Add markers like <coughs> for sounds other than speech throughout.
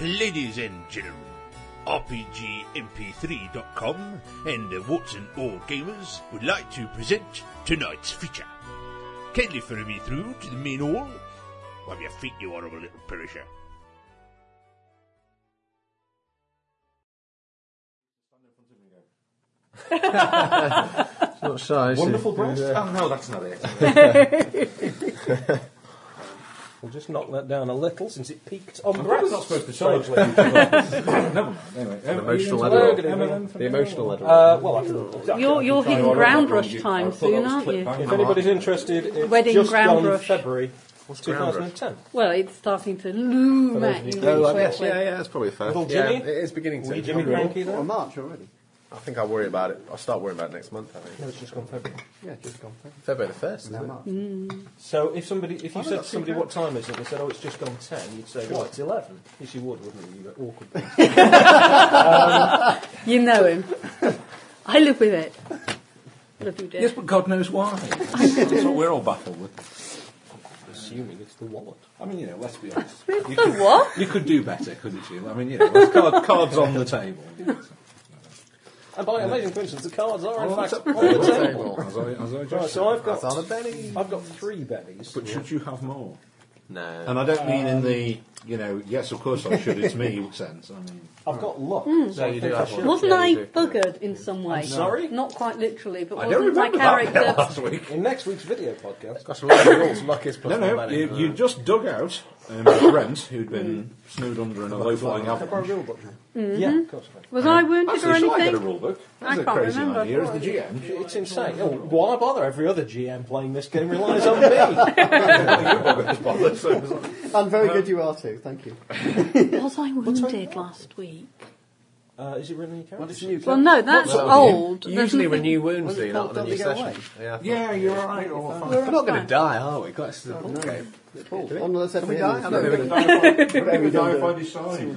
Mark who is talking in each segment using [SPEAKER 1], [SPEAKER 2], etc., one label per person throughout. [SPEAKER 1] Ladies and gentlemen, RPGMP3.com and the Watson All Gamers would like to present tonight's feature. Kindly follow me through to the main hall. Wipe your feet, you horrible little perisher.
[SPEAKER 2] Not shy. is she?
[SPEAKER 3] Wonderful breast?
[SPEAKER 2] Yeah.
[SPEAKER 3] Oh no, that's not
[SPEAKER 2] <laughs>
[SPEAKER 3] it.
[SPEAKER 4] We'll just knock that down a little since it peaked on the
[SPEAKER 3] That's
[SPEAKER 4] breast.
[SPEAKER 3] not supposed to show.
[SPEAKER 4] Strangely.
[SPEAKER 3] Never mind. Anyway, um, are you
[SPEAKER 2] Emotional
[SPEAKER 3] into
[SPEAKER 2] editor.
[SPEAKER 3] Logan, Eminem from
[SPEAKER 2] The emotional editor.
[SPEAKER 4] Uh, well, I can,
[SPEAKER 5] You're, you're
[SPEAKER 3] Sorry,
[SPEAKER 5] hitting
[SPEAKER 3] I
[SPEAKER 5] ground
[SPEAKER 3] don't
[SPEAKER 5] rush
[SPEAKER 3] know. I
[SPEAKER 5] time
[SPEAKER 3] thought that
[SPEAKER 5] soon,
[SPEAKER 3] was
[SPEAKER 5] aren't
[SPEAKER 3] clip
[SPEAKER 5] you?
[SPEAKER 3] bang.
[SPEAKER 4] if anybody's interested, it's
[SPEAKER 5] Wedding
[SPEAKER 4] just
[SPEAKER 5] ground
[SPEAKER 4] on
[SPEAKER 5] rush.
[SPEAKER 4] February
[SPEAKER 2] ground rush?
[SPEAKER 4] 2010.
[SPEAKER 5] Well, it's starting to loom at you.
[SPEAKER 2] Oh, like,
[SPEAKER 5] quickly.
[SPEAKER 2] yes, yeah, yeah, that's probably fair.
[SPEAKER 4] Little
[SPEAKER 2] yeah,
[SPEAKER 4] Jimmy?
[SPEAKER 2] it is beginning to.
[SPEAKER 4] Were you Jimmy Cranky there?
[SPEAKER 6] March already.
[SPEAKER 2] I think I'll worry about it. I'll start worrying about it next month, I think.
[SPEAKER 4] It's just gone February.
[SPEAKER 6] Yeah, just gone through.
[SPEAKER 2] February the 1st, isn't it?
[SPEAKER 4] So if somebody, if you said to somebody what time is it, and they said, "Oh, it's just gone 10, you'd say, "Well, it's 11." Yes, you would, wouldn't you? You go, awkward. thing.
[SPEAKER 5] You know him. <laughs> I live with it. Love you, dear.
[SPEAKER 3] Yes, but God knows why. That's what we're all baffled with.
[SPEAKER 4] <laughs> Assuming it's the wallet.
[SPEAKER 3] I mean, you know, let's be honest. You
[SPEAKER 5] The
[SPEAKER 3] <laughs> could,
[SPEAKER 5] what?
[SPEAKER 3] you could do better, couldn't you? I mean, you know, there's card, cards on the table.
[SPEAKER 4] And by amazing coincidence, the cards are in fact
[SPEAKER 2] up
[SPEAKER 4] on the table.
[SPEAKER 3] As I, as I just
[SPEAKER 4] Right,
[SPEAKER 3] said.
[SPEAKER 4] so I've
[SPEAKER 2] That's
[SPEAKER 4] got,
[SPEAKER 2] on a belly.
[SPEAKER 4] I've got three bennies.
[SPEAKER 3] But should you have more?
[SPEAKER 2] No.
[SPEAKER 3] And I don't mean in the, you know, yes, of course I should, it's me sense. I mean,
[SPEAKER 4] I've got luck. So I
[SPEAKER 2] you
[SPEAKER 4] think
[SPEAKER 2] do
[SPEAKER 4] I
[SPEAKER 2] have
[SPEAKER 4] should-
[SPEAKER 2] one.
[SPEAKER 5] Wasn't
[SPEAKER 2] Yeah,
[SPEAKER 5] I
[SPEAKER 2] you do.
[SPEAKER 5] buggered in some way?
[SPEAKER 4] sorry?
[SPEAKER 5] Not quite literally, but
[SPEAKER 3] I don't
[SPEAKER 5] wasn't my
[SPEAKER 3] remember that <laughs>
[SPEAKER 5] character.
[SPEAKER 3] last week.
[SPEAKER 4] In next week's video podcast,
[SPEAKER 2] Gosh, a lot of rules. Luck is plus
[SPEAKER 3] No, no,
[SPEAKER 2] one
[SPEAKER 3] you,
[SPEAKER 2] belly.
[SPEAKER 3] you just dug out um, <coughs> Brent, who'd been snowed under in a low-flying avalanche.
[SPEAKER 4] yeah, of course.
[SPEAKER 5] Was I wounded
[SPEAKER 3] Actually,
[SPEAKER 5] or
[SPEAKER 3] shall I get a
[SPEAKER 5] anything?
[SPEAKER 3] rule book?
[SPEAKER 5] I
[SPEAKER 3] That's a
[SPEAKER 5] can't
[SPEAKER 3] crazy
[SPEAKER 5] remember.
[SPEAKER 3] idea. Is the GM?
[SPEAKER 4] It's insane. Oh, why bother? Every other GM playing this game relies on me.
[SPEAKER 6] And very good you are too, thank you.
[SPEAKER 5] Was I wounded last week?
[SPEAKER 4] <laughs> uh, is it really your character?
[SPEAKER 5] Well, no, that's old. There's
[SPEAKER 2] Usually when
[SPEAKER 5] nothing-
[SPEAKER 2] new wounds do,
[SPEAKER 6] it
[SPEAKER 2] not
[SPEAKER 6] called?
[SPEAKER 2] on a new
[SPEAKER 6] Don't they go
[SPEAKER 2] session.
[SPEAKER 6] away?
[SPEAKER 2] Yeah.
[SPEAKER 3] Yeah, you're all right. All fine.
[SPEAKER 2] We're not going to die, are we? God, this is a ball game.
[SPEAKER 6] Paul, unless
[SPEAKER 2] Can we die? I don't think we can.
[SPEAKER 3] Every die if I
[SPEAKER 2] And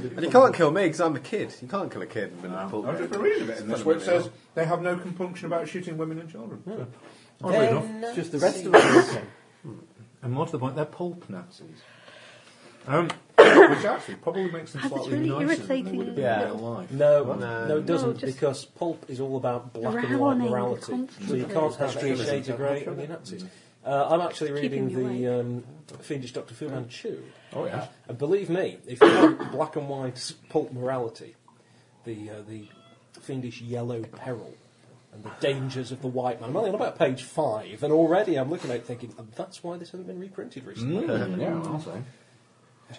[SPEAKER 3] decide.
[SPEAKER 2] you can't kill me because I'm a kid. You can't kill a kid. in a ball
[SPEAKER 3] I've
[SPEAKER 2] game.
[SPEAKER 3] just been reading a bit in this where it says they have no compunction about shooting women and children. Oddly enough.
[SPEAKER 6] Just the rest of us.
[SPEAKER 3] And more to the point, they're pulp Nazis. Um, <coughs> which actually probably makes them
[SPEAKER 5] Has it
[SPEAKER 3] slightly
[SPEAKER 5] really
[SPEAKER 3] nicer than they
[SPEAKER 5] irritating-
[SPEAKER 3] would have been
[SPEAKER 2] Yeah.
[SPEAKER 3] in real
[SPEAKER 4] <coughs>
[SPEAKER 3] life.
[SPEAKER 4] No,
[SPEAKER 2] No.
[SPEAKER 4] no, it doesn't,
[SPEAKER 5] No, just-
[SPEAKER 4] because pulp is all about black and white
[SPEAKER 5] Drowning
[SPEAKER 4] morality. So you
[SPEAKER 5] constantly.
[SPEAKER 4] can't have any shades of grey in the Nazis. Uh, I'm actually
[SPEAKER 5] Keeping
[SPEAKER 4] reading
[SPEAKER 5] you
[SPEAKER 4] the um, Fiendish Dr. Fu Manchu.
[SPEAKER 3] Oh, yeah.
[SPEAKER 4] And believe me, if you want black and white pulp morality, the, uh, the Fiendish Yellow Peril and the dangers of the white man, I'm only on about page five, and already I'm looking at it thinking, "Oh, that's why this hasn't been reprinted recently.
[SPEAKER 3] Mm, yeah, I'll say.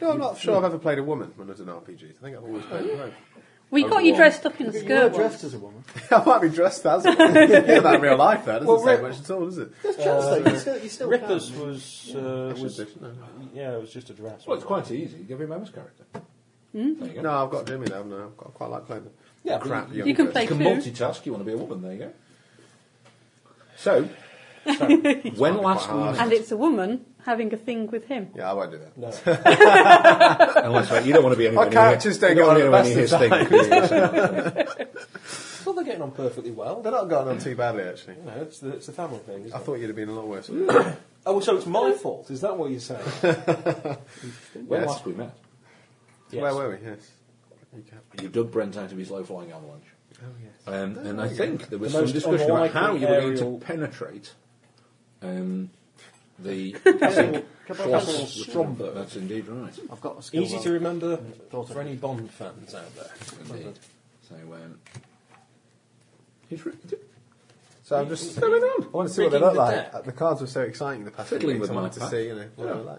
[SPEAKER 2] You know, I'm not sure I've ever played a woman when I did an RPG. I think I've always played a
[SPEAKER 3] <laughs>
[SPEAKER 2] bloke.
[SPEAKER 5] We got you dressed up in a
[SPEAKER 6] You were
[SPEAKER 5] skirt. once.
[SPEAKER 6] dressed as a woman.
[SPEAKER 2] <laughs> I might be dressed as one.
[SPEAKER 3] <laughs>
[SPEAKER 2] you know that in real life, though. It doesn't
[SPEAKER 4] Well,
[SPEAKER 2] say
[SPEAKER 4] Rip-
[SPEAKER 2] much at all, does it?
[SPEAKER 6] Just dressed though, you still, you still
[SPEAKER 4] Rippers
[SPEAKER 6] can.
[SPEAKER 4] was, uh,
[SPEAKER 2] I
[SPEAKER 4] was
[SPEAKER 2] should do, shouldn't I?
[SPEAKER 4] yeah, it was just a dress.
[SPEAKER 3] Well, it's quite easy. Give him Emma's character. There you go.
[SPEAKER 2] No, I've got Jimmy now. No, I've got, I quite like playing them.
[SPEAKER 4] Yeah,
[SPEAKER 2] crap.
[SPEAKER 4] but
[SPEAKER 2] young
[SPEAKER 5] you can
[SPEAKER 2] person.
[SPEAKER 5] play
[SPEAKER 3] You can
[SPEAKER 5] two.
[SPEAKER 3] multitask. You want to be a woman. There you <laughs> go.
[SPEAKER 2] <laughs>
[SPEAKER 3] So, when last we met,
[SPEAKER 5] And it's a woman having a thing with him.
[SPEAKER 2] Yeah, I won't do that.
[SPEAKER 4] No.
[SPEAKER 3] unless right, you don't want to be anywhere
[SPEAKER 2] Our
[SPEAKER 3] near-
[SPEAKER 2] characters don't
[SPEAKER 3] you
[SPEAKER 2] get on
[SPEAKER 3] wanna
[SPEAKER 2] at
[SPEAKER 3] be
[SPEAKER 2] the
[SPEAKER 3] anywhere
[SPEAKER 2] best of
[SPEAKER 3] near his thing, can you?
[SPEAKER 4] well, they're getting on perfectly well.
[SPEAKER 2] They're not going on too badly, actually.
[SPEAKER 4] No, it's the, it's the family thing. Isn't
[SPEAKER 2] I
[SPEAKER 4] it?
[SPEAKER 2] thought you'd have been a lot worse.
[SPEAKER 4] Oh, so it's my fault? Is that what you're saying?
[SPEAKER 3] When
[SPEAKER 2] Yes.
[SPEAKER 3] last we met,
[SPEAKER 2] Where were we? Yes. You can-
[SPEAKER 3] you dug Brent out of his low-flying avalanche.
[SPEAKER 2] Oh, yes.
[SPEAKER 3] Um, and I think there was
[SPEAKER 4] The
[SPEAKER 3] some
[SPEAKER 4] most
[SPEAKER 3] discussion about
[SPEAKER 4] unlikely
[SPEAKER 3] how you were going
[SPEAKER 4] aerial-
[SPEAKER 3] to penetrate um, the
[SPEAKER 4] Castle
[SPEAKER 3] Schloss
[SPEAKER 4] Stromberg.
[SPEAKER 3] That's indeed right.
[SPEAKER 6] I've got a skill
[SPEAKER 4] Easy
[SPEAKER 6] roll.
[SPEAKER 4] to remember for any Bond fans out there.
[SPEAKER 3] Indeed. So, um, he's re-
[SPEAKER 2] So I'm just. I
[SPEAKER 3] going on?
[SPEAKER 2] want to see what they
[SPEAKER 4] Rigging
[SPEAKER 2] look
[SPEAKER 4] the
[SPEAKER 2] like.
[SPEAKER 4] deck.
[SPEAKER 2] The cards were so exciting the past few
[SPEAKER 3] Fiddling
[SPEAKER 2] weeks.
[SPEAKER 3] with
[SPEAKER 2] I wanted
[SPEAKER 3] my
[SPEAKER 2] to
[SPEAKER 3] pack.
[SPEAKER 2] see, you know, what
[SPEAKER 3] Yeah.
[SPEAKER 2] they were like.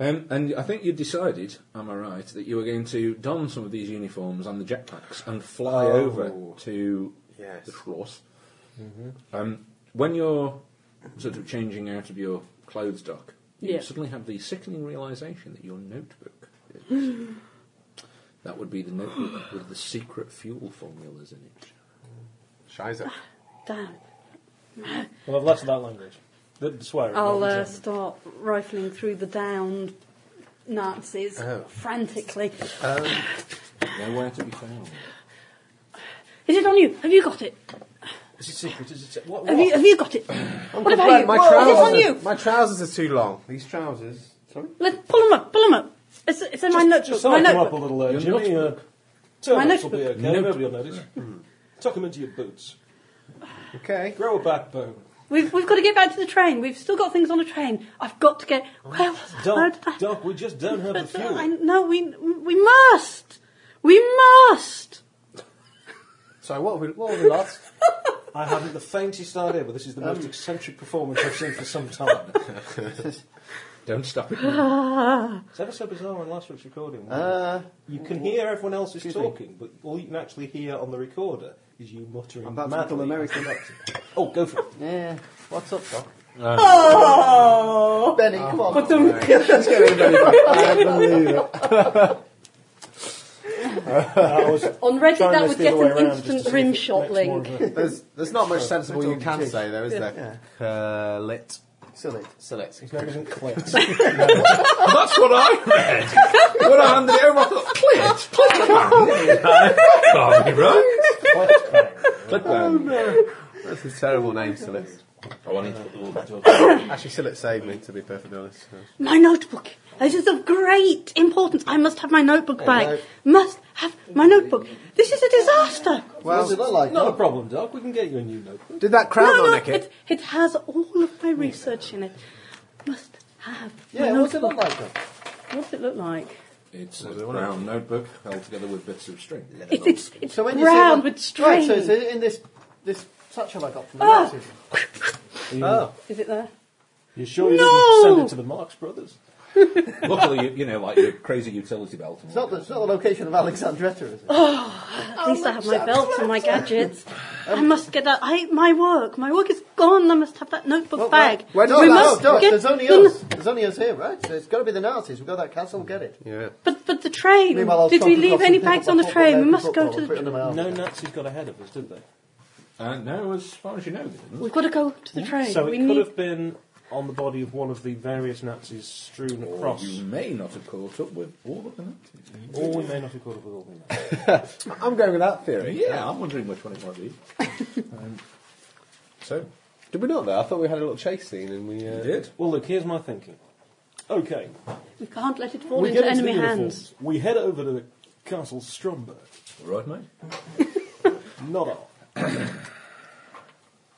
[SPEAKER 3] Um, and I think you decided, am I right, that you were going to don some of these uniforms and the jetpacks and fly
[SPEAKER 2] Oh.
[SPEAKER 3] over to
[SPEAKER 2] Yes. Mm-hmm.
[SPEAKER 3] the Schloss. Um, when you're sort of changing out of your clothes dock, you
[SPEAKER 5] Yeah.
[SPEAKER 3] suddenly have the sickening realization that your notebook.
[SPEAKER 5] <laughs>
[SPEAKER 3] that would be the notebook with the secret fuel formulas in it.
[SPEAKER 2] Shizer.
[SPEAKER 5] Damn.
[SPEAKER 4] Well, I've left that language. The, the swearing.
[SPEAKER 5] I'll
[SPEAKER 4] not the
[SPEAKER 5] uh,
[SPEAKER 4] German.
[SPEAKER 5] start rifling through the downed Nazis
[SPEAKER 2] Oh.
[SPEAKER 5] frantically.
[SPEAKER 3] Nowhere to be found.
[SPEAKER 5] Is it on you? Have you got it?
[SPEAKER 4] Is it secret? Is it se- what?
[SPEAKER 5] Have
[SPEAKER 4] what?
[SPEAKER 5] you, have you got it? what about
[SPEAKER 2] Right,
[SPEAKER 5] you?
[SPEAKER 2] My
[SPEAKER 5] Is it on
[SPEAKER 2] trousers.
[SPEAKER 5] you?
[SPEAKER 2] are- My trousers are too long. These trousers. Sorry.
[SPEAKER 5] Let's pull them up, pull them up. It's, it's in my notebook.
[SPEAKER 4] Just
[SPEAKER 5] my
[SPEAKER 4] hike them up a
[SPEAKER 5] notebook.
[SPEAKER 4] little urge.
[SPEAKER 1] Your
[SPEAKER 4] Jimmy, uh, turn
[SPEAKER 5] My
[SPEAKER 4] ups will be
[SPEAKER 5] notebook.
[SPEAKER 4] okay. Nobody will notice.
[SPEAKER 6] Hmm.
[SPEAKER 4] Tuck them into your boots.
[SPEAKER 2] Okay.
[SPEAKER 4] Grow a backbone.
[SPEAKER 5] We've, we've got to get back to the train. We've still got things on the train. I've got to get. Where was I? Where
[SPEAKER 4] Doc,
[SPEAKER 5] did I-
[SPEAKER 4] Doc, we just don't have the
[SPEAKER 5] But, uh,
[SPEAKER 4] fuel.
[SPEAKER 5] I, no, we we must. We must.
[SPEAKER 2] So what were, what were the last?
[SPEAKER 4] I haven't the faintest idea, but this is the
[SPEAKER 6] Um.
[SPEAKER 4] most eccentric performance I've seen for some time.
[SPEAKER 1] Don't stop it.
[SPEAKER 5] <laughs>
[SPEAKER 4] it's ever so bizarre in last week's recording.
[SPEAKER 6] Uh,
[SPEAKER 4] you can hear everyone else is
[SPEAKER 6] excuse me.
[SPEAKER 4] talking, but all you can actually hear on the recorder is you muttering
[SPEAKER 6] I'm about to
[SPEAKER 4] madly.
[SPEAKER 6] become American.
[SPEAKER 4] Oh, go for it.
[SPEAKER 6] yeah. What's up, Doc?
[SPEAKER 2] Uh,
[SPEAKER 5] Oh.
[SPEAKER 6] Benny, come on.
[SPEAKER 5] But the,
[SPEAKER 2] <laughs>
[SPEAKER 4] I was
[SPEAKER 5] on Reddit,
[SPEAKER 4] trying
[SPEAKER 5] that
[SPEAKER 4] this
[SPEAKER 5] would
[SPEAKER 4] the
[SPEAKER 5] get
[SPEAKER 4] other way
[SPEAKER 5] an
[SPEAKER 4] around just to see
[SPEAKER 5] instant
[SPEAKER 4] if
[SPEAKER 5] rim
[SPEAKER 4] it
[SPEAKER 5] shot
[SPEAKER 4] makes more of
[SPEAKER 5] <laughs> link.
[SPEAKER 4] a-
[SPEAKER 2] There's, there's not much sensible you can say though, is
[SPEAKER 6] Yeah.
[SPEAKER 2] there? Curlit.
[SPEAKER 6] Silly.
[SPEAKER 2] Select.
[SPEAKER 4] His name isn't Clint.
[SPEAKER 1] <laughs> That's what I read. when I handed it over, I thought, clit, clit bang. Can't be right. Oh, Clit bang.
[SPEAKER 2] That's a terrible name, Sillet.
[SPEAKER 3] Oh, I need to put the water
[SPEAKER 1] <laughs>
[SPEAKER 3] to a
[SPEAKER 2] Actually, Sillet saved me, to be perfectly honest.
[SPEAKER 5] My notebook. This is of great importance. I must have my notebook back. Must have my notebook. This is a disaster.
[SPEAKER 6] What does it look like?
[SPEAKER 4] Not a problem, Doc. We can get you a new notebook.
[SPEAKER 2] Did that crown
[SPEAKER 5] No, no,
[SPEAKER 2] on
[SPEAKER 5] it, it has all of my research in it. Must have. my
[SPEAKER 6] Yeah, what's it
[SPEAKER 5] notebook.
[SPEAKER 6] look like, Doc?
[SPEAKER 5] What's it look like?
[SPEAKER 1] It's a brown notebook held together with bits of string.
[SPEAKER 5] It's it's, it's
[SPEAKER 6] So when you say
[SPEAKER 5] round
[SPEAKER 6] that-
[SPEAKER 5] with string.
[SPEAKER 6] Right, so it's in this, this satchel I got from the
[SPEAKER 5] Ah.
[SPEAKER 6] relative.
[SPEAKER 4] Oh.
[SPEAKER 5] is it there?
[SPEAKER 4] You sure you
[SPEAKER 5] No!
[SPEAKER 4] didn't send it to the Marx Brothers?
[SPEAKER 1] Luckily, you, you know, like your crazy utility belt. And
[SPEAKER 6] It's not, the, it's not the location of Alexandretta, is it?
[SPEAKER 5] At
[SPEAKER 6] Oh,
[SPEAKER 5] least I have my belts and my
[SPEAKER 6] <laughs>
[SPEAKER 5] gadgets. I must get that. I my work. My work is gone. I must have that notebook
[SPEAKER 6] Well,
[SPEAKER 5] bag.
[SPEAKER 2] where does
[SPEAKER 6] No,
[SPEAKER 5] we
[SPEAKER 2] that-
[SPEAKER 5] must
[SPEAKER 6] no, no,
[SPEAKER 5] get
[SPEAKER 6] there's only
[SPEAKER 5] in-
[SPEAKER 6] us. There's only us here, right? So it's got to be the Nazis. We've got that castle, we'll get it.
[SPEAKER 2] Yeah.
[SPEAKER 5] But but the train.
[SPEAKER 6] Meanwhile, I'll
[SPEAKER 5] Mm. Did
[SPEAKER 6] stop
[SPEAKER 5] we
[SPEAKER 6] and
[SPEAKER 5] leave
[SPEAKER 6] drop
[SPEAKER 5] any
[SPEAKER 6] some
[SPEAKER 5] bags
[SPEAKER 6] people
[SPEAKER 5] on the
[SPEAKER 6] off
[SPEAKER 5] train?
[SPEAKER 6] there,
[SPEAKER 5] We must
[SPEAKER 6] people
[SPEAKER 5] go
[SPEAKER 6] off
[SPEAKER 5] to
[SPEAKER 6] and put
[SPEAKER 5] the.
[SPEAKER 6] them out.
[SPEAKER 4] No Nazis got ahead of us, did they?
[SPEAKER 1] Uh, no, as far as you know, they didn't.
[SPEAKER 5] We've got to go to the train.
[SPEAKER 4] So it
[SPEAKER 5] we
[SPEAKER 4] could
[SPEAKER 5] need.
[SPEAKER 4] have been on the body of one of the various Nazis strewn
[SPEAKER 1] Or
[SPEAKER 4] across.
[SPEAKER 1] you may not have caught up with all of the Nazis.
[SPEAKER 5] Mm-hmm.
[SPEAKER 4] Or we may not have caught up with all the Nazis.
[SPEAKER 2] I'm going with that theory.
[SPEAKER 1] Yeah, I'm wondering which one it might be.
[SPEAKER 5] <laughs>
[SPEAKER 1] um, so,
[SPEAKER 2] Did we not though? I thought we had a little chase scene and we. Uh,
[SPEAKER 1] you did.
[SPEAKER 4] Well, look, here's my thinking. Okay,
[SPEAKER 5] we can't let it fall
[SPEAKER 4] we
[SPEAKER 5] into
[SPEAKER 4] get into
[SPEAKER 5] enemy
[SPEAKER 4] the uniforms.
[SPEAKER 5] hands.
[SPEAKER 4] We head over to Castle Stromberg.
[SPEAKER 1] Right, mate?
[SPEAKER 4] Not off. <coughs>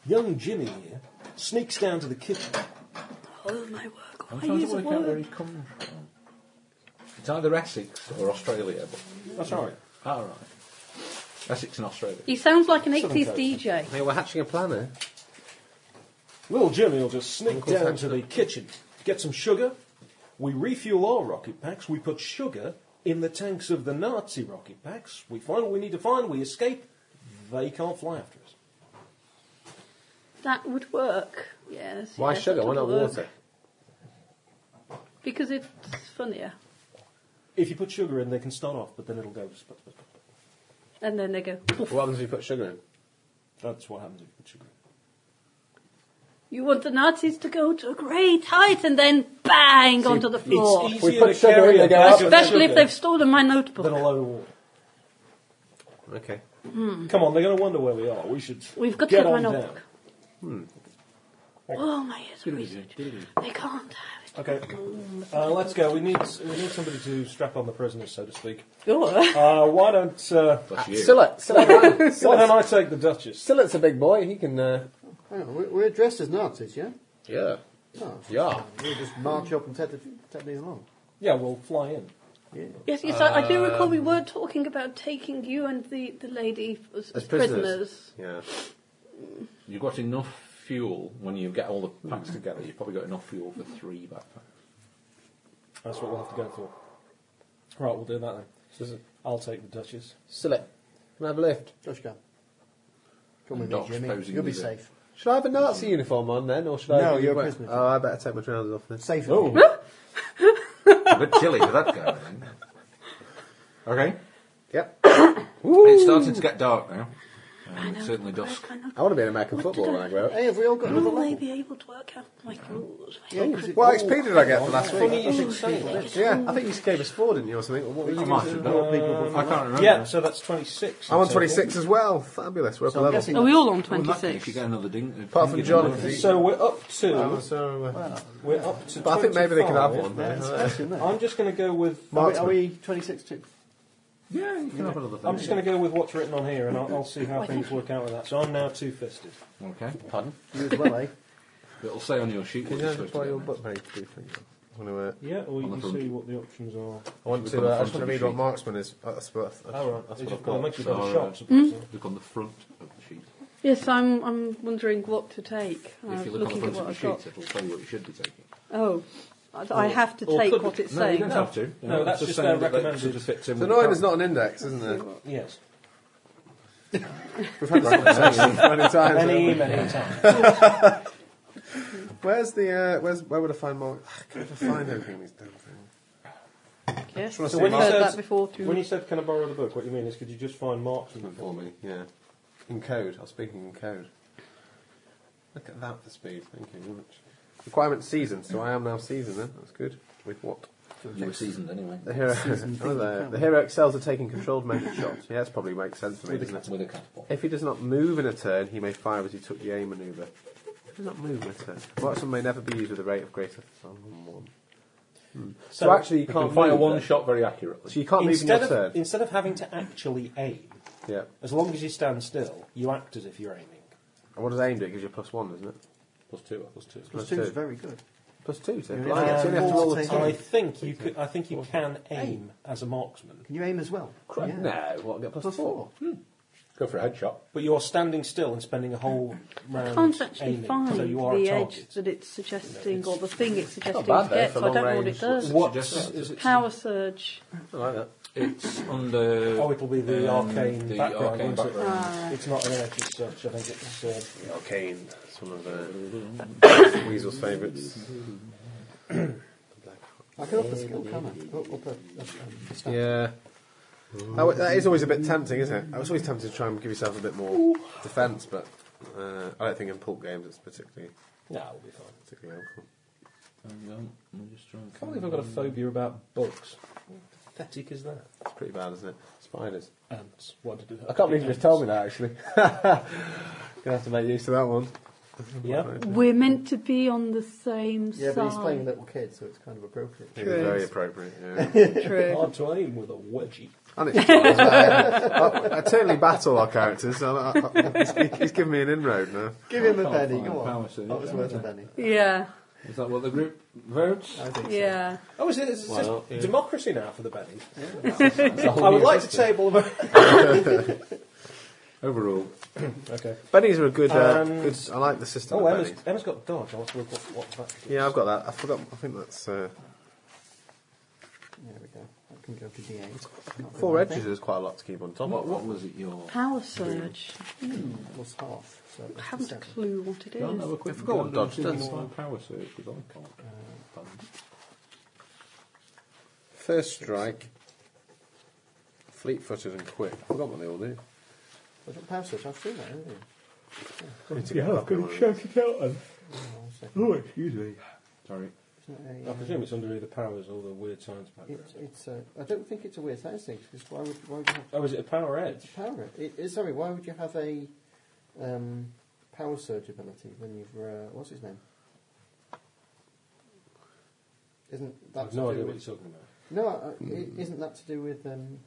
[SPEAKER 4] Young Jimmy here sneaks down to the kitchen.
[SPEAKER 5] Oh my work.
[SPEAKER 1] I'm
[SPEAKER 5] Why
[SPEAKER 1] trying to
[SPEAKER 5] use a
[SPEAKER 1] work out where
[SPEAKER 5] word?
[SPEAKER 1] he comes from. It's either Essex or Australia. But,
[SPEAKER 4] That's all right.
[SPEAKER 1] all right. Essex and Australia.
[SPEAKER 5] He sounds like an
[SPEAKER 4] Something
[SPEAKER 5] 80s
[SPEAKER 4] like
[SPEAKER 5] DJ.
[SPEAKER 2] Hey, we're hatching a plan here.
[SPEAKER 4] Little Jimmy will just sneak
[SPEAKER 2] Uncle
[SPEAKER 4] down to
[SPEAKER 2] Saxon.
[SPEAKER 4] the kitchen, get some sugar. We refuel our rocket packs. We put sugar in the tanks of the Nazi rocket packs. We find what we need to find. We escape. They can't fly after us.
[SPEAKER 5] That would work. Yes.
[SPEAKER 2] Why
[SPEAKER 5] yes,
[SPEAKER 2] sugar?
[SPEAKER 5] that
[SPEAKER 2] Why not
[SPEAKER 5] would work.
[SPEAKER 2] water?
[SPEAKER 5] Because it's funnier.
[SPEAKER 4] If you put sugar in, they can start off, but then it'll go. sp- sp- sp-
[SPEAKER 5] And then they go. "Poof."
[SPEAKER 2] What happens if you put sugar in?
[SPEAKER 4] That's what happens if you put sugar in.
[SPEAKER 5] You want the Nazis to go to a great height and then bang onto the floor.
[SPEAKER 4] It's
[SPEAKER 2] Oh, We
[SPEAKER 4] easier
[SPEAKER 2] put
[SPEAKER 4] to
[SPEAKER 2] sugar
[SPEAKER 4] carry
[SPEAKER 2] in,
[SPEAKER 4] a
[SPEAKER 2] they go
[SPEAKER 4] bag
[SPEAKER 2] up.
[SPEAKER 4] of
[SPEAKER 5] Especially if
[SPEAKER 4] sugar
[SPEAKER 5] they've stolen my notebook.
[SPEAKER 4] than a load of water.
[SPEAKER 2] Okay.
[SPEAKER 4] Come on, they're going to wonder where we are. We should.
[SPEAKER 5] We've got to
[SPEAKER 4] get
[SPEAKER 5] have my
[SPEAKER 4] on down.
[SPEAKER 5] notebook. Oh my ears are research. They can't have it.
[SPEAKER 4] Okay, uh, let's go. We need we need somebody to strap on the prisoners, so to speak.
[SPEAKER 5] <laughs> Sure.
[SPEAKER 4] Uh, why don't uh,
[SPEAKER 5] Ah,
[SPEAKER 1] Bless you.
[SPEAKER 2] Sillet, Sillet,
[SPEAKER 4] why don't I take the Duchess?
[SPEAKER 2] Sillet's a big boy. He can. Uh,
[SPEAKER 6] Hang on, we- Oh, we're dressed as Nazis, yeah?
[SPEAKER 2] yeah.
[SPEAKER 6] Oh.
[SPEAKER 2] Yeah.
[SPEAKER 6] We'll just march up and take, the, take these along.
[SPEAKER 4] Yeah, we'll fly in.
[SPEAKER 5] Yes, yes, I, I do recall we were talking about taking you and the, the lady as, as prisoners.
[SPEAKER 2] Yeah.
[SPEAKER 1] You've got enough fuel when you get all the packs together. You've probably got enough fuel for three
[SPEAKER 5] <laughs>
[SPEAKER 1] backpacks.
[SPEAKER 4] That's what we'll have to go for. Right, we'll do that then. I'll take the Duchess.
[SPEAKER 2] Sillet, can I have a lift?
[SPEAKER 6] Josh, go.
[SPEAKER 1] And
[SPEAKER 6] Come with me,
[SPEAKER 1] Doc's
[SPEAKER 6] Jimmy.
[SPEAKER 1] posing
[SPEAKER 6] You'll be
[SPEAKER 1] with it.
[SPEAKER 6] safe.
[SPEAKER 2] Should I have a Nazi uniform on then, or should I?
[SPEAKER 6] No,
[SPEAKER 2] be-
[SPEAKER 6] you're a
[SPEAKER 2] well,
[SPEAKER 6] prisoner.
[SPEAKER 2] Oh, I better take my trousers off then.
[SPEAKER 6] Safe.
[SPEAKER 3] A bit chilly for that guy. I think. Okay.
[SPEAKER 2] Yep.
[SPEAKER 3] It's starting to get dark now. I mean, it's certainly dusk.
[SPEAKER 5] I know.
[SPEAKER 2] I want to be an American
[SPEAKER 5] What
[SPEAKER 2] footballer
[SPEAKER 5] did
[SPEAKER 2] when
[SPEAKER 5] I-
[SPEAKER 2] I grow up.
[SPEAKER 6] Hey, have we all got another
[SPEAKER 5] Will they
[SPEAKER 6] level?
[SPEAKER 5] be able to work out my rules?
[SPEAKER 6] Oh. Yeah, 'cause it-
[SPEAKER 2] What
[SPEAKER 6] oh,
[SPEAKER 2] XP did I get for last <laughs>
[SPEAKER 4] Funny
[SPEAKER 2] week?
[SPEAKER 4] you should say that.
[SPEAKER 2] Yeah, I think you gave us four, didn't you, or something? Or What were you
[SPEAKER 3] I might have done. I can't remember.
[SPEAKER 4] Yeah, so that's 26.
[SPEAKER 2] I'm on
[SPEAKER 4] So-
[SPEAKER 2] 26 as well. Fabulous. We're up a
[SPEAKER 6] So I'm
[SPEAKER 2] level.
[SPEAKER 6] guessing
[SPEAKER 5] Are we all on
[SPEAKER 3] Well, in that case,
[SPEAKER 5] 26?
[SPEAKER 3] you get another ding.
[SPEAKER 2] Apart from
[SPEAKER 3] ding
[SPEAKER 2] John,
[SPEAKER 3] in the-
[SPEAKER 2] because he-
[SPEAKER 4] So we're up
[SPEAKER 2] Oh,
[SPEAKER 4] to.
[SPEAKER 2] so, uh,
[SPEAKER 4] We're up to.
[SPEAKER 2] but I think maybe they could have
[SPEAKER 4] 25.
[SPEAKER 2] one. <laughs>
[SPEAKER 6] that's
[SPEAKER 2] though.
[SPEAKER 6] that's in there.
[SPEAKER 4] I'm just going to go with.
[SPEAKER 6] Are we-
[SPEAKER 2] Marksman.
[SPEAKER 6] Are we 26 too?
[SPEAKER 3] Yeah, you can have another thing.
[SPEAKER 4] I'm just going to go with what's written on here, and I'll, I'll see how things work out with that. So I'm now two-fisted.
[SPEAKER 3] Okay.
[SPEAKER 6] Pardon? You as well, eh?
[SPEAKER 3] It'll say on your sheet
[SPEAKER 2] Can
[SPEAKER 3] what
[SPEAKER 2] you
[SPEAKER 3] you're
[SPEAKER 2] have
[SPEAKER 3] supposed
[SPEAKER 2] your
[SPEAKER 3] to
[SPEAKER 2] book page, please? please? I want to, uh,
[SPEAKER 4] Yeah, or you
[SPEAKER 3] On the
[SPEAKER 4] can
[SPEAKER 3] front.
[SPEAKER 4] see what the options are.
[SPEAKER 2] I want
[SPEAKER 3] Look on
[SPEAKER 2] to.
[SPEAKER 3] the
[SPEAKER 2] Uh, I just
[SPEAKER 3] front
[SPEAKER 2] want
[SPEAKER 3] of
[SPEAKER 2] to
[SPEAKER 3] the
[SPEAKER 2] read what
[SPEAKER 3] sheet.
[SPEAKER 2] marksman is. Uh, That's what. That's,
[SPEAKER 4] All right,
[SPEAKER 2] that's
[SPEAKER 4] it's
[SPEAKER 2] what I've
[SPEAKER 4] just- well, it
[SPEAKER 2] got.
[SPEAKER 4] makes you better
[SPEAKER 3] So,
[SPEAKER 4] shot,
[SPEAKER 3] uh,
[SPEAKER 4] suppose.
[SPEAKER 3] get. Look on the front of the sheet.
[SPEAKER 5] Yes, I'm, I'm wondering what to take. I'm
[SPEAKER 3] if you look on the
[SPEAKER 5] looking at
[SPEAKER 3] front
[SPEAKER 5] what
[SPEAKER 3] of the
[SPEAKER 5] I've
[SPEAKER 3] sheet,
[SPEAKER 5] got.
[SPEAKER 3] it'll tell you what you should be taking.
[SPEAKER 5] Oh, I, I have to
[SPEAKER 4] or
[SPEAKER 5] take
[SPEAKER 4] could-
[SPEAKER 5] what it's
[SPEAKER 3] No, you
[SPEAKER 5] saying.
[SPEAKER 3] don't have to.
[SPEAKER 4] No, that's
[SPEAKER 3] It's
[SPEAKER 4] just their
[SPEAKER 3] saying that they-
[SPEAKER 4] recommended.
[SPEAKER 3] sort of fits in
[SPEAKER 2] So
[SPEAKER 3] with
[SPEAKER 2] nine
[SPEAKER 3] the
[SPEAKER 2] is not an index, isn't it?
[SPEAKER 4] Yes.
[SPEAKER 2] We've had this conversation <laughs> many times.
[SPEAKER 4] Many,
[SPEAKER 2] haven't we? <laughs>
[SPEAKER 4] many times.
[SPEAKER 2] Where's the? Uh, where's where would I find more? Ah, I can never find anything in these damn things.
[SPEAKER 5] Yes.
[SPEAKER 2] Trust
[SPEAKER 5] I've
[SPEAKER 2] me, Mark.
[SPEAKER 5] heard that before through
[SPEAKER 4] When you said, can I borrow the book, what you mean is, could you just find marks? in it?
[SPEAKER 2] For me, yeah. In code, I was speaking in code. Look at that for speed. Thank you very much. Requirement season. So I am now seasoned. Then that's good. With what?
[SPEAKER 3] You were seasoned anyway.
[SPEAKER 2] The hero. <laughs> Oh, there. The hero excels at taking controlled measured shots. Yeah, that's probably makes sense for me. doesn't it?
[SPEAKER 3] With a catapult.
[SPEAKER 2] If he does not move in a turn, he may fire as he took the aim maneuver. If he does not move in a turn, marksman may never be used with a rate of greater than one. So, actually, you
[SPEAKER 3] You
[SPEAKER 2] can't
[SPEAKER 3] can fire
[SPEAKER 2] move
[SPEAKER 3] one
[SPEAKER 2] then.
[SPEAKER 3] shot very accurately.
[SPEAKER 2] So you can't move in
[SPEAKER 4] instead
[SPEAKER 2] your
[SPEAKER 4] of,
[SPEAKER 2] turn.
[SPEAKER 4] instead of having to actually aim,
[SPEAKER 2] Yeah.
[SPEAKER 4] as long as you stand still, you act as if you're aiming.
[SPEAKER 2] And what does aim do? It gives you plus one, doesn't it?
[SPEAKER 3] Plus two, plus two.
[SPEAKER 6] Plus
[SPEAKER 2] two.
[SPEAKER 6] two is very good.
[SPEAKER 2] Plus two. So
[SPEAKER 6] You're
[SPEAKER 2] blimey,
[SPEAKER 6] in
[SPEAKER 2] it's
[SPEAKER 6] a
[SPEAKER 2] only after
[SPEAKER 6] war
[SPEAKER 2] all the
[SPEAKER 6] zone.
[SPEAKER 2] time.
[SPEAKER 4] I think you could. I think you can aim as a marksman,
[SPEAKER 6] Can you aim as well?
[SPEAKER 3] Crap.
[SPEAKER 6] Yeah.
[SPEAKER 3] No, what, get plus, plus four? Hmm. Go for a headshot.
[SPEAKER 4] but you are standing still and spending a whole round
[SPEAKER 5] can't actually
[SPEAKER 4] um, aiming,
[SPEAKER 5] find
[SPEAKER 4] so you are
[SPEAKER 5] the
[SPEAKER 4] a target.
[SPEAKER 5] edge that it's suggesting or the thing it's suggesting
[SPEAKER 2] bad,
[SPEAKER 5] to
[SPEAKER 2] though,
[SPEAKER 5] get,
[SPEAKER 2] for
[SPEAKER 5] so I don't know
[SPEAKER 2] long
[SPEAKER 5] what it
[SPEAKER 2] range.
[SPEAKER 5] does.
[SPEAKER 4] What
[SPEAKER 3] Yes.
[SPEAKER 4] is it?
[SPEAKER 5] Power surge.
[SPEAKER 2] I like that.
[SPEAKER 3] It's under.
[SPEAKER 4] Oh, it'll be the
[SPEAKER 3] um,
[SPEAKER 4] arcane
[SPEAKER 3] the
[SPEAKER 4] background,
[SPEAKER 3] arcane
[SPEAKER 4] won't it?
[SPEAKER 3] background.
[SPEAKER 5] Ah.
[SPEAKER 4] It's not an electric search. I think it's. Uh,
[SPEAKER 2] Arcane. It's one of uh, <coughs> Weasel's favourites.
[SPEAKER 6] I can up the skill, can I? Oh, Up, up, a- up, a stat.
[SPEAKER 2] Yeah. That, wa- that is always a bit tempting, isn't it? I was always tempted to try and give yourself a bit more defence, but uh, I don't think in pulp games it's particularly
[SPEAKER 4] no, it'll be fine.
[SPEAKER 2] particularly helpful.
[SPEAKER 3] Hang on, let me just try and
[SPEAKER 4] I can't believe I've got a phobia about bugs. How pathetic is that?
[SPEAKER 2] It's pretty bad, isn't it? Spiders.
[SPEAKER 4] Ants. What did it?
[SPEAKER 2] I can't believe you just told me that. Actually, <laughs> gonna have to make use of that one.
[SPEAKER 4] Yeah.
[SPEAKER 5] We're meant to be on the same
[SPEAKER 6] Yeah,
[SPEAKER 5] side.
[SPEAKER 6] but he's playing a little kid, so it's kind of appropriate.
[SPEAKER 2] It was
[SPEAKER 5] Good.
[SPEAKER 2] very appropriate. Yeah.
[SPEAKER 5] True.
[SPEAKER 4] Hard to aim with a wedgie.
[SPEAKER 2] and it's <laughs> I, I totally battle our characters. I, I, I, he's, he's given me an inroad now.
[SPEAKER 6] Give him a
[SPEAKER 3] Can't
[SPEAKER 6] penny,
[SPEAKER 3] find
[SPEAKER 6] go
[SPEAKER 3] power
[SPEAKER 6] on.
[SPEAKER 3] surge,
[SPEAKER 6] That was
[SPEAKER 3] yeah.
[SPEAKER 6] worth a penny.
[SPEAKER 5] yeah.
[SPEAKER 3] Is that what the group votes?
[SPEAKER 6] I think so.
[SPEAKER 5] Yeah.
[SPEAKER 4] Oh, is it? Is it
[SPEAKER 2] Well,
[SPEAKER 4] just
[SPEAKER 2] yeah.
[SPEAKER 4] democracy now for
[SPEAKER 2] <laughs>
[SPEAKER 4] the bennies?
[SPEAKER 2] I
[SPEAKER 4] I would like to table them.
[SPEAKER 2] overall.
[SPEAKER 4] okay.
[SPEAKER 2] Bennies are a good. Uh,
[SPEAKER 4] Um,
[SPEAKER 2] good I like the system.
[SPEAKER 4] Oh,
[SPEAKER 2] of
[SPEAKER 4] Emma's,
[SPEAKER 2] bennies.
[SPEAKER 4] Emma's got dodge. I'll have to look what, what that is.
[SPEAKER 2] Yeah, I've got that. I forgot. I think that's uh,
[SPEAKER 6] There we go. That can go to D8. Not
[SPEAKER 2] four
[SPEAKER 6] really
[SPEAKER 2] edges is quite a lot to keep on top
[SPEAKER 3] What,
[SPEAKER 2] of.
[SPEAKER 3] what was it your.
[SPEAKER 5] Power surge.
[SPEAKER 6] bad. Plus half. So
[SPEAKER 5] I
[SPEAKER 6] it's
[SPEAKER 5] haven't a
[SPEAKER 6] seven.
[SPEAKER 5] clue what it
[SPEAKER 3] I don't know,
[SPEAKER 5] is.
[SPEAKER 3] I couldn't
[SPEAKER 2] I forgot what
[SPEAKER 3] go
[SPEAKER 2] dodge
[SPEAKER 3] and do
[SPEAKER 2] does.
[SPEAKER 3] my power surge because I can't. uh,
[SPEAKER 2] First strike, fleet-footed and quick. I forgot what they all do.
[SPEAKER 6] Was it power switch? I've seen that, haven't you?
[SPEAKER 2] Yeah, I've got to shout it out.
[SPEAKER 6] One second.
[SPEAKER 2] Oh, excuse me.
[SPEAKER 3] Sorry.
[SPEAKER 6] Isn't it
[SPEAKER 4] I
[SPEAKER 6] a, uh,
[SPEAKER 4] presume it's under either powers or the weird science background.
[SPEAKER 6] It's, it's, uh, I don't think it's a weird science thing, because why would, why would you have
[SPEAKER 4] Oh, is it a power edge?
[SPEAKER 6] power? It, it, sorry, why would you have a um, power surge ability when you've uh, what's his name? Isn't that
[SPEAKER 4] I've
[SPEAKER 6] to
[SPEAKER 4] no
[SPEAKER 6] do
[SPEAKER 4] idea what
[SPEAKER 6] with,
[SPEAKER 4] you're talking about.
[SPEAKER 6] no? Uh, i Isn't that to do with um,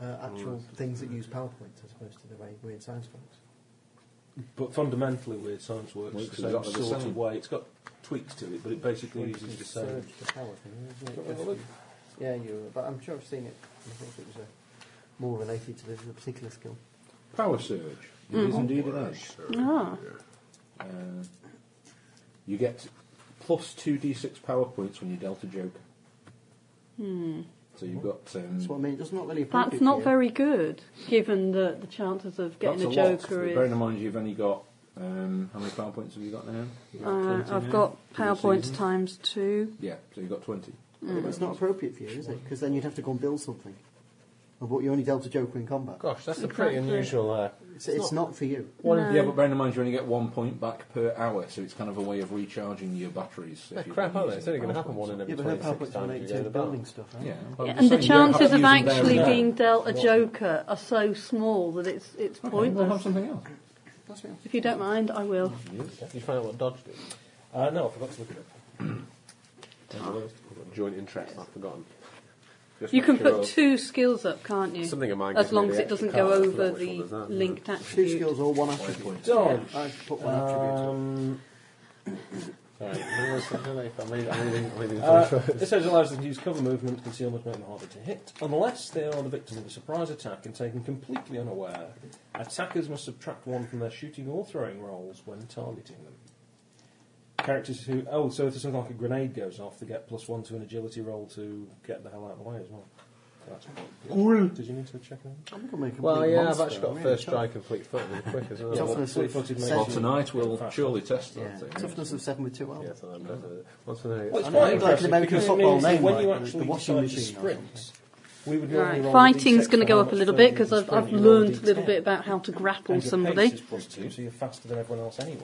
[SPEAKER 6] uh,
[SPEAKER 4] Oh,
[SPEAKER 6] actual things that use PowerPoint as opposed to the way weird science works?
[SPEAKER 4] But fundamentally, weird science works,
[SPEAKER 3] Works
[SPEAKER 4] the same
[SPEAKER 3] exactly the
[SPEAKER 4] sort
[SPEAKER 3] same.
[SPEAKER 4] of way. It's got tweaks to it, but it basically uses the same.
[SPEAKER 6] surge to power thing, isn't it?
[SPEAKER 4] Have a look.
[SPEAKER 6] Yeah, you. But I'm sure I've seen it. I think it was uh, more related to the the particular skill.
[SPEAKER 3] Power surge. It is indeed an edge.
[SPEAKER 5] Ah.
[SPEAKER 3] Uh, you get plus two d6 power points when you dealt a joker. Hmm. So you've got. Um,
[SPEAKER 6] That's what I mean. It does not really. appropriate
[SPEAKER 5] That's not
[SPEAKER 6] here.
[SPEAKER 5] very good, given the, the chances of getting
[SPEAKER 3] that's
[SPEAKER 5] a
[SPEAKER 3] lot,
[SPEAKER 5] joker
[SPEAKER 3] but
[SPEAKER 5] is.
[SPEAKER 3] Bearing in mind you've only got. Um, how many power points have you got now?
[SPEAKER 5] Uh, I've got PowerPoints times two.
[SPEAKER 3] Yeah, so you've got 20.
[SPEAKER 6] Yeah, but it's not appropriate for you, is it? Because then you'd have to go and build something. But you only dealt a Joker in combat.
[SPEAKER 2] Gosh, that's a pretty
[SPEAKER 5] pretty Exactly.
[SPEAKER 2] unusual uh,
[SPEAKER 6] It's, it's not, for you.
[SPEAKER 5] No.
[SPEAKER 3] Yeah, but bearing in mind you only get one point back per hour, so it's kind of a way of recharging your batteries. if
[SPEAKER 2] They're
[SPEAKER 3] you've
[SPEAKER 2] crap,
[SPEAKER 3] been
[SPEAKER 2] aren't they?
[SPEAKER 3] using
[SPEAKER 2] It's only going to happen
[SPEAKER 3] PowerPoints.
[SPEAKER 2] one in every
[SPEAKER 6] Yeah, but her
[SPEAKER 2] 26
[SPEAKER 6] PowerPoint's
[SPEAKER 2] times you
[SPEAKER 6] related
[SPEAKER 2] go to
[SPEAKER 6] to
[SPEAKER 2] the
[SPEAKER 6] building
[SPEAKER 2] bar.
[SPEAKER 6] stuff,
[SPEAKER 3] Yeah,
[SPEAKER 6] right?
[SPEAKER 3] but I'm
[SPEAKER 5] and the
[SPEAKER 3] saying you don't have
[SPEAKER 5] chances
[SPEAKER 3] to
[SPEAKER 5] of
[SPEAKER 3] use them there
[SPEAKER 5] actually
[SPEAKER 3] and then.
[SPEAKER 5] being dealt a joker are so small that it's it's
[SPEAKER 3] Okay, we'll have
[SPEAKER 5] pointless.
[SPEAKER 3] something else.
[SPEAKER 6] That's what
[SPEAKER 5] If you don't mind, I will.
[SPEAKER 2] Did you find out what Dodge did?
[SPEAKER 4] Uh, no, I forgot to look it up.
[SPEAKER 2] <clears throat> I've got Joint interest, I've forgotten. Just
[SPEAKER 5] You
[SPEAKER 2] make
[SPEAKER 5] can
[SPEAKER 2] sure
[SPEAKER 5] put two skills up, can't you?
[SPEAKER 2] Something of mine
[SPEAKER 5] As
[SPEAKER 2] gives me
[SPEAKER 5] long
[SPEAKER 2] the
[SPEAKER 5] as it
[SPEAKER 2] extra
[SPEAKER 5] doesn't go
[SPEAKER 2] card. I forgot
[SPEAKER 5] over
[SPEAKER 2] which one
[SPEAKER 5] the
[SPEAKER 2] was that.
[SPEAKER 5] linked
[SPEAKER 6] Two
[SPEAKER 5] attribute.
[SPEAKER 6] skills or one attribute.
[SPEAKER 4] Dodge.
[SPEAKER 6] I've put one attribute.
[SPEAKER 4] Um,
[SPEAKER 2] <coughs> Alright, I'm reading- I'm reading- I'm reading
[SPEAKER 4] uh,
[SPEAKER 2] the
[SPEAKER 4] this edge allows them to use cover movement, concealment, to make them harder to hit, unless they are the victim of a surprise attack and taken completely unaware. Attackers must subtract one from their shooting or throwing rolls when targeting them. Characters who oh, so if something like a grenade goes off, they get plus one to an agility roll to get the hell out of the way as well. That's cool. Did you need to check on?
[SPEAKER 6] I'm gonna make a
[SPEAKER 2] Well,
[SPEAKER 6] complete
[SPEAKER 2] yeah, I've
[SPEAKER 6] monster,
[SPEAKER 2] actually got
[SPEAKER 6] really.
[SPEAKER 2] first
[SPEAKER 6] Tough-
[SPEAKER 2] strike and fleet foot really quick as well.
[SPEAKER 6] Toughness
[SPEAKER 4] Well,
[SPEAKER 6] of
[SPEAKER 4] fleet-footed
[SPEAKER 6] seven.
[SPEAKER 4] makes
[SPEAKER 3] Well, tonight we'll surely test that
[SPEAKER 6] Yeah,
[SPEAKER 3] thing.
[SPEAKER 6] toughness of seven with two L.
[SPEAKER 2] Yeah, so I'm not- What's the name?
[SPEAKER 4] Well, it's
[SPEAKER 6] I
[SPEAKER 2] Oh,
[SPEAKER 4] quite
[SPEAKER 6] know, like an
[SPEAKER 4] impressive
[SPEAKER 6] American
[SPEAKER 4] because it
[SPEAKER 6] football
[SPEAKER 4] means that
[SPEAKER 6] name,
[SPEAKER 4] when you
[SPEAKER 6] like the-
[SPEAKER 4] actually
[SPEAKER 6] the washing
[SPEAKER 4] decide to
[SPEAKER 6] machine or
[SPEAKER 4] sprint, we would normally
[SPEAKER 5] Right.
[SPEAKER 4] roll a
[SPEAKER 5] Fighting's
[SPEAKER 4] D6
[SPEAKER 5] going to go
[SPEAKER 4] how
[SPEAKER 5] up a
[SPEAKER 4] much
[SPEAKER 5] little
[SPEAKER 4] further
[SPEAKER 5] bit
[SPEAKER 4] you
[SPEAKER 5] because
[SPEAKER 4] can
[SPEAKER 5] I've,
[SPEAKER 4] sprint,
[SPEAKER 5] I've
[SPEAKER 4] you roll
[SPEAKER 5] learned a little
[SPEAKER 4] D10.
[SPEAKER 5] bit about how to
[SPEAKER 4] And
[SPEAKER 5] grapple
[SPEAKER 4] your Pace
[SPEAKER 5] somebody.
[SPEAKER 4] is plus two, so you're faster than everyone else anyway.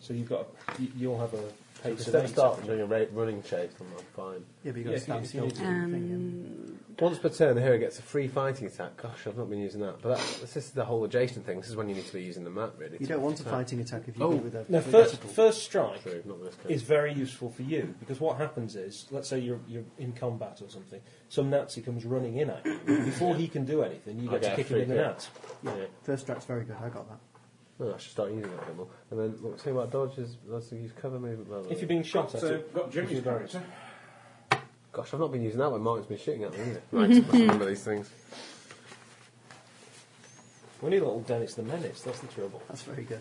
[SPEAKER 4] So you've got a, you- you'll have a pace
[SPEAKER 2] Instead
[SPEAKER 4] of
[SPEAKER 2] of
[SPEAKER 4] eight.
[SPEAKER 2] starting doing a ra- running chase, I'm I'm fine.
[SPEAKER 6] Yeah, but
[SPEAKER 4] Yeah, if
[SPEAKER 6] you got to
[SPEAKER 4] you-
[SPEAKER 6] stand
[SPEAKER 4] if you
[SPEAKER 6] still.
[SPEAKER 4] need
[SPEAKER 6] to
[SPEAKER 4] to.
[SPEAKER 6] do
[SPEAKER 5] Um,
[SPEAKER 6] the thing,
[SPEAKER 2] Once per turn, the hero gets a free fighting attack. Gosh, I've not been using that. But that's, this is the whole adjacent thing. This is when you need to be using the map, really.
[SPEAKER 6] yeah. You
[SPEAKER 2] to
[SPEAKER 6] don't want a
[SPEAKER 2] attack.
[SPEAKER 6] fighting attack if you
[SPEAKER 3] Oh.
[SPEAKER 6] do it with a.
[SPEAKER 4] No,
[SPEAKER 6] with a
[SPEAKER 4] first
[SPEAKER 6] catapult.
[SPEAKER 4] first strike
[SPEAKER 2] True, not this kind.
[SPEAKER 4] is very useful for you because what happens is, let's say you're you're in combat or something, some Nazi comes running in at you. Before he can do anything, you
[SPEAKER 2] I
[SPEAKER 4] get
[SPEAKER 2] get a
[SPEAKER 4] to kick him
[SPEAKER 2] free
[SPEAKER 4] in the
[SPEAKER 2] kick.
[SPEAKER 4] nuts.
[SPEAKER 6] Yeah. First strike's very good. I got that.
[SPEAKER 2] No, Oh, I should start using that a bit more. And then, look, see what dodge is. Let's use cover movement. Blah, blah,
[SPEAKER 4] If
[SPEAKER 2] blah.
[SPEAKER 4] you're being shot at,
[SPEAKER 3] So,
[SPEAKER 4] it-
[SPEAKER 3] got Jimmy's
[SPEAKER 4] it's your
[SPEAKER 3] character.
[SPEAKER 2] Gosh, I've not been using that when Martin's been shooting at me, isn't it? Right, I must remember these things.
[SPEAKER 4] We need a little Dennis the Menace. That's the trouble.
[SPEAKER 6] That's very good.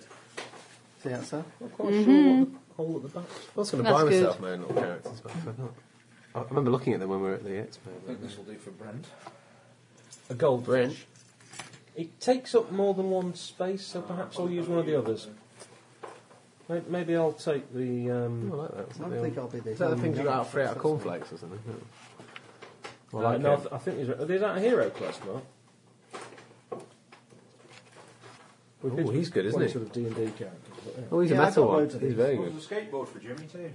[SPEAKER 6] See that, sir?
[SPEAKER 4] I'm not quite
[SPEAKER 6] Mm-hmm.
[SPEAKER 4] sure what the hole at the back.
[SPEAKER 2] I was going to
[SPEAKER 5] That's
[SPEAKER 2] buy
[SPEAKER 5] good.
[SPEAKER 2] myself my own little characters, but I forgot. I I remember looking at them when we were at the Expo.
[SPEAKER 3] I think this will do for Brent.
[SPEAKER 4] A gold wrench. It takes up more than one space, so perhaps I'll use one of the others. May- Maybe I'll take the.
[SPEAKER 2] Oh, I
[SPEAKER 4] Um,
[SPEAKER 2] like that. Is
[SPEAKER 6] I
[SPEAKER 2] that
[SPEAKER 6] don't
[SPEAKER 2] the, old-
[SPEAKER 6] think I'll be the.
[SPEAKER 2] is that the
[SPEAKER 6] only
[SPEAKER 2] things you got
[SPEAKER 6] one.
[SPEAKER 2] out free out of cornflakes or something? Yeah. I like
[SPEAKER 4] uh, no, I
[SPEAKER 2] it.
[SPEAKER 4] th- I think these are, are these out of hero class, Mark. We've
[SPEAKER 2] Ooh,
[SPEAKER 4] been-
[SPEAKER 2] he's good, isn't
[SPEAKER 4] one
[SPEAKER 2] he?
[SPEAKER 4] Sort of D and D characters. but yeah.
[SPEAKER 2] Oh, he's
[SPEAKER 6] Yeah,
[SPEAKER 2] a
[SPEAKER 6] I've
[SPEAKER 2] metal
[SPEAKER 6] got
[SPEAKER 2] one.
[SPEAKER 6] loads of
[SPEAKER 2] He's
[SPEAKER 6] these.
[SPEAKER 2] very
[SPEAKER 3] Well,
[SPEAKER 2] good.
[SPEAKER 3] there's a skateboard for Jimmy too.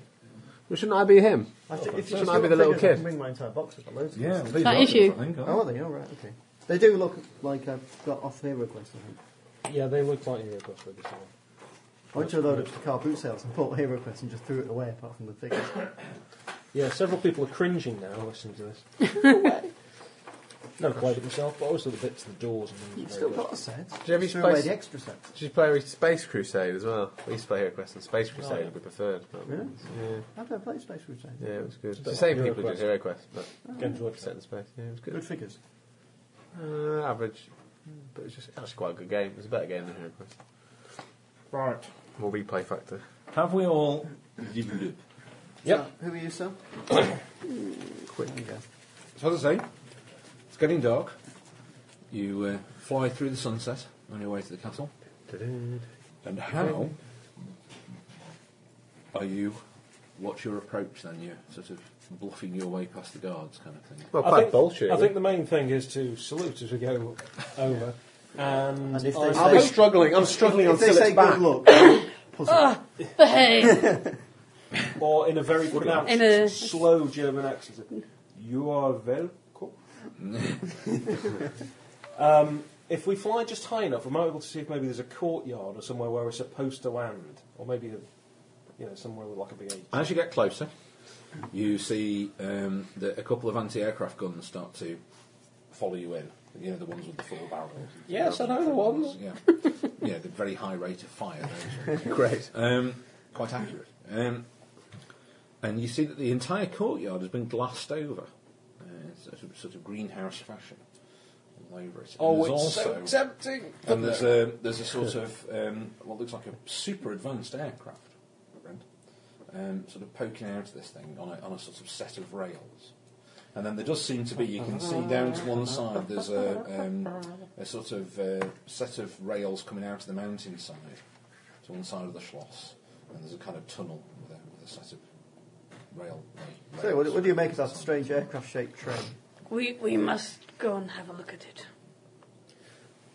[SPEAKER 2] Well, shouldn't I be him?
[SPEAKER 6] I think if you
[SPEAKER 2] Shouldn't
[SPEAKER 6] just
[SPEAKER 2] I
[SPEAKER 6] got
[SPEAKER 2] be the little
[SPEAKER 6] figures,
[SPEAKER 2] kid?
[SPEAKER 6] I can Bring mine to a box. I've got loads. of them.
[SPEAKER 3] Yeah, these
[SPEAKER 5] That
[SPEAKER 3] are
[SPEAKER 5] is
[SPEAKER 3] good,
[SPEAKER 5] you.
[SPEAKER 3] I think, aren't
[SPEAKER 6] Oh, are they? All right. Okay. They do look like I've got off hero quest. I think.
[SPEAKER 4] Yeah, they look like hero class figures. don't they?
[SPEAKER 6] I went to a load up to car boot sales and bought hero quest and just threw it away. Apart from the
[SPEAKER 2] <coughs>
[SPEAKER 6] figures.
[SPEAKER 4] Yeah, several people are cringing now listening to this.
[SPEAKER 6] <laughs>
[SPEAKER 4] Never played it myself, but I always saw the bits of the doors and things.
[SPEAKER 6] You've
[SPEAKER 4] very
[SPEAKER 6] still
[SPEAKER 4] good.
[SPEAKER 6] got a set.
[SPEAKER 2] you have any
[SPEAKER 6] Threw away
[SPEAKER 2] space-
[SPEAKER 6] the extra set.
[SPEAKER 2] Did you play Space Crusade as well? We used to play Hero Quest and Space Crusade would be preferred. but-
[SPEAKER 6] Really?
[SPEAKER 2] Yeah,
[SPEAKER 6] I've never played Space Crusade.
[SPEAKER 2] yeah, it was good. It's
[SPEAKER 4] bit
[SPEAKER 2] the same
[SPEAKER 4] like
[SPEAKER 2] people who did Hero Quest, but
[SPEAKER 4] Games Workshop.
[SPEAKER 2] set in space. Yeah, it was
[SPEAKER 6] Good
[SPEAKER 2] good.
[SPEAKER 6] figures.
[SPEAKER 2] Uh, average, but it's just actually quite a good game. It was a better game than Hero Quest.
[SPEAKER 3] Right.
[SPEAKER 2] More replay factor.
[SPEAKER 3] Have we all developed?
[SPEAKER 4] Yep.
[SPEAKER 6] So, who are you, sir?
[SPEAKER 2] <coughs> Quick.
[SPEAKER 6] There you go.
[SPEAKER 3] So as I say, it's getting dark. You uh, fly through the sunset on your way to the castle. And how are you? What's your approach then? You're sort of bluffing your way past the guards, kind of thing.
[SPEAKER 2] Well,
[SPEAKER 4] I
[SPEAKER 2] quite
[SPEAKER 4] think,
[SPEAKER 2] bullshit.
[SPEAKER 4] I think the main thing is to salute as we go over. And,
[SPEAKER 6] And if
[SPEAKER 4] I
[SPEAKER 6] they
[SPEAKER 2] I'll be
[SPEAKER 6] say,
[SPEAKER 2] struggling. I'm struggling
[SPEAKER 6] if
[SPEAKER 2] until
[SPEAKER 6] they say
[SPEAKER 2] it's back. <coughs>
[SPEAKER 6] good luck, puzzle.
[SPEAKER 5] Behave!
[SPEAKER 4] or in a very pronounced,
[SPEAKER 5] In a-
[SPEAKER 4] slow German accent. You are welcome.
[SPEAKER 6] <laughs>
[SPEAKER 4] um, if we fly just high enough, we might be able to see if maybe there's a courtyard or somewhere where we're supposed to land, or maybe a, you know somewhere with like a big.
[SPEAKER 3] As you get closer, you see um, that a couple of anti-aircraft guns start to follow you in. You know the ones with the full barrels.
[SPEAKER 4] Yes, I know the ones.
[SPEAKER 3] Yeah, yeah, the very high rate of fire. Those ones.
[SPEAKER 2] Great.
[SPEAKER 3] Um, quite accurate. Um, and you see that the entire courtyard has been glassed over, uh, sort, of, sort of greenhouse fashion, all over it.
[SPEAKER 4] Oh,
[SPEAKER 3] And
[SPEAKER 4] it's
[SPEAKER 3] there's
[SPEAKER 4] so
[SPEAKER 3] also-
[SPEAKER 4] tempting.
[SPEAKER 3] and there's a, there's a sort of um, what looks like a super advanced aircraft, Brent, um, sort of poking out of this thing on a, on a sort of set of rails. And then there does seem to be, you can see down to one side, there's a, um, a sort of uh, set of rails coming out of the mountainside to one side of the Schloss. And there's a kind of tunnel with a, with a set of rail. rail-
[SPEAKER 6] So, what,
[SPEAKER 3] rails.
[SPEAKER 6] what do you make of that strange aircraft-shaped train?
[SPEAKER 5] we, we must go and have a look at it.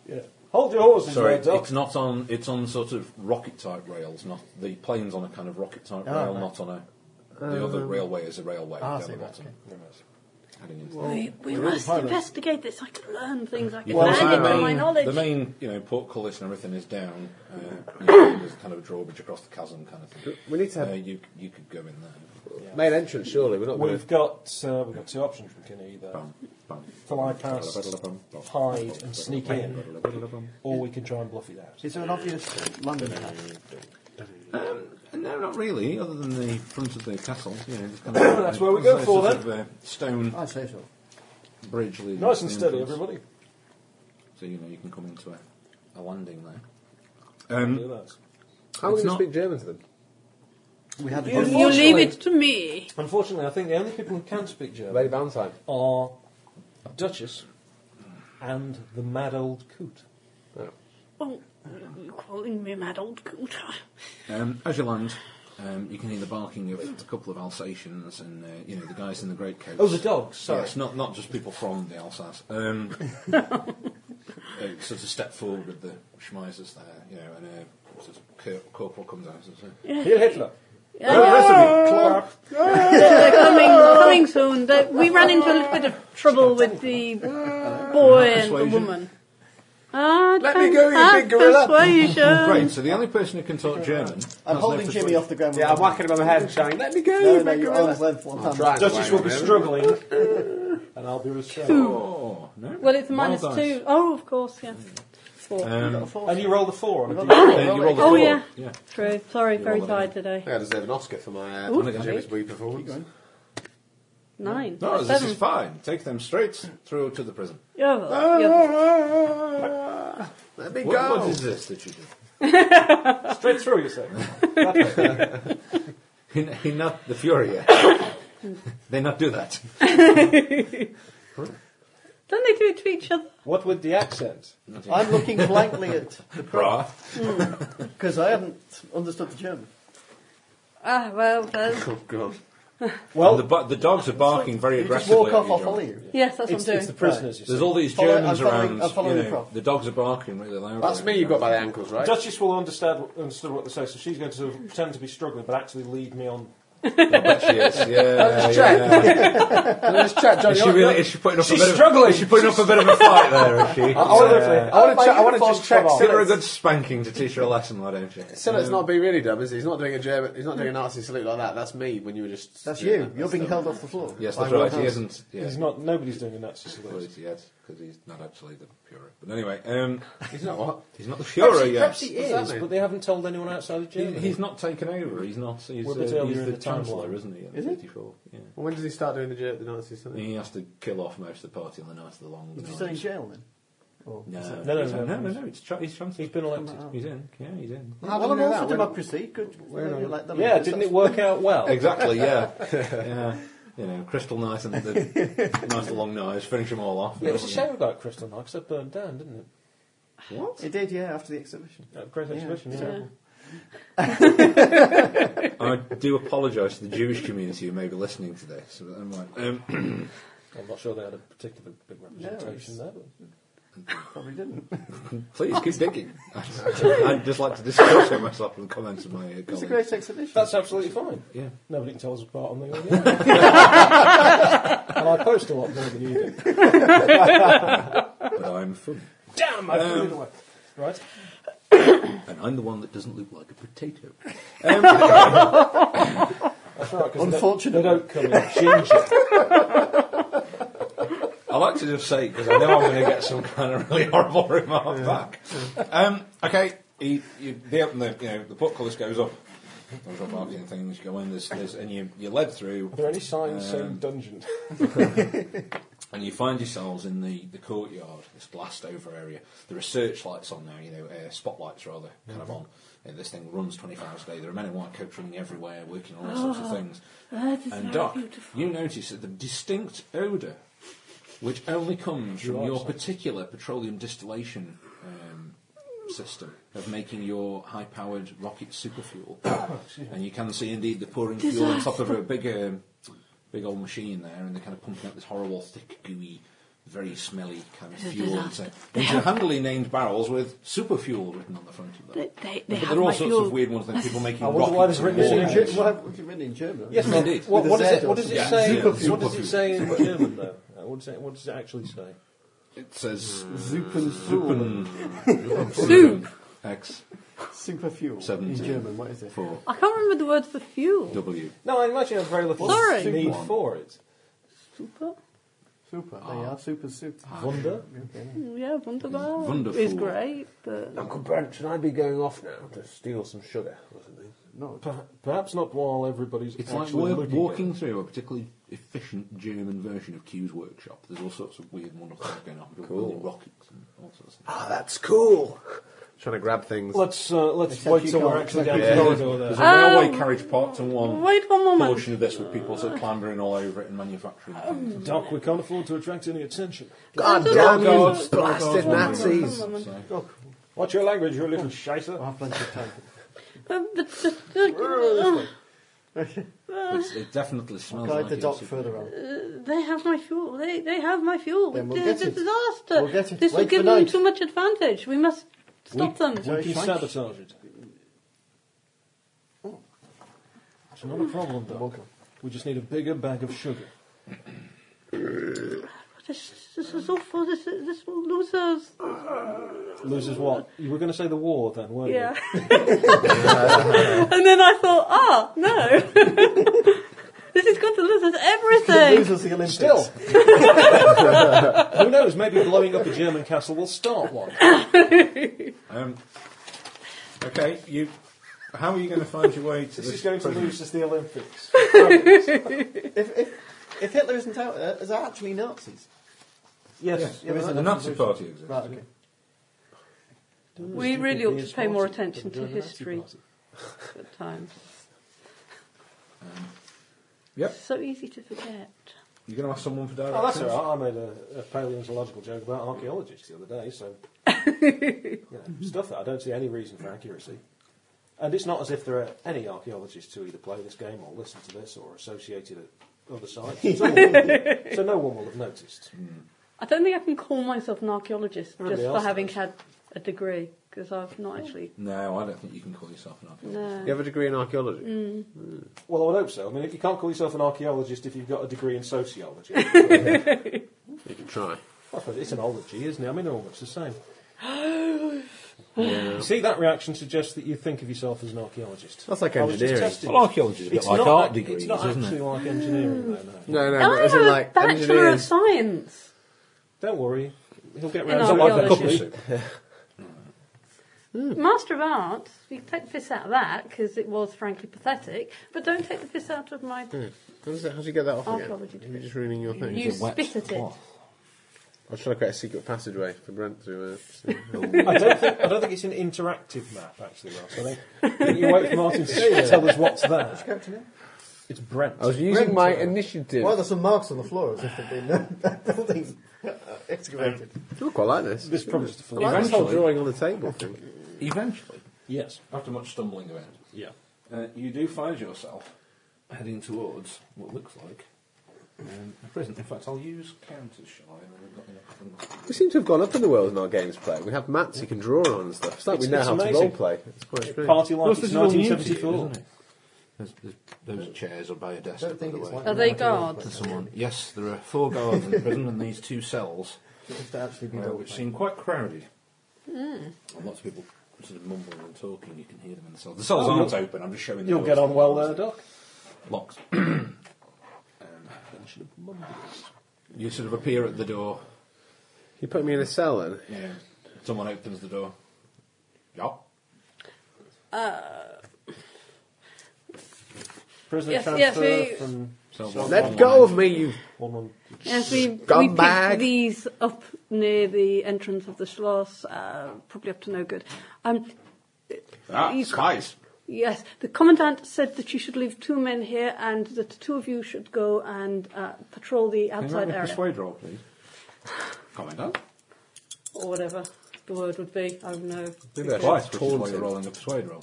[SPEAKER 4] Yeah. Hold your horses,
[SPEAKER 3] Sorry,
[SPEAKER 4] Red Dog.
[SPEAKER 3] it's not on. It's on sort of rocket type rails. Not the plane's on a kind of rocket type
[SPEAKER 6] Ah,
[SPEAKER 3] rail,
[SPEAKER 6] right.
[SPEAKER 3] not on a. The other railway is a railway
[SPEAKER 6] Ah, I
[SPEAKER 3] down
[SPEAKER 6] see,
[SPEAKER 3] the
[SPEAKER 6] right,
[SPEAKER 3] bottom.
[SPEAKER 6] okay.
[SPEAKER 3] Heading into
[SPEAKER 5] We, we
[SPEAKER 4] we're
[SPEAKER 5] must
[SPEAKER 4] pilots.
[SPEAKER 5] investigate this. I could learn things. I could
[SPEAKER 3] Well,
[SPEAKER 5] learn it
[SPEAKER 3] the,
[SPEAKER 5] from my
[SPEAKER 3] main,
[SPEAKER 5] knowledge.
[SPEAKER 3] the main, you know, portcullis and everything is down. Uh, you know, there's kind of a drawbridge across the chasm, kind of thing.
[SPEAKER 2] We need to have
[SPEAKER 3] Uh, you you could go in there.
[SPEAKER 2] main entrance, surely. We're not going to.
[SPEAKER 4] We've got uh, we've got two options. We can either
[SPEAKER 3] Bum, bum.
[SPEAKER 4] fly past, hide, and sneak in, or we can try and bluff it out.
[SPEAKER 6] Is there an obvious landing pad?
[SPEAKER 3] Um, No, not really. Other than the front of the castle, you know, just kind of,
[SPEAKER 4] That's where we go
[SPEAKER 3] there's
[SPEAKER 4] for,
[SPEAKER 3] sort
[SPEAKER 4] then.
[SPEAKER 3] of, uh, stone
[SPEAKER 6] I'd say so.
[SPEAKER 3] bridge leading.
[SPEAKER 4] Nice
[SPEAKER 3] to
[SPEAKER 4] and
[SPEAKER 3] the
[SPEAKER 4] steady,
[SPEAKER 3] entrance.
[SPEAKER 4] everybody.
[SPEAKER 3] So you know you can come into a, a landing there. Um,
[SPEAKER 4] Do that.
[SPEAKER 2] How are we going
[SPEAKER 3] It's
[SPEAKER 2] to
[SPEAKER 3] not-
[SPEAKER 2] speak German to them?
[SPEAKER 6] We had a
[SPEAKER 4] You-
[SPEAKER 5] You
[SPEAKER 4] Unfortunately-
[SPEAKER 5] leave it to me.
[SPEAKER 4] Unfortunately, I think the only people who can speak German
[SPEAKER 2] Lady Valentine.
[SPEAKER 4] are Duchess and the mad old coot.
[SPEAKER 5] Oh, you're calling me mad old coot.
[SPEAKER 3] um, as you land, um, you can hear the barking of a couple of Alsatians and uh, you know the guys in the great coats.
[SPEAKER 4] Oh, the dogs. Sorry.
[SPEAKER 3] Yes, not not just people from the Alsace. Um, <laughs> uh, sort of step forward with the Schmeisers there, you know, and uh, sort of cor- corporal comes out and says, "Hey,
[SPEAKER 4] Hear Hitler.
[SPEAKER 5] <laughs> They're coming, coming soon. They, we ran into a little bit of trouble with the boy and the
[SPEAKER 3] Persuasion.
[SPEAKER 5] woman. Ah,
[SPEAKER 2] Let me go, you big gorilla.
[SPEAKER 5] Persuasion.
[SPEAKER 3] <laughs> "Great." So the only person who can talk German. has
[SPEAKER 6] I'm holding
[SPEAKER 3] left
[SPEAKER 6] Jimmy
[SPEAKER 3] us
[SPEAKER 6] off the ground. with
[SPEAKER 2] Yeah, I'm
[SPEAKER 6] one
[SPEAKER 2] whacking him on the head and shouting, let me go,
[SPEAKER 6] hand.
[SPEAKER 2] you
[SPEAKER 6] No, no,
[SPEAKER 2] big
[SPEAKER 6] your
[SPEAKER 2] gorilla.
[SPEAKER 6] arm's length, one hand.
[SPEAKER 2] Trying to
[SPEAKER 4] Duchess
[SPEAKER 2] whack
[SPEAKER 4] will
[SPEAKER 2] him
[SPEAKER 4] be
[SPEAKER 2] over.
[SPEAKER 4] struggling,
[SPEAKER 2] <laughs>
[SPEAKER 4] and I'll be restrained.
[SPEAKER 3] Oh no!
[SPEAKER 5] Well, it's a
[SPEAKER 3] Wild
[SPEAKER 5] minus
[SPEAKER 3] dice.
[SPEAKER 5] two. Oh, of course, yeah. Four.
[SPEAKER 3] Um,
[SPEAKER 4] And you roll the
[SPEAKER 2] <laughs>
[SPEAKER 4] four on a
[SPEAKER 3] uh,
[SPEAKER 4] d8.
[SPEAKER 3] you roll the
[SPEAKER 5] Oh,
[SPEAKER 3] four.
[SPEAKER 5] yeah.
[SPEAKER 3] yeah.
[SPEAKER 5] True. Sorry, very
[SPEAKER 3] all
[SPEAKER 5] tired today.
[SPEAKER 2] I think I deserve an Oscar for my uh,
[SPEAKER 5] Ooh,
[SPEAKER 2] James Bond performance.
[SPEAKER 5] Nine.
[SPEAKER 3] No, this
[SPEAKER 5] Seven.
[SPEAKER 3] is fine. Take them straight through to the prison.
[SPEAKER 5] Yeah, well, yeah.
[SPEAKER 2] Let me
[SPEAKER 3] What, what
[SPEAKER 2] go.
[SPEAKER 3] is this that you do?
[SPEAKER 4] Straight through, you say.
[SPEAKER 3] He, he not the Furia. <coughs> they not do that.
[SPEAKER 5] Don't they do it to each other?
[SPEAKER 4] What with the accent?
[SPEAKER 6] I'm looking blankly at
[SPEAKER 3] Bra.
[SPEAKER 6] because I haven't understood the German.
[SPEAKER 5] Ah, well, there's-
[SPEAKER 2] Oh, God.
[SPEAKER 3] Well, the,
[SPEAKER 4] Well,
[SPEAKER 3] bu- the dogs are barking very
[SPEAKER 6] You just
[SPEAKER 3] aggressively.
[SPEAKER 6] walk
[SPEAKER 3] at
[SPEAKER 6] off,
[SPEAKER 3] you,
[SPEAKER 6] I'll
[SPEAKER 3] John.
[SPEAKER 6] follow you.
[SPEAKER 5] yes, that's
[SPEAKER 4] it's,
[SPEAKER 5] what I'm
[SPEAKER 4] it's the
[SPEAKER 5] doing.
[SPEAKER 4] prisoners, you
[SPEAKER 3] There's
[SPEAKER 4] see.
[SPEAKER 3] all these
[SPEAKER 6] Follow-
[SPEAKER 3] Germans
[SPEAKER 6] I'm following-
[SPEAKER 3] around.
[SPEAKER 6] I'm following
[SPEAKER 3] you know,
[SPEAKER 6] Prof.
[SPEAKER 3] the dogs are barking really loud.
[SPEAKER 2] That's me you got by the
[SPEAKER 3] <laughs>
[SPEAKER 2] ankles, right?
[SPEAKER 4] Duchess will understand, understand what they say, so she's going to sort of pretend to be struggling, but actually lead me on.
[SPEAKER 3] I bet she is. Yeah,
[SPEAKER 2] check.
[SPEAKER 3] yeah.
[SPEAKER 2] Let's chat, John.
[SPEAKER 3] Is
[SPEAKER 2] you
[SPEAKER 3] she
[SPEAKER 2] want-
[SPEAKER 3] really? Is she putting up
[SPEAKER 4] She's
[SPEAKER 3] a bit
[SPEAKER 4] struggling.
[SPEAKER 3] Of, is she putting up a bit of a fight there? Is
[SPEAKER 6] <laughs>
[SPEAKER 3] she?
[SPEAKER 2] I want to,
[SPEAKER 4] Yeah.
[SPEAKER 2] I want to,
[SPEAKER 6] My
[SPEAKER 2] check, I want to
[SPEAKER 6] uniform's
[SPEAKER 2] just check.
[SPEAKER 6] come off.
[SPEAKER 3] Give her a
[SPEAKER 2] Siller's,
[SPEAKER 3] good spanking to teach her a lesson, why don't you?
[SPEAKER 2] Siller's not being really dumb, is he? He's not doing a German. He's not doing a Nazi salute like that. That's me when you were just.
[SPEAKER 6] That's
[SPEAKER 2] doing
[SPEAKER 6] you.
[SPEAKER 2] that.
[SPEAKER 6] You're being held off the floor.
[SPEAKER 3] Yes,
[SPEAKER 6] By
[SPEAKER 3] that's right.
[SPEAKER 6] one
[SPEAKER 3] He
[SPEAKER 6] hand.
[SPEAKER 3] isn't. Yeah.
[SPEAKER 4] He's not, nobody's doing a Nazi
[SPEAKER 3] Well,
[SPEAKER 4] salute.
[SPEAKER 3] he's yet because he's not actually the Fuhrer. But anyway, um,
[SPEAKER 2] He's not what?
[SPEAKER 3] he's not the Fuhrer yet.
[SPEAKER 4] Perhaps he
[SPEAKER 2] Does that
[SPEAKER 4] is,
[SPEAKER 2] mean-
[SPEAKER 4] but they haven't told anyone outside of
[SPEAKER 3] He-
[SPEAKER 4] Germany.
[SPEAKER 3] He's not taken over. He's not. He's,
[SPEAKER 4] We're a
[SPEAKER 3] uh,
[SPEAKER 4] bit
[SPEAKER 3] he's
[SPEAKER 4] earlier in
[SPEAKER 3] the
[SPEAKER 4] the
[SPEAKER 3] chancellor,
[SPEAKER 4] timeline.
[SPEAKER 3] isn't he? Is 34. Yeah.
[SPEAKER 2] Well, when does he start doing the, Ger- the Nazi salute?
[SPEAKER 3] He has to kill off most of the party on the night of the long.
[SPEAKER 6] Is he
[SPEAKER 3] night.
[SPEAKER 6] still in jail then? Or
[SPEAKER 3] No,
[SPEAKER 6] is it-
[SPEAKER 4] No, no,
[SPEAKER 3] he's-
[SPEAKER 4] no,
[SPEAKER 3] no, no,
[SPEAKER 4] he's-
[SPEAKER 3] no. It's cha- he's chancellor.
[SPEAKER 4] He's been elected.
[SPEAKER 3] He's in. Yeah, he's in.
[SPEAKER 2] How
[SPEAKER 6] well,
[SPEAKER 2] do
[SPEAKER 6] I'm
[SPEAKER 2] you know
[SPEAKER 6] all
[SPEAKER 2] that?
[SPEAKER 6] for
[SPEAKER 2] When-
[SPEAKER 6] democracy. Good. Maybe you like them.
[SPEAKER 4] Yeah, didn't it work out well?
[SPEAKER 3] Exactly. Yeah. <laughs> yeah. You know, Crystal Knight and the Night of the Long Knives. Finish them all off.
[SPEAKER 4] It was a shame about Crystal Knight 'cause it burned down, didn't it?
[SPEAKER 3] What?
[SPEAKER 6] It did, yeah, after the exhibition.
[SPEAKER 4] That great exhibition, yeah.
[SPEAKER 5] Yeah.
[SPEAKER 3] I do apologise to the Jewish community who may be listening to this. But I'm like, um, <clears throat>
[SPEAKER 4] I'm not sure they had a particular big representation there. But
[SPEAKER 6] Probably didn't.
[SPEAKER 3] Please keep digging. <laughs> I'd just like to discuss it myself and comment on my uh,
[SPEAKER 6] It was a
[SPEAKER 3] colleagues.
[SPEAKER 6] great exhibition.
[SPEAKER 4] that's absolutely fine.
[SPEAKER 3] Yeah.
[SPEAKER 4] Nobody can tell us apart on the
[SPEAKER 3] <laughs>
[SPEAKER 4] audio. and I post a lot more than you do.
[SPEAKER 3] But I'm fun.
[SPEAKER 4] Damn, I threw it away. Um, Right?
[SPEAKER 3] And I'm the one that doesn't look like a potato. Um,
[SPEAKER 4] That's right, 'cause
[SPEAKER 6] Unfortunately.
[SPEAKER 4] They don't, they don't come in ginger.
[SPEAKER 3] I like to just say, because I know I'm going to get some kind of really horrible <laughs> remark back. Um, okay, he, you, they open the, you know, the portcullis goes up. There's all marketing things go in, there's, there's, and you, you're led through.
[SPEAKER 4] Are there any signs saying
[SPEAKER 3] Um,
[SPEAKER 4] dungeon?
[SPEAKER 3] and you find yourselves in the, the courtyard, this glassed over area. There are searchlights on now, you know, uh, spotlights rather, kind of on. And this thing runs 24 hours a day. There are men in white coats running everywhere, working on all sorts of things.
[SPEAKER 5] That Uh, is
[SPEAKER 3] And
[SPEAKER 5] very
[SPEAKER 3] Doc,
[SPEAKER 5] beautiful.
[SPEAKER 3] you notice that the distinct odour, which only comes from your particular petroleum distillation um, system of making your high-powered rocket
[SPEAKER 4] <coughs>
[SPEAKER 3] superfuel, and you can see indeed the pouring fuel on top of a big, um, big old machine there, and they're kind of pumping out this horrible, thick, gooey very smelly kind of
[SPEAKER 5] It's a
[SPEAKER 3] fuel.
[SPEAKER 5] disaster.
[SPEAKER 3] Into, into handily named barrels with super fuel written on the front of them.
[SPEAKER 5] They, they, they
[SPEAKER 3] but
[SPEAKER 5] have
[SPEAKER 3] there are all
[SPEAKER 5] my
[SPEAKER 3] sorts
[SPEAKER 5] fuel.
[SPEAKER 3] of weird ones, like
[SPEAKER 5] <laughs>
[SPEAKER 3] people making
[SPEAKER 4] I wonder why
[SPEAKER 3] rockets
[SPEAKER 4] there's
[SPEAKER 3] and
[SPEAKER 4] written
[SPEAKER 3] warheads.
[SPEAKER 4] in Egypt-
[SPEAKER 6] Well, what's it written in German?
[SPEAKER 4] Yes,
[SPEAKER 3] Indeed.
[SPEAKER 4] indeed. What, what,
[SPEAKER 6] With a
[SPEAKER 4] is it,
[SPEAKER 6] Z
[SPEAKER 4] what does it
[SPEAKER 3] or
[SPEAKER 4] say?
[SPEAKER 3] something.
[SPEAKER 4] in- What does
[SPEAKER 3] Superfood.
[SPEAKER 4] it say in German, though? Uh, What does it, what does it actually say?
[SPEAKER 3] It says
[SPEAKER 6] Zupen
[SPEAKER 3] Zupen.
[SPEAKER 5] Soup.
[SPEAKER 3] X
[SPEAKER 6] Super fuel.
[SPEAKER 3] Seven.
[SPEAKER 6] In German, what is it?
[SPEAKER 3] four
[SPEAKER 5] I can't remember the word for fuel.
[SPEAKER 3] W.
[SPEAKER 4] No, I imagine there's very little
[SPEAKER 5] Sorry.
[SPEAKER 4] need
[SPEAKER 3] Superman.
[SPEAKER 4] for it.
[SPEAKER 5] Super?
[SPEAKER 6] Super. They are super soup.
[SPEAKER 4] Wunder?
[SPEAKER 6] Okay.
[SPEAKER 5] Yeah, wunderbar.
[SPEAKER 3] Wonderful.
[SPEAKER 5] It's great, but
[SPEAKER 2] Uncle Brent, should I be going off now to steal some sugar or something?
[SPEAKER 6] No.
[SPEAKER 4] Per- Perhaps not while everybody's
[SPEAKER 3] It's like
[SPEAKER 4] actually
[SPEAKER 3] work,
[SPEAKER 4] looking
[SPEAKER 3] walking through a particularly efficient German version of Q's workshop. There's all sorts of weird, wonderful things going on. People building rockets and all sorts of stuff.
[SPEAKER 2] Ah, that's cool. Trying to grab things.
[SPEAKER 4] At it. Let's uh, let's
[SPEAKER 6] Except
[SPEAKER 4] wait
[SPEAKER 6] you
[SPEAKER 4] till we're
[SPEAKER 6] can't-
[SPEAKER 4] actually down
[SPEAKER 2] except
[SPEAKER 4] the
[SPEAKER 2] you
[SPEAKER 4] corridor there.
[SPEAKER 3] There's a
[SPEAKER 5] Um,
[SPEAKER 3] railway carriage parked and one
[SPEAKER 5] wait one moment.
[SPEAKER 3] portion of this with people sort of clambering all over it and manufacturing things.
[SPEAKER 4] Doc, we can't afford to attract any attention.
[SPEAKER 2] God damn you, blasted Nazis!
[SPEAKER 3] So,
[SPEAKER 4] What's your language, you little shicer?
[SPEAKER 6] I have plenty of time.
[SPEAKER 5] Uh, but just, uh,
[SPEAKER 3] it's- it definitely smells
[SPEAKER 6] Guide
[SPEAKER 3] like
[SPEAKER 6] the
[SPEAKER 3] it.
[SPEAKER 6] dock
[SPEAKER 3] It's-
[SPEAKER 6] further on.
[SPEAKER 5] they have my fuel. They they have my fuel.
[SPEAKER 6] Then we'll
[SPEAKER 5] it's
[SPEAKER 6] get
[SPEAKER 5] a
[SPEAKER 6] it.
[SPEAKER 5] disaster.
[SPEAKER 6] We'll get it.
[SPEAKER 5] This will
[SPEAKER 6] Wait
[SPEAKER 5] give
[SPEAKER 6] for
[SPEAKER 5] them
[SPEAKER 6] night.
[SPEAKER 5] too much advantage. We must stop them.
[SPEAKER 4] We can
[SPEAKER 6] Shite.
[SPEAKER 4] sabotage it. Oh. It's not a problem, Doc. We just need a bigger bag of sugar.
[SPEAKER 5] This, this is awful. This this will lose us.
[SPEAKER 6] Oh,
[SPEAKER 4] Loses what? You were going to say the war then, weren't
[SPEAKER 5] Yeah.
[SPEAKER 6] <laughs>
[SPEAKER 5] and then I thought, ah, no. <laughs> this is going to lose us
[SPEAKER 6] Lose
[SPEAKER 5] everything.
[SPEAKER 6] us the Olympics.
[SPEAKER 4] Still. you? <laughs> Who knows? Maybe blowing up a German castle will start one.
[SPEAKER 3] Um, okay, you. How are you going to find your way to
[SPEAKER 4] This is going to
[SPEAKER 3] prison?
[SPEAKER 4] lose us the Olympics.
[SPEAKER 6] If, if, if Hitler isn't out there, is that actually Nazis?
[SPEAKER 4] Yes.
[SPEAKER 6] Yeah, but
[SPEAKER 3] the
[SPEAKER 6] that-
[SPEAKER 3] Nazi Party exists.
[SPEAKER 6] Right, okay.
[SPEAKER 5] We really ought to pay more attention to history at times.
[SPEAKER 6] Um,
[SPEAKER 3] yep.
[SPEAKER 5] So easy to forget.
[SPEAKER 3] You're going to ask someone for
[SPEAKER 4] Oh, that's
[SPEAKER 3] directions.
[SPEAKER 4] all right. I made a, a paleontological joke about archaeologists the other day, so you know, stuff that I don't see any reason for accuracy. And it's not as if there are any archaeologists who either play this game or listen to this or are associated at other sites. It's all- so no one will have noticed.
[SPEAKER 5] I don't think I can call myself an archaeologist
[SPEAKER 4] Everybody
[SPEAKER 5] just for
[SPEAKER 4] else
[SPEAKER 5] having
[SPEAKER 4] does.
[SPEAKER 5] had a degree because I've not actually.
[SPEAKER 3] No, I don't think you can call yourself an archaeologist.
[SPEAKER 5] No.
[SPEAKER 2] You have a degree in archaeology?
[SPEAKER 4] Well, I would hope so. I mean, if you can't call yourself an archaeologist if you've got a degree in sociology, Well,
[SPEAKER 2] You can try.
[SPEAKER 4] I suppose it's an ology, isn't it? I mean, they're all much the same. You see, that reaction suggests that you think of yourself as an archaeologist.
[SPEAKER 2] That's like
[SPEAKER 4] I was just
[SPEAKER 2] engineering.
[SPEAKER 4] testing
[SPEAKER 1] Well,
[SPEAKER 4] you.
[SPEAKER 1] archaeology is a bit
[SPEAKER 4] It's
[SPEAKER 1] like
[SPEAKER 4] not
[SPEAKER 1] art
[SPEAKER 4] act-
[SPEAKER 1] degrees,
[SPEAKER 4] It's not
[SPEAKER 1] isn't
[SPEAKER 4] actually
[SPEAKER 1] it?
[SPEAKER 4] like engineering, though, no.
[SPEAKER 2] No, no,
[SPEAKER 5] I
[SPEAKER 2] but isn't
[SPEAKER 5] have a
[SPEAKER 2] like
[SPEAKER 5] Oh, Bachelor of
[SPEAKER 2] engineers.
[SPEAKER 5] Science.
[SPEAKER 4] Don't worry. He'll get
[SPEAKER 5] In
[SPEAKER 4] round to
[SPEAKER 5] Not
[SPEAKER 4] it.
[SPEAKER 5] like a cup of
[SPEAKER 4] eventually.
[SPEAKER 5] soup. Master of Arts, you take the piss out of that because it was frankly pathetic, but don't take the piss out of my.
[SPEAKER 2] Hmm. How, does it, how do you get that off
[SPEAKER 5] Archaeology
[SPEAKER 2] again? You're just ruining your thing.
[SPEAKER 5] You spit at it.
[SPEAKER 2] I was trying to create a secret passageway for Brent to. Uh, see.
[SPEAKER 4] I don't, think, I don't think it's an interactive map, actually, Ross. I think you wait for Martin to tell us what's there.
[SPEAKER 6] Captain Hill?
[SPEAKER 4] It's Brent.
[SPEAKER 2] I was using my
[SPEAKER 6] Brent.
[SPEAKER 2] initiative.
[SPEAKER 6] Why are there some marks on the floor as if they've been uh, <laughs> buildings uh, excavated?
[SPEAKER 2] I quite like this.
[SPEAKER 4] This is probably just a
[SPEAKER 2] I like
[SPEAKER 4] fluke.
[SPEAKER 2] this whole
[SPEAKER 3] Eventually.
[SPEAKER 2] drawing on the table thing.
[SPEAKER 3] Eventually,
[SPEAKER 4] Yes.
[SPEAKER 3] after much stumbling about,
[SPEAKER 4] Yeah.
[SPEAKER 3] uh, you do find yourself heading towards what looks like um, a prison. In fact, I'll use counters, shall I? We've got enough of them.
[SPEAKER 2] We seem to have gone up in the world in our games play. We have mats you can draw on and stuff. It's like we
[SPEAKER 4] It's-
[SPEAKER 2] know
[SPEAKER 4] it's
[SPEAKER 2] how
[SPEAKER 4] amazing.
[SPEAKER 2] to role play. It's quite brilliant.
[SPEAKER 4] Party like
[SPEAKER 3] Plus,
[SPEAKER 4] it's
[SPEAKER 3] this is all new to you,
[SPEAKER 4] 1974.
[SPEAKER 3] isn't it? There's, there's, those chairs are by a desk.
[SPEAKER 6] I don't think
[SPEAKER 3] by the
[SPEAKER 6] it's
[SPEAKER 3] way.
[SPEAKER 6] like
[SPEAKER 5] Are they
[SPEAKER 6] that at all,
[SPEAKER 5] guards?
[SPEAKER 6] but
[SPEAKER 3] There's someone. Yes, there are four guards in prison and these two cells,
[SPEAKER 6] If they actually be
[SPEAKER 3] uh,
[SPEAKER 6] built
[SPEAKER 3] which
[SPEAKER 6] by-
[SPEAKER 3] seem quite crowded.
[SPEAKER 5] Hmm.
[SPEAKER 3] And lots of people sort of mumbling and talking. You can hear them in the cells. The cells
[SPEAKER 4] Oh,
[SPEAKER 3] aren't
[SPEAKER 4] you'll-
[SPEAKER 3] open. I'm just showing. the
[SPEAKER 4] You'll
[SPEAKER 3] doors
[SPEAKER 4] get
[SPEAKER 3] that
[SPEAKER 4] on well
[SPEAKER 3] are
[SPEAKER 4] there, Doc.
[SPEAKER 3] Locks. <clears throat> You sort of appear at the door.
[SPEAKER 2] You put me in a cell then.
[SPEAKER 3] Yeah. Someone opens the door. Yeah.
[SPEAKER 4] Prisoner
[SPEAKER 5] Yes, yes,
[SPEAKER 4] transfer
[SPEAKER 5] we-
[SPEAKER 4] from
[SPEAKER 3] So
[SPEAKER 2] Let
[SPEAKER 3] Oh,
[SPEAKER 2] go of me, you.
[SPEAKER 4] one on.
[SPEAKER 5] Yes, we, we
[SPEAKER 2] Scumbag.
[SPEAKER 5] picked these up near the entrance of the Schloss, uh, probably up to no good. Um,
[SPEAKER 3] Ah,
[SPEAKER 5] You-
[SPEAKER 3] spies.
[SPEAKER 5] yes, the Commandant said that you should leave two men here and that the two of you should go and uh, patrol the
[SPEAKER 3] Can you make
[SPEAKER 5] outside
[SPEAKER 3] me a
[SPEAKER 5] area.
[SPEAKER 3] persuade roll, please? Commandant.
[SPEAKER 5] Or whatever the word would be, I don't know.
[SPEAKER 3] Twice, which is why you're rolling a persuade roll.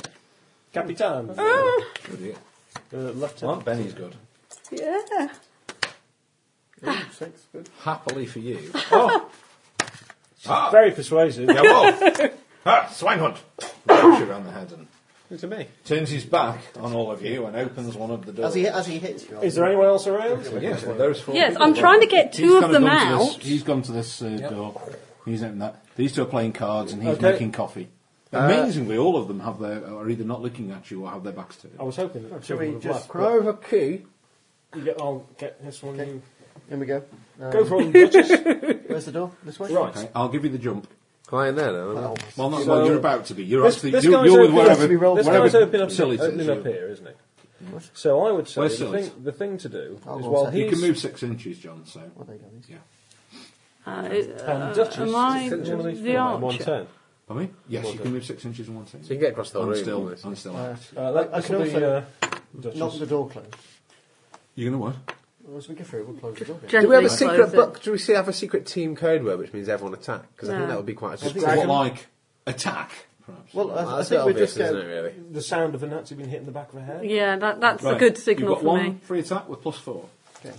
[SPEAKER 4] Capitan.
[SPEAKER 5] Ah,
[SPEAKER 3] Good idea.
[SPEAKER 4] Uh, left
[SPEAKER 3] Well, Benny's good.
[SPEAKER 5] Yeah.
[SPEAKER 2] Ooh, six, good.
[SPEAKER 7] Happily for
[SPEAKER 3] <laughs>
[SPEAKER 7] you.
[SPEAKER 8] Oh,
[SPEAKER 4] <laughs>
[SPEAKER 3] Ah,
[SPEAKER 4] Very persuasive.
[SPEAKER 7] Yeah, <laughs> well. ah, swine hunt! Wraps you around the head and
[SPEAKER 2] Good to me.
[SPEAKER 7] turns his back on all of you and opens one of the doors.
[SPEAKER 6] As he, as he hits you,
[SPEAKER 4] Is there anyone else around?
[SPEAKER 7] Yes, there's four
[SPEAKER 5] Yes,
[SPEAKER 7] people.
[SPEAKER 5] I'm trying to get
[SPEAKER 3] He's
[SPEAKER 5] two of
[SPEAKER 3] kinda
[SPEAKER 5] them
[SPEAKER 3] gone to
[SPEAKER 5] out.
[SPEAKER 3] this- he's gone to this uh, door. He's opened that. These two are playing cards and he's
[SPEAKER 4] Okay.
[SPEAKER 3] making coffee. Amazingly, all of them have their are either not looking at you or have their backs to you.
[SPEAKER 4] I was hoping that two
[SPEAKER 6] Should we
[SPEAKER 4] would have
[SPEAKER 6] just
[SPEAKER 4] left.
[SPEAKER 6] cry over key?
[SPEAKER 4] You get, I'll get this one.
[SPEAKER 6] Okay.
[SPEAKER 4] You
[SPEAKER 6] Here we go. Um,
[SPEAKER 4] go for it, Duchess.
[SPEAKER 6] Where's the door? This way? Oh,
[SPEAKER 4] Right.
[SPEAKER 3] Okay, I'll give you the jump.
[SPEAKER 2] Am I in there now?
[SPEAKER 6] Well,
[SPEAKER 3] Well, not
[SPEAKER 4] So-
[SPEAKER 3] well, you're about to be. You're
[SPEAKER 4] This-
[SPEAKER 3] actually
[SPEAKER 4] this
[SPEAKER 3] you're,
[SPEAKER 4] guy's
[SPEAKER 3] you're with
[SPEAKER 4] open-
[SPEAKER 3] wherever.
[SPEAKER 6] we roll-
[SPEAKER 4] This
[SPEAKER 3] wherever
[SPEAKER 4] guy's opening up,
[SPEAKER 3] Silly says
[SPEAKER 4] opening
[SPEAKER 3] you.
[SPEAKER 4] up here, isn't he? So I would say
[SPEAKER 3] Where's
[SPEAKER 4] the
[SPEAKER 3] Silly's?
[SPEAKER 4] thing, the thing to do
[SPEAKER 6] I'll
[SPEAKER 4] is
[SPEAKER 6] roll
[SPEAKER 4] while
[SPEAKER 6] second.
[SPEAKER 3] You
[SPEAKER 4] he's
[SPEAKER 3] can move six inches, John. So
[SPEAKER 6] Well, there you go. these-
[SPEAKER 3] yeah,
[SPEAKER 5] Uh, uh,
[SPEAKER 4] and Duchess,
[SPEAKER 5] am I
[SPEAKER 4] one of these
[SPEAKER 5] the
[SPEAKER 4] four, one
[SPEAKER 5] archer?
[SPEAKER 4] ten.
[SPEAKER 3] I mean, yes, you can move six inches in one thing.
[SPEAKER 2] So you can get across the
[SPEAKER 3] I'm
[SPEAKER 2] room.
[SPEAKER 3] still,
[SPEAKER 2] almost.
[SPEAKER 3] I'm still
[SPEAKER 6] Uh,
[SPEAKER 3] out.
[SPEAKER 4] Uh, that,
[SPEAKER 6] I
[SPEAKER 4] that
[SPEAKER 6] can
[SPEAKER 4] could be
[SPEAKER 6] also
[SPEAKER 4] uh, Duchess.
[SPEAKER 6] knock the door closed.
[SPEAKER 3] You're gonna what?
[SPEAKER 6] Well, As we go through, we'll close the door. again.
[SPEAKER 2] Do we have a
[SPEAKER 5] Gently
[SPEAKER 2] secret
[SPEAKER 5] close it.
[SPEAKER 2] book? Do we see have a secret team code word, which means everyone attack? Because I
[SPEAKER 5] No.
[SPEAKER 2] think that would be quite a
[SPEAKER 6] think
[SPEAKER 2] good.
[SPEAKER 6] I
[SPEAKER 3] What
[SPEAKER 6] can-
[SPEAKER 3] like attack? Perhaps.
[SPEAKER 6] Well, I,
[SPEAKER 2] Well,
[SPEAKER 6] I
[SPEAKER 2] that's
[SPEAKER 6] think we
[SPEAKER 2] obvious,
[SPEAKER 6] just go.
[SPEAKER 2] isn't it, really?
[SPEAKER 4] the sound of a Nazi being hit in the back of the head.
[SPEAKER 5] Yeah, that, that's a
[SPEAKER 3] Right,
[SPEAKER 5] good signal
[SPEAKER 3] You've got
[SPEAKER 5] for
[SPEAKER 3] one
[SPEAKER 5] me.
[SPEAKER 3] free attack with plus four.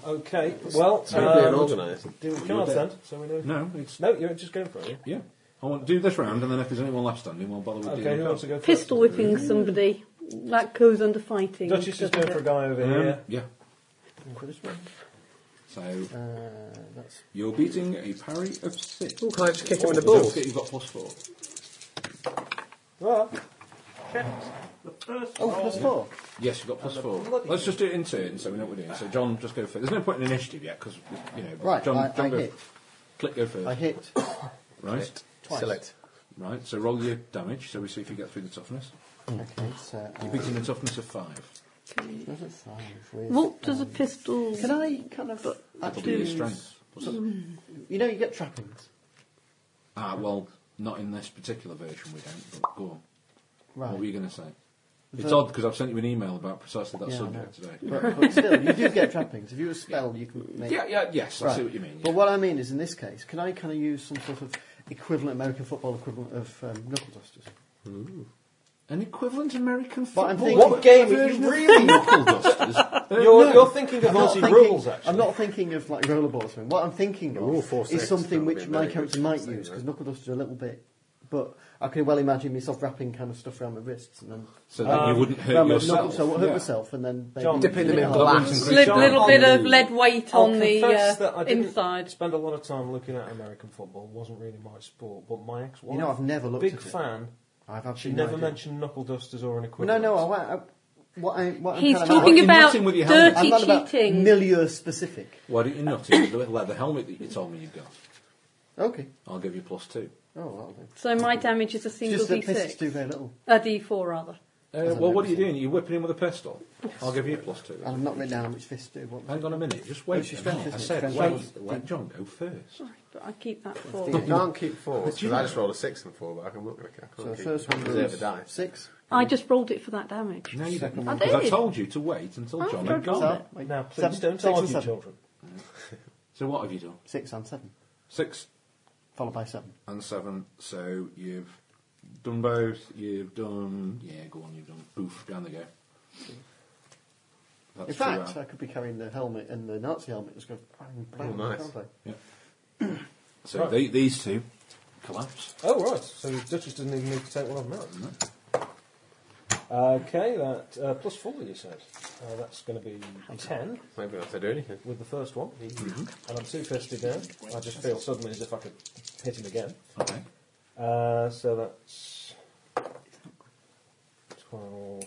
[SPEAKER 4] Okay, well,
[SPEAKER 2] Being
[SPEAKER 4] um,
[SPEAKER 2] organised.
[SPEAKER 4] do, can I stand? So we know.
[SPEAKER 3] No, it's
[SPEAKER 4] No, you're just going for it.
[SPEAKER 3] yeah. I want to do this round, and then if there's anyone left standing, we'll bother with
[SPEAKER 4] Okay,
[SPEAKER 3] dealing
[SPEAKER 4] who
[SPEAKER 3] with
[SPEAKER 4] wants to
[SPEAKER 3] that.
[SPEAKER 4] go first?
[SPEAKER 5] Pistol whipping somebody. That goes under fighting.
[SPEAKER 4] Duchess is going
[SPEAKER 5] doesn't
[SPEAKER 4] for a
[SPEAKER 5] it?
[SPEAKER 4] guy over
[SPEAKER 3] Um,
[SPEAKER 4] here.
[SPEAKER 3] yeah.
[SPEAKER 6] Put this one.
[SPEAKER 3] So
[SPEAKER 6] Uh, that's
[SPEAKER 3] you're beating a parry of six.
[SPEAKER 2] Ooh, can I just kick him in the
[SPEAKER 3] Don't
[SPEAKER 2] balls?
[SPEAKER 3] forget you've got plus four.
[SPEAKER 4] Well,
[SPEAKER 6] oh, plus four.
[SPEAKER 3] Yes, you've got plus four. Let's just do it in turn so we know what we're doing. So John, just go first. There's no point in initiative yet because you know. but
[SPEAKER 6] Right,
[SPEAKER 3] John,
[SPEAKER 6] I,
[SPEAKER 3] John
[SPEAKER 6] I
[SPEAKER 3] go,
[SPEAKER 6] hit.
[SPEAKER 3] Click go first.
[SPEAKER 6] I hit
[SPEAKER 3] right,
[SPEAKER 6] twice.
[SPEAKER 2] Select.
[SPEAKER 3] right. So roll your damage. So we see if you get through the toughness.
[SPEAKER 6] Okay, so uh,
[SPEAKER 3] You're beating the toughness of five.
[SPEAKER 6] that's a five with,
[SPEAKER 5] What does a
[SPEAKER 6] um,
[SPEAKER 5] pistol.
[SPEAKER 6] Can I kind of
[SPEAKER 3] That'll be your
[SPEAKER 6] actually?
[SPEAKER 3] strength.
[SPEAKER 6] You know, you get trappings.
[SPEAKER 3] Ah, well, not in this particular version we don't. But go on. What
[SPEAKER 6] Right.
[SPEAKER 3] were you going to say? It's
[SPEAKER 6] The-
[SPEAKER 3] odd because I've sent you an email about precisely that
[SPEAKER 6] Yeah, I
[SPEAKER 3] subject today. <laughs>
[SPEAKER 6] but, but still, you do get trappings. If you were a spell, you can make.
[SPEAKER 3] Yeah, yeah, yes. I
[SPEAKER 6] Right.
[SPEAKER 3] see what you mean.
[SPEAKER 6] But
[SPEAKER 3] yeah.
[SPEAKER 6] what I mean is, in this case, can I kind of use some sort of equivalent American football equivalent of um, knuckle dusters?
[SPEAKER 3] An equivalent American
[SPEAKER 6] But I'm
[SPEAKER 3] football.
[SPEAKER 6] thinking,
[SPEAKER 4] What game are
[SPEAKER 3] version
[SPEAKER 4] you
[SPEAKER 3] of
[SPEAKER 4] really?
[SPEAKER 6] <laughs>
[SPEAKER 3] knuckle dusters. Uh,
[SPEAKER 4] You're,
[SPEAKER 3] no.
[SPEAKER 4] you're thinking of
[SPEAKER 6] I'm not
[SPEAKER 4] naughty
[SPEAKER 6] thinking,
[SPEAKER 4] rules, actually.
[SPEAKER 6] I'm not thinking of like rollerball or something. What I'm thinking
[SPEAKER 2] Rule
[SPEAKER 6] of
[SPEAKER 2] four
[SPEAKER 6] is
[SPEAKER 2] six, that
[SPEAKER 6] something
[SPEAKER 2] would
[SPEAKER 6] which
[SPEAKER 2] be
[SPEAKER 6] my
[SPEAKER 2] very
[SPEAKER 6] character
[SPEAKER 2] good
[SPEAKER 6] might
[SPEAKER 2] thing,
[SPEAKER 6] use
[SPEAKER 2] right?
[SPEAKER 6] because knuckle dusters are a little bit. But I can well imagine myself wrapping kind of stuff around my wrists and then
[SPEAKER 3] So that
[SPEAKER 6] Um,
[SPEAKER 3] you wouldn't hurt
[SPEAKER 6] around my
[SPEAKER 3] yourself.
[SPEAKER 6] knuckles, so I won't hurt
[SPEAKER 3] Yeah.
[SPEAKER 6] myself, and then maybe
[SPEAKER 4] John,
[SPEAKER 2] Dip in the
[SPEAKER 6] Yeah.
[SPEAKER 2] middle of
[SPEAKER 6] Oh,
[SPEAKER 2] glass.
[SPEAKER 5] Sli-
[SPEAKER 3] John,
[SPEAKER 5] little bit of
[SPEAKER 3] you-
[SPEAKER 5] lead weight
[SPEAKER 4] I'll
[SPEAKER 5] on the
[SPEAKER 4] confess
[SPEAKER 5] uh,
[SPEAKER 4] that I didn't
[SPEAKER 5] inside.
[SPEAKER 4] spend a lot of time looking at American football. wasn't really my sport, but my ex-wife,
[SPEAKER 6] You know, I've never looked
[SPEAKER 4] big
[SPEAKER 6] at it.
[SPEAKER 4] fan,
[SPEAKER 6] I've
[SPEAKER 4] she
[SPEAKER 6] absolutely no
[SPEAKER 4] never
[SPEAKER 6] idea.
[SPEAKER 4] mentioned knuckle dusters or an
[SPEAKER 6] No,
[SPEAKER 4] equivalent.
[SPEAKER 6] no, I, I, what I, what I'm
[SPEAKER 5] He's
[SPEAKER 6] kind of
[SPEAKER 5] talking
[SPEAKER 3] You're
[SPEAKER 5] about
[SPEAKER 3] messing with your helmet.
[SPEAKER 5] dirty
[SPEAKER 6] I'm not
[SPEAKER 5] cheating.
[SPEAKER 6] about milieu specific.
[SPEAKER 3] Why don't you not use the leather helmet that you told me you've got?
[SPEAKER 6] Okay.
[SPEAKER 3] I'll give you plus two.
[SPEAKER 6] Oh, that'll do.
[SPEAKER 5] so my damage is a
[SPEAKER 6] It's
[SPEAKER 5] single
[SPEAKER 6] just that pistols do
[SPEAKER 5] d6.
[SPEAKER 6] very little.
[SPEAKER 5] A d4 rather.
[SPEAKER 3] Uh, well, what are you doing? You're whipping him with a pistol. I'll give you plus two.
[SPEAKER 6] And I've not written down how much fists do. What
[SPEAKER 3] Hang on a minute. Just wait.
[SPEAKER 6] It's your
[SPEAKER 3] a
[SPEAKER 6] strength,
[SPEAKER 3] minute. I
[SPEAKER 6] isn't it? Oh,
[SPEAKER 3] said,
[SPEAKER 6] Strength.
[SPEAKER 3] wait. Let John go first.
[SPEAKER 5] Sorry, but I keep that
[SPEAKER 2] You
[SPEAKER 5] for.
[SPEAKER 2] can't keep four.
[SPEAKER 3] But you
[SPEAKER 2] I
[SPEAKER 3] know-
[SPEAKER 2] just rolled a six and four, but I can look like I
[SPEAKER 6] so
[SPEAKER 2] can't
[SPEAKER 6] the
[SPEAKER 2] keep
[SPEAKER 6] first one
[SPEAKER 2] reserve a
[SPEAKER 6] was
[SPEAKER 2] die.
[SPEAKER 6] six.
[SPEAKER 5] I just rolled it for that damage.
[SPEAKER 3] No, you didn't.
[SPEAKER 5] I
[SPEAKER 3] Because I
[SPEAKER 5] did.
[SPEAKER 3] told you to wait until
[SPEAKER 5] I've
[SPEAKER 3] John
[SPEAKER 5] got
[SPEAKER 3] had
[SPEAKER 5] it.
[SPEAKER 3] gone.
[SPEAKER 6] So, wait,
[SPEAKER 4] Now, please
[SPEAKER 6] seven,
[SPEAKER 4] don't
[SPEAKER 6] six and
[SPEAKER 4] argue,
[SPEAKER 6] seven.
[SPEAKER 4] children.
[SPEAKER 3] So what have you done?
[SPEAKER 6] Six and seven,
[SPEAKER 3] Six
[SPEAKER 6] followed by seven.
[SPEAKER 3] and seven. So you've done both. You've done. Yeah, go on. You've done. Boof. Down they go. That's uh,
[SPEAKER 6] In
[SPEAKER 3] two
[SPEAKER 6] fact,
[SPEAKER 4] uh,
[SPEAKER 3] out.
[SPEAKER 6] I could be carrying the helmet and the Nazi helmet. Just go bang, bang,
[SPEAKER 4] Oh,
[SPEAKER 2] nice.
[SPEAKER 6] can't I?
[SPEAKER 3] so
[SPEAKER 4] Right.
[SPEAKER 3] they, these two collapse.
[SPEAKER 4] Oh, right. So the Duchess doesn't even need to take one of them out. Okay, that uh, plus four, you said. Uh, that's going to be ten
[SPEAKER 2] Maybe we don't have to do anything.
[SPEAKER 4] with the first one. And I'm two-fisted now. I just feel suddenly as if I could hit him again.
[SPEAKER 3] Okay.
[SPEAKER 4] Uh, so that's 12,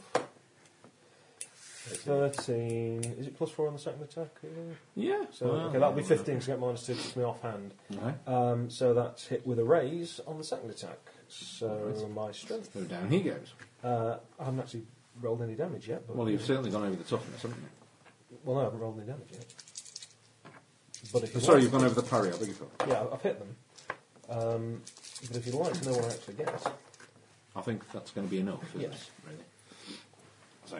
[SPEAKER 4] 13. Is it plus 4 on the second attack? Yeah.
[SPEAKER 3] Yeah.
[SPEAKER 4] So okay,
[SPEAKER 3] uh,
[SPEAKER 4] that'll be 15 to get minus 2 to me offhand.
[SPEAKER 3] Okay.
[SPEAKER 4] Um, so that's hit with a raise on the second attack. So my strength.
[SPEAKER 3] So down he goes.
[SPEAKER 4] Uh, I haven't actually rolled any damage yet. But
[SPEAKER 3] Well, you've certainly gone over the toughness, haven't you?
[SPEAKER 4] Well, no, I haven't rolled any damage yet. But if you
[SPEAKER 3] Sorry,
[SPEAKER 4] like-
[SPEAKER 3] you've gone over the parry. I beg your pardon.
[SPEAKER 4] Yeah, I've hit them. Um, but if you'd like to know what I actually get,
[SPEAKER 3] I think that's going to be enough. Isn't
[SPEAKER 4] Yes.
[SPEAKER 3] It, really. So,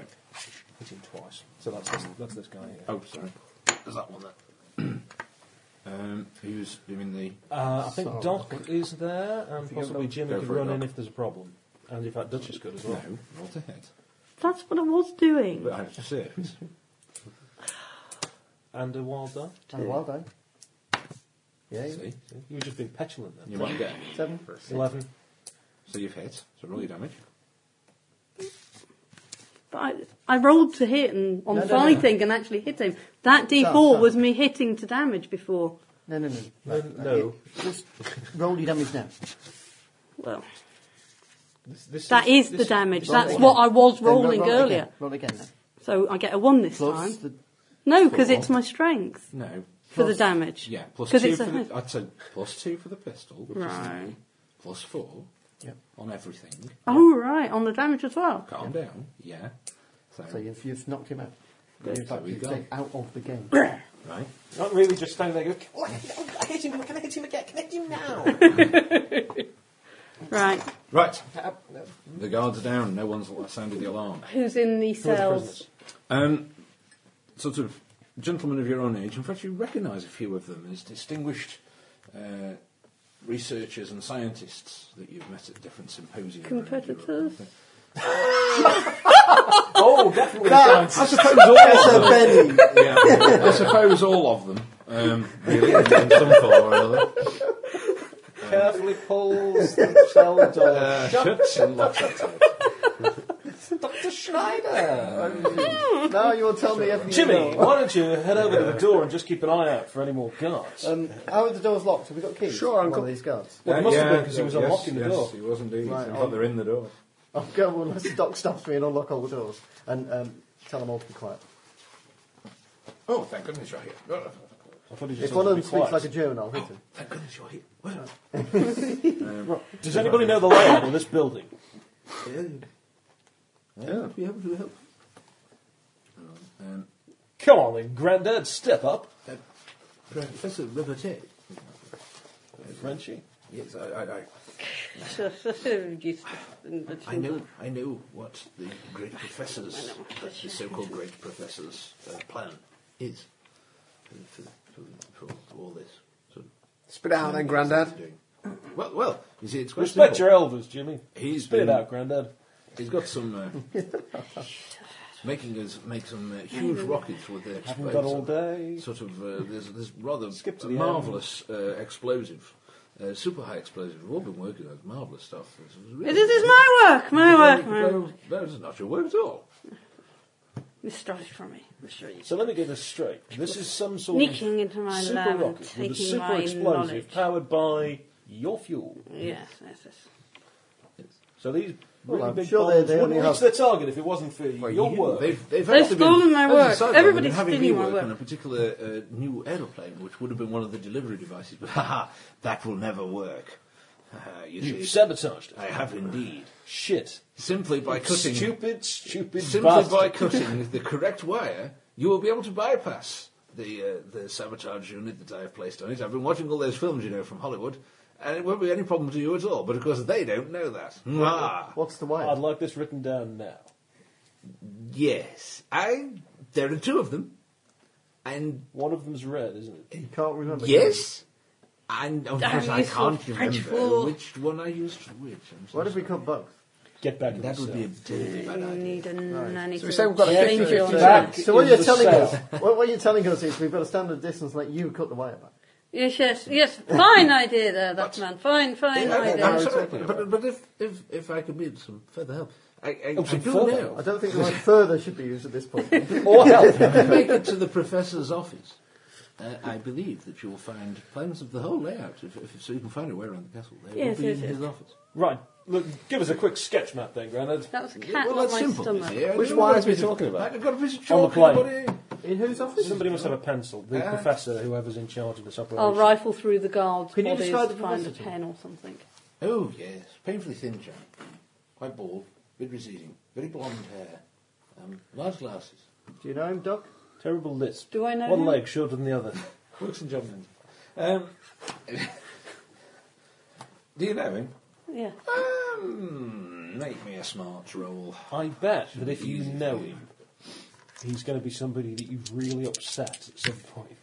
[SPEAKER 4] hit him twice. So that's this, that's this guy here.
[SPEAKER 3] oh, sorry. There's that one there. <clears throat> um, who's doing the?
[SPEAKER 4] Uh, I think
[SPEAKER 6] So-
[SPEAKER 4] Doc is there, and
[SPEAKER 3] you go
[SPEAKER 4] possibly
[SPEAKER 3] Doc-
[SPEAKER 4] Jimmy
[SPEAKER 3] go
[SPEAKER 4] could
[SPEAKER 3] for it,
[SPEAKER 4] run in
[SPEAKER 3] Doc.
[SPEAKER 4] if there's a problem. And in fact, Dutch is good as well.
[SPEAKER 3] No, roll to hit.
[SPEAKER 5] That's what I was doing.
[SPEAKER 3] But I have to say, it's-
[SPEAKER 4] and uh, a wild die.
[SPEAKER 6] And well done. Yeah, yeah.
[SPEAKER 3] See?
[SPEAKER 4] You've just been petulant then.
[SPEAKER 3] You won't get it.
[SPEAKER 6] seven.
[SPEAKER 4] Eleven.
[SPEAKER 3] So you've hit, so roll your damage.
[SPEAKER 5] But I, I rolled to hit and on
[SPEAKER 6] No, no,
[SPEAKER 5] fighting and actually hit him. That D4
[SPEAKER 6] no.
[SPEAKER 5] was me hitting to damage before.
[SPEAKER 6] No, no, no.
[SPEAKER 4] No,
[SPEAKER 6] Right, right.
[SPEAKER 4] no.
[SPEAKER 6] Yeah, Just roll your damage now.
[SPEAKER 5] Well,
[SPEAKER 3] This, this
[SPEAKER 5] that is the
[SPEAKER 3] this
[SPEAKER 5] damage.
[SPEAKER 6] roll
[SPEAKER 5] That's
[SPEAKER 6] again.
[SPEAKER 5] what I was
[SPEAKER 6] Then
[SPEAKER 5] <laughs>
[SPEAKER 6] roll-
[SPEAKER 5] rolling
[SPEAKER 6] roll it
[SPEAKER 5] earlier.
[SPEAKER 6] Again. Roll it again now.
[SPEAKER 5] So I get a one this
[SPEAKER 6] Plus
[SPEAKER 5] time.
[SPEAKER 6] the,
[SPEAKER 5] No, because it's my strength
[SPEAKER 3] No.
[SPEAKER 5] for the damage.
[SPEAKER 3] Yeah, plus
[SPEAKER 5] 'Cause
[SPEAKER 3] two
[SPEAKER 5] it's
[SPEAKER 3] for
[SPEAKER 5] a
[SPEAKER 3] the.
[SPEAKER 5] hit.
[SPEAKER 3] I'd say plus two for the pistol, which is
[SPEAKER 5] Right.
[SPEAKER 3] three, plus four
[SPEAKER 6] Yep.
[SPEAKER 3] on everything.
[SPEAKER 5] Oh, right, on the damage as well.
[SPEAKER 3] Calm down. Yeah. So,
[SPEAKER 6] so you've, you've knocked him out. You've
[SPEAKER 3] so we
[SPEAKER 6] knocked
[SPEAKER 3] go.
[SPEAKER 6] him out of the game.
[SPEAKER 3] right.
[SPEAKER 4] Not really just standing there going,
[SPEAKER 3] <laughs>
[SPEAKER 4] oh, I hit- I hit him, can I hit him again? Can I hit him now?
[SPEAKER 5] Right,
[SPEAKER 3] Right. The guards are down. No one's sounded the alarm.
[SPEAKER 5] who's in the cells?
[SPEAKER 3] Um, sort of gentlemen of your own age. In fact, you recognise a few of them as distinguished uh, researchers and scientists that you've met at different symposia.
[SPEAKER 5] Competitors?
[SPEAKER 4] oh, definitely. <laughs>
[SPEAKER 3] I suppose all of
[SPEAKER 6] So
[SPEAKER 3] them.
[SPEAKER 6] Benny,
[SPEAKER 3] Yeah, I suppose all of them. Um, really, in some form or other.
[SPEAKER 4] Carefully pulls the cell door.
[SPEAKER 3] Uh, shuts and locks it tight.
[SPEAKER 4] Dr. Schneider!
[SPEAKER 6] <laughs> now you'll tell me everything.
[SPEAKER 4] Jimmy,
[SPEAKER 6] you know.
[SPEAKER 4] why don't you head over to the door and just keep an eye out for any more guards?
[SPEAKER 6] Um, how are the doors locked? Have we got keys?
[SPEAKER 3] Sure, I've
[SPEAKER 6] One
[SPEAKER 3] got-
[SPEAKER 6] of these guards.
[SPEAKER 4] well, it must have been because he was
[SPEAKER 3] yes,
[SPEAKER 4] unlocking the
[SPEAKER 3] yes,
[SPEAKER 4] door.
[SPEAKER 3] He was indeed.
[SPEAKER 6] Right,
[SPEAKER 3] In
[SPEAKER 6] I'll-
[SPEAKER 3] fact, they're in the door.
[SPEAKER 6] I'll Oh, go unless the doc stops me and unlock all the doors and um, tell them all to be quiet.
[SPEAKER 3] Oh, thank goodness you're here. Oh,
[SPEAKER 4] I thought he just
[SPEAKER 6] If one of them
[SPEAKER 4] wanted to be
[SPEAKER 6] speaks like a
[SPEAKER 4] quiet.
[SPEAKER 6] German, I'll hit him.
[SPEAKER 3] thank goodness you're here. Well,
[SPEAKER 4] Does anybody know the layout of this building?
[SPEAKER 3] yeah, be able to help. Um,
[SPEAKER 4] Come on then, Grandad, step up.
[SPEAKER 3] Professor Liberté.
[SPEAKER 4] Frenchie.
[SPEAKER 3] Yes, I, I, I,
[SPEAKER 5] <laughs>
[SPEAKER 3] I know, I know what the great professors, the so-called great professors' uh, plan is for, for, for all this. So,
[SPEAKER 9] Spit it out then, Grandad.
[SPEAKER 3] well, well, you see, it's quite
[SPEAKER 4] Respect
[SPEAKER 3] simple.
[SPEAKER 4] your elders, Jimmy.
[SPEAKER 3] He's
[SPEAKER 4] Spit it
[SPEAKER 3] been-
[SPEAKER 4] out, Grandad.
[SPEAKER 3] He's got some uh, making us make some uh, huge rockets with the
[SPEAKER 4] Haven't got all day.
[SPEAKER 3] Sort of uh, there's this rather
[SPEAKER 4] Skip to the
[SPEAKER 3] marvelous uh, explosive, uh, super high explosive. We've all been working on marvelous stuff. This is really-
[SPEAKER 5] This is my work, my work, my
[SPEAKER 3] No,
[SPEAKER 5] work.
[SPEAKER 3] no, no, it's not your word at all.
[SPEAKER 5] This started from me. I'm sure you-
[SPEAKER 4] So let me get this straight. This is some sort
[SPEAKER 5] Sneaking
[SPEAKER 4] of
[SPEAKER 5] into my
[SPEAKER 4] super
[SPEAKER 5] lab and
[SPEAKER 4] rocket with a
[SPEAKER 5] taking
[SPEAKER 4] super
[SPEAKER 5] my
[SPEAKER 4] explosive
[SPEAKER 5] knowledge.
[SPEAKER 4] powered by your fuel.
[SPEAKER 5] Yes, yes, yes.
[SPEAKER 4] So these
[SPEAKER 6] Well,
[SPEAKER 4] really
[SPEAKER 6] I'm
[SPEAKER 4] big
[SPEAKER 6] sure they-
[SPEAKER 4] bombs
[SPEAKER 6] they only
[SPEAKER 4] wouldn't reach
[SPEAKER 6] have-
[SPEAKER 4] their target if it wasn't for your work.
[SPEAKER 3] They've, they've
[SPEAKER 5] They've
[SPEAKER 3] actually been-
[SPEAKER 5] stolen my
[SPEAKER 3] as a
[SPEAKER 5] work.
[SPEAKER 3] side note,
[SPEAKER 5] Everybody's
[SPEAKER 3] they've been having
[SPEAKER 5] stealing
[SPEAKER 3] me
[SPEAKER 5] my
[SPEAKER 3] work
[SPEAKER 5] work.
[SPEAKER 3] on a particular uh, new aeroplane, which would have been one of the delivery devices. <laughs> But haha, that will never work. <laughs> Haha, you
[SPEAKER 4] You've
[SPEAKER 3] see,
[SPEAKER 4] sabotaged it.
[SPEAKER 3] I have indeed.
[SPEAKER 4] Shit.
[SPEAKER 3] Simply by cutting,
[SPEAKER 4] Stupid, stupid
[SPEAKER 3] simply
[SPEAKER 4] bastard.
[SPEAKER 3] by cutting the correct wire, you will be able to bypass the uh, the sabotage unit that I have placed on it. I've been watching all those films, you know, from Hollywood, and it won't be any problem to you at all. But of course, they don't know that.
[SPEAKER 6] Hmm.
[SPEAKER 3] Ah. Mwah.
[SPEAKER 6] What's the
[SPEAKER 4] I'd
[SPEAKER 6] wire?
[SPEAKER 4] like this written down now.
[SPEAKER 3] Yes, I. There are two of them, and
[SPEAKER 4] One of them's red, isn't it?
[SPEAKER 6] You can't remember.
[SPEAKER 3] yes, and of
[SPEAKER 5] Damn
[SPEAKER 3] course I
[SPEAKER 5] you, sort
[SPEAKER 3] can't
[SPEAKER 5] of French
[SPEAKER 3] remember
[SPEAKER 5] fool.
[SPEAKER 3] which one I used for which. I'm so
[SPEAKER 6] What if we
[SPEAKER 3] sorry.
[SPEAKER 6] cut both?
[SPEAKER 4] Get back in
[SPEAKER 3] That
[SPEAKER 4] the
[SPEAKER 3] would be a
[SPEAKER 4] cell.
[SPEAKER 3] dirty bad
[SPEAKER 5] You
[SPEAKER 3] idea.
[SPEAKER 5] need a nanny.
[SPEAKER 9] So we say we've got a
[SPEAKER 4] Yeah,
[SPEAKER 9] 50
[SPEAKER 4] you're
[SPEAKER 9] 50
[SPEAKER 4] back.
[SPEAKER 9] chance.
[SPEAKER 6] So what
[SPEAKER 4] in
[SPEAKER 6] you're
[SPEAKER 4] the
[SPEAKER 6] telling
[SPEAKER 4] cell.
[SPEAKER 6] us? What, what you're telling us is we've got to stand a distance, let you cut the wire back.
[SPEAKER 5] Yes, yes, yes. Fine idea there, that man. Fine, fine
[SPEAKER 3] Yeah,
[SPEAKER 5] idea.
[SPEAKER 3] I'm sorry, but, but if, if, if I could be of some further help, I, I,
[SPEAKER 4] Oh,
[SPEAKER 3] I
[SPEAKER 4] some
[SPEAKER 3] do
[SPEAKER 4] further
[SPEAKER 6] I
[SPEAKER 3] know.
[SPEAKER 6] don't think the word further should be used at this
[SPEAKER 9] <laughs>
[SPEAKER 6] point.
[SPEAKER 4] Or
[SPEAKER 3] <laughs>
[SPEAKER 4] help.
[SPEAKER 3] If you make it to the professor's office, uh, I believe that you will find plans of the whole layout, if, if, so you can find your way around the castle. They
[SPEAKER 5] Yes,
[SPEAKER 3] will be
[SPEAKER 5] yes,
[SPEAKER 3] in
[SPEAKER 5] yes.
[SPEAKER 3] his office.
[SPEAKER 4] right, look, give us a quick sketch map then, Granad.
[SPEAKER 5] That was a cat
[SPEAKER 3] well,
[SPEAKER 5] on
[SPEAKER 3] that's
[SPEAKER 5] my
[SPEAKER 3] simple. you
[SPEAKER 5] stomach.
[SPEAKER 3] see. I
[SPEAKER 9] Which
[SPEAKER 3] don't
[SPEAKER 9] wires
[SPEAKER 3] want
[SPEAKER 9] are we
[SPEAKER 3] to-
[SPEAKER 9] talking about?
[SPEAKER 3] I've got a piece of
[SPEAKER 4] On the
[SPEAKER 3] chalk,
[SPEAKER 4] plane.
[SPEAKER 3] everybody.
[SPEAKER 6] In whose office?
[SPEAKER 4] Somebody must have a pencil. The
[SPEAKER 3] Uh,
[SPEAKER 4] professor, whoever's in charge of this operation.
[SPEAKER 5] I'll rifle through the guards'
[SPEAKER 6] Can you
[SPEAKER 5] bodies
[SPEAKER 6] describe
[SPEAKER 5] to
[SPEAKER 6] the
[SPEAKER 5] find a
[SPEAKER 6] velocity?
[SPEAKER 5] pen or something.
[SPEAKER 3] Oh, yes. Painfully thin chap. Quite bald, a bit receding, very blonde hair, um, large glasses.
[SPEAKER 6] Do you know him, Doc?
[SPEAKER 4] Terrible lisp.
[SPEAKER 5] Do I know
[SPEAKER 4] One
[SPEAKER 5] him?
[SPEAKER 4] leg shorter than the other.
[SPEAKER 3] Works in Joblin. Um, do you know him?
[SPEAKER 5] Yeah.
[SPEAKER 3] Um, make me a smart roll.
[SPEAKER 4] I bet that if you know him, he's going to be somebody that you've really upset at some point.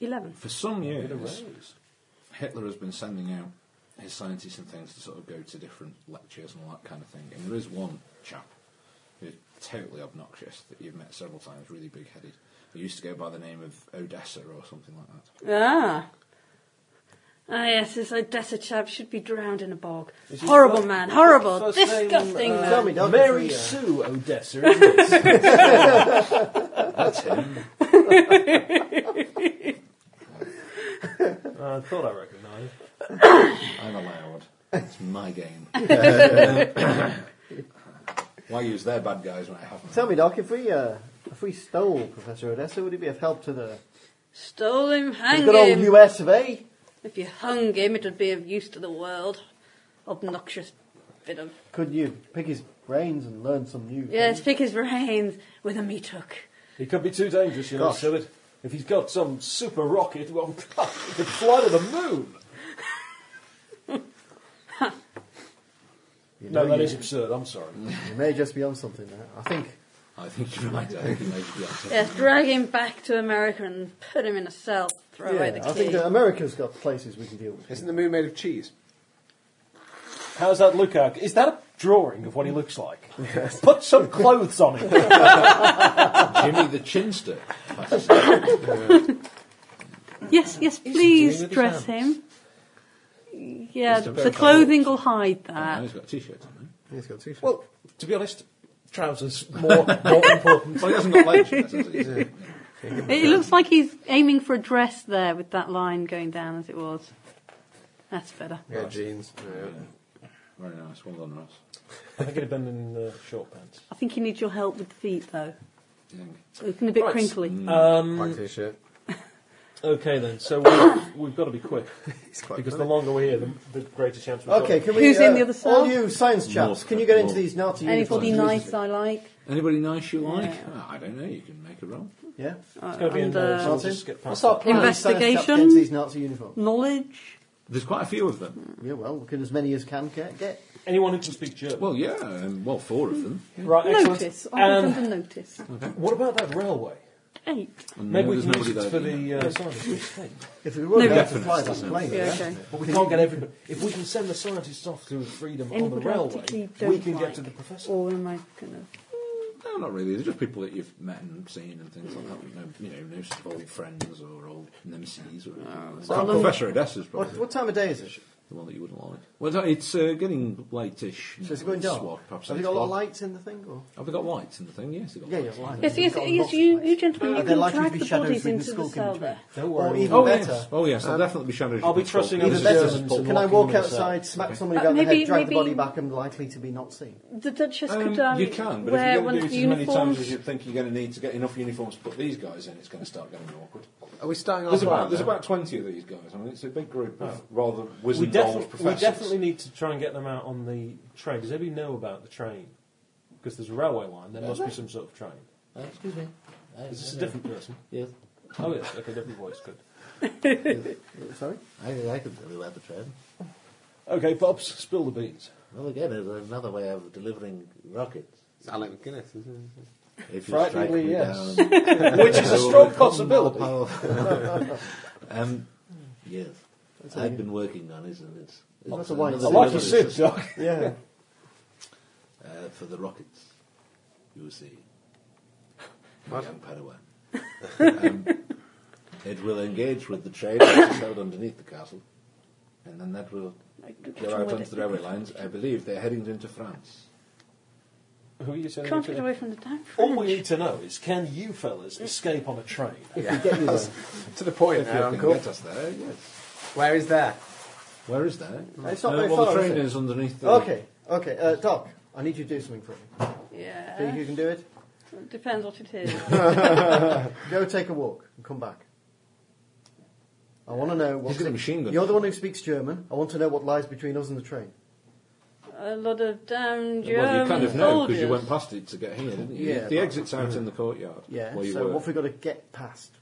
[SPEAKER 5] 11.
[SPEAKER 3] For some
[SPEAKER 4] Get a
[SPEAKER 3] years,
[SPEAKER 4] raise.
[SPEAKER 3] Hitler has been sending out his scientists and things to sort of go to different lectures and all that kind of thing. And there is one chap who's totally obnoxious that you've met several times, really big headed. He used to go by the name of Odessa or something like that.
[SPEAKER 5] Ah. Ah, yes, this Odessa chap should be drowned in a bog. Horrible man, horrible,
[SPEAKER 4] First name,
[SPEAKER 5] disgusting
[SPEAKER 4] uh,
[SPEAKER 5] man.
[SPEAKER 6] Tommy Douglas,
[SPEAKER 4] Mary
[SPEAKER 6] yeah.
[SPEAKER 4] Sue Odessa. isn't it?
[SPEAKER 3] That's him.
[SPEAKER 4] I thought Uh, I recognised.
[SPEAKER 3] I'm allowed. It's my game. Why use their bad guys when
[SPEAKER 6] <laughs>
[SPEAKER 3] I haven't?
[SPEAKER 6] Tell me, Doc, if we uh, if we stole Professor Odessa, would it be of help to the,
[SPEAKER 5] Stole him,
[SPEAKER 6] the
[SPEAKER 5] hang
[SPEAKER 6] good old
[SPEAKER 5] him.
[SPEAKER 6] US of A?
[SPEAKER 5] If you hung him, it would be of use to the world. Obnoxious bit of.
[SPEAKER 6] Could you pick his brains and learn some new?
[SPEAKER 5] Yes,
[SPEAKER 6] things?
[SPEAKER 5] pick his brains with a meat hook.
[SPEAKER 4] He could be too dangerous, you know,
[SPEAKER 6] Gosh.
[SPEAKER 4] Seward. If he's got some super rocket, well, <laughs> he could fly to the moon.
[SPEAKER 6] You
[SPEAKER 4] No,
[SPEAKER 6] know,
[SPEAKER 4] that
[SPEAKER 6] you,
[SPEAKER 4] is absurd. I'm sorry.
[SPEAKER 6] you may just be on something there. I think
[SPEAKER 3] I think you're right. I think you may be right.
[SPEAKER 5] Yes, drag him back to America and put him in a cell. Throw away the
[SPEAKER 6] yeah,
[SPEAKER 5] key.
[SPEAKER 6] I think uh, that America's got places we can deal with.
[SPEAKER 2] Isn't the moon made of cheese?
[SPEAKER 4] How's that look? Al? Is that a drawing of what he looks like? Put some clothes on him.
[SPEAKER 3] Jimmy the Chinster.
[SPEAKER 5] Yes, yes, please dress him. Yeah,
[SPEAKER 3] He's
[SPEAKER 5] the
[SPEAKER 3] very
[SPEAKER 5] clothing will hide
[SPEAKER 3] Now
[SPEAKER 5] that.
[SPEAKER 3] Oh, he's got a t-shirt on.
[SPEAKER 2] He's got a t-shirt.
[SPEAKER 1] Well, to be honest, trousers more more important.
[SPEAKER 3] eh? Well, he hasn't got legs yet. has he?
[SPEAKER 5] It looks like he's aiming for a dress there with that line going down as it was. That's better.
[SPEAKER 2] yeah, jeans. Yeah.
[SPEAKER 3] Very nice. Well done, Ross.
[SPEAKER 4] I think he'd have been in uh, short pants.
[SPEAKER 5] I think he needs your help with the feet though.
[SPEAKER 3] You think?
[SPEAKER 5] Looking a bit
[SPEAKER 4] Right.
[SPEAKER 5] crinkly.
[SPEAKER 2] Black t-shirt.
[SPEAKER 4] Okay then, so we've, we've got to be quick
[SPEAKER 2] It's quite
[SPEAKER 4] because the
[SPEAKER 2] funny.
[SPEAKER 4] longer we're here, the, the greater chance we've
[SPEAKER 6] Okay,
[SPEAKER 4] got.
[SPEAKER 6] can we?
[SPEAKER 5] Who's
[SPEAKER 6] uh,
[SPEAKER 5] in the other cell?
[SPEAKER 6] All you science chaps,
[SPEAKER 3] North,
[SPEAKER 6] can you get into
[SPEAKER 3] North.
[SPEAKER 6] these naughty
[SPEAKER 5] Anybody
[SPEAKER 6] uniforms?
[SPEAKER 5] nice I like?
[SPEAKER 3] Anybody nice you like?
[SPEAKER 5] Yeah.
[SPEAKER 3] Ah, I don't know. You can make a roll.
[SPEAKER 6] Yeah.
[SPEAKER 4] It's going to be in
[SPEAKER 5] And,
[SPEAKER 4] there, so
[SPEAKER 5] uh,
[SPEAKER 4] we'll just skip
[SPEAKER 6] I'll
[SPEAKER 4] past
[SPEAKER 6] start planning these science chaps get into these Nazi uniforms.
[SPEAKER 5] Knowledge?
[SPEAKER 3] There's quite a few of them.
[SPEAKER 6] Yeah, well, we can as many as can get. get.
[SPEAKER 4] that. Anyone who can speak German.
[SPEAKER 3] Well, yeah. Um, well, four of them.
[SPEAKER 4] right, excellent.
[SPEAKER 5] Notice. Oh, I
[SPEAKER 4] Um,
[SPEAKER 5] under notice.
[SPEAKER 4] what about that railway?
[SPEAKER 5] Eight.
[SPEAKER 3] And
[SPEAKER 4] Maybe
[SPEAKER 3] no,
[SPEAKER 4] we
[SPEAKER 3] there's
[SPEAKER 4] can use it
[SPEAKER 3] nobody there,
[SPEAKER 4] for
[SPEAKER 3] do you know?
[SPEAKER 4] the uh, scientists.
[SPEAKER 6] If we were
[SPEAKER 5] No,
[SPEAKER 6] going to
[SPEAKER 3] definitely,
[SPEAKER 6] fly that
[SPEAKER 3] doesn't it?
[SPEAKER 6] plane,
[SPEAKER 5] Yeah,
[SPEAKER 6] yeah.
[SPEAKER 5] okay.
[SPEAKER 4] But we can't get everybody. If we can send the scientists off to freedom on
[SPEAKER 5] Anybody
[SPEAKER 4] the
[SPEAKER 5] I
[SPEAKER 4] railway,
[SPEAKER 5] particularly
[SPEAKER 4] we
[SPEAKER 5] don't
[SPEAKER 4] can
[SPEAKER 5] like?
[SPEAKER 4] get to the professor.
[SPEAKER 5] Or am I gonna
[SPEAKER 3] No, not really. They're just people that you've met and seen and things like that. You know, you know, no sort of old friends or old nemesis or anything. like that.
[SPEAKER 5] well, um,
[SPEAKER 3] Professor Odessa's probably
[SPEAKER 6] What, what time of day is it?
[SPEAKER 3] the one that you wouldn't like. Well, no, it's uh, getting late-ish.
[SPEAKER 6] So it's going dark.
[SPEAKER 3] Swat, perhaps
[SPEAKER 6] Have you
[SPEAKER 3] eight
[SPEAKER 6] got a lot of
[SPEAKER 3] o'clock.
[SPEAKER 6] lights in the thing? Or?
[SPEAKER 3] Have they got lights in the thing? Yes, they've got
[SPEAKER 6] Yeah,
[SPEAKER 3] lights.
[SPEAKER 6] yeah, lights.
[SPEAKER 5] Yes,
[SPEAKER 6] You've
[SPEAKER 5] yes,
[SPEAKER 6] got a
[SPEAKER 5] yes,
[SPEAKER 6] box of
[SPEAKER 5] you,
[SPEAKER 6] lights.
[SPEAKER 5] you gentlemen,
[SPEAKER 6] Are
[SPEAKER 5] you
[SPEAKER 6] there
[SPEAKER 5] can
[SPEAKER 6] Uh, likely to
[SPEAKER 5] drag
[SPEAKER 6] be
[SPEAKER 5] the
[SPEAKER 6] shadows
[SPEAKER 5] bodies
[SPEAKER 6] within the
[SPEAKER 5] into the
[SPEAKER 6] school
[SPEAKER 5] cell
[SPEAKER 6] community?
[SPEAKER 5] there.
[SPEAKER 4] Don't
[SPEAKER 6] Or
[SPEAKER 4] worry.
[SPEAKER 6] even
[SPEAKER 3] Oh,
[SPEAKER 6] better.
[SPEAKER 3] yes. Oh, yes.
[SPEAKER 6] Um,
[SPEAKER 3] I'll definitely be shadowed.
[SPEAKER 4] I'll be trusting
[SPEAKER 6] Even
[SPEAKER 4] others
[SPEAKER 6] better.
[SPEAKER 4] Germans to
[SPEAKER 6] Can
[SPEAKER 4] lock
[SPEAKER 6] I
[SPEAKER 4] him
[SPEAKER 6] walk
[SPEAKER 4] in a cell.
[SPEAKER 6] outside, smack somebody
[SPEAKER 5] Uh,
[SPEAKER 6] down the
[SPEAKER 5] maybe-
[SPEAKER 6] head, drag the
[SPEAKER 5] maybe-
[SPEAKER 6] body back, and likely to be not seen?
[SPEAKER 5] The Duchess
[SPEAKER 3] Um,
[SPEAKER 5] could um,
[SPEAKER 3] you can, but
[SPEAKER 5] wear
[SPEAKER 3] if you're
[SPEAKER 5] one
[SPEAKER 3] going to
[SPEAKER 5] of
[SPEAKER 3] do
[SPEAKER 5] the
[SPEAKER 3] it as many times
[SPEAKER 5] uniforms.
[SPEAKER 3] as you think you're going to need to get enough uniforms to put these guys in, it's going to start getting awkward.
[SPEAKER 2] Are we starting
[SPEAKER 3] There's
[SPEAKER 2] off
[SPEAKER 3] about there's
[SPEAKER 2] now?
[SPEAKER 3] about twenty of these guys. I mean, it's a big group of rather
[SPEAKER 4] Oh. We,
[SPEAKER 3] wizened old
[SPEAKER 4] defi- we
[SPEAKER 3] professors.
[SPEAKER 4] definitely need to try and get them out on the train. Does everybody know about the train? Because there's a railway line. There must be some sort of train.
[SPEAKER 10] Uh, Excuse me. Uh,
[SPEAKER 4] Is this a different person?
[SPEAKER 10] Yes.
[SPEAKER 4] Oh yes. Okay, different voice. Good.
[SPEAKER 6] Sorry?
[SPEAKER 10] I, I can tell you about the train.
[SPEAKER 4] Okay, Bobs, spill the beans.
[SPEAKER 10] Well, again, it's another way of delivering rockets.
[SPEAKER 2] It's Alec McGuinness, isn't it?
[SPEAKER 10] If
[SPEAKER 4] Frighteningly, yes.
[SPEAKER 10] down,
[SPEAKER 4] <laughs> Which is
[SPEAKER 10] <laughs>
[SPEAKER 4] a strong possibility. <laughs>
[SPEAKER 10] I'll- um, yes. I've been working on it, and it's, it's
[SPEAKER 6] Lots of wine.
[SPEAKER 10] another
[SPEAKER 4] I like
[SPEAKER 10] delivery
[SPEAKER 4] your suit,
[SPEAKER 10] system,
[SPEAKER 4] Doc. <laughs>
[SPEAKER 6] Yeah.
[SPEAKER 10] uh, for the rockets. You see,
[SPEAKER 2] What?
[SPEAKER 10] young Padawan. <laughs> um, it will engage with the train which is held underneath the castle, and then that will go out onto the railway lines. I believe they're heading into France.
[SPEAKER 4] Who are you saying?
[SPEAKER 5] Can't
[SPEAKER 4] you're
[SPEAKER 5] get away from the damn
[SPEAKER 4] All
[SPEAKER 3] Oh,
[SPEAKER 4] we need to know is can you fellas escape on a train?
[SPEAKER 2] To the point
[SPEAKER 3] If you
[SPEAKER 2] now,
[SPEAKER 3] can
[SPEAKER 2] Uncle.
[SPEAKER 3] get us there, yes.
[SPEAKER 2] Where is that?
[SPEAKER 3] Where is that?
[SPEAKER 6] It's not
[SPEAKER 3] Uh,
[SPEAKER 6] very
[SPEAKER 3] well,
[SPEAKER 6] far,
[SPEAKER 3] the
[SPEAKER 6] is
[SPEAKER 3] train
[SPEAKER 6] it?
[SPEAKER 3] is underneath the.
[SPEAKER 6] Okay, okay. Uh, Doc, I need you to do something for me. Think
[SPEAKER 5] Yeah.
[SPEAKER 6] you can do it?
[SPEAKER 5] Depends what it
[SPEAKER 3] <laughs>
[SPEAKER 5] is.
[SPEAKER 6] Go take a walk and come back. I want to know what.
[SPEAKER 3] He's got a machine gun.
[SPEAKER 6] You're the one who speaks German. I want to know what lies between us and the train.
[SPEAKER 5] a lot of damn German
[SPEAKER 3] well, you kind of know because
[SPEAKER 5] soldiers.
[SPEAKER 3] you went past it to get here, didn't you?
[SPEAKER 6] Yeah,
[SPEAKER 3] the
[SPEAKER 6] but-
[SPEAKER 3] exit's out in the courtyard.
[SPEAKER 6] Yeah.
[SPEAKER 3] Where you
[SPEAKER 6] so
[SPEAKER 3] were.
[SPEAKER 6] what have we got to get past?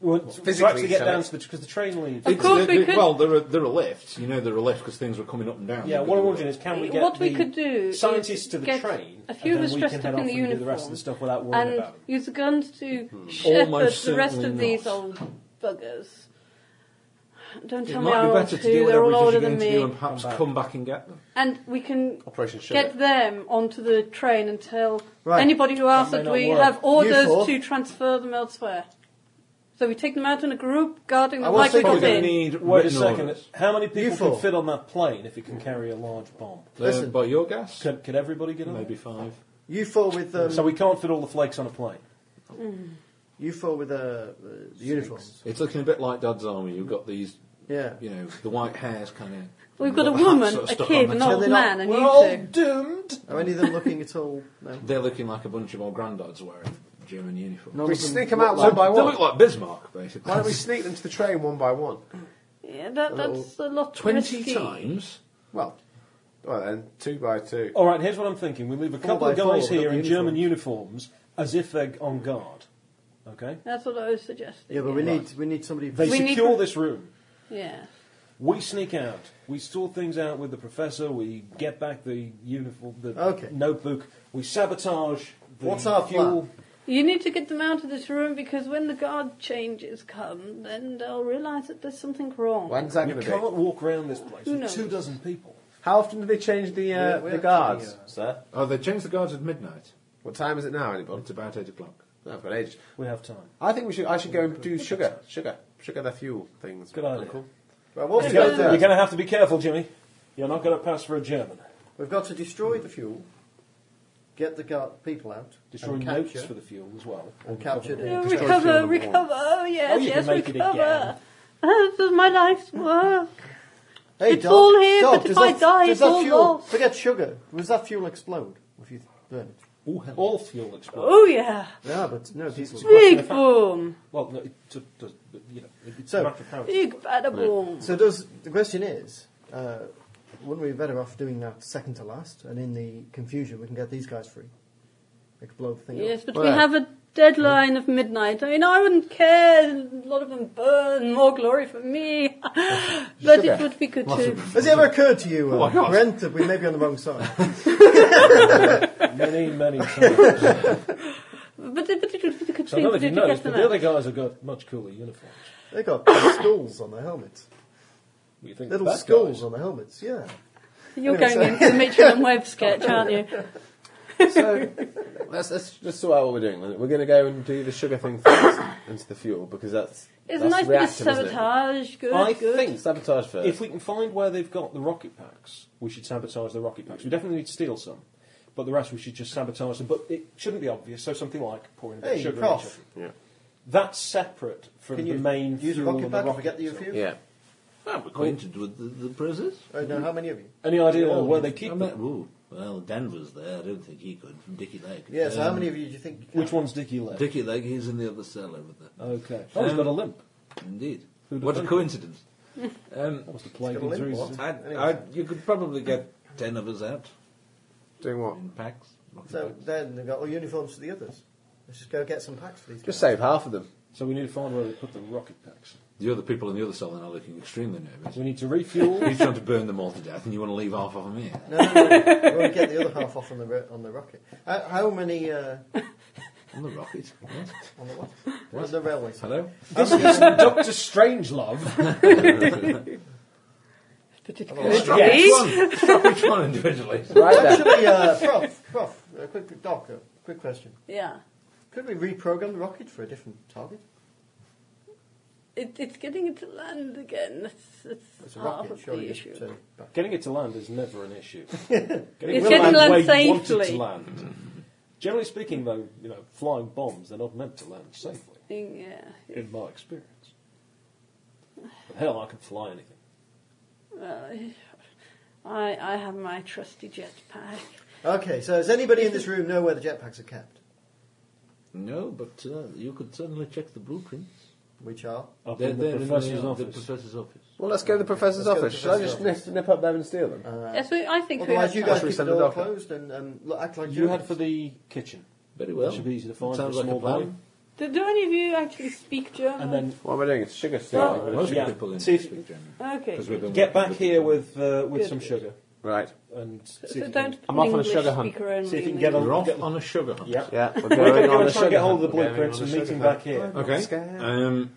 [SPEAKER 4] Well,
[SPEAKER 2] physically,
[SPEAKER 4] perhaps we get
[SPEAKER 2] so-
[SPEAKER 4] down to the because the train leaves.
[SPEAKER 5] Of course
[SPEAKER 3] there-
[SPEAKER 5] we
[SPEAKER 3] there-
[SPEAKER 5] could-
[SPEAKER 3] Well, there are, there are lifts. You know there are lifts because things were coming up and down.
[SPEAKER 4] Yeah, what I'm wondering is can we get
[SPEAKER 5] what we
[SPEAKER 4] the
[SPEAKER 5] could do is
[SPEAKER 4] scientists to the
[SPEAKER 5] get
[SPEAKER 4] train,
[SPEAKER 5] a few
[SPEAKER 4] and then
[SPEAKER 5] of us
[SPEAKER 4] we
[SPEAKER 5] dressed
[SPEAKER 4] can
[SPEAKER 5] up
[SPEAKER 4] head
[SPEAKER 5] in
[SPEAKER 4] off
[SPEAKER 5] the
[SPEAKER 4] and do the rest of
[SPEAKER 5] uniform
[SPEAKER 4] the stuff without worrying
[SPEAKER 5] and
[SPEAKER 4] about them.
[SPEAKER 5] use the guns to shepherd
[SPEAKER 3] Hmm. Almost
[SPEAKER 5] the rest of
[SPEAKER 3] certainly
[SPEAKER 5] these
[SPEAKER 3] not.
[SPEAKER 5] old buggers. Don't
[SPEAKER 3] It
[SPEAKER 5] tell me
[SPEAKER 3] might
[SPEAKER 5] I
[SPEAKER 3] be
[SPEAKER 5] rolled
[SPEAKER 3] better to do
[SPEAKER 5] two. They're
[SPEAKER 3] whatever
[SPEAKER 5] all
[SPEAKER 3] it is
[SPEAKER 5] older
[SPEAKER 3] you're
[SPEAKER 5] than
[SPEAKER 3] going to do and
[SPEAKER 5] me.
[SPEAKER 3] perhaps
[SPEAKER 4] Come back.
[SPEAKER 3] come back and get them.
[SPEAKER 5] And we can
[SPEAKER 2] Operation Sugar.
[SPEAKER 5] get them onto the train and tell
[SPEAKER 6] Right.
[SPEAKER 5] anybody who asks
[SPEAKER 4] That may
[SPEAKER 5] that,
[SPEAKER 4] not
[SPEAKER 5] we
[SPEAKER 4] work.
[SPEAKER 5] have orders
[SPEAKER 6] four.
[SPEAKER 5] to transfer them elsewhere. So we take them out in a group, guarding
[SPEAKER 6] I
[SPEAKER 5] them
[SPEAKER 6] was
[SPEAKER 5] like little
[SPEAKER 6] thinking
[SPEAKER 3] Probably
[SPEAKER 5] bin.
[SPEAKER 3] need
[SPEAKER 4] Wait a
[SPEAKER 3] written
[SPEAKER 4] second.
[SPEAKER 3] orders.
[SPEAKER 4] How many people
[SPEAKER 6] You
[SPEAKER 4] can
[SPEAKER 6] four.
[SPEAKER 4] fit on that plane if it can carry a large bomb?
[SPEAKER 3] Uh, by your guess,
[SPEAKER 4] Can, can everybody get on?
[SPEAKER 3] maybe five.
[SPEAKER 6] You four with um,
[SPEAKER 4] So we can't fit all the flakes on a plane.
[SPEAKER 6] you four with uh, uh, the uniforms.
[SPEAKER 3] It's looking a bit like Dad's army. You've got these,
[SPEAKER 6] Yeah.
[SPEAKER 3] you know, the white hairs kind of.
[SPEAKER 5] We've got a
[SPEAKER 3] the hats
[SPEAKER 5] woman,
[SPEAKER 3] sort of
[SPEAKER 5] a
[SPEAKER 3] stuck
[SPEAKER 5] kid,
[SPEAKER 3] on
[SPEAKER 5] an
[SPEAKER 3] the top.
[SPEAKER 5] old
[SPEAKER 6] they're
[SPEAKER 5] man,
[SPEAKER 6] not-
[SPEAKER 5] and
[SPEAKER 4] We're
[SPEAKER 5] you
[SPEAKER 4] all
[SPEAKER 5] two.
[SPEAKER 4] doomed.
[SPEAKER 6] Are any of them looking at all? No.
[SPEAKER 3] They're looking like a bunch of old granddads wearing German uniforms.
[SPEAKER 6] None
[SPEAKER 2] We
[SPEAKER 6] of them
[SPEAKER 2] sneak 'em
[SPEAKER 6] look
[SPEAKER 2] out
[SPEAKER 6] like-
[SPEAKER 2] one by
[SPEAKER 3] they
[SPEAKER 2] one.
[SPEAKER 3] look like Bismarck, basically.
[SPEAKER 2] Why
[SPEAKER 3] <laughs>
[SPEAKER 2] don't we sneak them to the train one by one?
[SPEAKER 5] Yeah, that, that's a lot
[SPEAKER 3] Twenty
[SPEAKER 5] risky.
[SPEAKER 3] times.
[SPEAKER 2] Well, well then, two by two.
[SPEAKER 4] All right, here's what I'm thinking. We leave a couple
[SPEAKER 6] by
[SPEAKER 4] of guys
[SPEAKER 6] four,
[SPEAKER 4] here in
[SPEAKER 6] they'll be
[SPEAKER 4] German uniforms as if they're on guard. Okay?
[SPEAKER 5] That's what I was suggesting.
[SPEAKER 6] Yeah, but we need we need somebody.
[SPEAKER 4] They
[SPEAKER 5] We need
[SPEAKER 4] secure
[SPEAKER 5] to-
[SPEAKER 4] this room.
[SPEAKER 5] Yeah.
[SPEAKER 4] We sneak out. We sort things out with the professor. We get back the uniform, the
[SPEAKER 6] Okay.
[SPEAKER 4] notebook. We sabotage the
[SPEAKER 6] What's our
[SPEAKER 4] fuel.
[SPEAKER 5] You need to get them out of this room because when the guard changes come, then they'll realise that there's something wrong.
[SPEAKER 2] When's that going
[SPEAKER 4] We
[SPEAKER 2] to be?
[SPEAKER 4] can't walk around this place
[SPEAKER 5] Who
[SPEAKER 4] with
[SPEAKER 5] knows?
[SPEAKER 4] two dozen people.
[SPEAKER 2] How often do they change the uh,
[SPEAKER 6] We're- we're
[SPEAKER 2] the guards,
[SPEAKER 6] actually, uh,
[SPEAKER 2] sir?
[SPEAKER 3] Oh, they changed the guards at midnight.
[SPEAKER 2] What time is it now, anybody?
[SPEAKER 3] It's about eight o'clock.
[SPEAKER 2] No, I've got ages.
[SPEAKER 4] We have time.
[SPEAKER 2] I think we should. I should go and do sugar, sugar, sugar the fuel things.
[SPEAKER 4] Good idea.
[SPEAKER 2] Uncle. Well, what
[SPEAKER 4] You're
[SPEAKER 2] we
[SPEAKER 5] go
[SPEAKER 4] going
[SPEAKER 2] got
[SPEAKER 5] there.
[SPEAKER 2] there?
[SPEAKER 4] to have to be careful, Jimmy. You're not going to pass for a German.
[SPEAKER 6] We've got to destroy the fuel, get the guard people out,
[SPEAKER 4] Destroy
[SPEAKER 6] and
[SPEAKER 4] notes
[SPEAKER 6] capture,
[SPEAKER 4] for the fuel as well.
[SPEAKER 6] and capture the
[SPEAKER 5] No,
[SPEAKER 6] destroy
[SPEAKER 5] recover,
[SPEAKER 6] fuel.
[SPEAKER 5] recover. Oh, yes,
[SPEAKER 4] Oh, you can
[SPEAKER 5] yes,
[SPEAKER 4] make it
[SPEAKER 5] recover.
[SPEAKER 4] again.
[SPEAKER 5] This is my life's work.
[SPEAKER 6] Hey,
[SPEAKER 5] It's
[SPEAKER 6] Doc,
[SPEAKER 5] all here,
[SPEAKER 6] Doc,
[SPEAKER 5] but if
[SPEAKER 6] does
[SPEAKER 5] I
[SPEAKER 6] that-
[SPEAKER 5] die,
[SPEAKER 6] does
[SPEAKER 5] it's
[SPEAKER 6] that
[SPEAKER 5] all
[SPEAKER 6] fuel,
[SPEAKER 5] lost.
[SPEAKER 6] Forget sugar. Does that fuel explode if you burn it?
[SPEAKER 4] All fuel explodes.
[SPEAKER 5] Oh, yeah.
[SPEAKER 6] Yeah, but no people.
[SPEAKER 5] Big boom.
[SPEAKER 4] Well, no, it, t- does- but, you know, it- it's
[SPEAKER 6] So-
[SPEAKER 4] a matter of how.
[SPEAKER 5] Big bada boom.
[SPEAKER 6] So does the question is, uh, wouldn't we be better off doing that second to last, and in the confusion we can get these guys free, explode the thing up?
[SPEAKER 5] Yes, but we
[SPEAKER 2] Well,
[SPEAKER 5] have a deadline of midnight. I mean, I wouldn't care. A lot of them burn. More glory for me. <laughs> but it would be good to.
[SPEAKER 6] Has it ever occurred to
[SPEAKER 4] Oh,
[SPEAKER 6] you, uh,
[SPEAKER 3] my God.
[SPEAKER 6] Brent, that we may be on the wrong side?
[SPEAKER 4] <laughs> <laughs> Many, <laughs> many times.
[SPEAKER 5] But it, but it would be good
[SPEAKER 4] So I
[SPEAKER 5] to,
[SPEAKER 4] don't know
[SPEAKER 5] to,
[SPEAKER 4] if you noticed,
[SPEAKER 5] to get
[SPEAKER 4] but
[SPEAKER 5] them
[SPEAKER 4] the other
[SPEAKER 5] out.
[SPEAKER 4] guys have got much cooler uniforms.
[SPEAKER 6] they got skulls on their helmets,
[SPEAKER 4] You think
[SPEAKER 6] little
[SPEAKER 4] that
[SPEAKER 6] skulls
[SPEAKER 4] guys-
[SPEAKER 6] on their helmets. Yeah.
[SPEAKER 5] You're
[SPEAKER 6] Anyway,
[SPEAKER 5] going into the Mitchell and Webb sketch, aren't
[SPEAKER 4] <laughs>
[SPEAKER 5] you?
[SPEAKER 2] So <laughs> let's let's just sort out what we're doing. then. We're going to go and do the sugar thing first <coughs> into the fuel because that's
[SPEAKER 5] It's a
[SPEAKER 2] that's
[SPEAKER 5] nice bit of
[SPEAKER 2] reactive, isn't it?
[SPEAKER 5] sabotage. Good.
[SPEAKER 4] I
[SPEAKER 5] good.
[SPEAKER 4] think
[SPEAKER 2] Sabotage first.
[SPEAKER 4] if we can find where they've got the rocket packs, we should sabotage the rocket packs. We definitely need to steal some, but the rest we should just sabotage them. But it shouldn't be obvious. So something like pouring a bit
[SPEAKER 6] Hey,
[SPEAKER 4] of sugar in each
[SPEAKER 6] prof.
[SPEAKER 4] other.
[SPEAKER 2] yeah.
[SPEAKER 4] That's separate from
[SPEAKER 6] Can
[SPEAKER 4] the
[SPEAKER 6] you
[SPEAKER 4] main
[SPEAKER 6] use a
[SPEAKER 4] fuel
[SPEAKER 6] rocket
[SPEAKER 4] and the
[SPEAKER 6] pack?
[SPEAKER 4] rocket
[SPEAKER 6] Forget the
[SPEAKER 4] itself.
[SPEAKER 6] fuel.
[SPEAKER 2] yeah.
[SPEAKER 10] I'm acquainted with the, the process.
[SPEAKER 6] I don't know Oh, how many of you.
[SPEAKER 4] Any idea where they keep
[SPEAKER 10] I
[SPEAKER 4] them?
[SPEAKER 10] met- ooh, well, Denver's there. I don't think he could. From Dickie Lake.
[SPEAKER 6] Yeah. So
[SPEAKER 10] Um,
[SPEAKER 6] how many of you do you think?
[SPEAKER 4] Which one's Dickie left?
[SPEAKER 10] Dickie Lake. He's in the other cell over there.
[SPEAKER 4] Okay. Oh, he's
[SPEAKER 10] Um,
[SPEAKER 4] got a limp.
[SPEAKER 10] Indeed.
[SPEAKER 4] Who'd
[SPEAKER 10] What a
[SPEAKER 4] have thunk it? <laughs>
[SPEAKER 10] coincidence. um,
[SPEAKER 4] That was the plague
[SPEAKER 6] got a limp,
[SPEAKER 4] injuries.
[SPEAKER 6] what?
[SPEAKER 10] I, I, you could probably get ten of us out
[SPEAKER 2] Doing what?
[SPEAKER 10] in packs.
[SPEAKER 6] So then they've got all uniforms for the others. Let's just go get some packs for these.
[SPEAKER 2] Just
[SPEAKER 6] guys.
[SPEAKER 2] save half of them.
[SPEAKER 4] So we need to find where they put the rocket packs.
[SPEAKER 3] The other people in the other cell then are looking extremely nervous.
[SPEAKER 4] We need to <laughs> refuel.
[SPEAKER 3] He's trying to burn them all to death, and you want to leave half of them here.
[SPEAKER 6] No, no, no.
[SPEAKER 5] <laughs>
[SPEAKER 6] we want to get the other half off on the ro- on the rocket. How, how many uh,
[SPEAKER 3] On the rocket. What?
[SPEAKER 6] on the what? On the railway. side?
[SPEAKER 3] Hello?
[SPEAKER 4] this is Doctor Strangelove.
[SPEAKER 5] But it
[SPEAKER 4] Oh,
[SPEAKER 6] Well,
[SPEAKER 5] could
[SPEAKER 3] Strap
[SPEAKER 5] be.
[SPEAKER 3] each
[SPEAKER 10] <laughs>
[SPEAKER 3] one. Strap each one individually.
[SPEAKER 2] Right there.
[SPEAKER 6] Actually, uh, prof, prof, a quick doc, a quick question.
[SPEAKER 5] Yeah.
[SPEAKER 6] Could we reprogram the rocket for a different target?
[SPEAKER 5] It, it's getting it to land again. That's, that's
[SPEAKER 6] It's a
[SPEAKER 5] half
[SPEAKER 6] rocket,
[SPEAKER 5] of
[SPEAKER 6] surely.
[SPEAKER 5] the
[SPEAKER 6] it's,
[SPEAKER 5] issue.
[SPEAKER 6] uh, back.
[SPEAKER 4] Getting it to land is never an issue. Getting
[SPEAKER 5] It's getting land
[SPEAKER 4] where you want it to
[SPEAKER 5] safely.
[SPEAKER 4] land. Generally speaking, though, you know, flying bombs, they're not meant to land safely,
[SPEAKER 5] Yeah.
[SPEAKER 4] in my experience. But hell, I can fly anything.
[SPEAKER 5] Well, I, I have my trusty jetpack.
[SPEAKER 6] Okay, so does anybody in this room know where the jetpacks are kept?
[SPEAKER 10] No, but uh, you could certainly check the blueprints.
[SPEAKER 6] Which are?
[SPEAKER 4] Up
[SPEAKER 10] They're
[SPEAKER 4] in the
[SPEAKER 10] there in
[SPEAKER 4] professor's
[SPEAKER 10] the, uh, the
[SPEAKER 4] office.
[SPEAKER 10] professor's office.
[SPEAKER 2] Well, let's go to the professor's
[SPEAKER 6] Let's go to
[SPEAKER 2] office.
[SPEAKER 6] the
[SPEAKER 2] Shall I
[SPEAKER 6] professor's
[SPEAKER 2] just nip, nip up there and steal them?
[SPEAKER 5] yes, we, I think we have
[SPEAKER 6] Otherwise, you
[SPEAKER 5] time.
[SPEAKER 6] guys
[SPEAKER 2] Should we
[SPEAKER 6] keep the
[SPEAKER 2] send the
[SPEAKER 6] door
[SPEAKER 2] doctor?
[SPEAKER 6] closed and um, look, act like
[SPEAKER 4] you had
[SPEAKER 6] humans.
[SPEAKER 4] for the kitchen.
[SPEAKER 10] Very well.
[SPEAKER 4] That should be easy to find
[SPEAKER 10] Sounds
[SPEAKER 4] for a
[SPEAKER 10] like a
[SPEAKER 4] small
[SPEAKER 10] plan.
[SPEAKER 4] boy.
[SPEAKER 5] do, do any of you actually speak German?
[SPEAKER 4] And then
[SPEAKER 2] What am I doing? It's sugar stealing.
[SPEAKER 5] Well-
[SPEAKER 10] Most
[SPEAKER 4] Yeah.
[SPEAKER 10] people in
[SPEAKER 4] See if-
[SPEAKER 10] speak German.
[SPEAKER 5] okay.
[SPEAKER 10] 'cause we've been
[SPEAKER 4] get
[SPEAKER 10] working
[SPEAKER 4] back here with uh, with
[SPEAKER 5] Good.
[SPEAKER 4] some sugar
[SPEAKER 2] Right.
[SPEAKER 4] and
[SPEAKER 5] So,
[SPEAKER 4] see if
[SPEAKER 5] so
[SPEAKER 4] you
[SPEAKER 5] don't
[SPEAKER 4] can-
[SPEAKER 5] put
[SPEAKER 2] I'm off on
[SPEAKER 5] an
[SPEAKER 2] a
[SPEAKER 5] English
[SPEAKER 2] sugar hunt.
[SPEAKER 5] speaker only.
[SPEAKER 4] see if you
[SPEAKER 5] in
[SPEAKER 4] can get
[SPEAKER 5] the-
[SPEAKER 4] on.
[SPEAKER 3] We're off
[SPEAKER 4] get-
[SPEAKER 3] on a sugar hunt.
[SPEAKER 4] yeah.
[SPEAKER 2] Yeah. <laughs> We're
[SPEAKER 4] We're
[SPEAKER 2] going
[SPEAKER 4] going
[SPEAKER 2] on
[SPEAKER 4] to
[SPEAKER 2] the
[SPEAKER 4] try and
[SPEAKER 2] sugar Um,
[SPEAKER 4] get hold of
[SPEAKER 2] hunt.
[SPEAKER 4] the
[SPEAKER 2] We're going
[SPEAKER 4] blueprints
[SPEAKER 2] on
[SPEAKER 4] and
[SPEAKER 2] the
[SPEAKER 4] meet him
[SPEAKER 2] sugar
[SPEAKER 4] back here.
[SPEAKER 3] Okay.
[SPEAKER 2] Let's go.
[SPEAKER 3] Um,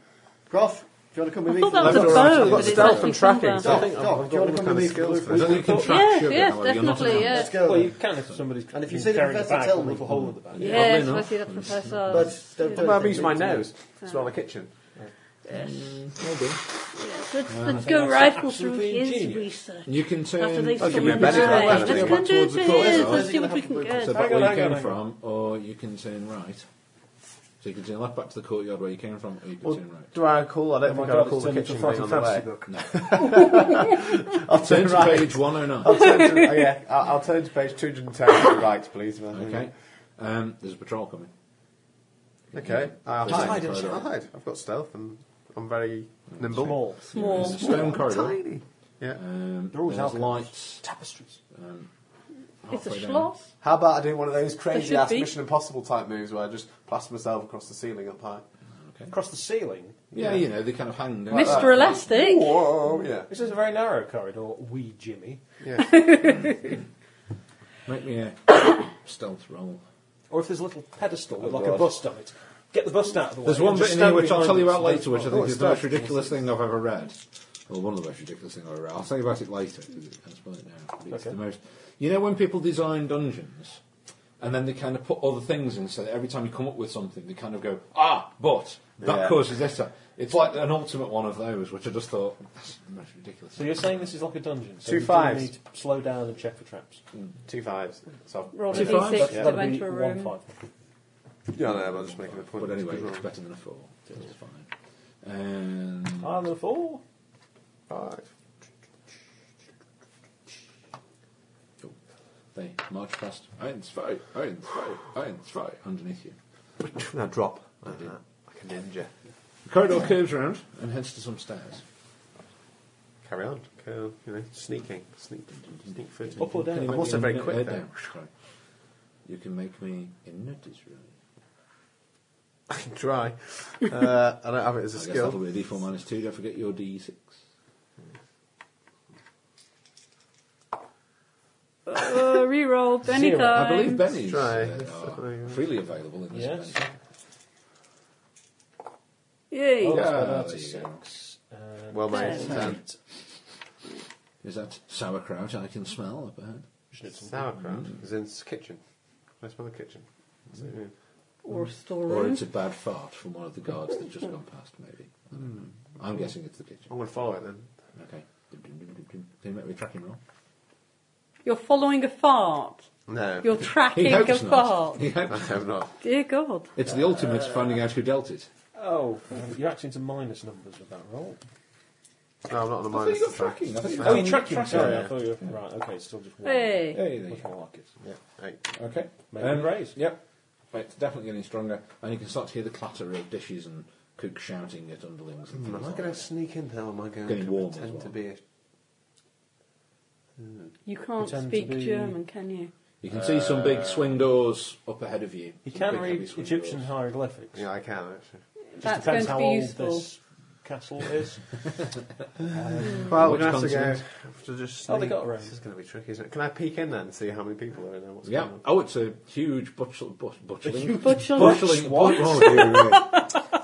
[SPEAKER 6] Prof, you want to come
[SPEAKER 5] I
[SPEAKER 6] with me?
[SPEAKER 5] thought
[SPEAKER 6] for
[SPEAKER 5] that was
[SPEAKER 6] the-
[SPEAKER 5] a bow, but
[SPEAKER 2] got
[SPEAKER 5] it's
[SPEAKER 2] stealth
[SPEAKER 5] actually
[SPEAKER 2] and tracking.
[SPEAKER 5] combat.
[SPEAKER 2] So I think I've
[SPEAKER 6] Doc, do you
[SPEAKER 2] got
[SPEAKER 6] wanna
[SPEAKER 2] all the kind
[SPEAKER 6] come
[SPEAKER 2] of
[SPEAKER 6] with me for a
[SPEAKER 2] skills.
[SPEAKER 6] look?
[SPEAKER 2] for it.
[SPEAKER 3] you can
[SPEAKER 5] Yes,
[SPEAKER 3] track sugar,
[SPEAKER 5] yes,
[SPEAKER 3] however, you're not
[SPEAKER 5] definitely,
[SPEAKER 3] allowed.
[SPEAKER 5] yes.
[SPEAKER 6] Let's go.
[SPEAKER 4] Well, you
[SPEAKER 6] then.
[SPEAKER 4] can if somebody's
[SPEAKER 6] And if you see the
[SPEAKER 4] carrying a
[SPEAKER 6] professor,
[SPEAKER 4] bag
[SPEAKER 6] tell
[SPEAKER 4] full
[SPEAKER 6] me.
[SPEAKER 4] of the whole of the bag.
[SPEAKER 5] Yes,
[SPEAKER 3] Oddly
[SPEAKER 5] I see that professor.
[SPEAKER 6] But don't, don't
[SPEAKER 2] Well, I've
[SPEAKER 6] think
[SPEAKER 2] used my
[SPEAKER 6] it's me.
[SPEAKER 2] nose. Smell the kitchen.
[SPEAKER 5] Let's, let's go rifle through
[SPEAKER 4] absolutely
[SPEAKER 5] his
[SPEAKER 4] ingenious.
[SPEAKER 5] research.
[SPEAKER 3] Um, You can turn.
[SPEAKER 5] After they've
[SPEAKER 3] Okay,
[SPEAKER 5] stolen
[SPEAKER 3] we
[SPEAKER 5] the
[SPEAKER 3] better go
[SPEAKER 5] bag.
[SPEAKER 3] left
[SPEAKER 5] Let's
[SPEAKER 3] and go
[SPEAKER 5] go
[SPEAKER 3] back
[SPEAKER 5] do
[SPEAKER 3] towards the corridor.
[SPEAKER 5] this.
[SPEAKER 6] corridor.
[SPEAKER 5] Let's see what we can get.
[SPEAKER 3] So back
[SPEAKER 4] Hang on,
[SPEAKER 3] where you
[SPEAKER 4] hang on,
[SPEAKER 3] came
[SPEAKER 4] hang
[SPEAKER 3] from, or you can turn right. So you can turn left back to the courtyard where you came from, or you can turn right.
[SPEAKER 2] Do I call? I don't
[SPEAKER 4] my
[SPEAKER 2] think
[SPEAKER 4] God,
[SPEAKER 2] I'll call
[SPEAKER 4] it's
[SPEAKER 2] the
[SPEAKER 4] turned into
[SPEAKER 2] kitchen
[SPEAKER 4] a
[SPEAKER 2] thing on the
[SPEAKER 4] fucking
[SPEAKER 2] way.
[SPEAKER 4] fantasy
[SPEAKER 2] <laughs> I'll
[SPEAKER 3] Turn
[SPEAKER 2] turn
[SPEAKER 3] to
[SPEAKER 2] right.
[SPEAKER 3] page 109.
[SPEAKER 2] <laughs> I'll turn to, oh, yeah, I'll, I'll turn to page 210 to the right, please. man.
[SPEAKER 3] Okay. Um, there's a patrol coming.
[SPEAKER 2] Okay. I'll
[SPEAKER 3] Just
[SPEAKER 2] hide.
[SPEAKER 3] hide
[SPEAKER 2] I'll
[SPEAKER 3] inside.
[SPEAKER 2] hide. I've got stealth and I'm very nimble.
[SPEAKER 4] Small.
[SPEAKER 3] There's
[SPEAKER 5] Small.
[SPEAKER 3] a stone corridor.
[SPEAKER 2] Tiny. Yeah.
[SPEAKER 3] Um,
[SPEAKER 4] They're always
[SPEAKER 3] there's
[SPEAKER 4] alcove.
[SPEAKER 3] lights.
[SPEAKER 4] Tapestries.
[SPEAKER 3] Um,
[SPEAKER 5] It's a
[SPEAKER 3] halfway down.
[SPEAKER 5] schloss.
[SPEAKER 2] How about I do one of those
[SPEAKER 5] should
[SPEAKER 2] crazy ass
[SPEAKER 5] be.
[SPEAKER 2] Mission Impossible type moves where I just plaster myself across the ceiling up high?
[SPEAKER 4] Across the ceiling.
[SPEAKER 3] Yeah, you know, they kind of hang down.
[SPEAKER 5] Mr. Elastic.
[SPEAKER 2] Whoa, yeah.
[SPEAKER 4] This is a very narrow corridor. Wee Jimmy.
[SPEAKER 2] yeah.
[SPEAKER 3] Make me a <coughs> stealth roll.
[SPEAKER 4] Or if there's a little pedestal with like a bust on it, get the bust out of the way.
[SPEAKER 3] Oh, There's one
[SPEAKER 4] and
[SPEAKER 3] bit
[SPEAKER 4] just
[SPEAKER 3] in here
[SPEAKER 4] stand
[SPEAKER 3] which I'll
[SPEAKER 4] behind
[SPEAKER 3] tell you
[SPEAKER 4] it.
[SPEAKER 3] about later, which I think
[SPEAKER 2] Oh,
[SPEAKER 3] is the most
[SPEAKER 2] stuff.
[SPEAKER 3] ridiculous thing I've ever read. Well, one of the most ridiculous things I've ever read. I'll tell you about it later because I can't spoil it now. But it's
[SPEAKER 4] Okay.
[SPEAKER 3] the most. You know when people design dungeons and then they kind of put other things in so that every time you come up with something, they kind of go, ah, but that
[SPEAKER 2] Yeah.
[SPEAKER 3] causes this. uh, It's like an ultimate one of those, which I just thought, that's the most ridiculous.
[SPEAKER 4] So you're saying this is like a dungeon? So
[SPEAKER 2] Two
[SPEAKER 4] you do
[SPEAKER 2] fives.
[SPEAKER 4] Need to slow down and check for traps.
[SPEAKER 2] Two fives. So
[SPEAKER 5] Roll
[SPEAKER 3] Two
[SPEAKER 5] a
[SPEAKER 3] fives.
[SPEAKER 5] d6
[SPEAKER 3] Yeah.
[SPEAKER 5] to enter a
[SPEAKER 4] one
[SPEAKER 5] room.
[SPEAKER 4] five.
[SPEAKER 2] yeah, no, but I'm just making a point.
[SPEAKER 3] But
[SPEAKER 2] It's
[SPEAKER 3] anyway, it's
[SPEAKER 2] good roll.
[SPEAKER 3] better than a four. so It's fine. Um,
[SPEAKER 4] I'm a four.
[SPEAKER 2] Five.
[SPEAKER 3] oh, they march past. Eins, zwei, eins, zwei, eins, zwei, underneath you.
[SPEAKER 2] <laughs> Now drop. Like that. Like a ninja.
[SPEAKER 3] The corridor curves around and heads to some stairs.
[SPEAKER 2] Carry on. Carry on. You know, sneaking. Sneak, sneak footing.
[SPEAKER 4] Up or down?
[SPEAKER 2] I'm also
[SPEAKER 3] In-
[SPEAKER 2] very
[SPEAKER 3] no,
[SPEAKER 2] quick,
[SPEAKER 3] uh,
[SPEAKER 2] though. <laughs>
[SPEAKER 3] down. Sorry. You can make me a notice roll.
[SPEAKER 2] I can try. Uh, I don't have it as a
[SPEAKER 3] I guess that'll
[SPEAKER 2] skill.
[SPEAKER 3] be a d4 minus 2. Don't forget your d6.
[SPEAKER 5] Uh, reroll
[SPEAKER 4] Zero.
[SPEAKER 3] I believe
[SPEAKER 5] anytime.
[SPEAKER 3] Benny's
[SPEAKER 2] Try.
[SPEAKER 3] uh, are freely available in this
[SPEAKER 4] Yes.
[SPEAKER 3] adventure.
[SPEAKER 5] Yay.
[SPEAKER 4] Oh, that's
[SPEAKER 3] Yeah,
[SPEAKER 4] gone out to
[SPEAKER 3] there you go.
[SPEAKER 4] six. And
[SPEAKER 2] Well, mate,
[SPEAKER 5] Ten.
[SPEAKER 2] it's ten.
[SPEAKER 3] Um, Is that sauerkraut I can smell up ahead?
[SPEAKER 4] Just need some-
[SPEAKER 2] Sauerkraut is in s- kitchen. I smell the kitchen. So, yeah.
[SPEAKER 5] Or
[SPEAKER 3] Or
[SPEAKER 5] storeroom.
[SPEAKER 3] it's a bad fart from one of the guards that's just gone past, maybe. I don't know. I'm guessing it's the kitchen.
[SPEAKER 2] I'm going to follow it then.
[SPEAKER 3] Okay. Can you make me a tracking roll?
[SPEAKER 5] You're following a fart.
[SPEAKER 2] No.
[SPEAKER 5] <laughs> You're
[SPEAKER 3] He
[SPEAKER 5] tracking a
[SPEAKER 3] hopes not.
[SPEAKER 5] fart.
[SPEAKER 3] <laughs> He
[SPEAKER 2] <laughs>
[SPEAKER 3] hopes
[SPEAKER 2] I have not.
[SPEAKER 5] Dear God.
[SPEAKER 3] It's the ultimate finding out who dealt it.
[SPEAKER 4] Oh, you're actually into minus numbers with that roll.
[SPEAKER 2] No, I'm not on the
[SPEAKER 3] I thought
[SPEAKER 2] minus.
[SPEAKER 3] you got
[SPEAKER 2] this time.
[SPEAKER 3] tracking. I thought you
[SPEAKER 4] Oh, you're tracking. Sorry,
[SPEAKER 2] yeah.
[SPEAKER 4] I thought you were right. Okay, it's still just one.
[SPEAKER 5] Hey.
[SPEAKER 3] Hey, there you
[SPEAKER 4] Much
[SPEAKER 3] go.
[SPEAKER 4] more like it.
[SPEAKER 2] Yeah. Eight.
[SPEAKER 3] Okay.
[SPEAKER 4] Maybe raise.
[SPEAKER 3] Yep. It's definitely getting stronger, and you can start to hear the clatter of dishes and cook shouting at underlings and things.
[SPEAKER 2] Am Hmm, I
[SPEAKER 3] like
[SPEAKER 2] going to
[SPEAKER 3] that.
[SPEAKER 2] sneak in there or am I going
[SPEAKER 3] Getting
[SPEAKER 2] to
[SPEAKER 3] warm as
[SPEAKER 2] pretend
[SPEAKER 3] well.
[SPEAKER 2] to be a...
[SPEAKER 5] You
[SPEAKER 4] Pretend
[SPEAKER 5] can't
[SPEAKER 4] to
[SPEAKER 5] speak
[SPEAKER 4] be-
[SPEAKER 5] German, can you?
[SPEAKER 3] You can see some
[SPEAKER 2] Uh,
[SPEAKER 3] big swing doors up ahead of you.
[SPEAKER 4] You
[SPEAKER 3] Some
[SPEAKER 4] can
[SPEAKER 3] big
[SPEAKER 4] read
[SPEAKER 3] heavy swing
[SPEAKER 4] Egyptian
[SPEAKER 3] doors.
[SPEAKER 4] hieroglyphics.
[SPEAKER 2] Yeah, I can actually.
[SPEAKER 4] Just
[SPEAKER 5] That's going
[SPEAKER 4] depends
[SPEAKER 5] to
[SPEAKER 4] how
[SPEAKER 5] be
[SPEAKER 4] old
[SPEAKER 5] useful. <laughs>
[SPEAKER 4] this castle is.
[SPEAKER 2] Well,
[SPEAKER 3] Which
[SPEAKER 2] we're going to have to
[SPEAKER 3] continent?
[SPEAKER 2] go. have to just
[SPEAKER 4] Oh, they
[SPEAKER 2] sneak.
[SPEAKER 4] got around.
[SPEAKER 2] This is going to be tricky, isn't it? Can I peek in there and see how many people are in there? What's
[SPEAKER 3] Yeah.
[SPEAKER 2] going on?
[SPEAKER 3] Oh, it's a huge butchel, but, butchling,
[SPEAKER 5] butchel-
[SPEAKER 3] bustling, bu-
[SPEAKER 4] What?
[SPEAKER 3] oh, dear me. <laughs>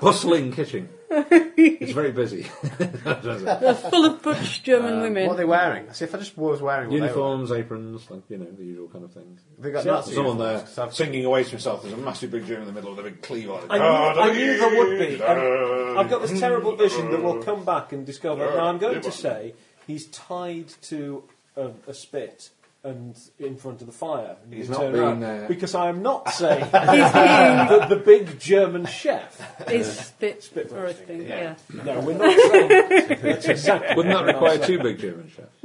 [SPEAKER 4] <laughs>
[SPEAKER 3] bustling kitchen. It's very busy. <laughs>
[SPEAKER 5] Full of butch German women.
[SPEAKER 2] What are they wearing? See, if I just was wearing what they were-
[SPEAKER 3] Uniforms, aprons, like you know the usual kind of things.
[SPEAKER 2] They got
[SPEAKER 4] See,
[SPEAKER 2] Nazi
[SPEAKER 3] Someone there
[SPEAKER 2] uniforms, 'cause I've-
[SPEAKER 3] singing away to himself. There's a massive big German in the middle with a big cleave on it.
[SPEAKER 4] I knew, I knew there would be. I'm- I've got this terrible vision that we'll come back and discover. Now, I'm going to say he's tied to a, a spit and in front of the fire. And you
[SPEAKER 3] He's
[SPEAKER 4] can
[SPEAKER 3] not
[SPEAKER 4] turn
[SPEAKER 3] being,
[SPEAKER 4] around.
[SPEAKER 3] uh,
[SPEAKER 4] Because I am
[SPEAKER 3] <laughs>
[SPEAKER 4] not saying that the big German chef.
[SPEAKER 5] is spit,
[SPEAKER 4] Spit
[SPEAKER 5] roasting, yeah.
[SPEAKER 3] yeah.
[SPEAKER 4] No, we're not saying that's exactly. what
[SPEAKER 3] Wouldn't that
[SPEAKER 4] we're not
[SPEAKER 3] require
[SPEAKER 4] saying.
[SPEAKER 3] two big German
[SPEAKER 2] <laughs>
[SPEAKER 3] chefs?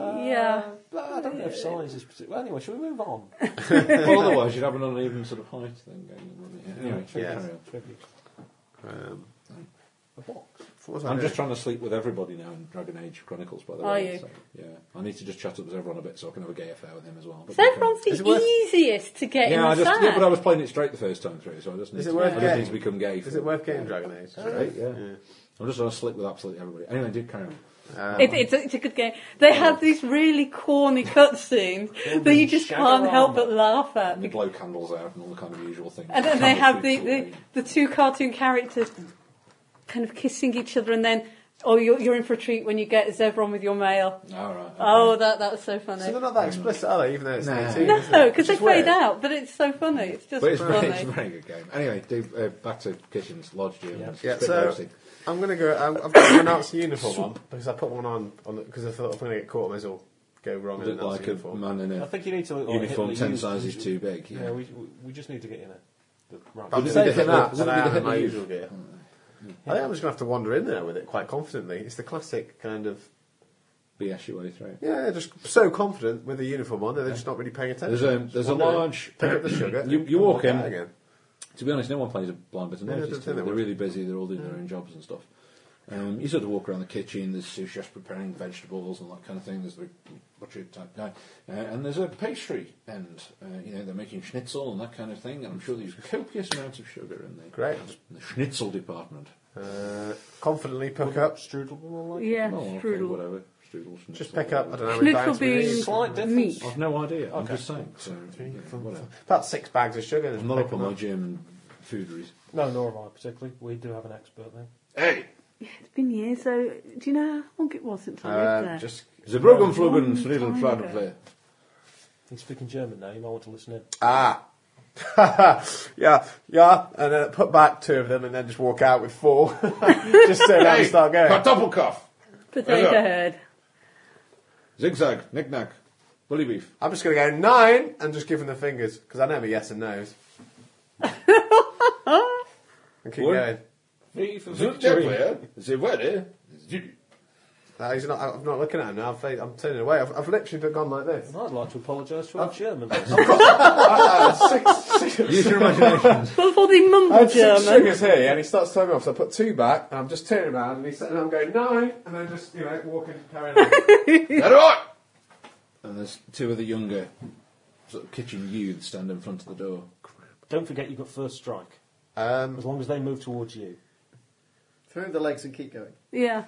[SPEAKER 5] Yeah.
[SPEAKER 4] But I don't know if size is particular. Well, anyway, shall we move on?
[SPEAKER 3] well, otherwise you'd have an uneven sort of height thing going on. wouldn't you? Anyway,
[SPEAKER 2] Yeah.
[SPEAKER 3] carry on.
[SPEAKER 2] Um,
[SPEAKER 4] A box.
[SPEAKER 2] what was I
[SPEAKER 3] I'm
[SPEAKER 2] doing?
[SPEAKER 3] just trying to sleep with everybody now in Dragon Age Chronicles, by the
[SPEAKER 5] Are
[SPEAKER 3] way.
[SPEAKER 5] you?
[SPEAKER 3] so, yeah, I need to just chat up with everyone a bit so I can have a gay affair with him as well. But
[SPEAKER 5] Saffron's
[SPEAKER 2] Is
[SPEAKER 5] the
[SPEAKER 2] it worth-
[SPEAKER 5] easiest to get
[SPEAKER 3] yeah, I
[SPEAKER 5] in the
[SPEAKER 3] just,
[SPEAKER 5] sack.
[SPEAKER 3] yeah, but I was playing it straight the first time through, so I just need,
[SPEAKER 2] Is it
[SPEAKER 3] to,
[SPEAKER 2] worth
[SPEAKER 3] I just need
[SPEAKER 2] getting?
[SPEAKER 3] to become gay.
[SPEAKER 2] Is
[SPEAKER 3] for-
[SPEAKER 2] it worth getting Dragon Age?
[SPEAKER 4] Uh,
[SPEAKER 3] Right, yeah.
[SPEAKER 2] Yeah.
[SPEAKER 3] I'm just trying to sleep with absolutely everybody. Anyway, do carry on.
[SPEAKER 5] It, it's, a, it's a good game. They have these really corny cutscenes that you just can't help but laugh at.
[SPEAKER 3] And they blow candles out and all the kind of usual things.
[SPEAKER 5] And then they have the,
[SPEAKER 3] Candles
[SPEAKER 5] the, the
[SPEAKER 3] through
[SPEAKER 5] two cartoon characters kind of kissing each other, and then oh, you're, you're in for a treat when you get Zevron with your mail.
[SPEAKER 3] All right.
[SPEAKER 5] Oh, that that was so funny. <laughs>
[SPEAKER 2] So they're not that explicit, are they? Even though it's
[SPEAKER 4] <laughs>
[SPEAKER 3] Nah.
[SPEAKER 2] 18, isn't
[SPEAKER 5] no,
[SPEAKER 2] it?
[SPEAKER 5] because they
[SPEAKER 2] Which is
[SPEAKER 5] fade
[SPEAKER 2] weird.
[SPEAKER 5] out, but it's so funny. It's just
[SPEAKER 3] But it's, very,
[SPEAKER 5] funny.
[SPEAKER 3] it's a very good game. Anyway, Dave, uh, back to Kitchen's Lodge Gym. It's a
[SPEAKER 2] Yeah,
[SPEAKER 3] bit
[SPEAKER 2] so
[SPEAKER 3] roasty.
[SPEAKER 2] I'm going to go. I'm, I've got a Nazi uniform on because I put one on because I thought if I'm going to get caught, I might as well go wrong in a
[SPEAKER 3] Look
[SPEAKER 2] Nazi
[SPEAKER 3] like a
[SPEAKER 2] uniform.
[SPEAKER 3] man in
[SPEAKER 4] I
[SPEAKER 3] a
[SPEAKER 4] think you need to look like
[SPEAKER 3] uniform
[SPEAKER 4] Hitler
[SPEAKER 3] ten
[SPEAKER 4] used-
[SPEAKER 3] sizes
[SPEAKER 4] used-
[SPEAKER 3] too big.
[SPEAKER 4] Yeah,
[SPEAKER 3] Yeah.
[SPEAKER 4] we, we, we just need to get in a. The right
[SPEAKER 2] But I'm
[SPEAKER 3] Would it be
[SPEAKER 2] safer
[SPEAKER 3] the
[SPEAKER 2] than
[SPEAKER 3] Hitler-
[SPEAKER 2] that
[SPEAKER 3] would
[SPEAKER 2] than I
[SPEAKER 3] it be the
[SPEAKER 2] am
[SPEAKER 3] Hmm.
[SPEAKER 2] in my
[SPEAKER 3] Hitler
[SPEAKER 2] usual gear. I think I'm just going to have to wander in there with it quite confidently. It's the classic kind of
[SPEAKER 3] BS your way through.
[SPEAKER 2] yeah, just so confident with the uniform on that they're just not really paying attention.
[SPEAKER 3] There's a,
[SPEAKER 2] Just
[SPEAKER 3] there's a
[SPEAKER 2] wander in,
[SPEAKER 3] large.
[SPEAKER 2] pick up the sugar.
[SPEAKER 3] You, you
[SPEAKER 2] and
[SPEAKER 3] walk in.
[SPEAKER 2] out again. <laughs>
[SPEAKER 3] To be honest, no one plays a blind bit of
[SPEAKER 2] Yeah, I
[SPEAKER 3] notice.
[SPEAKER 2] don't think
[SPEAKER 3] to them.
[SPEAKER 2] they
[SPEAKER 3] They're
[SPEAKER 2] would.
[SPEAKER 3] really busy. They're all doing their own jobs and stuff. Um, you sort of walk around the kitchen. There's sous chef preparing vegetables and that kind of thing. There's the butcher type guy, uh, and there's a pastry end. Uh, you know, they're making schnitzel and that kind of thing. And I'm sure there's copious amounts of sugar in the,
[SPEAKER 2] Great.
[SPEAKER 3] in the schnitzel department.
[SPEAKER 2] Uh, confidently pick up.
[SPEAKER 4] strudel and all that.
[SPEAKER 5] <laughs> yeah,
[SPEAKER 3] Oh, okay,
[SPEAKER 5] strudel.
[SPEAKER 3] whatever. Strudel, schnitzel,
[SPEAKER 2] Just pick up. I don't know.
[SPEAKER 5] Schnitzel
[SPEAKER 2] diamonds we
[SPEAKER 5] being-
[SPEAKER 2] need.
[SPEAKER 4] Slight difference.
[SPEAKER 5] Meat.
[SPEAKER 3] I've no idea. I'm just saying. So, yeah, whatever.
[SPEAKER 2] About six bags of sugar. just
[SPEAKER 3] I'm not
[SPEAKER 2] pick
[SPEAKER 3] up on
[SPEAKER 2] them
[SPEAKER 3] my gym and fooderies.
[SPEAKER 4] No, nor have I particularly. We do have an expert there.
[SPEAKER 11] Hey,
[SPEAKER 5] It's been years, so do you know how long it was since I lived
[SPEAKER 2] Uh,
[SPEAKER 5] there?
[SPEAKER 2] just
[SPEAKER 3] The Brogan
[SPEAKER 5] Long
[SPEAKER 3] Flogan Snidel
[SPEAKER 5] time
[SPEAKER 3] Flan
[SPEAKER 5] ago.
[SPEAKER 3] player.
[SPEAKER 4] He's speaking German now. You might want to listen in.
[SPEAKER 2] ah. yeah, yeah, and then put back two of them, and then just walk out with four. <laughs> just sit down and
[SPEAKER 11] hey,
[SPEAKER 2] start going.
[SPEAKER 11] Kartoffelkauf,
[SPEAKER 5] Potato
[SPEAKER 11] Yeah.
[SPEAKER 5] head.
[SPEAKER 3] Zigzag, knick knack, bully beef.
[SPEAKER 2] I'm just going to go nine and just give them the fingers because I know my yes and no's. and keep
[SPEAKER 3] One.
[SPEAKER 2] going.
[SPEAKER 3] Free for
[SPEAKER 11] the weather is due.
[SPEAKER 2] No, he's not, I'm not looking at him now. I'm, fa- I'm turning away. I've, I've literally been gone like this.
[SPEAKER 4] <laughs> And I'd like to apologise to our German.
[SPEAKER 3] Use
[SPEAKER 2] <laughs>
[SPEAKER 3] your imagination.
[SPEAKER 5] Well, for the
[SPEAKER 2] I
[SPEAKER 5] mumble
[SPEAKER 2] had six
[SPEAKER 5] German.
[SPEAKER 2] sugars here, yeah, and he starts throwing me off. So I put two back, and I'm just turning around, and he's sitting there, I'm going nine, and then just you know walking, carrying on.
[SPEAKER 11] All right.
[SPEAKER 3] and there's two of the younger sort of kitchen youths stand in front of the door.
[SPEAKER 4] Don't forget you've got first strike.
[SPEAKER 2] um,
[SPEAKER 4] As long as they move towards you.
[SPEAKER 6] Through the legs and keep going.
[SPEAKER 5] Yeah.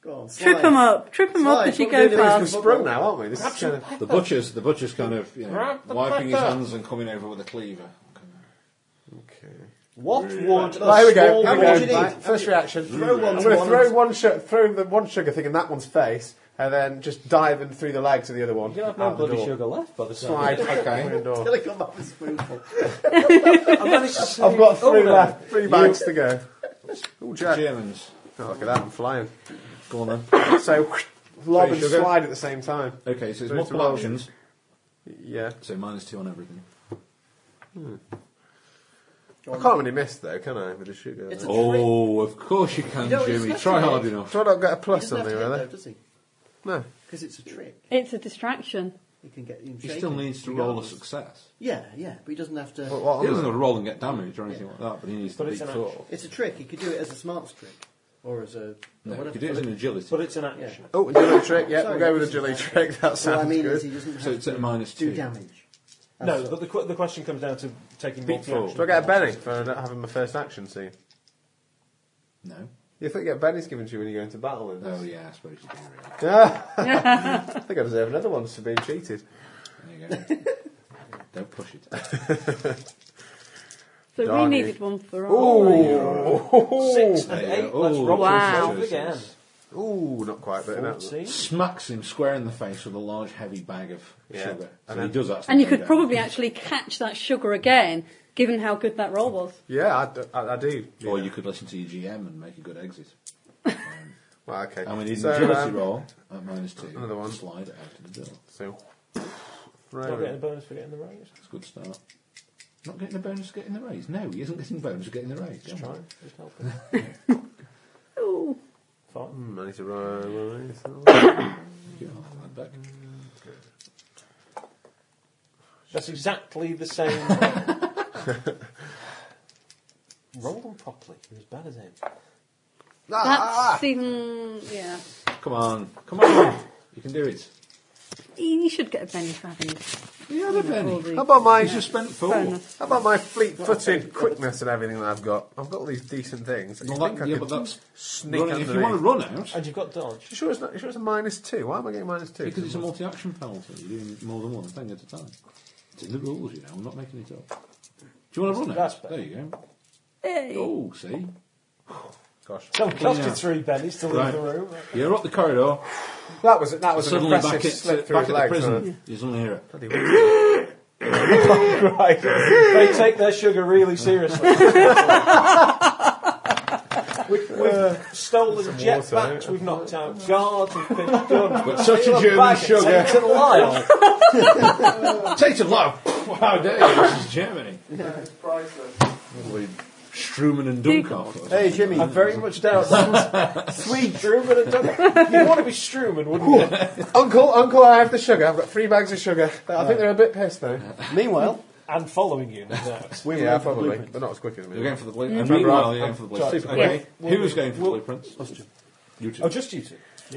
[SPEAKER 6] Go on. Slide.
[SPEAKER 5] Trip
[SPEAKER 6] <laughs>
[SPEAKER 5] him up. Trip him up
[SPEAKER 6] Slide.
[SPEAKER 5] as you
[SPEAKER 6] Don't
[SPEAKER 5] go
[SPEAKER 6] do this,
[SPEAKER 2] we're
[SPEAKER 5] past.
[SPEAKER 2] sprung now, aren't we? This is kind of,
[SPEAKER 3] The butcher's the butcher's kind of you know,
[SPEAKER 4] Grab the
[SPEAKER 3] wiping his
[SPEAKER 4] pepper.
[SPEAKER 3] hands and coming over with a cleaver.
[SPEAKER 2] okay.
[SPEAKER 4] What would a
[SPEAKER 2] Right, here we go.
[SPEAKER 4] small
[SPEAKER 2] Here we
[SPEAKER 4] boy
[SPEAKER 2] go. Right, First reaction.
[SPEAKER 6] Throw one
[SPEAKER 2] I'm
[SPEAKER 6] to
[SPEAKER 2] going to
[SPEAKER 6] one
[SPEAKER 2] throw
[SPEAKER 6] and-
[SPEAKER 2] one, su- throw the one sugar thing in that one's face, and then just dive in through the legs of the other one.
[SPEAKER 4] You're going to have no
[SPEAKER 2] out the
[SPEAKER 4] bloody
[SPEAKER 2] door.
[SPEAKER 4] sugar left by the time.
[SPEAKER 2] Slide. okay.
[SPEAKER 6] Till I come up with a spoonful.
[SPEAKER 2] I've got
[SPEAKER 4] three
[SPEAKER 2] three left, three bags to go. Oh, Jack.
[SPEAKER 3] Germans,
[SPEAKER 2] Oh, look at that, I'm flying.
[SPEAKER 3] go on then.
[SPEAKER 2] <coughs> So, lob
[SPEAKER 3] Three
[SPEAKER 2] and
[SPEAKER 3] sugar.
[SPEAKER 2] slide at the same time.
[SPEAKER 3] Okay, so it's
[SPEAKER 2] Three
[SPEAKER 3] multiple
[SPEAKER 2] to one.
[SPEAKER 3] options.
[SPEAKER 2] Yeah.
[SPEAKER 3] So minus two on everything.
[SPEAKER 2] I can't really miss, though, can I, with the sugar?
[SPEAKER 6] It's a trick.
[SPEAKER 3] Oh, of course you can,
[SPEAKER 6] No, it's
[SPEAKER 3] Jimmy.
[SPEAKER 6] not
[SPEAKER 3] Try
[SPEAKER 6] a-
[SPEAKER 3] hard enough.
[SPEAKER 2] Do I not get a
[SPEAKER 6] He
[SPEAKER 2] plus
[SPEAKER 6] doesn't have
[SPEAKER 2] something,
[SPEAKER 6] to hit
[SPEAKER 2] really?
[SPEAKER 6] though, does he?
[SPEAKER 2] No.
[SPEAKER 6] Because it's a trick.
[SPEAKER 5] It's a distraction.
[SPEAKER 6] He can get him
[SPEAKER 3] He
[SPEAKER 6] shaken
[SPEAKER 3] still needs to roll a
[SPEAKER 6] regardless.
[SPEAKER 3] success.
[SPEAKER 6] Yeah, yeah, but he doesn't have to.
[SPEAKER 2] What, what on
[SPEAKER 3] He doesn't
[SPEAKER 2] it?
[SPEAKER 3] have to roll and get damaged or anything like that, but he needs
[SPEAKER 4] But
[SPEAKER 3] to be
[SPEAKER 4] it's an
[SPEAKER 3] thought.
[SPEAKER 4] action.
[SPEAKER 3] of.
[SPEAKER 6] It's a trick. He could do it as a smarts trick, or as a.
[SPEAKER 3] No,
[SPEAKER 6] whatever.
[SPEAKER 3] he did it as an agility.
[SPEAKER 4] But it's an action.
[SPEAKER 2] Oh, a jelly trick, yeah,
[SPEAKER 6] Sorry,
[SPEAKER 2] we'll go with a
[SPEAKER 6] this is
[SPEAKER 2] jelly
[SPEAKER 6] bad.
[SPEAKER 2] trick, that
[SPEAKER 6] What I
[SPEAKER 2] sounds
[SPEAKER 6] mean
[SPEAKER 2] good.
[SPEAKER 6] is he doesn't have
[SPEAKER 3] So it's
[SPEAKER 6] to
[SPEAKER 3] at minus
[SPEAKER 6] do
[SPEAKER 3] two.
[SPEAKER 6] damage.
[SPEAKER 4] No,
[SPEAKER 6] That's-
[SPEAKER 4] but the, qu- the question comes down to taking
[SPEAKER 3] Beat
[SPEAKER 4] multiple
[SPEAKER 3] four.
[SPEAKER 4] actions.
[SPEAKER 2] Do I get a Benny for not having my first action scene?
[SPEAKER 3] No.
[SPEAKER 2] You think you get Benny's given to you when you go into battle with
[SPEAKER 3] Oh
[SPEAKER 2] this?
[SPEAKER 3] yeah, I suppose you do. Really.
[SPEAKER 2] <laughs> I think I deserve another one for being cheated.
[SPEAKER 3] There you go. Don't push it.
[SPEAKER 5] So
[SPEAKER 2] Darn it.
[SPEAKER 5] we needed one for all.
[SPEAKER 2] Ooh!
[SPEAKER 4] Six and
[SPEAKER 3] Yeah.
[SPEAKER 4] eight.
[SPEAKER 3] Oh,
[SPEAKER 4] Let's roll
[SPEAKER 5] Wow.
[SPEAKER 4] wow. again.
[SPEAKER 2] Ooh, not quite, but that-
[SPEAKER 4] Fourteen.
[SPEAKER 3] Smacks him square in the face with a large, heavy bag of
[SPEAKER 2] Yeah.
[SPEAKER 3] sugar. So
[SPEAKER 2] And
[SPEAKER 3] he
[SPEAKER 2] then-
[SPEAKER 3] does actually.
[SPEAKER 5] And you
[SPEAKER 3] go
[SPEAKER 5] could
[SPEAKER 3] down.
[SPEAKER 5] probably actually catch that sugar again, given how good that roll was.
[SPEAKER 2] Yeah, I, d- I- I do.
[SPEAKER 3] Or you could listen to your GM and make a good exit.
[SPEAKER 2] Well, okay.
[SPEAKER 3] And we need
[SPEAKER 2] So,
[SPEAKER 3] an agility
[SPEAKER 2] um,
[SPEAKER 3] roll at minus two.
[SPEAKER 2] another one.
[SPEAKER 3] Slide out of the door.
[SPEAKER 2] So,
[SPEAKER 4] Not getting a
[SPEAKER 2] throw
[SPEAKER 4] bonus for getting the raise.
[SPEAKER 3] It's a good start. Not getting a bonus, for getting the raise. No, he isn't getting a bonus, for getting the raise.
[SPEAKER 4] Just try.
[SPEAKER 3] Come on.
[SPEAKER 4] it. Just help it.
[SPEAKER 5] Ooh.
[SPEAKER 4] Fine.
[SPEAKER 2] Hmm, I need to roll. roll these.
[SPEAKER 3] Get half of that back.
[SPEAKER 4] That's exactly the <laughs> same. roll them properly. You're as bad as him.
[SPEAKER 5] That's even. Yeah.
[SPEAKER 3] Come on, come on, you can do it.
[SPEAKER 5] You should get a penny for having
[SPEAKER 3] You had a
[SPEAKER 5] all
[SPEAKER 3] penny.
[SPEAKER 5] the-
[SPEAKER 2] How about my
[SPEAKER 5] Yeah.
[SPEAKER 2] just
[SPEAKER 3] Spent
[SPEAKER 5] Fair
[SPEAKER 3] four.
[SPEAKER 5] enough.
[SPEAKER 2] How about my fleet footed quickness and everything that I've got? I've got all these decent things. You
[SPEAKER 3] Well,
[SPEAKER 2] think
[SPEAKER 3] that,
[SPEAKER 2] I
[SPEAKER 3] yeah,
[SPEAKER 2] could
[SPEAKER 3] but that's
[SPEAKER 2] sneak
[SPEAKER 3] running,
[SPEAKER 2] underneath?
[SPEAKER 3] if you want to run out,
[SPEAKER 4] And you've got dodge.
[SPEAKER 2] You sure it's not? You sure it's a minus two? Why am I getting minus two?
[SPEAKER 3] Because it's a multi-action penalty. You're doing more than one thing at a time. It's in the rules, you know. I'm not making it up. Do you want to run it?
[SPEAKER 4] That's better.
[SPEAKER 3] There you go.
[SPEAKER 5] Hey.
[SPEAKER 3] Oh, see.
[SPEAKER 2] Gosh.
[SPEAKER 4] So it cost you three pennies to leave
[SPEAKER 3] Right.
[SPEAKER 4] the room.
[SPEAKER 3] You're up the corridor,
[SPEAKER 2] That was, that was an
[SPEAKER 3] suddenly back
[SPEAKER 2] impressive
[SPEAKER 3] at,
[SPEAKER 2] slip through
[SPEAKER 3] back
[SPEAKER 2] his
[SPEAKER 3] at the
[SPEAKER 2] legs. wasn't it?
[SPEAKER 3] prison. You suddenly hear it.
[SPEAKER 4] <laughs> Right. they take their sugar really
[SPEAKER 3] <laughs>
[SPEAKER 4] seriously. We've, we've stolen jetpacks, we've knocked out guards, we've picked guns. But
[SPEAKER 3] such a <laughs> German sugar. <laughs>
[SPEAKER 4] To the Lyle.
[SPEAKER 3] Tate of <laughs> Love! How dare you? This is Germany. Probably Strumen and Dunkoff.
[SPEAKER 6] Hey, <laughs> Jimmy.
[SPEAKER 4] I very much doubt that. Sweet Struman and Duncan. You'd want to be Struman, wouldn't you?
[SPEAKER 2] Uncle, Uncle, I have the sugar. I've got three bags of sugar.
[SPEAKER 3] Uh,
[SPEAKER 2] I think they're a bit pissed though.
[SPEAKER 6] <laughs> Meanwhile,
[SPEAKER 4] And following you, no doubt.
[SPEAKER 2] We yeah, probably. They're not as quick as
[SPEAKER 3] You're
[SPEAKER 2] me.
[SPEAKER 3] going for the blueprints.
[SPEAKER 2] Mm.
[SPEAKER 3] Meanwhile,
[SPEAKER 2] Right.
[SPEAKER 3] you're going for the blueprints.
[SPEAKER 2] Super.
[SPEAKER 3] Okay.
[SPEAKER 4] Yeah.
[SPEAKER 3] Who was going for the blueprints? You two.
[SPEAKER 4] Oh, just you two.
[SPEAKER 6] oh,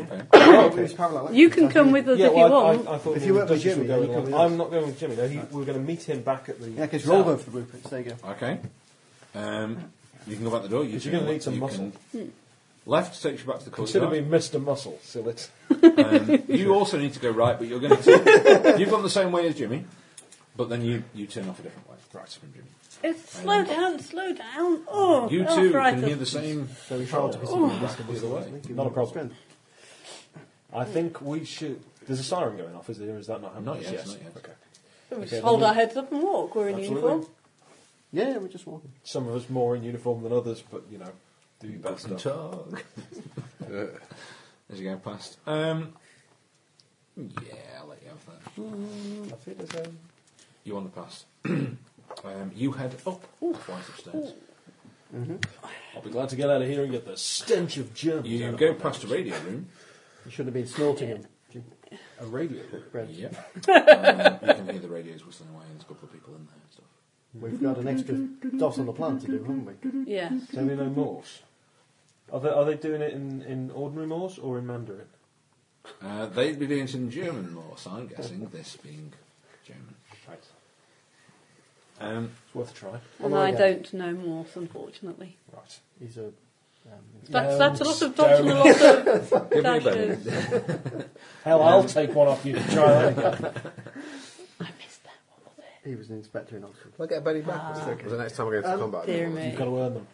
[SPEAKER 6] it was parallel.
[SPEAKER 5] You can come with us
[SPEAKER 4] Yeah,
[SPEAKER 5] if you
[SPEAKER 4] well, I,
[SPEAKER 5] want.
[SPEAKER 4] I, I thought
[SPEAKER 6] If
[SPEAKER 4] we
[SPEAKER 6] you
[SPEAKER 4] were
[SPEAKER 6] went with
[SPEAKER 4] Duchess were
[SPEAKER 6] Jimmy,
[SPEAKER 4] going
[SPEAKER 6] you come
[SPEAKER 4] along.
[SPEAKER 6] with us.
[SPEAKER 4] I'm not going with Jimmy, though. He, we were going to meet him back at the.
[SPEAKER 6] Yeah, because roll both the blueprints. There you go.
[SPEAKER 3] Okay. Um, you can go back the door. You
[SPEAKER 4] Because
[SPEAKER 3] two
[SPEAKER 4] you're gonna
[SPEAKER 3] can-
[SPEAKER 4] need some
[SPEAKER 3] you
[SPEAKER 4] muscle.
[SPEAKER 3] can- Left takes you back to the
[SPEAKER 4] Should have
[SPEAKER 3] courtyard.
[SPEAKER 4] been Mr. Muscle, silly.
[SPEAKER 3] Um,
[SPEAKER 4] <laughs>
[SPEAKER 3] you also need to go right, but you're going to. You've gone the same way as Jimmy, but then you, you turn off a different way. Right from Jimmy.
[SPEAKER 5] It's slow down, slow down. Oh,
[SPEAKER 3] You
[SPEAKER 5] oh,
[SPEAKER 3] two can
[SPEAKER 5] frightened.
[SPEAKER 3] hear the same.
[SPEAKER 4] Very hard to Not a problem. I think we should. There's a siren going off, is there? Is that not happening?
[SPEAKER 3] Not yet,
[SPEAKER 4] Yes.
[SPEAKER 3] not yet.
[SPEAKER 4] Okay.
[SPEAKER 5] We
[SPEAKER 4] Okay,
[SPEAKER 5] just hold
[SPEAKER 4] then
[SPEAKER 5] our heads up and walk. We're in
[SPEAKER 3] Absolutely.
[SPEAKER 5] uniform.
[SPEAKER 6] Yeah, we're just walking.
[SPEAKER 4] Some of us more in uniform than others, but you know, do your best.
[SPEAKER 3] Guten
[SPEAKER 4] stuff.
[SPEAKER 3] <laughs> Tag. as you go past. Um, yeah, I'll let you have that.
[SPEAKER 4] Auf Wiedersehen.
[SPEAKER 3] You wander past. <clears throat> um, you head up quite upstairs.
[SPEAKER 4] I'll be glad to get out of here and get the stench of germs.
[SPEAKER 3] You,
[SPEAKER 4] out of
[SPEAKER 3] go
[SPEAKER 4] my
[SPEAKER 3] past a radio room.
[SPEAKER 6] You shouldn't have been snorting him.
[SPEAKER 4] nose. a radio.
[SPEAKER 6] Brent.
[SPEAKER 3] Yeah. <laughs> um, you can hear the radios whistling away, and there's a couple of people in there and stuff.
[SPEAKER 6] We've got an extra dot on the plan to do, haven't we?
[SPEAKER 5] Yeah.
[SPEAKER 4] Do they know Morse? Are they, are they doing it in, in ordinary Morse or in Mandarin?
[SPEAKER 3] Uh, they'd be doing it in German more, so I'm guessing this being German.
[SPEAKER 4] Right.
[SPEAKER 3] Um,
[SPEAKER 4] It's worth a try.
[SPEAKER 5] Although I don't know Morse, unfortunately.
[SPEAKER 4] Right.
[SPEAKER 6] He's a. Um,
[SPEAKER 5] That's, that's a lot
[SPEAKER 4] don't.
[SPEAKER 5] of dots and a lot of
[SPEAKER 3] give me a bell.
[SPEAKER 5] dashes.
[SPEAKER 4] Hell, I'll take one off you to try that again.
[SPEAKER 5] I missed that one. was it?
[SPEAKER 6] he was an inspector in Oxford.
[SPEAKER 2] I'll get a Benny back. That's okay. The next time I go into combat.
[SPEAKER 5] Dear me.
[SPEAKER 4] You've got to earn them.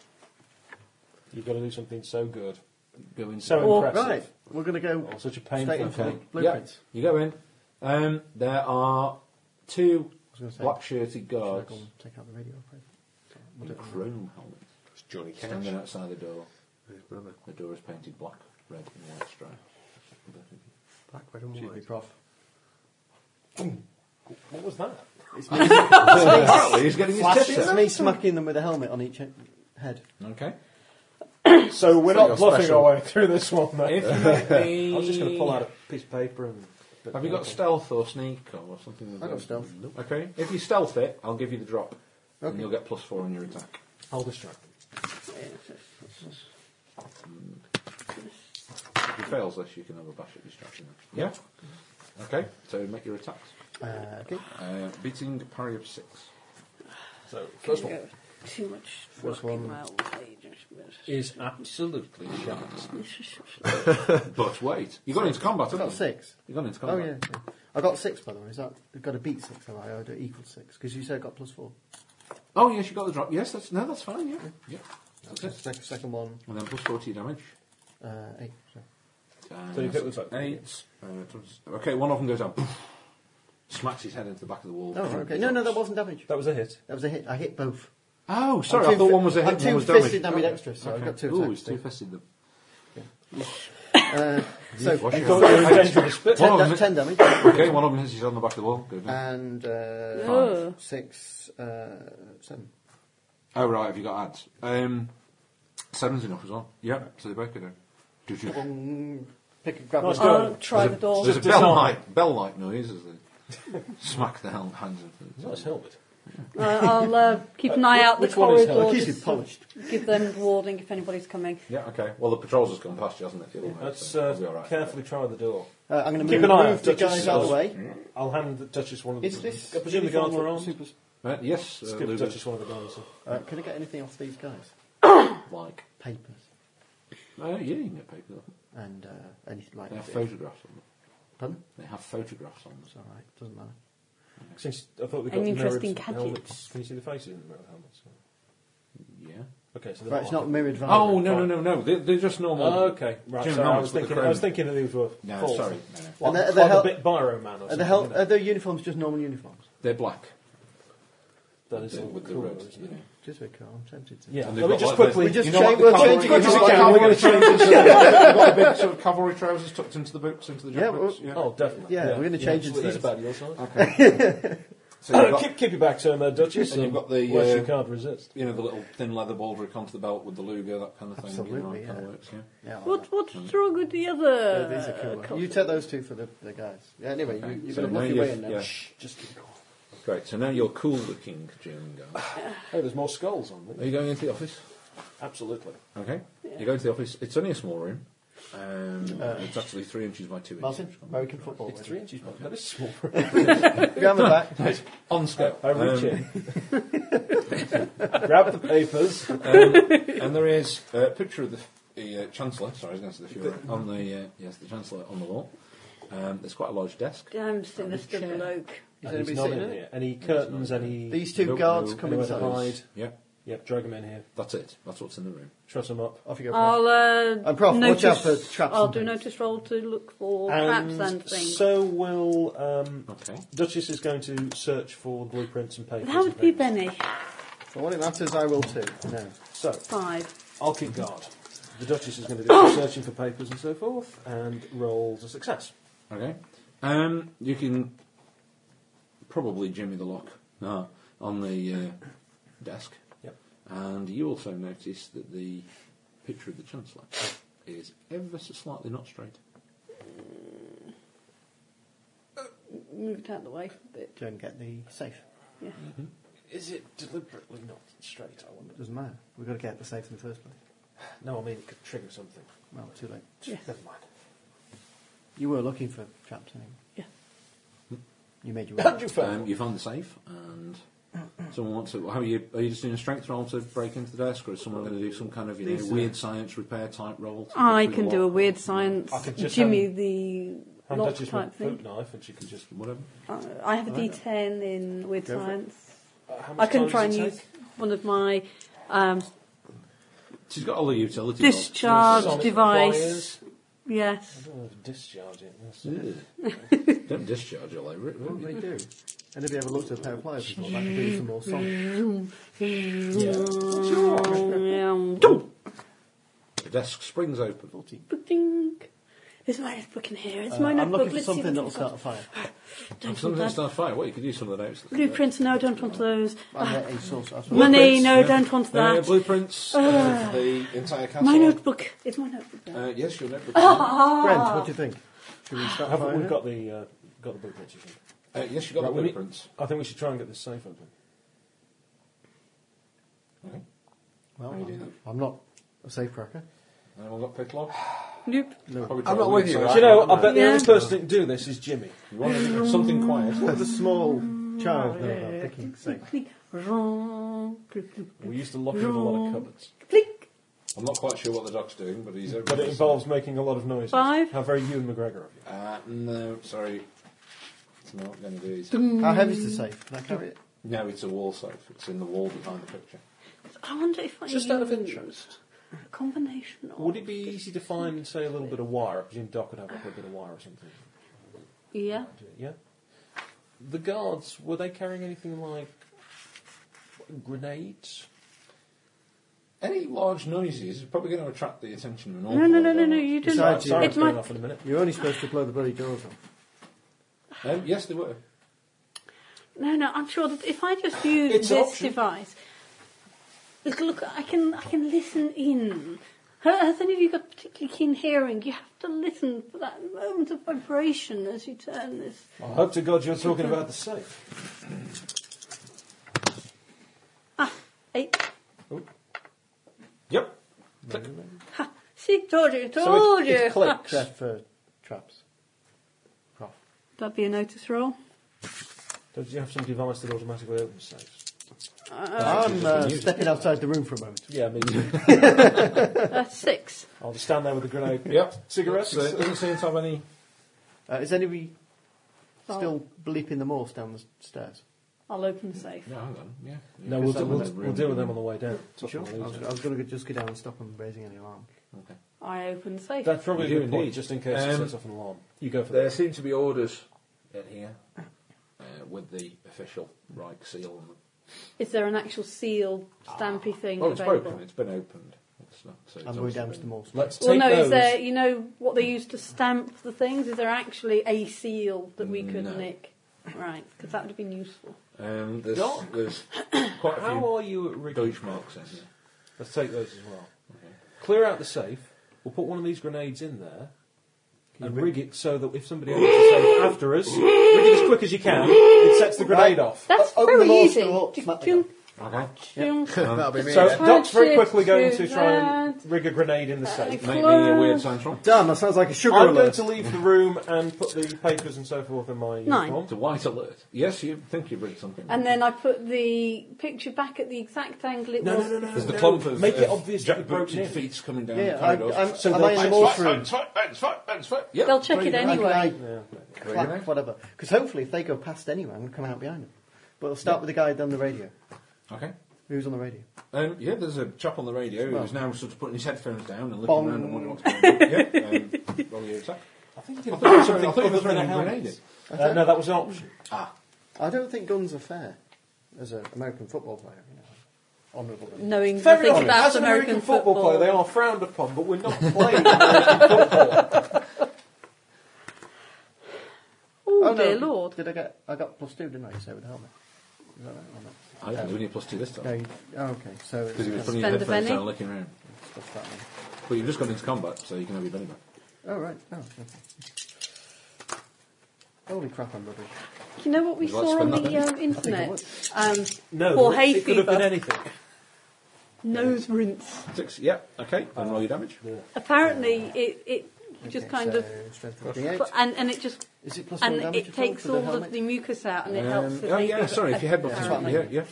[SPEAKER 4] You've got to do something so good.
[SPEAKER 3] <laughs> Go in.
[SPEAKER 4] So
[SPEAKER 5] Well,
[SPEAKER 4] impressive.
[SPEAKER 6] Oh, Right, we're going to go
[SPEAKER 4] Or such a
[SPEAKER 6] straight
[SPEAKER 4] painful
[SPEAKER 6] into
[SPEAKER 3] Okay.
[SPEAKER 6] the blueprints.
[SPEAKER 3] You go in. Um, there are two
[SPEAKER 6] was gonna say-
[SPEAKER 3] black shirted
[SPEAKER 6] Should I
[SPEAKER 3] guards
[SPEAKER 6] go and take out the radio operator?
[SPEAKER 3] in chrome helmets
[SPEAKER 2] It's Johnny Cash.
[SPEAKER 3] standing outside the door.
[SPEAKER 2] His brother.
[SPEAKER 3] The door is painted black, red, and white stripes.
[SPEAKER 2] Black, red and
[SPEAKER 6] Should be
[SPEAKER 2] white.
[SPEAKER 6] prof.
[SPEAKER 4] What was that?
[SPEAKER 6] It's me,
[SPEAKER 3] <laughs> Apparently, he's getting his tips
[SPEAKER 6] it's
[SPEAKER 3] out.
[SPEAKER 6] me smacking them with a helmet on each he- head.
[SPEAKER 3] <laughs> Okay.
[SPEAKER 4] So we're
[SPEAKER 2] not bluffing
[SPEAKER 4] not bluffing
[SPEAKER 2] special.
[SPEAKER 4] our way through this one,
[SPEAKER 3] If
[SPEAKER 4] mate.
[SPEAKER 3] you make me-
[SPEAKER 4] I was just going to pull out a piece of paper and.
[SPEAKER 3] Have you got stealth or sneak or something? with
[SPEAKER 6] I got
[SPEAKER 3] that?
[SPEAKER 6] stealth.
[SPEAKER 3] Okay. If you stealth it, I'll give you the drop, and
[SPEAKER 6] Okay.
[SPEAKER 3] you'll get plus four on your attack.
[SPEAKER 4] I'll distract.
[SPEAKER 3] If he fails this, you can have a bash at distraction. Yeah. Okay. So make your attacks.
[SPEAKER 6] Uh, okay,
[SPEAKER 3] Uh, beating parry of six.
[SPEAKER 4] So first one
[SPEAKER 5] Go. Too much
[SPEAKER 6] First
[SPEAKER 5] working
[SPEAKER 6] one.
[SPEAKER 5] my old age.
[SPEAKER 4] is absolutely shite.
[SPEAKER 3] But wait, you got into combat,
[SPEAKER 6] I
[SPEAKER 3] haven't
[SPEAKER 6] got
[SPEAKER 3] you?
[SPEAKER 6] six.
[SPEAKER 3] You got into
[SPEAKER 6] Oh
[SPEAKER 3] combat.
[SPEAKER 6] yeah, yeah. I got six by the way. Is that I've got to beat six? Have I? I do equal six because you said I got plus four.
[SPEAKER 3] Oh yes, you got the drop. Yes, that's no, that's fine. Yeah, yeah. That's
[SPEAKER 6] Okay.
[SPEAKER 3] it.
[SPEAKER 6] Second, second one,
[SPEAKER 3] And then plus forty damage.
[SPEAKER 6] uh, eight. So.
[SPEAKER 3] Uh,
[SPEAKER 4] So you hit with both.
[SPEAKER 3] eight. Uh, times- okay, one of them goes down. Poof, smacks his head into the back of the wall.
[SPEAKER 6] Oh, right, okay. No, no, that wasn't damage.
[SPEAKER 4] That was a hit.
[SPEAKER 6] That was a hit. I hit both.
[SPEAKER 3] Oh, sorry,
[SPEAKER 6] I'm
[SPEAKER 3] I
[SPEAKER 6] two
[SPEAKER 3] thought
[SPEAKER 6] fi-
[SPEAKER 3] one was a
[SPEAKER 6] I'm
[SPEAKER 3] hit, and
[SPEAKER 6] two
[SPEAKER 3] one was damage.
[SPEAKER 6] fisted damage extra, so I've got two
[SPEAKER 3] Ooh,
[SPEAKER 6] attacks,
[SPEAKER 3] he's two
[SPEAKER 6] yeah.
[SPEAKER 3] fisted. Them.
[SPEAKER 6] Uh, so
[SPEAKER 3] Wash your
[SPEAKER 4] Thought
[SPEAKER 3] hands.
[SPEAKER 4] you were in danger of a spit.
[SPEAKER 3] One of
[SPEAKER 6] ten,
[SPEAKER 3] them-
[SPEAKER 6] da- ten damage
[SPEAKER 3] Okay, one of them hits his head on the back of the wall. Goes down.
[SPEAKER 6] and uh,
[SPEAKER 5] Oh.
[SPEAKER 6] six, uh, seven.
[SPEAKER 3] oh right, have you got ads? Um, seven's enough as well. Yeah, so they both go down. Do you-
[SPEAKER 6] Mm, pick a grab.
[SPEAKER 4] Nice
[SPEAKER 6] one.
[SPEAKER 5] I'll try the door.
[SPEAKER 3] There's a
[SPEAKER 4] Disarm.
[SPEAKER 3] bell like bell like noise as they smack the hell hands into
[SPEAKER 4] Nice
[SPEAKER 3] it.
[SPEAKER 4] helmet.
[SPEAKER 5] Uh, I'll uh, keep an eye out the
[SPEAKER 4] Which one is
[SPEAKER 5] corridor.
[SPEAKER 6] Keep
[SPEAKER 5] just
[SPEAKER 6] it polished.
[SPEAKER 5] to give them warning if anybody's coming.
[SPEAKER 3] Yeah, okay. Well, the patrol's just gone past you, hasn't it? It'll know,
[SPEAKER 4] Let's
[SPEAKER 3] so
[SPEAKER 4] uh,
[SPEAKER 3] it'll be all right.
[SPEAKER 4] carefully try the door.
[SPEAKER 6] Uh, I'm going to
[SPEAKER 4] Keep
[SPEAKER 6] move,
[SPEAKER 4] an eye
[SPEAKER 6] move
[SPEAKER 4] out,
[SPEAKER 6] the
[SPEAKER 4] Duchess.
[SPEAKER 6] guys out of the way.
[SPEAKER 4] I'll hand the Duchess one of the.
[SPEAKER 6] Is this?
[SPEAKER 4] I presume the guards were armed.
[SPEAKER 6] Super,
[SPEAKER 3] Uh, yes, uh,
[SPEAKER 4] Let's give the
[SPEAKER 3] Ludo.
[SPEAKER 4] Duchess one of the guards.
[SPEAKER 6] uh, can I get anything off these guys?
[SPEAKER 3] like.
[SPEAKER 6] Papers
[SPEAKER 3] Uh, yeah, you can get paper.
[SPEAKER 6] and uh, anything like
[SPEAKER 3] They have
[SPEAKER 6] that.
[SPEAKER 3] photographs on them.
[SPEAKER 6] Pardon?
[SPEAKER 3] They have photographs on them.
[SPEAKER 6] It's all right. Doesn't matter.
[SPEAKER 4] Since I thought we
[SPEAKER 5] An
[SPEAKER 4] got mirrored
[SPEAKER 5] interesting
[SPEAKER 4] helmets.
[SPEAKER 5] gadget.
[SPEAKER 4] Can you see the faces in the mirrored helmets?
[SPEAKER 3] Yeah.
[SPEAKER 4] Okay, so they're
[SPEAKER 6] Right, it's not mirrored value.
[SPEAKER 3] Oh no no no no! They're, they're just normal.
[SPEAKER 4] Okay, right.
[SPEAKER 3] Jim
[SPEAKER 4] sorry, I
[SPEAKER 3] Holmes
[SPEAKER 4] was
[SPEAKER 3] with the
[SPEAKER 4] thinking. I was
[SPEAKER 3] chrome.
[SPEAKER 4] thinking that these were
[SPEAKER 3] No,
[SPEAKER 4] false.
[SPEAKER 3] sorry, no, no.
[SPEAKER 4] Like,
[SPEAKER 6] And the-
[SPEAKER 4] like
[SPEAKER 6] the
[SPEAKER 4] a
[SPEAKER 6] hel-
[SPEAKER 4] bit biro man or
[SPEAKER 6] Are
[SPEAKER 4] something.
[SPEAKER 6] the, hel-
[SPEAKER 4] you know.
[SPEAKER 6] are the uniforms just normal uniforms?
[SPEAKER 3] They're black
[SPEAKER 4] that is all
[SPEAKER 3] with the
[SPEAKER 4] cool,
[SPEAKER 3] red.
[SPEAKER 4] isn't
[SPEAKER 3] You
[SPEAKER 4] it?
[SPEAKER 3] know.
[SPEAKER 6] Just a bit cool. I'm tempted to.
[SPEAKER 4] Yeah.
[SPEAKER 3] And they've
[SPEAKER 4] Let me
[SPEAKER 3] got
[SPEAKER 4] just
[SPEAKER 3] like the-
[SPEAKER 4] quickly.
[SPEAKER 6] We just
[SPEAKER 3] You know what
[SPEAKER 6] change,
[SPEAKER 3] the
[SPEAKER 6] we'll
[SPEAKER 3] colour
[SPEAKER 6] change
[SPEAKER 3] is?
[SPEAKER 6] it to
[SPEAKER 3] You know
[SPEAKER 6] the
[SPEAKER 3] what
[SPEAKER 6] colour.
[SPEAKER 3] We're going to change it. So they've got the big sort of cavalry trousers tucked into the boots, into the jack
[SPEAKER 6] Yeah,
[SPEAKER 3] boots.
[SPEAKER 6] well-
[SPEAKER 3] yeah.
[SPEAKER 4] Oh, definitely.
[SPEAKER 6] Yeah, we're gonna change it to
[SPEAKER 4] He's
[SPEAKER 6] those.
[SPEAKER 4] about your size.
[SPEAKER 6] <laughs>
[SPEAKER 4] <coughs>
[SPEAKER 3] So you've got,
[SPEAKER 4] keep, keep your back to him, there, Duchess.
[SPEAKER 3] And you've got the,
[SPEAKER 4] Where's
[SPEAKER 3] uh,
[SPEAKER 4] your card resist?
[SPEAKER 3] you know the little thin leather baldric onto the belt with the luger, that kind of thing. you know,
[SPEAKER 6] Absolutely,
[SPEAKER 3] it kind
[SPEAKER 6] yeah.
[SPEAKER 3] of works. Yeah.
[SPEAKER 6] Yeah, I like
[SPEAKER 5] What,
[SPEAKER 6] that.
[SPEAKER 5] what's wrong with the other?
[SPEAKER 6] Yeah, these are cool.
[SPEAKER 5] colours?
[SPEAKER 6] You take those two for the, the guys. Yeah, anyway,
[SPEAKER 3] Okay,
[SPEAKER 6] you, you're
[SPEAKER 3] so
[SPEAKER 6] going to
[SPEAKER 3] now
[SPEAKER 6] walk your
[SPEAKER 3] you've-
[SPEAKER 6] way in now.
[SPEAKER 3] yeah.
[SPEAKER 4] Shh, just keep going.
[SPEAKER 3] Great. So now you're cool looking, German guy.
[SPEAKER 4] Oh, there's more skulls on
[SPEAKER 3] Are
[SPEAKER 4] me.
[SPEAKER 3] you going into the office?
[SPEAKER 4] Absolutely.
[SPEAKER 3] Okay. You go into the office. It's only a small room. Um,
[SPEAKER 6] Uh,
[SPEAKER 3] it's actually three inches by two inches.
[SPEAKER 6] Martin, American football.
[SPEAKER 4] It's three inches. That is <laughs> small.
[SPEAKER 6] Go on the back.
[SPEAKER 3] It's on scale.
[SPEAKER 4] I reach
[SPEAKER 3] Um, <laughs>
[SPEAKER 4] in, grab the papers.
[SPEAKER 3] um, and there is a picture of the, the uh, Chancellor, sorry, I was going to say the Fuhrer, on the, uh, yes, the Chancellor on the wall. Um, there's quite a large desk.
[SPEAKER 5] Damn sinister
[SPEAKER 3] Chair.
[SPEAKER 5] bloke.
[SPEAKER 6] Is
[SPEAKER 4] And he's
[SPEAKER 6] anybody
[SPEAKER 4] not
[SPEAKER 6] sitting
[SPEAKER 4] in
[SPEAKER 6] in it?
[SPEAKER 4] here. Any curtains? Any
[SPEAKER 6] These two
[SPEAKER 3] Nope,
[SPEAKER 6] guards
[SPEAKER 3] no.
[SPEAKER 6] come
[SPEAKER 4] anywhere to
[SPEAKER 6] inside.
[SPEAKER 4] hide?
[SPEAKER 3] Yeah,
[SPEAKER 4] Yep, drag them in here.
[SPEAKER 3] that's it. That's what's in the room.
[SPEAKER 4] Truss them up.
[SPEAKER 6] Off you go. Prof.
[SPEAKER 5] I'll uh,
[SPEAKER 6] And Prof,
[SPEAKER 5] notice,
[SPEAKER 6] watch out for traps
[SPEAKER 5] I'll
[SPEAKER 6] and
[SPEAKER 5] do
[SPEAKER 6] things.
[SPEAKER 5] notice roll to look for
[SPEAKER 4] And
[SPEAKER 5] traps and things.
[SPEAKER 4] so will um,
[SPEAKER 3] Okay.
[SPEAKER 4] Duchess is going to search for blueprints and papers.
[SPEAKER 5] that
[SPEAKER 4] and
[SPEAKER 5] would be
[SPEAKER 4] things.
[SPEAKER 5] Benny.
[SPEAKER 6] For what it matters, I will too. No.
[SPEAKER 4] So
[SPEAKER 5] Five.
[SPEAKER 4] I'll keep
[SPEAKER 5] Mm-hmm.
[SPEAKER 4] guard. The Duchess is going to do
[SPEAKER 5] Oh!
[SPEAKER 4] some searching for papers and so forth, and rolls a success.
[SPEAKER 3] Okay. Um, you can probably jimmy the lock uh, on the uh, desk.
[SPEAKER 4] Yep.
[SPEAKER 3] And you also notice that the picture of the Chancellor is ever so slightly not straight.
[SPEAKER 5] Move it out of the way a bit.
[SPEAKER 6] Go and get the safe.
[SPEAKER 5] Yeah.
[SPEAKER 4] Is it deliberately not straight? I wonder.
[SPEAKER 6] Doesn't matter. We've got to get the safe in the first place.
[SPEAKER 4] No, I mean it could trigger something.
[SPEAKER 6] Well, too late.
[SPEAKER 5] Yeah.
[SPEAKER 4] Never mind. <laughs>
[SPEAKER 6] You were looking for traps anyway.
[SPEAKER 5] Yeah.
[SPEAKER 6] You made your
[SPEAKER 4] And
[SPEAKER 6] way.
[SPEAKER 4] you found
[SPEAKER 3] Um, you found the safe, and someone wants to. How are you? Are you just doing a strength roll to break into the desk, or is someone going to do some kind of you know, weird science repair type roll? to
[SPEAKER 5] I
[SPEAKER 3] get through
[SPEAKER 5] can
[SPEAKER 3] the
[SPEAKER 5] do a
[SPEAKER 3] lock?
[SPEAKER 5] weird science.
[SPEAKER 4] I could just
[SPEAKER 5] Jimmy
[SPEAKER 4] hand-
[SPEAKER 5] the
[SPEAKER 4] hand
[SPEAKER 5] lock
[SPEAKER 4] Duchess
[SPEAKER 5] type
[SPEAKER 4] with
[SPEAKER 5] thing.
[SPEAKER 4] boot knife, and she can just.
[SPEAKER 3] Whatever.
[SPEAKER 5] Uh, I have a D10 in weird
[SPEAKER 6] Go for it.
[SPEAKER 5] science.
[SPEAKER 4] Uh, how
[SPEAKER 5] I
[SPEAKER 4] much
[SPEAKER 5] can
[SPEAKER 4] time
[SPEAKER 5] try and
[SPEAKER 4] does it
[SPEAKER 5] use
[SPEAKER 4] take?
[SPEAKER 5] one of my um,
[SPEAKER 3] She's got all the utility. boxes.
[SPEAKER 5] discharge
[SPEAKER 4] Sonic
[SPEAKER 5] device.
[SPEAKER 4] wires.
[SPEAKER 5] Yes.
[SPEAKER 4] <laughs> Oh, discharge it. That's
[SPEAKER 3] Ugh. Don't discharge all over it.
[SPEAKER 6] What
[SPEAKER 3] will
[SPEAKER 6] do <laughs> they do?
[SPEAKER 3] you?
[SPEAKER 6] Anybody ever looked at a pair of pliers before? That could be some more song.
[SPEAKER 4] Yeah.
[SPEAKER 5] Um,
[SPEAKER 3] The desk springs open.
[SPEAKER 5] Ding. Is my notebook in here?
[SPEAKER 4] Uh,
[SPEAKER 5] Is my
[SPEAKER 6] Uh, I'm
[SPEAKER 5] notebook?
[SPEAKER 6] looking for
[SPEAKER 5] Let's see
[SPEAKER 6] something
[SPEAKER 5] what
[SPEAKER 6] that'll
[SPEAKER 5] I've
[SPEAKER 6] start a
[SPEAKER 5] got.
[SPEAKER 6] fire.
[SPEAKER 5] Don't want
[SPEAKER 3] Something
[SPEAKER 5] that.
[SPEAKER 3] that starts fire. Well, you could use some of the notes.
[SPEAKER 5] Blueprints, no, don't want those.
[SPEAKER 6] I'm
[SPEAKER 5] Ah,
[SPEAKER 6] not in source. That's what-
[SPEAKER 5] money,
[SPEAKER 3] Blueprints,
[SPEAKER 5] no,
[SPEAKER 3] yeah.
[SPEAKER 5] don't want
[SPEAKER 3] Uh,
[SPEAKER 5] that. Ah.
[SPEAKER 3] blueprints of the entire castle.
[SPEAKER 5] My notebook. It's my notebook. there.
[SPEAKER 3] Uh, yes,
[SPEAKER 5] <laughs>
[SPEAKER 3] your notebook. Uh,
[SPEAKER 6] Brent, what do you think? Should we start a
[SPEAKER 4] Haven't
[SPEAKER 6] fire?
[SPEAKER 4] we
[SPEAKER 6] now?
[SPEAKER 4] got the uh, got the blueprints? You think?
[SPEAKER 3] Uh, yes, you got
[SPEAKER 4] Right,
[SPEAKER 3] the
[SPEAKER 4] we need-
[SPEAKER 3] blueprints.
[SPEAKER 4] I think we should try and get this safe open.
[SPEAKER 6] Well, I'm not a safe cracker.
[SPEAKER 3] Anyone got pick lock?
[SPEAKER 5] Nope.
[SPEAKER 6] No.
[SPEAKER 3] Probably try the
[SPEAKER 2] with you,
[SPEAKER 3] inside.
[SPEAKER 2] right?
[SPEAKER 4] Do you know? I bet the
[SPEAKER 5] Yeah.
[SPEAKER 4] only person that can do this is Jimmy.
[SPEAKER 3] You want something quiet.
[SPEAKER 6] What does a small child know about picking safe?
[SPEAKER 5] Click. Vroom. Click, click, click.
[SPEAKER 4] We used to lock him in a lot of cupboards,
[SPEAKER 5] Click.
[SPEAKER 3] I'm not quite sure what the dog's doing, but he's.
[SPEAKER 4] but it involves making a lot of noises.
[SPEAKER 5] Five.
[SPEAKER 4] How very Ewan McGregor of you.
[SPEAKER 3] Uh, no, sorry. It's not going to do it.
[SPEAKER 6] How heavy is the safe? Can I carry it?
[SPEAKER 3] No, it's a wall safe. It's in the wall behind the picture.
[SPEAKER 5] I wonder if I
[SPEAKER 4] Just out of
[SPEAKER 5] use
[SPEAKER 4] interest,
[SPEAKER 5] a combination. Of
[SPEAKER 4] would it be easy to find, say, a little bit of wire? I presume Doc would have like, a bit of wire or something.
[SPEAKER 5] Yeah.
[SPEAKER 4] Yeah. The guards were they carrying anything like grenades?
[SPEAKER 3] Any large noises are probably going to attract the attention of an awful
[SPEAKER 5] No, no, no,
[SPEAKER 3] lot
[SPEAKER 5] no,
[SPEAKER 3] of
[SPEAKER 5] no. You didn't.
[SPEAKER 6] Besides,
[SPEAKER 4] Sorry,
[SPEAKER 5] it
[SPEAKER 4] it's going
[SPEAKER 5] might.
[SPEAKER 4] off in a minute.
[SPEAKER 6] You're only supposed to blow the bloody doors off.
[SPEAKER 3] dogs. Um, yes, they were.
[SPEAKER 5] No, no. I'm sure that if I just use
[SPEAKER 3] It's an
[SPEAKER 5] this
[SPEAKER 3] option.
[SPEAKER 5] device, look, look, I can, I can listen in. Ha- Has any of you got particularly keen hearing? You have to listen for that moment of vibration as you turn this.
[SPEAKER 4] I hope to God you're talking about the safe.
[SPEAKER 5] Eight.
[SPEAKER 3] Yep.
[SPEAKER 5] See, told you,
[SPEAKER 4] So
[SPEAKER 5] told
[SPEAKER 4] it,
[SPEAKER 5] you.
[SPEAKER 4] it clicks.
[SPEAKER 6] Except for traps.
[SPEAKER 5] <laughs> That'd be a notice roll.
[SPEAKER 4] Don't you have some device that automatically opens safes?
[SPEAKER 5] Ah.
[SPEAKER 6] I'm uh, stepping outside the room for a moment.
[SPEAKER 4] Yeah, me too.
[SPEAKER 5] Uh, six.
[SPEAKER 4] <laughs> I'll just stand there with a grenade.
[SPEAKER 3] <laughs> Yep.
[SPEAKER 4] Cigarettes?
[SPEAKER 3] So it doesn't seem to have any.
[SPEAKER 6] Uh, is anybody
[SPEAKER 5] Oh.
[SPEAKER 6] still bleeping the Morse down the stairs?
[SPEAKER 5] I'll open the safe.
[SPEAKER 3] No, hang on. Yeah.
[SPEAKER 4] No, we'll, do, we'll, we'll deal with them on the way down. Stop
[SPEAKER 6] Sure.
[SPEAKER 4] them
[SPEAKER 6] I was,
[SPEAKER 4] losing.
[SPEAKER 6] I was going to just get down and stop them raising any alarm.
[SPEAKER 5] I open the safe.
[SPEAKER 4] That's probably a
[SPEAKER 3] You do
[SPEAKER 4] good point,
[SPEAKER 3] indeed.
[SPEAKER 4] just in case it
[SPEAKER 3] Um,
[SPEAKER 4] sets off an alarm. You go for
[SPEAKER 3] There
[SPEAKER 4] that.
[SPEAKER 3] seem to be orders in here uh, with the official Reich seal on them.
[SPEAKER 5] Is there an actual seal stampy thing
[SPEAKER 3] Oh, it's
[SPEAKER 5] available?
[SPEAKER 3] broken. It's been opened. It's not, so it's
[SPEAKER 6] I'm going
[SPEAKER 3] obviously
[SPEAKER 6] down to the
[SPEAKER 3] been-
[SPEAKER 6] mall.
[SPEAKER 4] <laughs> Let's
[SPEAKER 5] Well,
[SPEAKER 4] take
[SPEAKER 5] no,
[SPEAKER 4] those.
[SPEAKER 5] is there, you know, what they use to stamp the things? Is there actually a seal that we could
[SPEAKER 3] No.
[SPEAKER 5] nick? Right, because that would have been useful.
[SPEAKER 3] Um, there's,
[SPEAKER 4] Doc?
[SPEAKER 3] there's quite a few
[SPEAKER 4] How are you at rigging?
[SPEAKER 3] Deutsch marks in here.
[SPEAKER 4] Let's take those as well. Clear out the safe. We'll put one of these grenades in there and rig it so that if somebody opens the safe after us, rig it as quick as you can. It sets the grenade off.
[SPEAKER 5] That's
[SPEAKER 6] open
[SPEAKER 5] very
[SPEAKER 6] the doors
[SPEAKER 5] easy.
[SPEAKER 6] to all-
[SPEAKER 5] Ching,
[SPEAKER 6] smack the
[SPEAKER 5] ching, ching.
[SPEAKER 2] That'll be me.
[SPEAKER 4] So
[SPEAKER 5] Touch
[SPEAKER 4] Doc's very
[SPEAKER 5] it
[SPEAKER 4] quickly going
[SPEAKER 5] to
[SPEAKER 4] to try and
[SPEAKER 5] that. Uh,
[SPEAKER 4] rig a grenade in the safe.
[SPEAKER 3] Make me a weird
[SPEAKER 5] Close.
[SPEAKER 3] sign from.
[SPEAKER 6] Damn, that sounds like a sugar
[SPEAKER 4] I'm going
[SPEAKER 6] alert.
[SPEAKER 4] to leave the room and put the papers and so forth in my
[SPEAKER 5] Nine.
[SPEAKER 4] uniform.
[SPEAKER 3] It's a white alert. Yes, you think you've read something.
[SPEAKER 5] And then I put the picture back at the exact angle it
[SPEAKER 4] No,
[SPEAKER 5] was.
[SPEAKER 4] no, no, no.
[SPEAKER 3] there's the
[SPEAKER 4] no.
[SPEAKER 3] clump of
[SPEAKER 4] Make it
[SPEAKER 3] of
[SPEAKER 4] obvious that
[SPEAKER 3] jack
[SPEAKER 4] you broke in.
[SPEAKER 3] booted feet coming down
[SPEAKER 6] Yeah,
[SPEAKER 3] the
[SPEAKER 6] I,
[SPEAKER 3] corridor.
[SPEAKER 6] I'm,
[SPEAKER 4] So
[SPEAKER 6] am
[SPEAKER 4] they'll
[SPEAKER 6] I in the
[SPEAKER 4] check-
[SPEAKER 6] mall room?
[SPEAKER 3] Yep.
[SPEAKER 5] They'll check
[SPEAKER 3] Very
[SPEAKER 5] it
[SPEAKER 3] good.
[SPEAKER 5] anyway.
[SPEAKER 6] I, can
[SPEAKER 4] Yeah.
[SPEAKER 6] I clap, whatever. Because hopefully, if they go past anyone, we'll come out behind them. But we'll start with the guy down the radio.
[SPEAKER 3] Okay.
[SPEAKER 6] Who's on the radio?
[SPEAKER 3] Um, yeah, there's a chap on the radio
[SPEAKER 6] Well.
[SPEAKER 3] who's now sort of putting his headphones down and looking
[SPEAKER 6] Bong.
[SPEAKER 3] around and wondering what's
[SPEAKER 6] <laughs>
[SPEAKER 3] going on. yeah. Um, roll your attack.
[SPEAKER 4] I think
[SPEAKER 3] I
[SPEAKER 4] you're
[SPEAKER 3] thought
[SPEAKER 4] throwing
[SPEAKER 3] you were
[SPEAKER 4] something other than
[SPEAKER 3] throwing
[SPEAKER 4] a
[SPEAKER 3] a grenade.
[SPEAKER 4] helmet. Uh, no, that was an option.
[SPEAKER 6] I don't think guns are fair as an American football player. You know. Honourable. guns.
[SPEAKER 5] Knowing
[SPEAKER 4] Very
[SPEAKER 5] nothing
[SPEAKER 4] honest,
[SPEAKER 5] about
[SPEAKER 4] as an American, football, player, they are frowned upon, but we're <laughs> not playing American football.
[SPEAKER 5] Oh,
[SPEAKER 6] no,
[SPEAKER 5] dear lord.
[SPEAKER 6] Did I get? I got plus two, didn't I? So with the helmet. Is that right? Or not?
[SPEAKER 3] I didn't do any plus two this
[SPEAKER 6] No,
[SPEAKER 3] time.
[SPEAKER 6] you, oh, okay. So it's
[SPEAKER 3] Because he was putting
[SPEAKER 5] Spend
[SPEAKER 3] his
[SPEAKER 5] a
[SPEAKER 3] headphones down
[SPEAKER 5] penny.
[SPEAKER 3] and looking around.
[SPEAKER 6] stuff that one.
[SPEAKER 3] But you've just gone into combat, so you can have your penny back.
[SPEAKER 6] Oh right. Oh. Okay. Holy crap! I'm rubbish.
[SPEAKER 5] Do you know what we
[SPEAKER 3] Would you like
[SPEAKER 5] saw
[SPEAKER 3] to
[SPEAKER 4] <laughs>
[SPEAKER 5] on
[SPEAKER 3] spend that
[SPEAKER 5] the
[SPEAKER 3] then?
[SPEAKER 5] um, internet? Um,
[SPEAKER 4] No,
[SPEAKER 5] for
[SPEAKER 4] it
[SPEAKER 5] hay
[SPEAKER 4] could have been
[SPEAKER 5] fever,
[SPEAKER 4] anything.
[SPEAKER 5] nose rinse.
[SPEAKER 3] Six, yeah, okay. Then roll your damage.
[SPEAKER 5] Apparently, it, it just kind
[SPEAKER 6] so
[SPEAKER 5] of
[SPEAKER 6] strength 58.
[SPEAKER 5] But- and, and it just
[SPEAKER 6] Is it plus one
[SPEAKER 5] and
[SPEAKER 6] damage
[SPEAKER 5] it
[SPEAKER 6] at all
[SPEAKER 5] takes
[SPEAKER 6] for the
[SPEAKER 5] all of
[SPEAKER 6] helmet?
[SPEAKER 5] the mucus out and it helps.
[SPEAKER 3] Um,
[SPEAKER 5] with
[SPEAKER 3] oh,
[SPEAKER 5] hay
[SPEAKER 3] yeah,
[SPEAKER 5] fever.
[SPEAKER 3] sorry, if
[SPEAKER 5] <laughs>
[SPEAKER 3] you headbutt
[SPEAKER 5] Apparently.
[SPEAKER 3] is right. Yeah, yeah.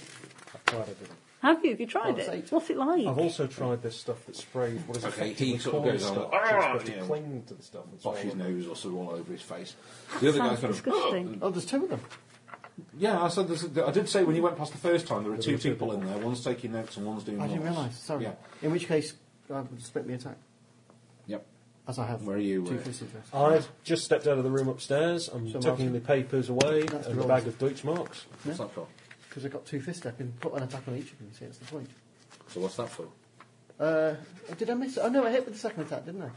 [SPEAKER 4] Quite a bit.
[SPEAKER 5] Have you? Have you tried
[SPEAKER 6] it's
[SPEAKER 5] it?
[SPEAKER 6] eight.
[SPEAKER 5] What's it like?
[SPEAKER 4] I've also tried this stuff that's sprayed. What is it?
[SPEAKER 3] Okay, he
[SPEAKER 4] effectively
[SPEAKER 3] sort of
[SPEAKER 4] corn
[SPEAKER 3] goes on,
[SPEAKER 4] stuff,
[SPEAKER 3] like,
[SPEAKER 4] so it's
[SPEAKER 3] "Argh,"
[SPEAKER 4] supposed to
[SPEAKER 3] you know.
[SPEAKER 4] cling to the stuff. and so
[SPEAKER 3] Bosh his
[SPEAKER 4] on.
[SPEAKER 3] nose or sort of all over his face. The other
[SPEAKER 5] Sounds
[SPEAKER 3] guy's sort of. <laughs>
[SPEAKER 5] disgusting.
[SPEAKER 6] Oh, there's two of them.
[SPEAKER 3] Yeah, I said this, I did say when you went past the first time there were two people in there. One's taking notes and one's doing.
[SPEAKER 6] I didn't
[SPEAKER 3] rolls.
[SPEAKER 6] realise. Sorry.
[SPEAKER 3] Yeah.
[SPEAKER 6] In which case, I would split the attack
[SPEAKER 3] Yep.
[SPEAKER 6] as I have.
[SPEAKER 3] Where are you,
[SPEAKER 6] Two
[SPEAKER 3] uh,
[SPEAKER 6] fists address.
[SPEAKER 4] I've just stepped out of the room upstairs. I'm
[SPEAKER 6] So
[SPEAKER 4] tucking
[SPEAKER 6] Martin-
[SPEAKER 4] the papers away
[SPEAKER 6] That's
[SPEAKER 4] and
[SPEAKER 6] the
[SPEAKER 4] a
[SPEAKER 6] wrong-
[SPEAKER 4] bag of Deutsch marks.
[SPEAKER 3] What's that for?
[SPEAKER 6] Because I've got two fists, I can put an attack on each of them. See, that's the point.
[SPEAKER 3] So what's that for?
[SPEAKER 6] Uh, did I miss? Oh no, I hit with the second attack, didn't I?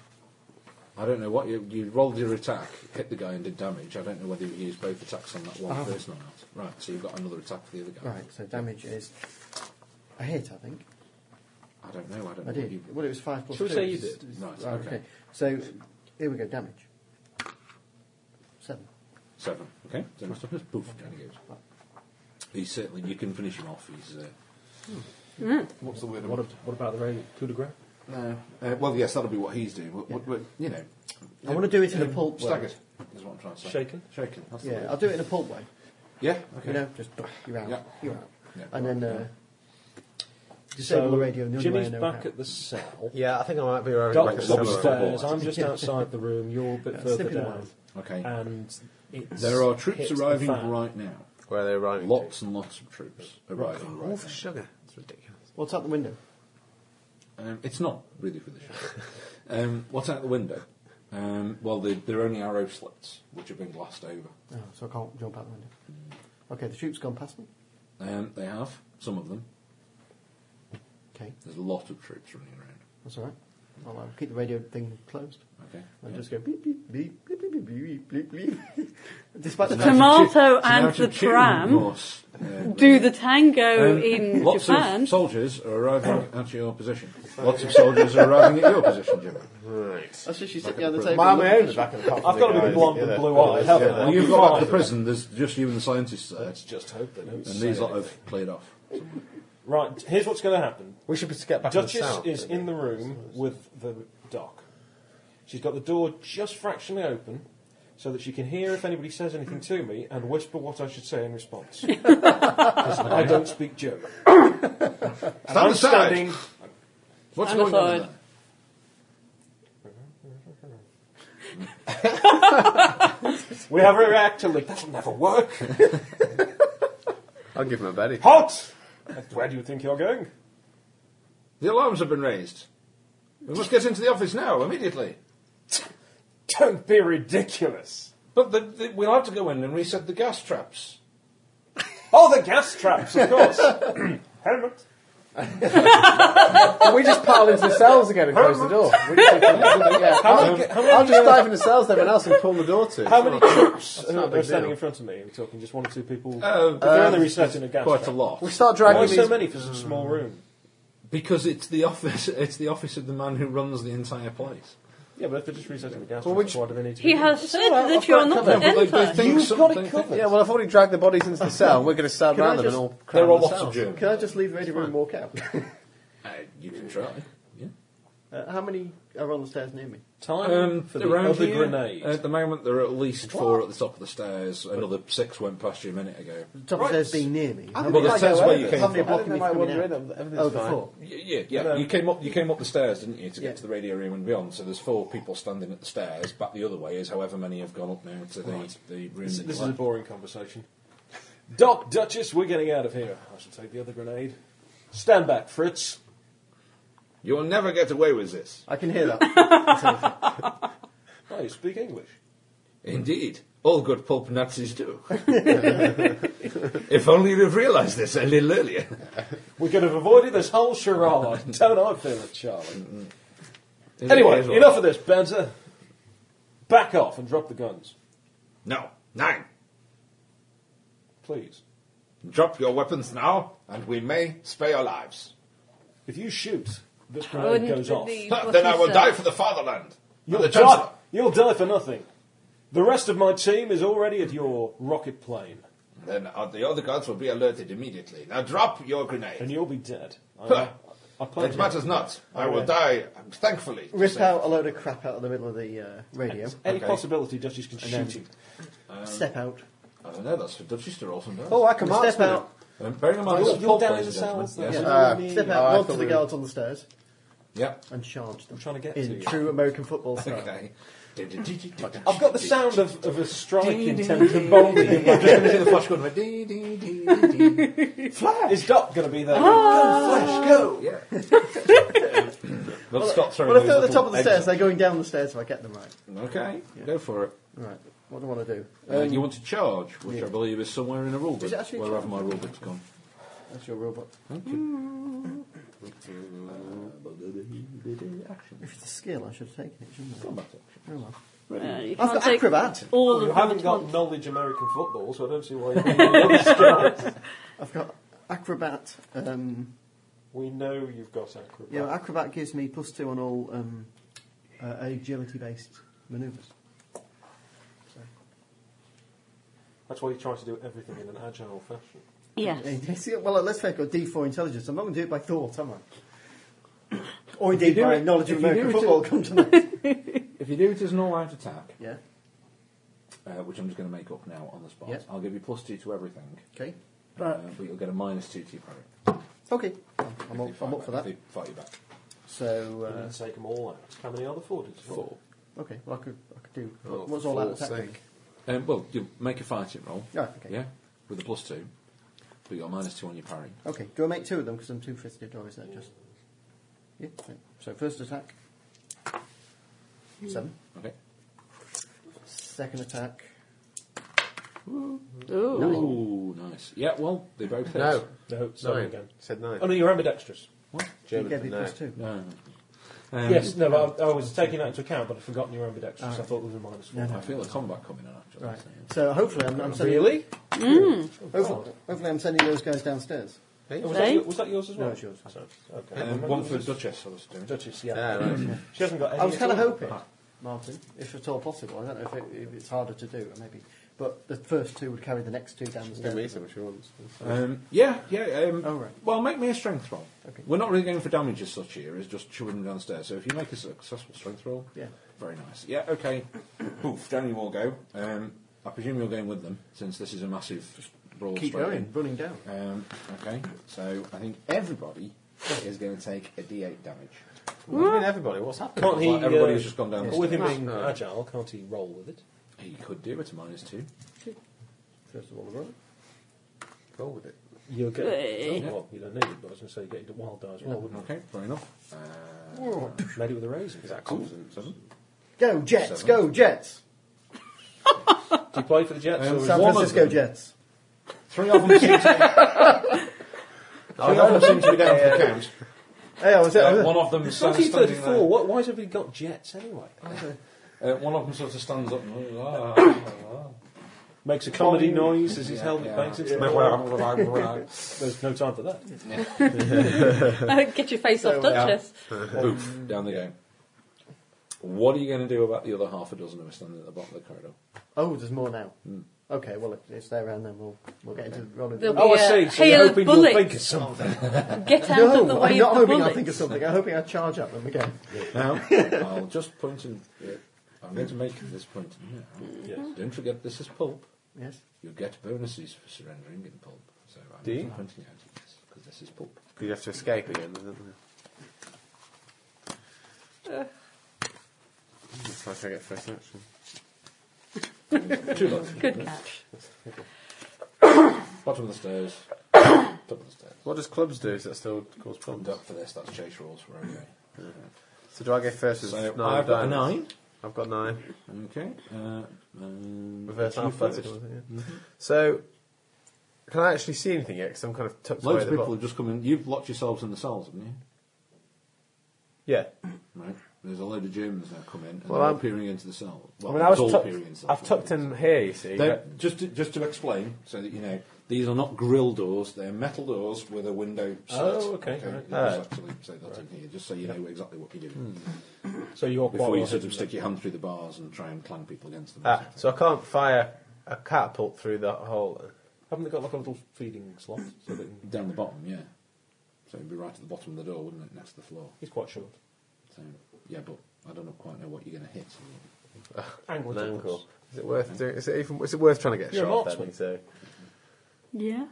[SPEAKER 3] I don't know what you, you rolled your attack, hit the guy and did damage. I don't know whether you used both attacks on that one
[SPEAKER 6] I
[SPEAKER 3] person
[SPEAKER 6] haven't.
[SPEAKER 3] or not. Right, so you've got another attack for the other guy.
[SPEAKER 6] Right. So damage is a hit, I think.
[SPEAKER 3] I don't know. I don't know.
[SPEAKER 6] I
[SPEAKER 3] what You,
[SPEAKER 6] did. Well, it was five plus
[SPEAKER 4] Shall we
[SPEAKER 6] two.
[SPEAKER 4] say you
[SPEAKER 6] It's-
[SPEAKER 4] did?
[SPEAKER 6] it's-
[SPEAKER 3] Right,
[SPEAKER 6] right,
[SPEAKER 3] okay.
[SPEAKER 6] okay. So here we go. Damage. Seven.
[SPEAKER 3] seven. Okay, so Mr. Poof, poof, down he goes. He's certainly you can finish him off. He's uh, what's the word?
[SPEAKER 4] What, ab- what about the rain? Coup de grace?
[SPEAKER 3] No. Uh, well, yes, that'll be what he's doing. But, but, but, you know,
[SPEAKER 6] I want to do it in a pulp way.
[SPEAKER 3] staggered is what I'm trying to say.
[SPEAKER 4] Shaken?
[SPEAKER 3] shaken. That's the
[SPEAKER 6] Yeah,
[SPEAKER 3] word.
[SPEAKER 6] I'll do it in a pulp way.
[SPEAKER 3] Yeah. Okay.
[SPEAKER 6] You know, just you're out,
[SPEAKER 3] Yeah.
[SPEAKER 6] you're out,
[SPEAKER 3] Yeah.
[SPEAKER 6] and then uh, disable
[SPEAKER 4] So
[SPEAKER 6] the radio. And the
[SPEAKER 4] Jimmy's
[SPEAKER 6] only way I know
[SPEAKER 4] back
[SPEAKER 6] how.
[SPEAKER 4] at the cell.
[SPEAKER 2] Yeah, I think I might be wearing like a
[SPEAKER 4] Doc's
[SPEAKER 3] Lobster.
[SPEAKER 2] samurai.
[SPEAKER 4] upstairs. I'm just outside the room. You're a bit
[SPEAKER 6] Yeah,
[SPEAKER 4] further
[SPEAKER 6] snipping
[SPEAKER 4] down.
[SPEAKER 6] away.
[SPEAKER 3] Okay.
[SPEAKER 4] And it's
[SPEAKER 3] there are troops
[SPEAKER 4] hit the
[SPEAKER 3] arriving
[SPEAKER 4] fan.
[SPEAKER 3] right now.
[SPEAKER 2] Where they're riding.
[SPEAKER 3] Lots and lots of troops arriving
[SPEAKER 2] All
[SPEAKER 3] right
[SPEAKER 2] for sugar. It's ridiculous.
[SPEAKER 6] What's out the window?
[SPEAKER 3] now. Um, it's not really for the show. um, what's out the window? Um, well, the, there are only arrow slits which have been glassed over.
[SPEAKER 6] Oh, so I can't jump out the window. Okay, the troop's gone past me.
[SPEAKER 3] Um, they have some of them.
[SPEAKER 6] Okay,
[SPEAKER 3] There's a lot of troops running around.
[SPEAKER 6] that's all right. I'll, I'll keep the radio thing closed.
[SPEAKER 3] Okay.
[SPEAKER 6] I'll
[SPEAKER 3] Yeah.
[SPEAKER 6] just go beep beep beep beep beep beep beep beep beep. beep. <laughs> Despite the
[SPEAKER 5] The
[SPEAKER 6] fact that-
[SPEAKER 5] tomato
[SPEAKER 3] It's an
[SPEAKER 5] and
[SPEAKER 3] out
[SPEAKER 5] the
[SPEAKER 3] of tune, of
[SPEAKER 5] pram
[SPEAKER 3] course. Uh,
[SPEAKER 5] do the tango
[SPEAKER 3] Um,
[SPEAKER 5] in
[SPEAKER 3] lots
[SPEAKER 5] Japan.
[SPEAKER 3] of soldiers are arriving at your position. Lots of soldiers are arriving at your position, Jimmy.
[SPEAKER 2] Right.
[SPEAKER 6] that's what she sitting behind the table.
[SPEAKER 2] My
[SPEAKER 6] looking at
[SPEAKER 2] man
[SPEAKER 6] me.
[SPEAKER 2] is back in the coffin.
[SPEAKER 4] I've got to be blonde and blue eyed, haven't I?
[SPEAKER 3] Well, you've got back to prison. There's just you and the scientists there,
[SPEAKER 4] Let's just hope they don't.
[SPEAKER 3] and
[SPEAKER 4] say
[SPEAKER 3] these lot
[SPEAKER 4] anything.
[SPEAKER 3] have cleared off.
[SPEAKER 4] Right, here's what's going to happen.
[SPEAKER 2] We should be to get back
[SPEAKER 4] Duchess
[SPEAKER 2] in the south,
[SPEAKER 4] is
[SPEAKER 2] really.
[SPEAKER 4] in the room with the doc. She's got the door just fractionally open so that she can hear if anybody says anything to me and whisper what I should say
[SPEAKER 2] <laughs>
[SPEAKER 4] in response. 'Cause I don't speak German. And I'm
[SPEAKER 3] aside.
[SPEAKER 4] standing.
[SPEAKER 3] What's
[SPEAKER 5] I'm
[SPEAKER 3] going on?
[SPEAKER 5] afraid.
[SPEAKER 3] there?
[SPEAKER 4] We have a reactor leak. That'll never work.
[SPEAKER 2] <laughs> I'll give him a Betty.
[SPEAKER 4] Halt! Where do you think you're going?
[SPEAKER 11] The alarms have been raised. We must get into the office now, immediately.
[SPEAKER 4] Don't be ridiculous.
[SPEAKER 11] But the, the, we'll have to go in and reset the gas traps.
[SPEAKER 4] Oh, the gas traps,
[SPEAKER 2] <laughs>
[SPEAKER 4] of course. <clears throat> Helmet.
[SPEAKER 2] Can we just pile into the cells again and close the door? We just- yeah, I'll, I'll just dive into the cells then, and else and pull the door to.
[SPEAKER 4] How many troops
[SPEAKER 2] not a
[SPEAKER 4] are,
[SPEAKER 2] big
[SPEAKER 4] are standing
[SPEAKER 2] deal.
[SPEAKER 4] in front of me? Are we talking just one or two people? If they're only resetting a gas
[SPEAKER 3] Quite a
[SPEAKER 4] trap.
[SPEAKER 3] lot.
[SPEAKER 2] We start dragging
[SPEAKER 4] Why
[SPEAKER 2] these.
[SPEAKER 4] so many for such a small room?
[SPEAKER 3] Because it's the office. <laughs> It's the office of the man who runs the entire place.
[SPEAKER 4] Yeah, but if they're just resetting the gas
[SPEAKER 2] Well,
[SPEAKER 4] traps,
[SPEAKER 2] which-
[SPEAKER 4] why do they need to
[SPEAKER 5] He
[SPEAKER 4] be
[SPEAKER 5] has said
[SPEAKER 2] alright, I've
[SPEAKER 5] that you're
[SPEAKER 2] got
[SPEAKER 5] not
[SPEAKER 2] covered.
[SPEAKER 5] to
[SPEAKER 3] But they, they
[SPEAKER 5] enter.
[SPEAKER 3] think
[SPEAKER 4] You've got
[SPEAKER 3] something-
[SPEAKER 4] it covered.
[SPEAKER 2] Yeah, well, I've already dragged the bodies into the cell. We're going to stand
[SPEAKER 6] I
[SPEAKER 2] around them
[SPEAKER 6] just-
[SPEAKER 2] and all. cram
[SPEAKER 3] They're all
[SPEAKER 2] the
[SPEAKER 3] off to
[SPEAKER 2] cells.
[SPEAKER 3] Germany.
[SPEAKER 6] Can I just leave Radio Room and walk out? <laughs>
[SPEAKER 11] Uh, you can try.
[SPEAKER 6] Uh, how many are on the stairs near me?
[SPEAKER 4] Time
[SPEAKER 3] Um,
[SPEAKER 4] for the
[SPEAKER 3] around
[SPEAKER 4] other
[SPEAKER 3] here, Uh,
[SPEAKER 4] grenade.
[SPEAKER 3] At the moment, there are at least four at the top of the stairs. Another six went past you a minute ago.
[SPEAKER 6] The top of the stairs being near me.
[SPEAKER 2] I
[SPEAKER 6] How
[SPEAKER 2] think
[SPEAKER 3] Well,
[SPEAKER 2] they
[SPEAKER 3] it
[SPEAKER 2] might
[SPEAKER 3] says
[SPEAKER 2] go
[SPEAKER 3] where
[SPEAKER 2] over.
[SPEAKER 3] you came
[SPEAKER 2] I think
[SPEAKER 6] from.
[SPEAKER 2] they
[SPEAKER 6] Blocking me
[SPEAKER 2] might
[SPEAKER 6] from
[SPEAKER 2] wander
[SPEAKER 6] coming
[SPEAKER 2] in. Everything's
[SPEAKER 6] Oh, the
[SPEAKER 2] fine.
[SPEAKER 6] four.
[SPEAKER 3] Y- Yeah, yeah. you came up. You came up the stairs, didn't you, to get
[SPEAKER 6] Yeah.
[SPEAKER 3] to the radio room and beyond? So there's four people standing at the stairs. Back the other way is however many have gone up now to the, the room.
[SPEAKER 4] This,
[SPEAKER 3] that you
[SPEAKER 4] this is a
[SPEAKER 3] left.
[SPEAKER 4] boring conversation. Doc, Duchess, we're getting out of here. I shall take the other grenade. Stand back, Fritz.
[SPEAKER 11] You'll never get away with this.
[SPEAKER 6] I can hear that.
[SPEAKER 4] Oh, you speak English.
[SPEAKER 11] Indeed. All good pulp Nazis do. <laughs> if only you'd have realised this a little earlier.
[SPEAKER 4] We could have avoided this whole charade. Don't I feel it, Charlie?
[SPEAKER 11] Is
[SPEAKER 4] Anyway,
[SPEAKER 11] it-
[SPEAKER 4] enough of this, Benzer. Back off and drop the guns,
[SPEAKER 11] No. Nine.
[SPEAKER 4] please.
[SPEAKER 11] Drop your weapons now, and we may spare your lives.
[SPEAKER 4] If you shoot, this
[SPEAKER 5] I
[SPEAKER 4] grenade
[SPEAKER 5] wouldn't
[SPEAKER 4] goes off.
[SPEAKER 3] <laughs>
[SPEAKER 5] believe
[SPEAKER 11] Huh,
[SPEAKER 5] what
[SPEAKER 11] then
[SPEAKER 5] he
[SPEAKER 11] I will
[SPEAKER 5] said.
[SPEAKER 11] die for the fatherland.
[SPEAKER 4] You'll,
[SPEAKER 11] For the
[SPEAKER 4] die,
[SPEAKER 11] Chancellor.
[SPEAKER 4] you'll die for nothing. The rest of my team is already at your rocket plane,
[SPEAKER 11] Then uh, the other guards will be alerted immediately. Now drop your
[SPEAKER 4] and
[SPEAKER 11] grenade.
[SPEAKER 4] you'll be dead. I,
[SPEAKER 11] Huh.
[SPEAKER 4] I, I plan
[SPEAKER 11] It
[SPEAKER 4] to-
[SPEAKER 11] matters not. I will die, um, thankfully. to
[SPEAKER 6] Rip
[SPEAKER 11] say.
[SPEAKER 6] out a load of crap out of the middle of the uh, radio.
[SPEAKER 4] Any possibility Duchess can shoot you.
[SPEAKER 6] Step out.
[SPEAKER 3] I don't know. That's for Duchess to roll some dice.
[SPEAKER 2] Oh, I can mark
[SPEAKER 6] Step
[SPEAKER 2] them.
[SPEAKER 6] out.
[SPEAKER 3] Um, bearing in mind,
[SPEAKER 4] You're-
[SPEAKER 3] it's
[SPEAKER 4] you're
[SPEAKER 3] pulp,
[SPEAKER 4] down
[SPEAKER 3] ladies
[SPEAKER 4] in
[SPEAKER 3] and
[SPEAKER 4] the
[SPEAKER 3] gentlemen.
[SPEAKER 4] cells,
[SPEAKER 3] Yes.
[SPEAKER 4] though.
[SPEAKER 6] Step
[SPEAKER 2] Oh, I
[SPEAKER 6] out onto
[SPEAKER 2] thought
[SPEAKER 6] the
[SPEAKER 2] we-
[SPEAKER 6] guards on the stairs
[SPEAKER 3] Yep.
[SPEAKER 6] and charge them.
[SPEAKER 4] I'm trying to get
[SPEAKER 6] in
[SPEAKER 4] to you.
[SPEAKER 6] true American football style.
[SPEAKER 3] Okay.
[SPEAKER 4] I've got the sound of, of a strike attempt and bombing in my
[SPEAKER 3] Just going to do the flash gun. Dee, dee, dee, dee, dee.
[SPEAKER 4] Is Doc going to be
[SPEAKER 5] Ah.
[SPEAKER 4] there?
[SPEAKER 3] Well, stop throwing
[SPEAKER 6] Well, if they're at
[SPEAKER 3] those
[SPEAKER 6] the
[SPEAKER 3] little
[SPEAKER 6] top of the
[SPEAKER 3] eggs
[SPEAKER 6] stairs, they're going down the stairs if I get them right.
[SPEAKER 3] Okay, go for it.
[SPEAKER 6] Right. What do I want to do?
[SPEAKER 3] Uh, you want to charge, which I believe is somewhere in a rulebook.
[SPEAKER 6] Is it actually
[SPEAKER 3] Wherever
[SPEAKER 6] charge?
[SPEAKER 3] my rulebook's gone.
[SPEAKER 6] That's your robot. If it's a skill, I should have taken it, shouldn't I? Oh, well.
[SPEAKER 5] Yeah, you
[SPEAKER 6] I've
[SPEAKER 5] can't
[SPEAKER 6] got
[SPEAKER 5] take
[SPEAKER 6] acrobat.
[SPEAKER 5] All
[SPEAKER 4] You
[SPEAKER 5] of them
[SPEAKER 4] haven't
[SPEAKER 5] at
[SPEAKER 4] got
[SPEAKER 5] once.
[SPEAKER 4] knowledge American football, so I don't see why you need skills.
[SPEAKER 6] I've got acrobat. Um,
[SPEAKER 4] We know you've got acrobat.
[SPEAKER 6] yeah, acrobat gives me plus two on all um, uh, agility-based manoeuvres.
[SPEAKER 4] That's why you try to do everything in an agile fashion.
[SPEAKER 3] <laughs>
[SPEAKER 5] Yes.
[SPEAKER 6] <laughs> well, let's take a D4 intelligence. I'm not going to do it by thought, am I? Or indeed by knowledge of
[SPEAKER 3] if you
[SPEAKER 6] American
[SPEAKER 3] do it to-
[SPEAKER 6] football. Come to
[SPEAKER 3] <laughs>
[SPEAKER 6] that.
[SPEAKER 3] If you do it as an all-out attack,
[SPEAKER 6] yeah.
[SPEAKER 3] uh, which I'm just going to make up now on the spot,
[SPEAKER 6] Yep.
[SPEAKER 3] I'll give you plus two to everything,
[SPEAKER 6] Okay.
[SPEAKER 3] uh, but you'll get a minus two to your parry.
[SPEAKER 6] Okay. I'm, I'm,
[SPEAKER 3] If
[SPEAKER 6] up,
[SPEAKER 3] they
[SPEAKER 6] I'm
[SPEAKER 3] fight
[SPEAKER 6] up for
[SPEAKER 3] back-
[SPEAKER 6] that.
[SPEAKER 3] If they fight you back.
[SPEAKER 6] So.
[SPEAKER 4] You
[SPEAKER 6] Uh,
[SPEAKER 4] need to take them all out. How many are there? Four, did you say?
[SPEAKER 3] Four.
[SPEAKER 6] Okay, well, I could, I could do.
[SPEAKER 2] Oh,
[SPEAKER 6] what's
[SPEAKER 2] for
[SPEAKER 6] all that
[SPEAKER 2] fuck's
[SPEAKER 6] attack?
[SPEAKER 2] sake.
[SPEAKER 6] thing?
[SPEAKER 3] Um, well, you make a fighting roll.
[SPEAKER 6] Right, okay.
[SPEAKER 3] Yeah, with a plus two, but you got a minus two on your parry.
[SPEAKER 6] Okay, do I make two of them because I'm two fisted, or is that just. Yeah, right. so first attack. Seven.
[SPEAKER 3] Okay.
[SPEAKER 6] Second attack.
[SPEAKER 5] Ooh.
[SPEAKER 3] Ooh, nice. Yeah, well, they both hit.
[SPEAKER 2] No,
[SPEAKER 4] No, seven
[SPEAKER 2] nine.
[SPEAKER 4] again.
[SPEAKER 2] Said nine.
[SPEAKER 4] Oh no, you're ambidextrous.
[SPEAKER 6] you gave me
[SPEAKER 2] German
[SPEAKER 6] plus
[SPEAKER 2] nine.
[SPEAKER 6] two.
[SPEAKER 3] No. Uh, Um,
[SPEAKER 4] yes, no, but I, I was taking that into account, but I'd forgotten you're ambidextrous. I thought it was a minus four.
[SPEAKER 6] No,
[SPEAKER 3] I feel the combat coming on, actually.
[SPEAKER 6] Right.
[SPEAKER 3] so-
[SPEAKER 6] So hopefully I'm, I'm sending.
[SPEAKER 4] Really?
[SPEAKER 3] Oh.
[SPEAKER 6] Hopefully, hopefully I'm sending those guys downstairs.
[SPEAKER 4] Oh, was,
[SPEAKER 5] Eh?
[SPEAKER 4] that, your- was that yours as well?
[SPEAKER 6] No, it's yours.
[SPEAKER 4] So, okay.
[SPEAKER 3] Um, one for Duchess, I was doing.
[SPEAKER 4] Duchess, yeah.
[SPEAKER 2] Ah, right.
[SPEAKER 4] <clears throat> She hasn't got any.
[SPEAKER 6] I was
[SPEAKER 4] at
[SPEAKER 6] kind of
[SPEAKER 4] all.
[SPEAKER 6] hoping, Martin, if at all possible. I don't know if, it, if it's harder to do, maybe. But the first two would carry the next two down the
[SPEAKER 2] Give me
[SPEAKER 6] stairs.
[SPEAKER 2] some if she wants.
[SPEAKER 3] Um, yeah, yeah. Um,
[SPEAKER 6] Oh, right.
[SPEAKER 3] Well, make me a strength roll.
[SPEAKER 6] Okay.
[SPEAKER 3] We're not really going for damage as such here, it's just shoving them downstairs. So if you make a successful strength roll,
[SPEAKER 6] Yeah.
[SPEAKER 3] very nice. Yeah, okay. Poof, down you all go. Um, I presume you're going with them, since this is a massive brawl
[SPEAKER 6] Keep
[SPEAKER 3] straight
[SPEAKER 6] going,
[SPEAKER 3] in.
[SPEAKER 6] running down.
[SPEAKER 3] Um, okay, so I think everybody is going to take a d8 damage.
[SPEAKER 2] What do you mean everybody? What's happened?
[SPEAKER 4] Can't he?
[SPEAKER 3] Like, everybody
[SPEAKER 4] uh,
[SPEAKER 3] has just gone down the
[SPEAKER 4] With him
[SPEAKER 3] stairs.
[SPEAKER 4] being agile, can't he roll with it?
[SPEAKER 3] He could do it, a minus two.
[SPEAKER 6] First of all, the run.
[SPEAKER 2] Roll with it.
[SPEAKER 4] You'll get.
[SPEAKER 5] Hey.
[SPEAKER 4] Oh, well, you don't need it, but I was going to say you get your wild die as
[SPEAKER 6] Oh,
[SPEAKER 4] well, wouldn't
[SPEAKER 3] Okay, fair enough. Uh,
[SPEAKER 4] you? Made it with a razor.
[SPEAKER 3] confident seven.
[SPEAKER 6] Go Jets,
[SPEAKER 3] Seven.
[SPEAKER 6] go Jets.
[SPEAKER 4] Do you play for the Jets? Or is
[SPEAKER 6] San
[SPEAKER 4] one
[SPEAKER 6] Francisco
[SPEAKER 4] of them?
[SPEAKER 6] Jets.
[SPEAKER 3] Three of them seem <laughs> to be. Three of them seem to be down for the count.
[SPEAKER 6] Hey, oh, I was, I
[SPEAKER 3] Uh,
[SPEAKER 6] was-
[SPEAKER 3] one of them is
[SPEAKER 4] It's 1934. What, why have we got Jets anyway?
[SPEAKER 3] Uh, one of them sort of stands up and ah, ah, ah.
[SPEAKER 4] Makes a comedy noise as his
[SPEAKER 3] Yeah,
[SPEAKER 4] helmet
[SPEAKER 3] yeah.
[SPEAKER 4] bangs into the There's no time for that.
[SPEAKER 5] <laughs> Get your face off Duchess.
[SPEAKER 3] Oof, down they go. What are you going to do about the other half a dozen who are standing at the bottom of the corridor?
[SPEAKER 6] oh, there's more now. Okay, well, if it's their round, then we'll, we'll get into rolling.
[SPEAKER 5] They'll
[SPEAKER 4] Oh, I
[SPEAKER 5] Yeah.
[SPEAKER 4] see. So
[SPEAKER 5] uh, Hail
[SPEAKER 4] you're
[SPEAKER 5] of
[SPEAKER 4] hoping
[SPEAKER 5] bullets.
[SPEAKER 4] you'll think of something.
[SPEAKER 5] Get out of the
[SPEAKER 6] Oh, no,
[SPEAKER 5] way
[SPEAKER 6] I'm not
[SPEAKER 5] of the
[SPEAKER 6] hoping I
[SPEAKER 5] bullets.
[SPEAKER 6] think of something. I'm hoping I charge at them again.
[SPEAKER 3] Now, <laughs> I'll just point in. uh, I'm going to make this point now.
[SPEAKER 4] Yes.
[SPEAKER 3] Don't forget this is pulp.
[SPEAKER 6] Yes.
[SPEAKER 3] You get bonuses for surrendering in pulp. So I'm
[SPEAKER 2] Do you?
[SPEAKER 3] just pointing out at this because this is pulp.
[SPEAKER 2] You have to escape again, doesn't it? Looks like I get first action.
[SPEAKER 3] Two lots.
[SPEAKER 6] <laughs>
[SPEAKER 5] Good catch.
[SPEAKER 3] Bottom of the stairs. top of the stairs.
[SPEAKER 2] What does clubs do? Is that still cause problems?
[SPEAKER 3] And up for this, that's chase rules. We're okay.
[SPEAKER 2] So do I go first as
[SPEAKER 3] So
[SPEAKER 2] nine?
[SPEAKER 3] I've got a
[SPEAKER 2] diamonds?
[SPEAKER 3] nine.
[SPEAKER 2] I've got nine.
[SPEAKER 3] Okay. Uh, um,
[SPEAKER 2] Reverse
[SPEAKER 3] you
[SPEAKER 2] alphabetical.
[SPEAKER 3] first.
[SPEAKER 2] isn't it? Yeah. So can I actually see anything yet? Because I'm kind of tucked away
[SPEAKER 3] Loads
[SPEAKER 2] at
[SPEAKER 3] of
[SPEAKER 2] the
[SPEAKER 3] people
[SPEAKER 2] bottom.
[SPEAKER 3] have just come in. You've locked yourselves in the cells, haven't you?
[SPEAKER 2] Yeah.
[SPEAKER 3] Right. There's a load of Germans now come in and
[SPEAKER 2] Well,
[SPEAKER 3] they're
[SPEAKER 2] I'm-
[SPEAKER 3] all peering into the cell.
[SPEAKER 2] I
[SPEAKER 3] Well,
[SPEAKER 2] mean, I was
[SPEAKER 3] it's all
[SPEAKER 2] tucked,
[SPEAKER 3] peering into the
[SPEAKER 2] I've
[SPEAKER 3] cell.
[SPEAKER 2] tucked in here, you see.
[SPEAKER 3] They're-
[SPEAKER 2] but-
[SPEAKER 3] just, to, just to explain, so that you know, these are not grill doors; they're metal doors with a window. Set.
[SPEAKER 4] Oh, okay, right.
[SPEAKER 3] You just actually say that in here, just so you know exactly what you're doing
[SPEAKER 2] Hmm.
[SPEAKER 4] So you're quite
[SPEAKER 3] before you
[SPEAKER 4] well
[SPEAKER 3] sort
[SPEAKER 4] hidden
[SPEAKER 3] of stick your hand through the bars and try and clang people against them.
[SPEAKER 2] Ah, so I can't fire a catapult through the hole. then?
[SPEAKER 4] then. Haven't they got like a little feeding slot? So that
[SPEAKER 3] Down the bottom, yeah. So it'd be right at the bottom of the door, wouldn't it, next to the floor?
[SPEAKER 4] he's quite short.
[SPEAKER 3] So yeah, but I don't know, quite know what you're going to hit.
[SPEAKER 4] Angle.
[SPEAKER 2] An
[SPEAKER 4] to
[SPEAKER 2] angle.
[SPEAKER 4] us.
[SPEAKER 2] Is it worth doing? Is it even? Is it worth trying to get a
[SPEAKER 4] You're a
[SPEAKER 2] shot? off
[SPEAKER 4] marksman.
[SPEAKER 2] Then, so
[SPEAKER 5] Yeah.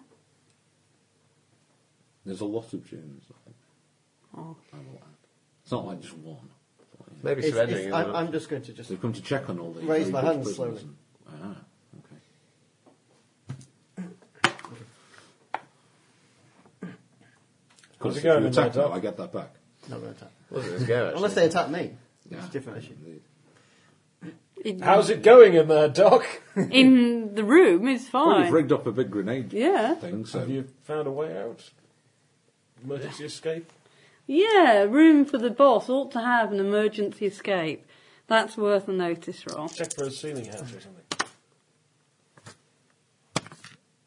[SPEAKER 3] There's a lot of Germans, I think.
[SPEAKER 5] Oh.
[SPEAKER 3] I will add. It's not like just one. It's like, you know,
[SPEAKER 2] maybe
[SPEAKER 6] It's,
[SPEAKER 2] surrendering.
[SPEAKER 6] it's,
[SPEAKER 2] is
[SPEAKER 6] I'm,
[SPEAKER 2] enough.
[SPEAKER 6] I'm just going to just.
[SPEAKER 3] They've come to check on all the
[SPEAKER 6] Raise
[SPEAKER 3] very
[SPEAKER 6] my
[SPEAKER 3] good
[SPEAKER 6] hand
[SPEAKER 3] prisoners
[SPEAKER 6] slowly.
[SPEAKER 3] and- Ah, okay.
[SPEAKER 4] How's it
[SPEAKER 3] If
[SPEAKER 4] going,
[SPEAKER 3] you attack
[SPEAKER 4] Nigel?
[SPEAKER 3] now, I get that back.
[SPEAKER 6] Not going to attack.
[SPEAKER 2] Wasn't as good, actually.
[SPEAKER 6] Unless they attack me. It's
[SPEAKER 3] Yeah.
[SPEAKER 6] a different issue.
[SPEAKER 3] Indeed.
[SPEAKER 5] In,
[SPEAKER 4] How's it going in there, Doc?
[SPEAKER 5] in the room is
[SPEAKER 3] Well,
[SPEAKER 5] fine.
[SPEAKER 3] you've rigged up a big grenade
[SPEAKER 5] yeah.
[SPEAKER 3] thing, so
[SPEAKER 4] Have you found a way out? Emergency escape?
[SPEAKER 5] Yeah, room for the boss ought to have an emergency escape. That's worth a notice roll.
[SPEAKER 4] Check for a ceiling hatch or something.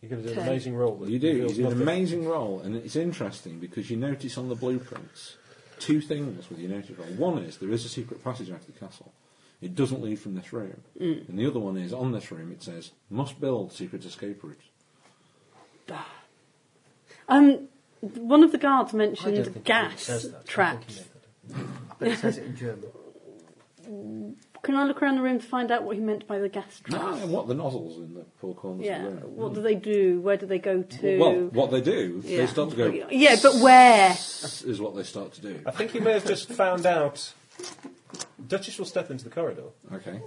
[SPEAKER 4] You're going to do an
[SPEAKER 5] Okay.
[SPEAKER 4] amazing roll.
[SPEAKER 3] Well,
[SPEAKER 4] that
[SPEAKER 3] you do. You
[SPEAKER 4] reveals
[SPEAKER 3] do an
[SPEAKER 4] nothing.
[SPEAKER 3] amazing roll, and it's interesting because you notice on the blueprints two things with your notice roll. One is there is a secret passage out of the castle. It doesn't lead from this room. And the other one is on this room. It says must build secret escape route.
[SPEAKER 5] Um, one of the guards
[SPEAKER 4] I don't think
[SPEAKER 5] mentioned
[SPEAKER 4] it
[SPEAKER 5] gas
[SPEAKER 4] says that. I
[SPEAKER 5] traps.
[SPEAKER 4] think he meant
[SPEAKER 6] But it says it in German.
[SPEAKER 5] Can I look around the room to find out what he meant by the gas traps?
[SPEAKER 3] Ah, and what the nozzles in the four corners
[SPEAKER 5] yeah.
[SPEAKER 3] of the room.
[SPEAKER 5] What do they do? Where do they go to?
[SPEAKER 3] Well, what they do,
[SPEAKER 5] yeah.
[SPEAKER 3] they start to go.
[SPEAKER 5] Yeah, but where?
[SPEAKER 3] Is what they start to do.
[SPEAKER 4] that. I think he may have just found out. Duchess will step into the corridor.
[SPEAKER 3] Okay.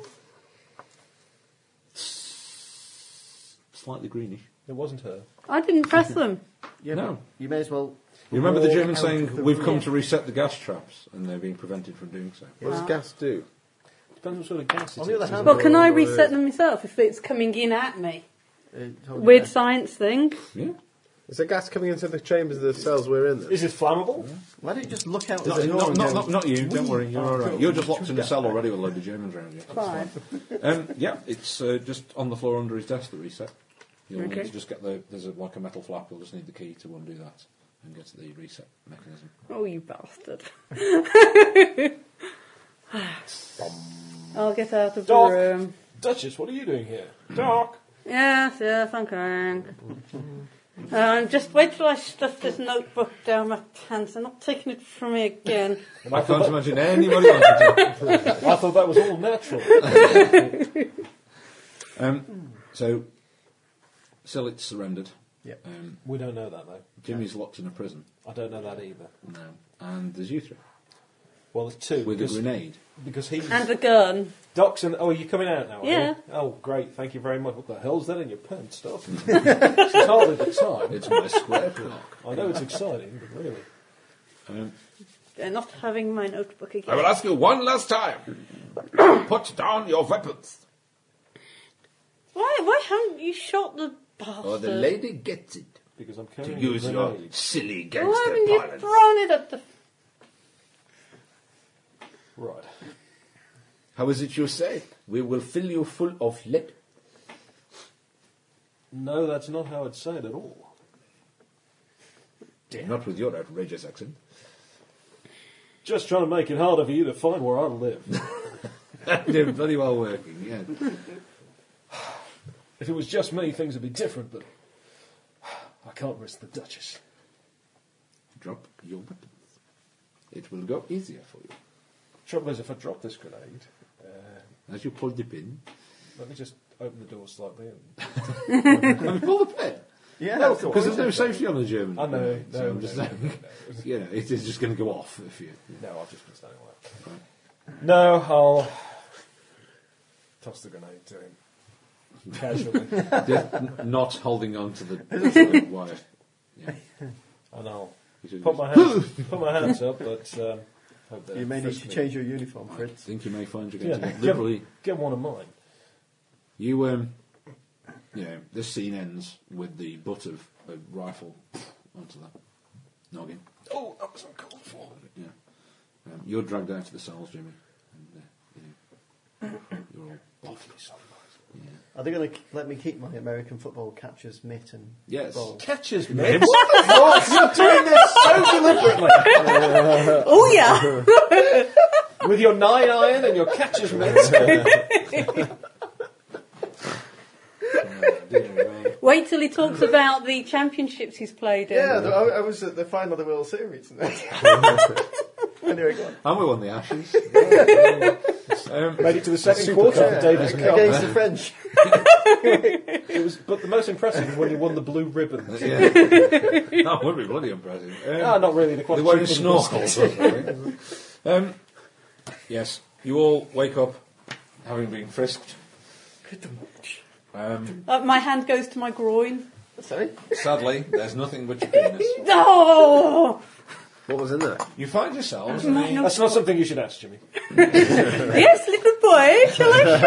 [SPEAKER 3] Slightly greenish.
[SPEAKER 4] It wasn't her.
[SPEAKER 5] I didn't press
[SPEAKER 4] <laughs>
[SPEAKER 5] them.
[SPEAKER 6] Yeah,
[SPEAKER 3] No.
[SPEAKER 6] but You may as well.
[SPEAKER 3] You remember the
[SPEAKER 6] walk
[SPEAKER 3] German
[SPEAKER 6] out of
[SPEAKER 3] saying,
[SPEAKER 6] the
[SPEAKER 3] "We've
[SPEAKER 6] room."
[SPEAKER 3] come to reset the gas traps," and they're being prevented from doing so.
[SPEAKER 2] What does gas do?
[SPEAKER 4] Depends what sort of gas it
[SPEAKER 6] On the
[SPEAKER 4] is.
[SPEAKER 6] other hand, uh,
[SPEAKER 5] Well, can I reset them myself if it's coming in at me?
[SPEAKER 6] it told you
[SPEAKER 5] Weird
[SPEAKER 6] that.
[SPEAKER 5] science thing.
[SPEAKER 3] Yeah.
[SPEAKER 2] Is there gas coming into the chambers of the cells we're in? Then?
[SPEAKER 4] Is it flammable?
[SPEAKER 6] Why don't you just look out
[SPEAKER 3] Not,
[SPEAKER 6] the door
[SPEAKER 3] not,
[SPEAKER 6] and
[SPEAKER 3] not,
[SPEAKER 6] go,
[SPEAKER 3] not, not you, don't
[SPEAKER 6] "We
[SPEAKER 3] worry, you're
[SPEAKER 6] are
[SPEAKER 3] alright.
[SPEAKER 6] cool."
[SPEAKER 3] You're just locked in a cell already with a load of Germans around you.
[SPEAKER 5] Fine.
[SPEAKER 3] Um, yeah, it's uh, just on the floor under his desk, the reset. You'll
[SPEAKER 5] Okay.
[SPEAKER 3] need to just get the, there's a, like a metal flap, you'll just need the key to undo that and get to the reset mechanism.
[SPEAKER 5] Oh, you bastard. I'll get out of
[SPEAKER 4] Dog.
[SPEAKER 5] the room.
[SPEAKER 4] Duchess, what are you doing here? Doc!
[SPEAKER 5] Yes, yes, I'm going. Um, just wait till I stuff this notebook down my pants. They're not taking it from me again.
[SPEAKER 3] I can't imagine anybody else would do it.
[SPEAKER 4] I thought that was all natural. <laughs>
[SPEAKER 3] Um, so, Silit's surrendered.
[SPEAKER 6] Yep.
[SPEAKER 3] Um,
[SPEAKER 4] we don't know that, though.
[SPEAKER 3] Jimmy's locked in a prison.
[SPEAKER 4] I don't know that either.
[SPEAKER 3] No. And there's you three.
[SPEAKER 4] Well, there's two.
[SPEAKER 3] with a
[SPEAKER 4] because,
[SPEAKER 3] grenade.
[SPEAKER 4] because he's.
[SPEAKER 5] And the gun.
[SPEAKER 4] Doxon, oh, are you coming out now? are you?
[SPEAKER 5] Yeah.
[SPEAKER 4] Oh, great. Thank you very much. What the hell's that in your pants, stuff? <laughs> it's hardly the time.
[SPEAKER 3] It's my square cock.
[SPEAKER 4] I know it's exciting, but really.
[SPEAKER 3] Um,
[SPEAKER 5] They're not having my notebook
[SPEAKER 11] I
[SPEAKER 5] again.
[SPEAKER 11] will ask you one last
[SPEAKER 3] <coughs>
[SPEAKER 11] time. Put down your weapons.
[SPEAKER 5] Why, why haven't you shot the bastard?
[SPEAKER 11] Or Oh, the lady gets it.
[SPEAKER 4] Because I'm
[SPEAKER 11] To
[SPEAKER 4] carrying a
[SPEAKER 11] use your
[SPEAKER 4] grenade.
[SPEAKER 11] silly
[SPEAKER 5] why
[SPEAKER 11] gangster
[SPEAKER 5] haven't you
[SPEAKER 11] violence.
[SPEAKER 5] thrown it at the...
[SPEAKER 4] Right.
[SPEAKER 3] How is it you say? We will fill you full of lead.
[SPEAKER 4] No, that's not how I'd say it at all.
[SPEAKER 3] Not with your
[SPEAKER 4] <laughs>
[SPEAKER 3] outrageous accent.
[SPEAKER 4] Just trying to make it harder for you to find where I live.
[SPEAKER 3] They're bloody well working, yeah.
[SPEAKER 4] if it was just me, things would be different, but I can't risk the Duchess.
[SPEAKER 3] Drop your weapons. It will go easier for you.
[SPEAKER 4] Trouble is, if I drop this grenade, uh,
[SPEAKER 3] As you pull the
[SPEAKER 4] <laughs>
[SPEAKER 3] pin,
[SPEAKER 4] let me just open the door slightly. And
[SPEAKER 3] I mean, pull the pin.
[SPEAKER 6] Yeah,
[SPEAKER 3] No,
[SPEAKER 6] of course.
[SPEAKER 3] because there's no safety on the German.
[SPEAKER 4] I know,
[SPEAKER 3] So
[SPEAKER 4] no,
[SPEAKER 3] I'm just
[SPEAKER 4] no,
[SPEAKER 3] saying, <laughs> you know, it is just going to go off
[SPEAKER 4] <laughs>
[SPEAKER 3] if you.
[SPEAKER 4] no, I've just been standing away. No, I'll toss the grenade to him casually,
[SPEAKER 3] Just n- not holding on
[SPEAKER 4] <laughs>
[SPEAKER 3] to the, the wire. Yeah.
[SPEAKER 4] and I'll
[SPEAKER 3] You should
[SPEAKER 4] put
[SPEAKER 3] just-
[SPEAKER 4] my hands put my hands up. But um, hope they
[SPEAKER 6] You may need
[SPEAKER 4] frisk
[SPEAKER 6] to
[SPEAKER 4] me.
[SPEAKER 6] change your uniform,
[SPEAKER 3] I
[SPEAKER 6] Fritz.
[SPEAKER 3] think you may find you're
[SPEAKER 4] Yeah,
[SPEAKER 3] going to
[SPEAKER 4] get-
[SPEAKER 3] liberally.
[SPEAKER 4] get one of mine.
[SPEAKER 3] You um, you know, this scene ends with the butt of a rifle onto that noggin.
[SPEAKER 4] Oh, that was uncalled for.
[SPEAKER 3] Yeah, um, you're dragged out to the cells, Jimmy. And, uh, you know, you're all off. Yeah.
[SPEAKER 6] Are they going to let me keep my American football catcher's mitt and
[SPEAKER 3] Yes.
[SPEAKER 6] ball?
[SPEAKER 4] Catches me.
[SPEAKER 5] Oh,
[SPEAKER 11] <laughs>
[SPEAKER 5] yeah.
[SPEAKER 4] with your nine iron and your catcher's mitts.
[SPEAKER 3] Oh, dear, uh,
[SPEAKER 5] Wait till he talks about the championships he's played in.
[SPEAKER 6] Yeah, I, I was at the final of the World Series. <laughs> anyway, go on.
[SPEAKER 3] and we won the Ashes. um,
[SPEAKER 4] Made it to the second quarter of the Davis Cup.
[SPEAKER 6] Against the <laughs> French.
[SPEAKER 4] It was, but the most impressive was when you won the blue ribbon.
[SPEAKER 3] yeah. <laughs> that would be bloody impressive. Um,
[SPEAKER 4] Ah, not really. The
[SPEAKER 3] They
[SPEAKER 4] quite
[SPEAKER 3] weren't
[SPEAKER 4] cheap
[SPEAKER 3] snorkels. or something. <laughs> um, yes, you all wake up having been frisked. Um,
[SPEAKER 5] Uh, my hand goes to my groin.
[SPEAKER 2] Sorry?
[SPEAKER 3] sadly, there's nothing but your penis.
[SPEAKER 5] Oh!
[SPEAKER 2] What was in there?
[SPEAKER 3] You find yourselves. in
[SPEAKER 5] My
[SPEAKER 3] the-
[SPEAKER 5] nose-
[SPEAKER 4] That's not something you should ask, Jimmy.
[SPEAKER 5] yes, little boy, shall I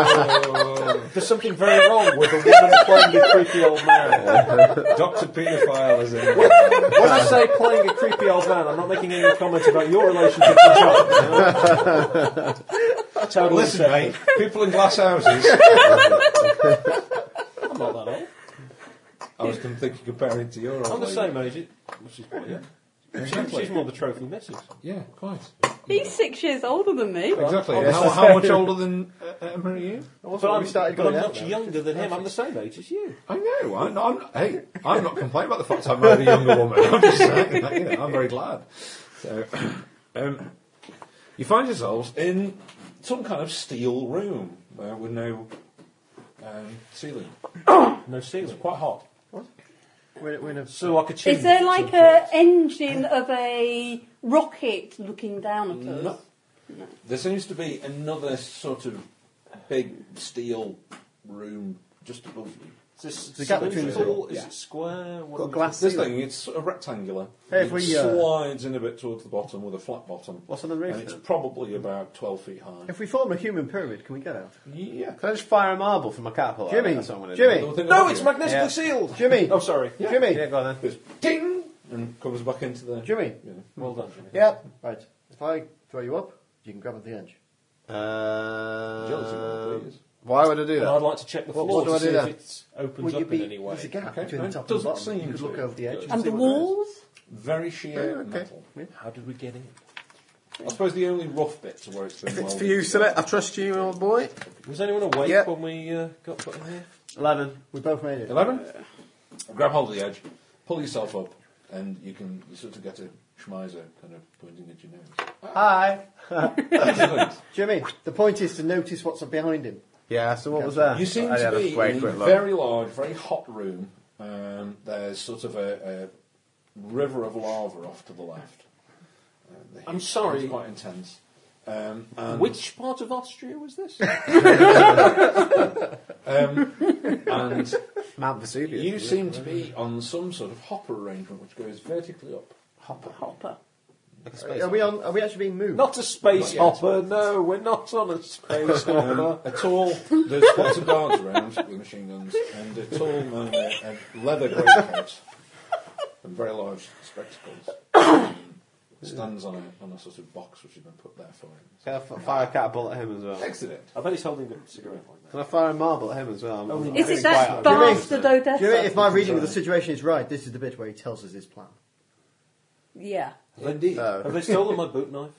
[SPEAKER 5] show you?
[SPEAKER 4] There's something very wrong with a woman playing a creepy old man.
[SPEAKER 3] Dr. Pedophile is in.
[SPEAKER 4] When I say playing a creepy old man, I'm not making any comment about your relationship to John. you know? Totally
[SPEAKER 3] Listen,
[SPEAKER 4] separate.
[SPEAKER 3] mate, people in glass houses.
[SPEAKER 4] I'm not that old.
[SPEAKER 3] I was going to think you compare it to your old
[SPEAKER 4] I'm the
[SPEAKER 3] lady.
[SPEAKER 4] same age. it- well, she's, quite young. She- she's more the trophy missus.
[SPEAKER 3] Yeah, quite.
[SPEAKER 5] He's six years older than me.
[SPEAKER 3] Exactly. How, how much older than uh, Emma are you?
[SPEAKER 6] Also,
[SPEAKER 4] But I'm,
[SPEAKER 6] we started
[SPEAKER 4] but I'm
[SPEAKER 6] going out
[SPEAKER 4] much
[SPEAKER 6] now.
[SPEAKER 4] younger than him. I'm the same age as you.
[SPEAKER 3] I know. I'm, I'm, hey, I'm not complaining about the fact I married a younger woman. I'm just saying. that, you know, I'm very glad. So, <clears throat> um, you find yourselves in some kind of steel room uh, with no um, ceiling.
[SPEAKER 4] No ceiling. quite hot.
[SPEAKER 6] We're, we're in a
[SPEAKER 4] So like a chimney.
[SPEAKER 5] Is there like a engine of a rocket looking down at us?
[SPEAKER 3] No. There seems to be another sort of big steel room just above you.
[SPEAKER 4] Is
[SPEAKER 6] The
[SPEAKER 4] this
[SPEAKER 6] gap between the
[SPEAKER 4] cylindrical?
[SPEAKER 3] two.
[SPEAKER 4] Is it square? What
[SPEAKER 6] Got
[SPEAKER 4] are we-
[SPEAKER 6] glass
[SPEAKER 3] This
[SPEAKER 6] ceiling.
[SPEAKER 3] thing, it's sort of rectangular.
[SPEAKER 6] Hey, if
[SPEAKER 3] it
[SPEAKER 6] we, uh,
[SPEAKER 3] slides in a bit towards the bottom with a flat bottom.
[SPEAKER 6] What's on the roof
[SPEAKER 3] And it's
[SPEAKER 6] then?
[SPEAKER 3] probably about 12 feet high.
[SPEAKER 6] If we form a human pyramid, can we get out?
[SPEAKER 3] Yeah.
[SPEAKER 2] Can I just fire a marble from my catapult?
[SPEAKER 6] Jimmy,
[SPEAKER 2] That's what I'm gonna
[SPEAKER 6] Jimmy.
[SPEAKER 2] do.
[SPEAKER 4] No, it's magnetically
[SPEAKER 2] Yeah.
[SPEAKER 4] sealed.
[SPEAKER 6] Jimmy.
[SPEAKER 4] Oh, sorry.
[SPEAKER 6] Jimmy.
[SPEAKER 2] Yeah, go on then.
[SPEAKER 3] Goes ding and comes back into the.
[SPEAKER 6] Jimmy.
[SPEAKER 3] Yeah.
[SPEAKER 4] Well done, Jimmy.
[SPEAKER 6] Yep. Right. If I throw you up, you can grab at the edge.
[SPEAKER 3] Jealousy,
[SPEAKER 2] Uh,
[SPEAKER 3] please.
[SPEAKER 2] why would I do
[SPEAKER 4] And I'd
[SPEAKER 2] that?
[SPEAKER 4] like to check the
[SPEAKER 2] What- what
[SPEAKER 4] floor
[SPEAKER 2] do
[SPEAKER 4] to
[SPEAKER 2] I
[SPEAKER 4] see
[SPEAKER 2] do
[SPEAKER 4] if
[SPEAKER 2] then?
[SPEAKER 4] it opens up in any way.
[SPEAKER 6] There's a gap
[SPEAKER 3] Okay,
[SPEAKER 6] between the
[SPEAKER 3] no,
[SPEAKER 6] top and
[SPEAKER 3] doesn't
[SPEAKER 6] the bottom. You
[SPEAKER 3] seem
[SPEAKER 6] could look
[SPEAKER 3] to.
[SPEAKER 6] over the edge.
[SPEAKER 5] And the
[SPEAKER 6] see what there is.
[SPEAKER 5] walls?
[SPEAKER 3] Very sheer
[SPEAKER 2] okay.
[SPEAKER 3] metal.
[SPEAKER 4] How did we get in?
[SPEAKER 3] I suppose the only rough bits are where it's been.
[SPEAKER 2] It's
[SPEAKER 3] welded
[SPEAKER 2] for you,
[SPEAKER 3] together.
[SPEAKER 2] Select. I trust you, old boy.
[SPEAKER 4] Was anyone awake
[SPEAKER 2] Yeah.
[SPEAKER 4] when we uh, got put in here?
[SPEAKER 2] Eleven.
[SPEAKER 6] We both made it.
[SPEAKER 3] 11. Grab hold of the edge, pull yourself up, and you can you sort of get a schmizer kind of pointing at your nose.
[SPEAKER 6] Hi.
[SPEAKER 3] Excellent.
[SPEAKER 6] Jimmy, the point is to notice what's behind him.
[SPEAKER 2] Yeah, so what was that?
[SPEAKER 3] you seem
[SPEAKER 2] I
[SPEAKER 3] to
[SPEAKER 2] had a
[SPEAKER 3] be
[SPEAKER 2] way
[SPEAKER 3] in a
[SPEAKER 2] quick look.
[SPEAKER 3] very large, very hot room. Um, there's sort of a, a river of lava off to the left. Uh, the
[SPEAKER 4] I'm
[SPEAKER 3] heat is
[SPEAKER 4] sorry.
[SPEAKER 3] Quite intense. Um, and,
[SPEAKER 4] Which part of Austria was this?
[SPEAKER 3] um, and
[SPEAKER 2] Mount Vesuvius.
[SPEAKER 3] you seem to be on some sort of hopper arrangement which goes vertically up. Hopper.
[SPEAKER 5] Hopper.
[SPEAKER 6] Are we on? Are we actually being
[SPEAKER 4] <laughs>
[SPEAKER 6] moved?
[SPEAKER 4] Not a space
[SPEAKER 3] Not yet.
[SPEAKER 4] hopper, no, we're not on a space hopper.
[SPEAKER 3] A tall, there's lots of guards around with machine guns, and a tall man in a leather greatcoat and very large spectacles stands on a, on a sort of box which has been put there for him.
[SPEAKER 2] Can I f- fire a catapult at him as well?
[SPEAKER 3] Accident.
[SPEAKER 4] I bet he's holding a cigarette like
[SPEAKER 2] Can I fire a marble at him as well? I'm-
[SPEAKER 4] Only
[SPEAKER 2] I'm
[SPEAKER 4] Is
[SPEAKER 5] Is
[SPEAKER 2] pretty
[SPEAKER 5] it
[SPEAKER 2] quiet.
[SPEAKER 5] that bastard
[SPEAKER 6] Do you know,
[SPEAKER 5] Odessa?
[SPEAKER 6] if my reading of the situation is right, this is the bit where he tells us his plan.
[SPEAKER 5] Yeah.
[SPEAKER 3] Indeed.
[SPEAKER 4] that. Have they stolen my boot knife?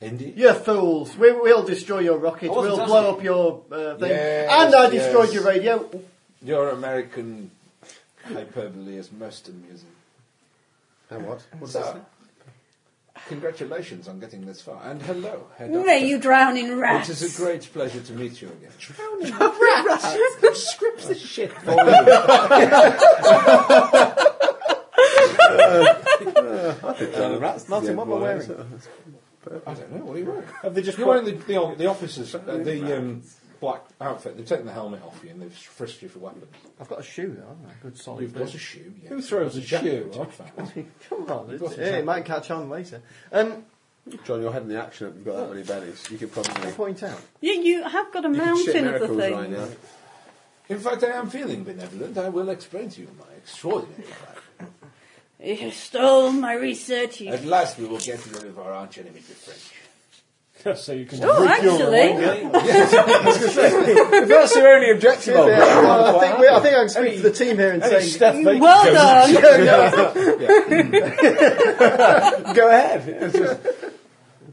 [SPEAKER 3] Indeed.
[SPEAKER 6] You fools! We, we'll destroy your rocket.
[SPEAKER 4] I wasn't
[SPEAKER 6] We'll
[SPEAKER 4] asking.
[SPEAKER 6] blow up your uh, thing.
[SPEAKER 3] Yes,
[SPEAKER 6] and I
[SPEAKER 3] yes.
[SPEAKER 6] destroyed your radio.
[SPEAKER 3] Your American hyperbole is most amusing.
[SPEAKER 2] Oh, what? What's
[SPEAKER 3] So, congratulations on getting this far, and hello, Head
[SPEAKER 5] There you drown in
[SPEAKER 3] It
[SPEAKER 5] rats. <laughs>
[SPEAKER 3] is a great pleasure to meet you again.
[SPEAKER 4] Scripts this shit.
[SPEAKER 2] that? That's not what we're wearing.
[SPEAKER 3] I don't know. What are you wearing? Have they just? You're wearing the the, o- the officers, uh, the um, black outfit. They've taken the helmet off you and they've frisked you for weapons.
[SPEAKER 6] I've got a shoe, though, haven't I? Good
[SPEAKER 3] Oh,
[SPEAKER 6] solid.
[SPEAKER 3] you've got a shoe. Yeah.
[SPEAKER 4] Who throws
[SPEAKER 3] Got
[SPEAKER 4] a
[SPEAKER 3] jacket,
[SPEAKER 4] shoe?
[SPEAKER 3] in fact.
[SPEAKER 6] Come on,
[SPEAKER 3] got
[SPEAKER 6] it's,
[SPEAKER 3] some
[SPEAKER 6] yeah,
[SPEAKER 3] time.
[SPEAKER 6] it might catch on later. Um,
[SPEAKER 2] John, you're heading the action up. You've got that many bellies. You could
[SPEAKER 6] I
[SPEAKER 2] probably.
[SPEAKER 6] point out.
[SPEAKER 5] Yeah, <laughs> you have got a
[SPEAKER 2] You could ship
[SPEAKER 5] mountain of the
[SPEAKER 2] miracles
[SPEAKER 5] thing.
[SPEAKER 2] right now.
[SPEAKER 3] In fact, I am feeling benevolent. I will explain to you my extraordinary plan.
[SPEAKER 5] You stole my research. You...
[SPEAKER 3] At last, we will get rid of our arch enemy, the French.
[SPEAKER 4] so you can.
[SPEAKER 5] Oh, actually,
[SPEAKER 4] Really?
[SPEAKER 2] That's your only objective.
[SPEAKER 6] Yeah, well, I, think we, I think I can speak to the team here and say,
[SPEAKER 4] Steph Baker
[SPEAKER 5] well
[SPEAKER 4] goes-
[SPEAKER 5] done.
[SPEAKER 2] Go ahead.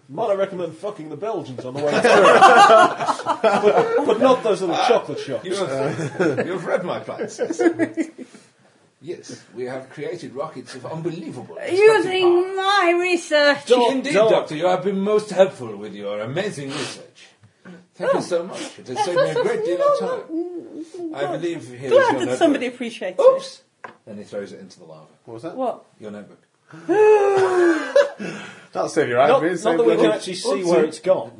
[SPEAKER 4] Might I recommend fucking the Belgians on the way through? <laughs> but, but not those little chocolate shops.
[SPEAKER 3] You have,
[SPEAKER 4] Uh.
[SPEAKER 3] you have read my plans.
[SPEAKER 4] <laughs>
[SPEAKER 3] yes, we have created rockets of unbelievable. explosive power.
[SPEAKER 5] Using my research.
[SPEAKER 4] Don't-
[SPEAKER 3] Indeed,
[SPEAKER 4] don't.
[SPEAKER 3] Doctor, you have been most helpful with your amazing research. Thank you so much. It has saved me a
[SPEAKER 5] <laughs>
[SPEAKER 3] great deal of time. I believe here is your
[SPEAKER 5] Glad that
[SPEAKER 3] notebook. Oh,
[SPEAKER 5] somebody appreciates it.
[SPEAKER 3] Oops! Then he throws it into the lava.
[SPEAKER 2] What was that?
[SPEAKER 5] What?
[SPEAKER 3] Your notebook.
[SPEAKER 2] That'll save your eyes.
[SPEAKER 4] Not,
[SPEAKER 2] mate.
[SPEAKER 4] not
[SPEAKER 2] Save
[SPEAKER 4] that we
[SPEAKER 2] bloody-
[SPEAKER 4] can actually see where it's gone.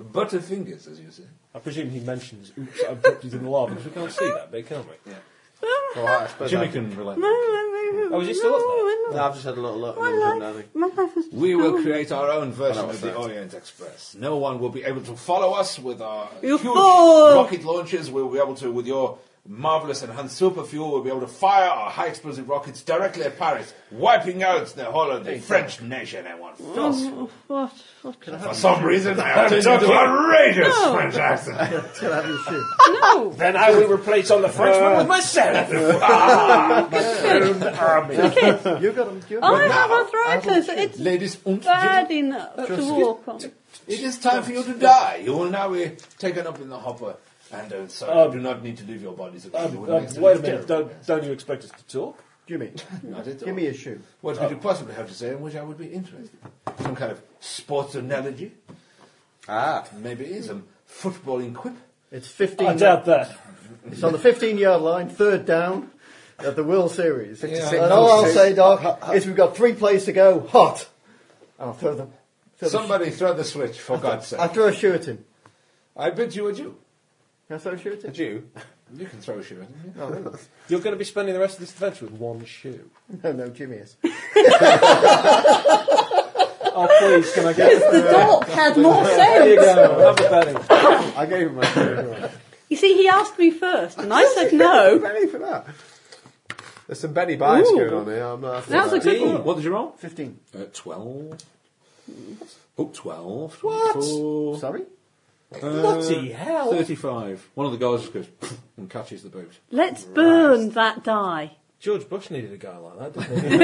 [SPEAKER 3] Butterfingers, as you say.
[SPEAKER 4] I presume he mentions, oops, I've dropped it in the lava, because we can't see that big, can we?
[SPEAKER 2] All
[SPEAKER 5] <laughs>
[SPEAKER 2] right, I suppose
[SPEAKER 3] Jimmy
[SPEAKER 2] I-
[SPEAKER 3] can relate.
[SPEAKER 4] Oh, is he still up
[SPEAKER 2] No, I've just had a little look.
[SPEAKER 5] My
[SPEAKER 2] and done
[SPEAKER 5] life,
[SPEAKER 2] nothing.
[SPEAKER 5] my life is.
[SPEAKER 3] We will create our own version
[SPEAKER 2] Oh,
[SPEAKER 3] of the
[SPEAKER 2] sorry.
[SPEAKER 3] Orient Express. No one will be able to follow us with our
[SPEAKER 5] You
[SPEAKER 3] huge
[SPEAKER 5] fool!
[SPEAKER 3] rocket launches. We'll be able to, with your marvelous enhanced super fuel, we'll be able to fire our high explosive rockets directly at Paris, wiping out the whole of the French nation in one fell swoop.
[SPEAKER 5] Oh, what? What?
[SPEAKER 3] For some reason, I have to do outrageous
[SPEAKER 5] No.
[SPEAKER 3] French accent.
[SPEAKER 6] still have your shoe.
[SPEAKER 5] No.
[SPEAKER 4] Then I will replace on the Frenchman with myself! Uh,
[SPEAKER 6] You got them. You
[SPEAKER 5] I have arthritis. It's
[SPEAKER 3] <laughs> Ladies and
[SPEAKER 5] bad
[SPEAKER 3] gentlemen,
[SPEAKER 5] enough to walk on.
[SPEAKER 3] it is time for you to die. You will now be taken up in the hopper, and uh, so
[SPEAKER 4] Um,
[SPEAKER 3] you do not need to leave your bodies.
[SPEAKER 4] Um, um, wait a minute, don't, don't you expect us to talk?
[SPEAKER 6] Jimmy,
[SPEAKER 3] Not at all.
[SPEAKER 6] give me a shoe.
[SPEAKER 3] What could you possibly have to say in which I would be interested? Some kind of sports analogy?
[SPEAKER 2] Ah,
[SPEAKER 3] Maybe some footballing quip?
[SPEAKER 6] It's
[SPEAKER 4] I
[SPEAKER 6] 15.
[SPEAKER 4] doubt that.
[SPEAKER 6] It's on the 15 yard line, third down of the World Series. And
[SPEAKER 3] Yeah.
[SPEAKER 6] all I'll say, Doc, is we've got three plays to go. Hot. And I'll throw them. Throw the
[SPEAKER 3] Somebody throw the switch, for God's
[SPEAKER 6] sh- I'll
[SPEAKER 3] sake.
[SPEAKER 6] throw a shoe at him.
[SPEAKER 3] I bid you adieu.
[SPEAKER 6] Can I throw a shoe at
[SPEAKER 2] a
[SPEAKER 6] him?
[SPEAKER 2] Jew.
[SPEAKER 3] You can throw a shoe at me.
[SPEAKER 4] You're going to be spending the rest of this adventure with one shoe.
[SPEAKER 6] <laughs> No, no, Jimmy is.
[SPEAKER 4] Oh, please, can I get
[SPEAKER 5] The dog had more
[SPEAKER 4] There
[SPEAKER 5] sense.
[SPEAKER 4] you go, have a penny.
[SPEAKER 2] I gave him my shoe.
[SPEAKER 5] You see, he asked me first, and I said no.
[SPEAKER 2] Benny for that. There's some Benny bias
[SPEAKER 5] Ooh.
[SPEAKER 2] going on here. I'm uh, not.
[SPEAKER 5] That was a good one.
[SPEAKER 3] What did you roll?
[SPEAKER 6] 15.
[SPEAKER 3] Uh, 12. Oh, 12. What?
[SPEAKER 6] Sorry?
[SPEAKER 4] Bloody hell.
[SPEAKER 3] 35. One of the guys just goes <laughs> and catches the boot.
[SPEAKER 5] Let's burn that die.
[SPEAKER 4] George Bush needed a guy like that, didn't he?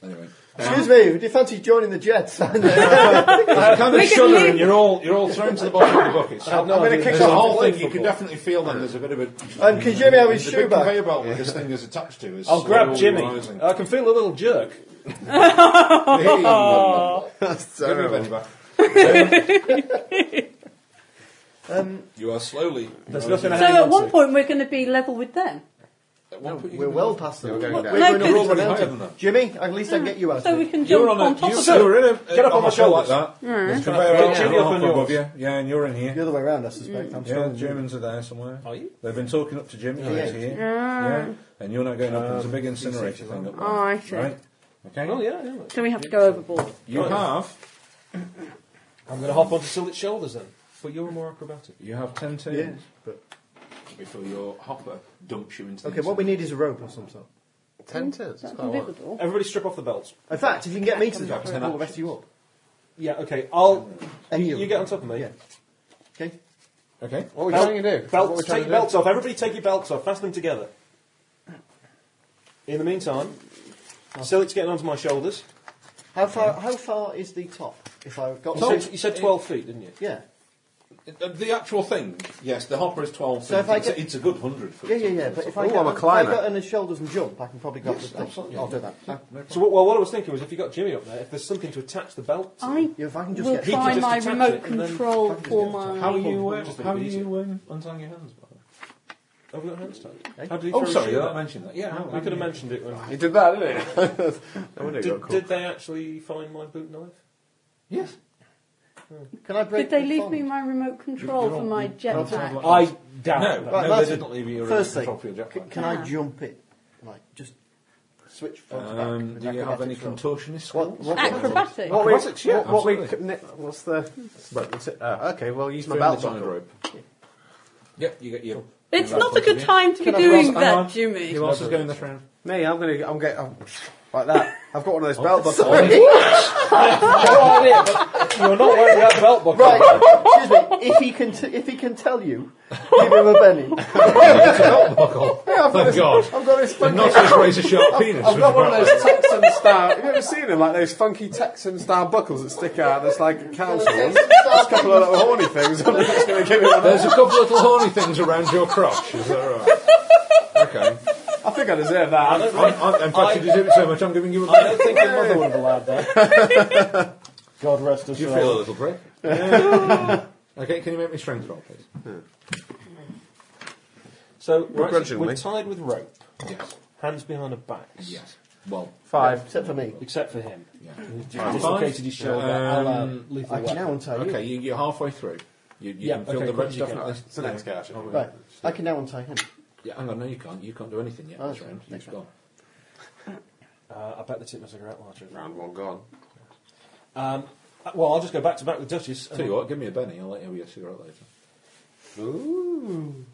[SPEAKER 3] Anyway.
[SPEAKER 6] Excuse me, would you fancy joining the Jets? <laughs> I'm
[SPEAKER 3] kind of
[SPEAKER 5] Make it
[SPEAKER 3] shuddering.
[SPEAKER 5] leap.
[SPEAKER 3] You're all, you're all thrown to the bottom of the bucket.
[SPEAKER 2] going to
[SPEAKER 3] There's a whole thing, Uh, you can definitely feel then there's a bit of a...
[SPEAKER 6] And can Jimmy have his
[SPEAKER 3] The
[SPEAKER 6] shoe
[SPEAKER 3] big
[SPEAKER 6] back?
[SPEAKER 3] <laughs> conveyor belt where this thing is attached to is
[SPEAKER 4] I'll grab
[SPEAKER 3] slowly
[SPEAKER 4] Jimmy.
[SPEAKER 3] rising. <laughs>
[SPEAKER 4] I can feel a little jerk.
[SPEAKER 3] Give me a penny back. You are slowly.
[SPEAKER 4] There's nothing
[SPEAKER 5] So
[SPEAKER 4] hanging
[SPEAKER 5] at
[SPEAKER 4] on
[SPEAKER 5] one
[SPEAKER 4] to.
[SPEAKER 5] point we're going to be level with them.
[SPEAKER 3] At one point you
[SPEAKER 6] We're
[SPEAKER 3] can-
[SPEAKER 6] well past them.
[SPEAKER 2] we're going down.
[SPEAKER 5] No,
[SPEAKER 6] We're
[SPEAKER 5] good.
[SPEAKER 6] going up
[SPEAKER 3] We're
[SPEAKER 6] the
[SPEAKER 3] already higher
[SPEAKER 6] mountain.
[SPEAKER 3] than that.
[SPEAKER 6] Jimmy, at least I can get you out
[SPEAKER 5] So
[SPEAKER 6] of
[SPEAKER 5] we
[SPEAKER 6] it.
[SPEAKER 5] can
[SPEAKER 3] You're
[SPEAKER 5] jump
[SPEAKER 3] on
[SPEAKER 5] on,
[SPEAKER 3] a,
[SPEAKER 5] top
[SPEAKER 3] you,
[SPEAKER 5] of
[SPEAKER 3] you
[SPEAKER 5] it.
[SPEAKER 3] were in a,
[SPEAKER 4] Get up on my shoulders.
[SPEAKER 3] Like that. There's
[SPEAKER 4] Yeah,
[SPEAKER 3] conveyor belts
[SPEAKER 4] Jimmy
[SPEAKER 3] going
[SPEAKER 4] up
[SPEAKER 3] up
[SPEAKER 4] on
[SPEAKER 3] above
[SPEAKER 4] yours.
[SPEAKER 3] you. Yeah, and you're in here.
[SPEAKER 6] The other way around, I
[SPEAKER 5] Mm.
[SPEAKER 6] suspect. I'm
[SPEAKER 3] Yeah,
[SPEAKER 6] sure.
[SPEAKER 3] the Germans are there somewhere.
[SPEAKER 4] Are you?
[SPEAKER 3] They've been talking up to Jimmy
[SPEAKER 6] Yeah.
[SPEAKER 3] right here. Yeah. And you're not going up. There's a big incinerator thing up there.
[SPEAKER 5] Oh, I see.
[SPEAKER 3] Right? Okay.
[SPEAKER 4] Oh, yeah, yeah. look.
[SPEAKER 5] So we have to go overboard.
[SPEAKER 3] You have
[SPEAKER 4] I'm going to hop onto Sillet's shoulders then. But you're more acrobatic.
[SPEAKER 3] you have ten turns
[SPEAKER 6] Yeah, but
[SPEAKER 3] before your hopper dumps you into. the
[SPEAKER 6] okay. What we need is a rope or some sort.
[SPEAKER 2] Ten turns. That's
[SPEAKER 5] That's
[SPEAKER 2] quite a lot.
[SPEAKER 5] invisible.
[SPEAKER 4] Everybody strip off the belts.
[SPEAKER 6] In fact, if you can get me to the top,
[SPEAKER 3] ten
[SPEAKER 6] I'll rescue you up.
[SPEAKER 4] Yeah, okay. I'll.
[SPEAKER 6] And
[SPEAKER 4] you,
[SPEAKER 6] you.
[SPEAKER 4] get on top of me.
[SPEAKER 6] Yeah. Okay.
[SPEAKER 3] Okay.
[SPEAKER 2] What are we
[SPEAKER 4] Belt-
[SPEAKER 2] trying to do?
[SPEAKER 4] belts-
[SPEAKER 2] what are we
[SPEAKER 4] take
[SPEAKER 2] trying
[SPEAKER 4] your
[SPEAKER 2] to
[SPEAKER 4] belts off. Everybody take your belts off. Fasten them together. In the meantime, Sillet's getting onto my shoulders.
[SPEAKER 6] How far? How far is the top? If I got
[SPEAKER 4] You said, you said 12 feet, didn't you?
[SPEAKER 6] yeah,
[SPEAKER 3] Uh, The actual thing, yes, the hopper is 12
[SPEAKER 6] So
[SPEAKER 3] feet.
[SPEAKER 6] if I
[SPEAKER 3] it's,
[SPEAKER 6] get-
[SPEAKER 3] it's a good 100 feet.
[SPEAKER 6] yeah, yeah, yeah. But if I
[SPEAKER 2] Ooh,
[SPEAKER 6] get,
[SPEAKER 2] I'm a
[SPEAKER 6] if I
[SPEAKER 2] climber.
[SPEAKER 6] get on his shoulders and jump, I can probably go.
[SPEAKER 3] Yes,
[SPEAKER 6] up the thing.
[SPEAKER 3] absolutely.
[SPEAKER 6] I'll do that.
[SPEAKER 4] So, what, well, what I was thinking was if you got Jimmy up there, if there's something to attach the belt to,
[SPEAKER 5] I
[SPEAKER 6] Yeah, if I can just
[SPEAKER 5] will
[SPEAKER 6] get-
[SPEAKER 5] try
[SPEAKER 4] He can just
[SPEAKER 5] my
[SPEAKER 4] attach
[SPEAKER 5] remote
[SPEAKER 4] it and then-
[SPEAKER 5] control for my.
[SPEAKER 3] How are you, uh,
[SPEAKER 4] Just a bit
[SPEAKER 3] how are
[SPEAKER 4] easier.
[SPEAKER 3] you um, untying your hands, by the way?
[SPEAKER 4] have we got hands tied?
[SPEAKER 6] Eh?
[SPEAKER 4] How did he
[SPEAKER 3] Oh,
[SPEAKER 4] throw
[SPEAKER 3] sorry,
[SPEAKER 4] his shoe
[SPEAKER 3] I not
[SPEAKER 4] back?
[SPEAKER 3] mentioned that. Yeah, how-
[SPEAKER 4] We could have mentioned it. When,
[SPEAKER 2] You did that, didn't <laughs> you? I wonder you
[SPEAKER 4] did,
[SPEAKER 2] got caught.
[SPEAKER 4] did they actually find my boot knife?
[SPEAKER 3] Yes.
[SPEAKER 6] Can I break?
[SPEAKER 5] Did they
[SPEAKER 6] the
[SPEAKER 5] leave
[SPEAKER 6] bond?
[SPEAKER 5] me my remote control for my jetpack?
[SPEAKER 4] I doubt that.
[SPEAKER 6] Right,
[SPEAKER 3] No, no, they
[SPEAKER 6] that's-
[SPEAKER 3] didn't leave you a
[SPEAKER 6] First
[SPEAKER 3] remote
[SPEAKER 6] thing,
[SPEAKER 3] control for your
[SPEAKER 6] c-
[SPEAKER 3] jetpack.
[SPEAKER 6] can
[SPEAKER 5] Ah.
[SPEAKER 6] I jump it? Like just switch front to back.
[SPEAKER 3] Um,
[SPEAKER 6] with
[SPEAKER 3] do you have any
[SPEAKER 6] acrobatics roll?
[SPEAKER 3] contortionist
[SPEAKER 2] What,
[SPEAKER 3] skills?
[SPEAKER 2] what,
[SPEAKER 5] Acrobatic.
[SPEAKER 2] what, we-
[SPEAKER 3] Acrobatics, yeah,
[SPEAKER 2] what, what we,
[SPEAKER 3] absolutely.
[SPEAKER 2] ne- what's the? Right, that's it. Oh, okay, well, use my
[SPEAKER 3] Throw in
[SPEAKER 2] belt
[SPEAKER 3] the tie
[SPEAKER 2] buckle.
[SPEAKER 3] rope. Yep, you get your.
[SPEAKER 5] It's
[SPEAKER 3] your
[SPEAKER 5] not a
[SPEAKER 3] belt
[SPEAKER 5] good
[SPEAKER 3] buckle.
[SPEAKER 5] time to be
[SPEAKER 3] Can I-
[SPEAKER 5] doing
[SPEAKER 3] hang on.
[SPEAKER 5] that, Jimmy.
[SPEAKER 3] Who else is going this round?
[SPEAKER 2] Me, I'm gonna, I'm getting I'm, like that. I've got one
[SPEAKER 3] Oh,
[SPEAKER 2] of those belt buckles.
[SPEAKER 5] <laughs>
[SPEAKER 4] You're not wearing that belt buckle.
[SPEAKER 6] Right, excuse me. If he can, t- if he can tell you, give him a penny.
[SPEAKER 2] I've got
[SPEAKER 3] Thank
[SPEAKER 2] this-
[SPEAKER 3] God.
[SPEAKER 2] I've got this
[SPEAKER 3] And
[SPEAKER 2] funky.
[SPEAKER 3] not as great a sharp penis.
[SPEAKER 2] I've got one of those Texan style. Have you ever seen them? Like those funky Texan style buckles that stick out. That's like cows ones. There's a couple of little horny things. I'm just gonna give it.
[SPEAKER 3] There's a couple of little horny things around your crotch, is that right? Okay.
[SPEAKER 2] I think I deserve that.
[SPEAKER 3] I'm, I'm, in fact, you deserve it so much, I'm giving you a
[SPEAKER 4] <laughs> I
[SPEAKER 3] break.
[SPEAKER 4] don't think your mother would have allowed that. <laughs>
[SPEAKER 6] God rest us
[SPEAKER 3] Do you feel a
[SPEAKER 6] all.
[SPEAKER 3] little break? okay, can you make me strength roll, please?
[SPEAKER 4] So, right,
[SPEAKER 2] Begrudgingly.
[SPEAKER 4] we're tied with rope,
[SPEAKER 3] Yes.
[SPEAKER 4] hands behind our backs,
[SPEAKER 3] Yes. Well,
[SPEAKER 2] Five.
[SPEAKER 6] Except for me.
[SPEAKER 4] except for him.
[SPEAKER 3] yeah.
[SPEAKER 4] He just dislocated his shoulder. a la
[SPEAKER 3] Um,
[SPEAKER 4] lethal
[SPEAKER 6] I can
[SPEAKER 4] weapon.
[SPEAKER 6] now untie you.
[SPEAKER 3] Okay, you, you're halfway through. You, you
[SPEAKER 4] Yeah,
[SPEAKER 3] can feel
[SPEAKER 4] okay,
[SPEAKER 3] the
[SPEAKER 4] quick,
[SPEAKER 3] rope
[SPEAKER 4] you can.
[SPEAKER 3] definitely.
[SPEAKER 2] It's the next guy. actually.
[SPEAKER 6] Right, I can now untie him.
[SPEAKER 3] Yeah, hang on, no, you can't. You can't do anything yet
[SPEAKER 6] Oh,
[SPEAKER 3] this
[SPEAKER 6] okay.
[SPEAKER 3] round. You've
[SPEAKER 6] Next
[SPEAKER 3] just gone.
[SPEAKER 6] round.
[SPEAKER 4] Uh, I bet they took my cigarette lighter.
[SPEAKER 2] Round one gone.
[SPEAKER 4] Um, uh, well, I'll just go back to back with Duchess.
[SPEAKER 3] Tell you what, give me a penny. I'll let you have your cigarette later.
[SPEAKER 2] Ooh.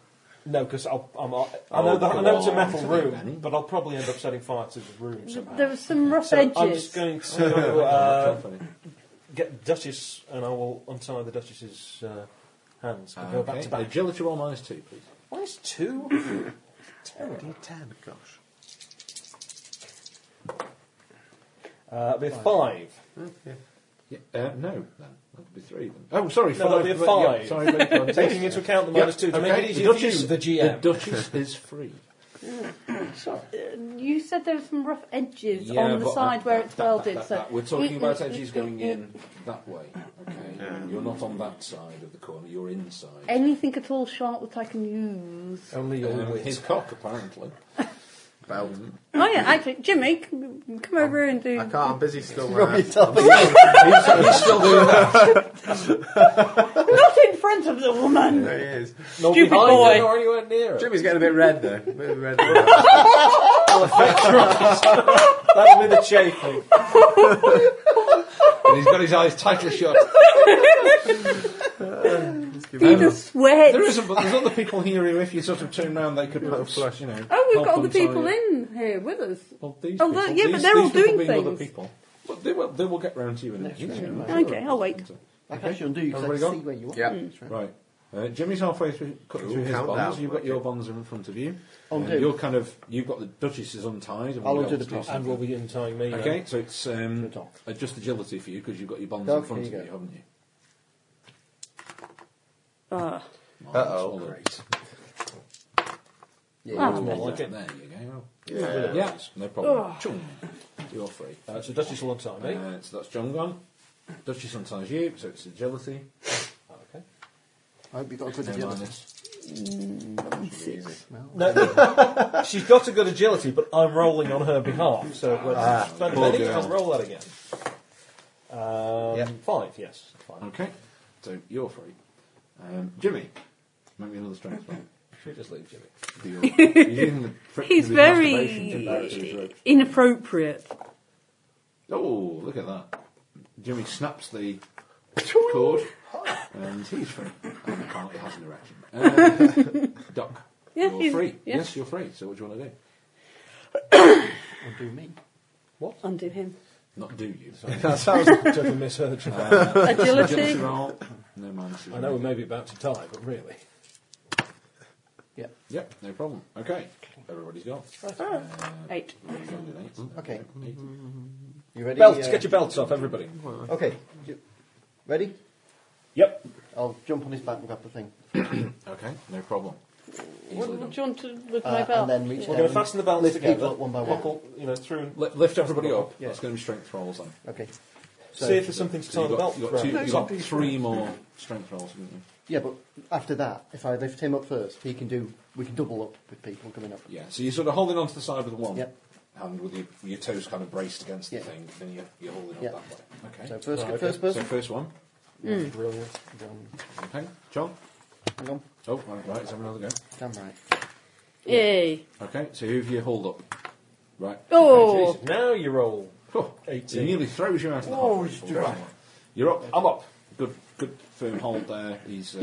[SPEAKER 4] No, because I'm. uh, I know, the, I
[SPEAKER 3] go
[SPEAKER 4] know it's a
[SPEAKER 3] Oh, on.
[SPEAKER 4] metal
[SPEAKER 3] It's a bit many.
[SPEAKER 4] room, but I'll probably end up setting fire to the room somehow.
[SPEAKER 5] There are some rough
[SPEAKER 4] so I'm
[SPEAKER 5] edges.
[SPEAKER 4] just going
[SPEAKER 3] <laughs>
[SPEAKER 4] to uh, get Duchess, and I will untie the Duchess's uh, hands and go back to
[SPEAKER 3] Okay.
[SPEAKER 4] back.
[SPEAKER 3] Agility roll minus two, please.
[SPEAKER 4] Why is two?
[SPEAKER 3] <coughs>
[SPEAKER 4] Terrible.
[SPEAKER 2] Ten. Gosh.
[SPEAKER 4] Uh, it'll be a five.
[SPEAKER 3] Yeah, uh, no, then that'd be three. Then. Oh, sorry,
[SPEAKER 4] No,
[SPEAKER 3] five.
[SPEAKER 4] that'd be a
[SPEAKER 3] but- yeah,
[SPEAKER 4] five.
[SPEAKER 3] sorry, but you're
[SPEAKER 4] Taking into account the minus two to make it easier for you, the GM.
[SPEAKER 3] The Duchess is free.
[SPEAKER 5] Uh, You said there were some rough edges
[SPEAKER 3] Yeah,
[SPEAKER 5] on the
[SPEAKER 3] but
[SPEAKER 5] side
[SPEAKER 3] that-
[SPEAKER 5] where
[SPEAKER 3] that-
[SPEAKER 5] it's
[SPEAKER 3] that-
[SPEAKER 5] welded.
[SPEAKER 3] that-
[SPEAKER 5] so
[SPEAKER 3] that- We're talking
[SPEAKER 5] Mm,
[SPEAKER 3] about
[SPEAKER 5] mm,
[SPEAKER 3] edges
[SPEAKER 5] mm,
[SPEAKER 3] going
[SPEAKER 5] mm,
[SPEAKER 3] in that way. Okay, you're not on that side of the corner. You're inside.
[SPEAKER 5] Anything at all sharp that I can use.
[SPEAKER 4] Only your
[SPEAKER 3] Um,
[SPEAKER 4] wit.
[SPEAKER 3] his cock, apparently. Um,
[SPEAKER 5] Oh yeah, actually, Jimmy, c- come
[SPEAKER 3] Oh,
[SPEAKER 5] over and do.
[SPEAKER 2] I <laughs> can't. I'm busy still.
[SPEAKER 6] Rub
[SPEAKER 3] Uh,
[SPEAKER 2] Where
[SPEAKER 6] yourself
[SPEAKER 3] he's, he's still doing that.
[SPEAKER 5] Not in front of the woman.
[SPEAKER 2] there he is.
[SPEAKER 5] Stupid
[SPEAKER 4] Behind you
[SPEAKER 5] boy.
[SPEAKER 4] or anywhere near it.
[SPEAKER 2] Jimmy's getting a bit red though. A bit of red.
[SPEAKER 3] <laughs>
[SPEAKER 4] That'll be the chafing.
[SPEAKER 3] <laughs> And he's got his eyes tightly shut.
[SPEAKER 5] Peter sweat.
[SPEAKER 3] Um, There isn't, but there's other people here who, if you sort of turn round, they could perhaps, you know.
[SPEAKER 5] Oh, we've
[SPEAKER 3] help
[SPEAKER 5] got other
[SPEAKER 3] untie
[SPEAKER 5] people
[SPEAKER 3] it.
[SPEAKER 5] in here with us.
[SPEAKER 3] Well, these
[SPEAKER 5] Oh,
[SPEAKER 3] people,
[SPEAKER 5] the- yeah, but
[SPEAKER 3] these-
[SPEAKER 5] they're all
[SPEAKER 3] these people
[SPEAKER 5] doing
[SPEAKER 3] being other
[SPEAKER 5] things.
[SPEAKER 3] people. Well, they will, they will get round to you in the next round.
[SPEAKER 5] Okay, I'll wait.
[SPEAKER 6] I can actually undo you because I
[SPEAKER 3] Everybody
[SPEAKER 6] can
[SPEAKER 3] gone?
[SPEAKER 6] see where you are.
[SPEAKER 2] Yeah.
[SPEAKER 5] Mm.
[SPEAKER 6] That's right.
[SPEAKER 3] Right. Uh, Jimmy's halfway through, cutting
[SPEAKER 2] Ooh,
[SPEAKER 3] through his
[SPEAKER 2] countdown.
[SPEAKER 3] bonds. You've got your bonds in front of you.
[SPEAKER 6] I'll
[SPEAKER 3] And
[SPEAKER 6] do.
[SPEAKER 3] You're kind of you've got the Duchess's untied. And
[SPEAKER 6] I'll
[SPEAKER 3] we'll
[SPEAKER 6] undo
[SPEAKER 3] be
[SPEAKER 6] the
[SPEAKER 3] able to do
[SPEAKER 6] top.
[SPEAKER 4] And
[SPEAKER 3] something.
[SPEAKER 4] we'll be untying me.
[SPEAKER 3] Okay, so it's um,
[SPEAKER 6] the dock.
[SPEAKER 3] uh, just agility for you because you've got your bonds
[SPEAKER 6] Dock,
[SPEAKER 3] in front of
[SPEAKER 6] here
[SPEAKER 3] you,
[SPEAKER 6] you
[SPEAKER 3] haven't you?
[SPEAKER 5] Uh,
[SPEAKER 3] Uh oh, great.
[SPEAKER 5] Ah.
[SPEAKER 4] Come on, like it.
[SPEAKER 3] There you go. Yeah, no problem. Chung. You're free.
[SPEAKER 4] Uh, so Duchess will untie me.
[SPEAKER 3] Uh, so that's John gone. Duchess unties you, so it's agility.
[SPEAKER 4] Okay.
[SPEAKER 6] I hope you got a good
[SPEAKER 3] No
[SPEAKER 6] agility.
[SPEAKER 3] minus.
[SPEAKER 5] six.
[SPEAKER 4] No, Ah, She's got a good agility, but I'm rolling on her behalf. So let's
[SPEAKER 3] Ah,
[SPEAKER 4] spend a
[SPEAKER 3] poor
[SPEAKER 4] minute
[SPEAKER 3] girl.
[SPEAKER 4] and roll that again. Um, Five, yes. Five.
[SPEAKER 3] Okay, so you're free. Um, Jimmy, make me another strength roll.
[SPEAKER 4] Should we just leave Jimmy?
[SPEAKER 3] The- you're using the friction
[SPEAKER 5] He's
[SPEAKER 3] of the masturbation to embarrass his
[SPEAKER 5] very
[SPEAKER 3] rope.
[SPEAKER 5] inappropriate.
[SPEAKER 3] Oh, look at that. Jimmy snaps the
[SPEAKER 5] <laughs>
[SPEAKER 3] cord, and he's free. And apparently has an erection. Um,
[SPEAKER 5] <laughs>
[SPEAKER 3] Doc,
[SPEAKER 5] Yeah,
[SPEAKER 3] you're
[SPEAKER 5] he's-
[SPEAKER 3] free.
[SPEAKER 5] yeah.
[SPEAKER 3] Yes, you're free. So what do you want to do?
[SPEAKER 10] do me.
[SPEAKER 5] Undo him.
[SPEAKER 3] Not do you.
[SPEAKER 5] <laughs>
[SPEAKER 4] That sounds totally misheard.
[SPEAKER 5] Agility.
[SPEAKER 3] Agility roll. No minus.
[SPEAKER 4] <laughs> I know we may be about to die, but really.
[SPEAKER 3] Yep, no problem. Okay, everybody's gone.
[SPEAKER 5] Eight.
[SPEAKER 3] Everybody's gone with eight, so
[SPEAKER 5] Mm,
[SPEAKER 6] Okay.
[SPEAKER 3] eight.
[SPEAKER 6] You ready?
[SPEAKER 4] Belts,
[SPEAKER 6] uh,
[SPEAKER 4] get your belts off, everybody.
[SPEAKER 6] Okay. You- Ready?
[SPEAKER 4] Yep.
[SPEAKER 6] I'll jump on his back and grab the thing.
[SPEAKER 3] Okay, no problem.
[SPEAKER 5] What,
[SPEAKER 3] Easily
[SPEAKER 5] do
[SPEAKER 3] done.
[SPEAKER 5] you want to look
[SPEAKER 6] Uh,
[SPEAKER 5] my
[SPEAKER 6] and
[SPEAKER 5] belt?
[SPEAKER 6] then reach
[SPEAKER 4] We're
[SPEAKER 6] down.
[SPEAKER 4] going to fasten the belts
[SPEAKER 6] Lift
[SPEAKER 4] together.
[SPEAKER 6] people up one by one.
[SPEAKER 4] Buckle, you know, through. and
[SPEAKER 3] Li- lift everybody up.
[SPEAKER 6] Yeah.
[SPEAKER 3] That's going to be strength rolls then.
[SPEAKER 6] Okay.
[SPEAKER 4] see if there's something to
[SPEAKER 3] So
[SPEAKER 4] tie
[SPEAKER 3] you've
[SPEAKER 4] the
[SPEAKER 3] got,
[SPEAKER 4] belt
[SPEAKER 3] you've got, two,
[SPEAKER 4] around.
[SPEAKER 3] you've got three more strength rolls, haven't you?
[SPEAKER 6] Yeah, but after that, if I lift him up first, he can do. We can double up with people coming up.
[SPEAKER 3] Yeah, so you're sort of holding onto the side with one
[SPEAKER 6] Yep.
[SPEAKER 3] hand with your, your toes kind of braced against
[SPEAKER 6] Yeah.
[SPEAKER 3] the thing, then you're, you're holding on
[SPEAKER 6] Yeah.
[SPEAKER 3] that way. Okay.
[SPEAKER 6] So first,
[SPEAKER 4] Right, okay.
[SPEAKER 6] first
[SPEAKER 3] So
[SPEAKER 6] person.
[SPEAKER 3] first one.
[SPEAKER 6] Mm.
[SPEAKER 4] Brilliant.
[SPEAKER 3] Okay. John.
[SPEAKER 6] Hang on.
[SPEAKER 3] Oh, right, right, let's have another go.
[SPEAKER 6] Damn right.
[SPEAKER 5] Yay.
[SPEAKER 3] Okay, so who have you hold up? Right.
[SPEAKER 5] Oh.
[SPEAKER 3] Okay,
[SPEAKER 4] Now you roll.
[SPEAKER 3] oh, it
[SPEAKER 4] 18.
[SPEAKER 3] nearly throws you out of the
[SPEAKER 6] Oh,
[SPEAKER 3] hole.
[SPEAKER 6] it's dry.
[SPEAKER 3] You're up. I'm up. Good, good firm hold there. He's, uh,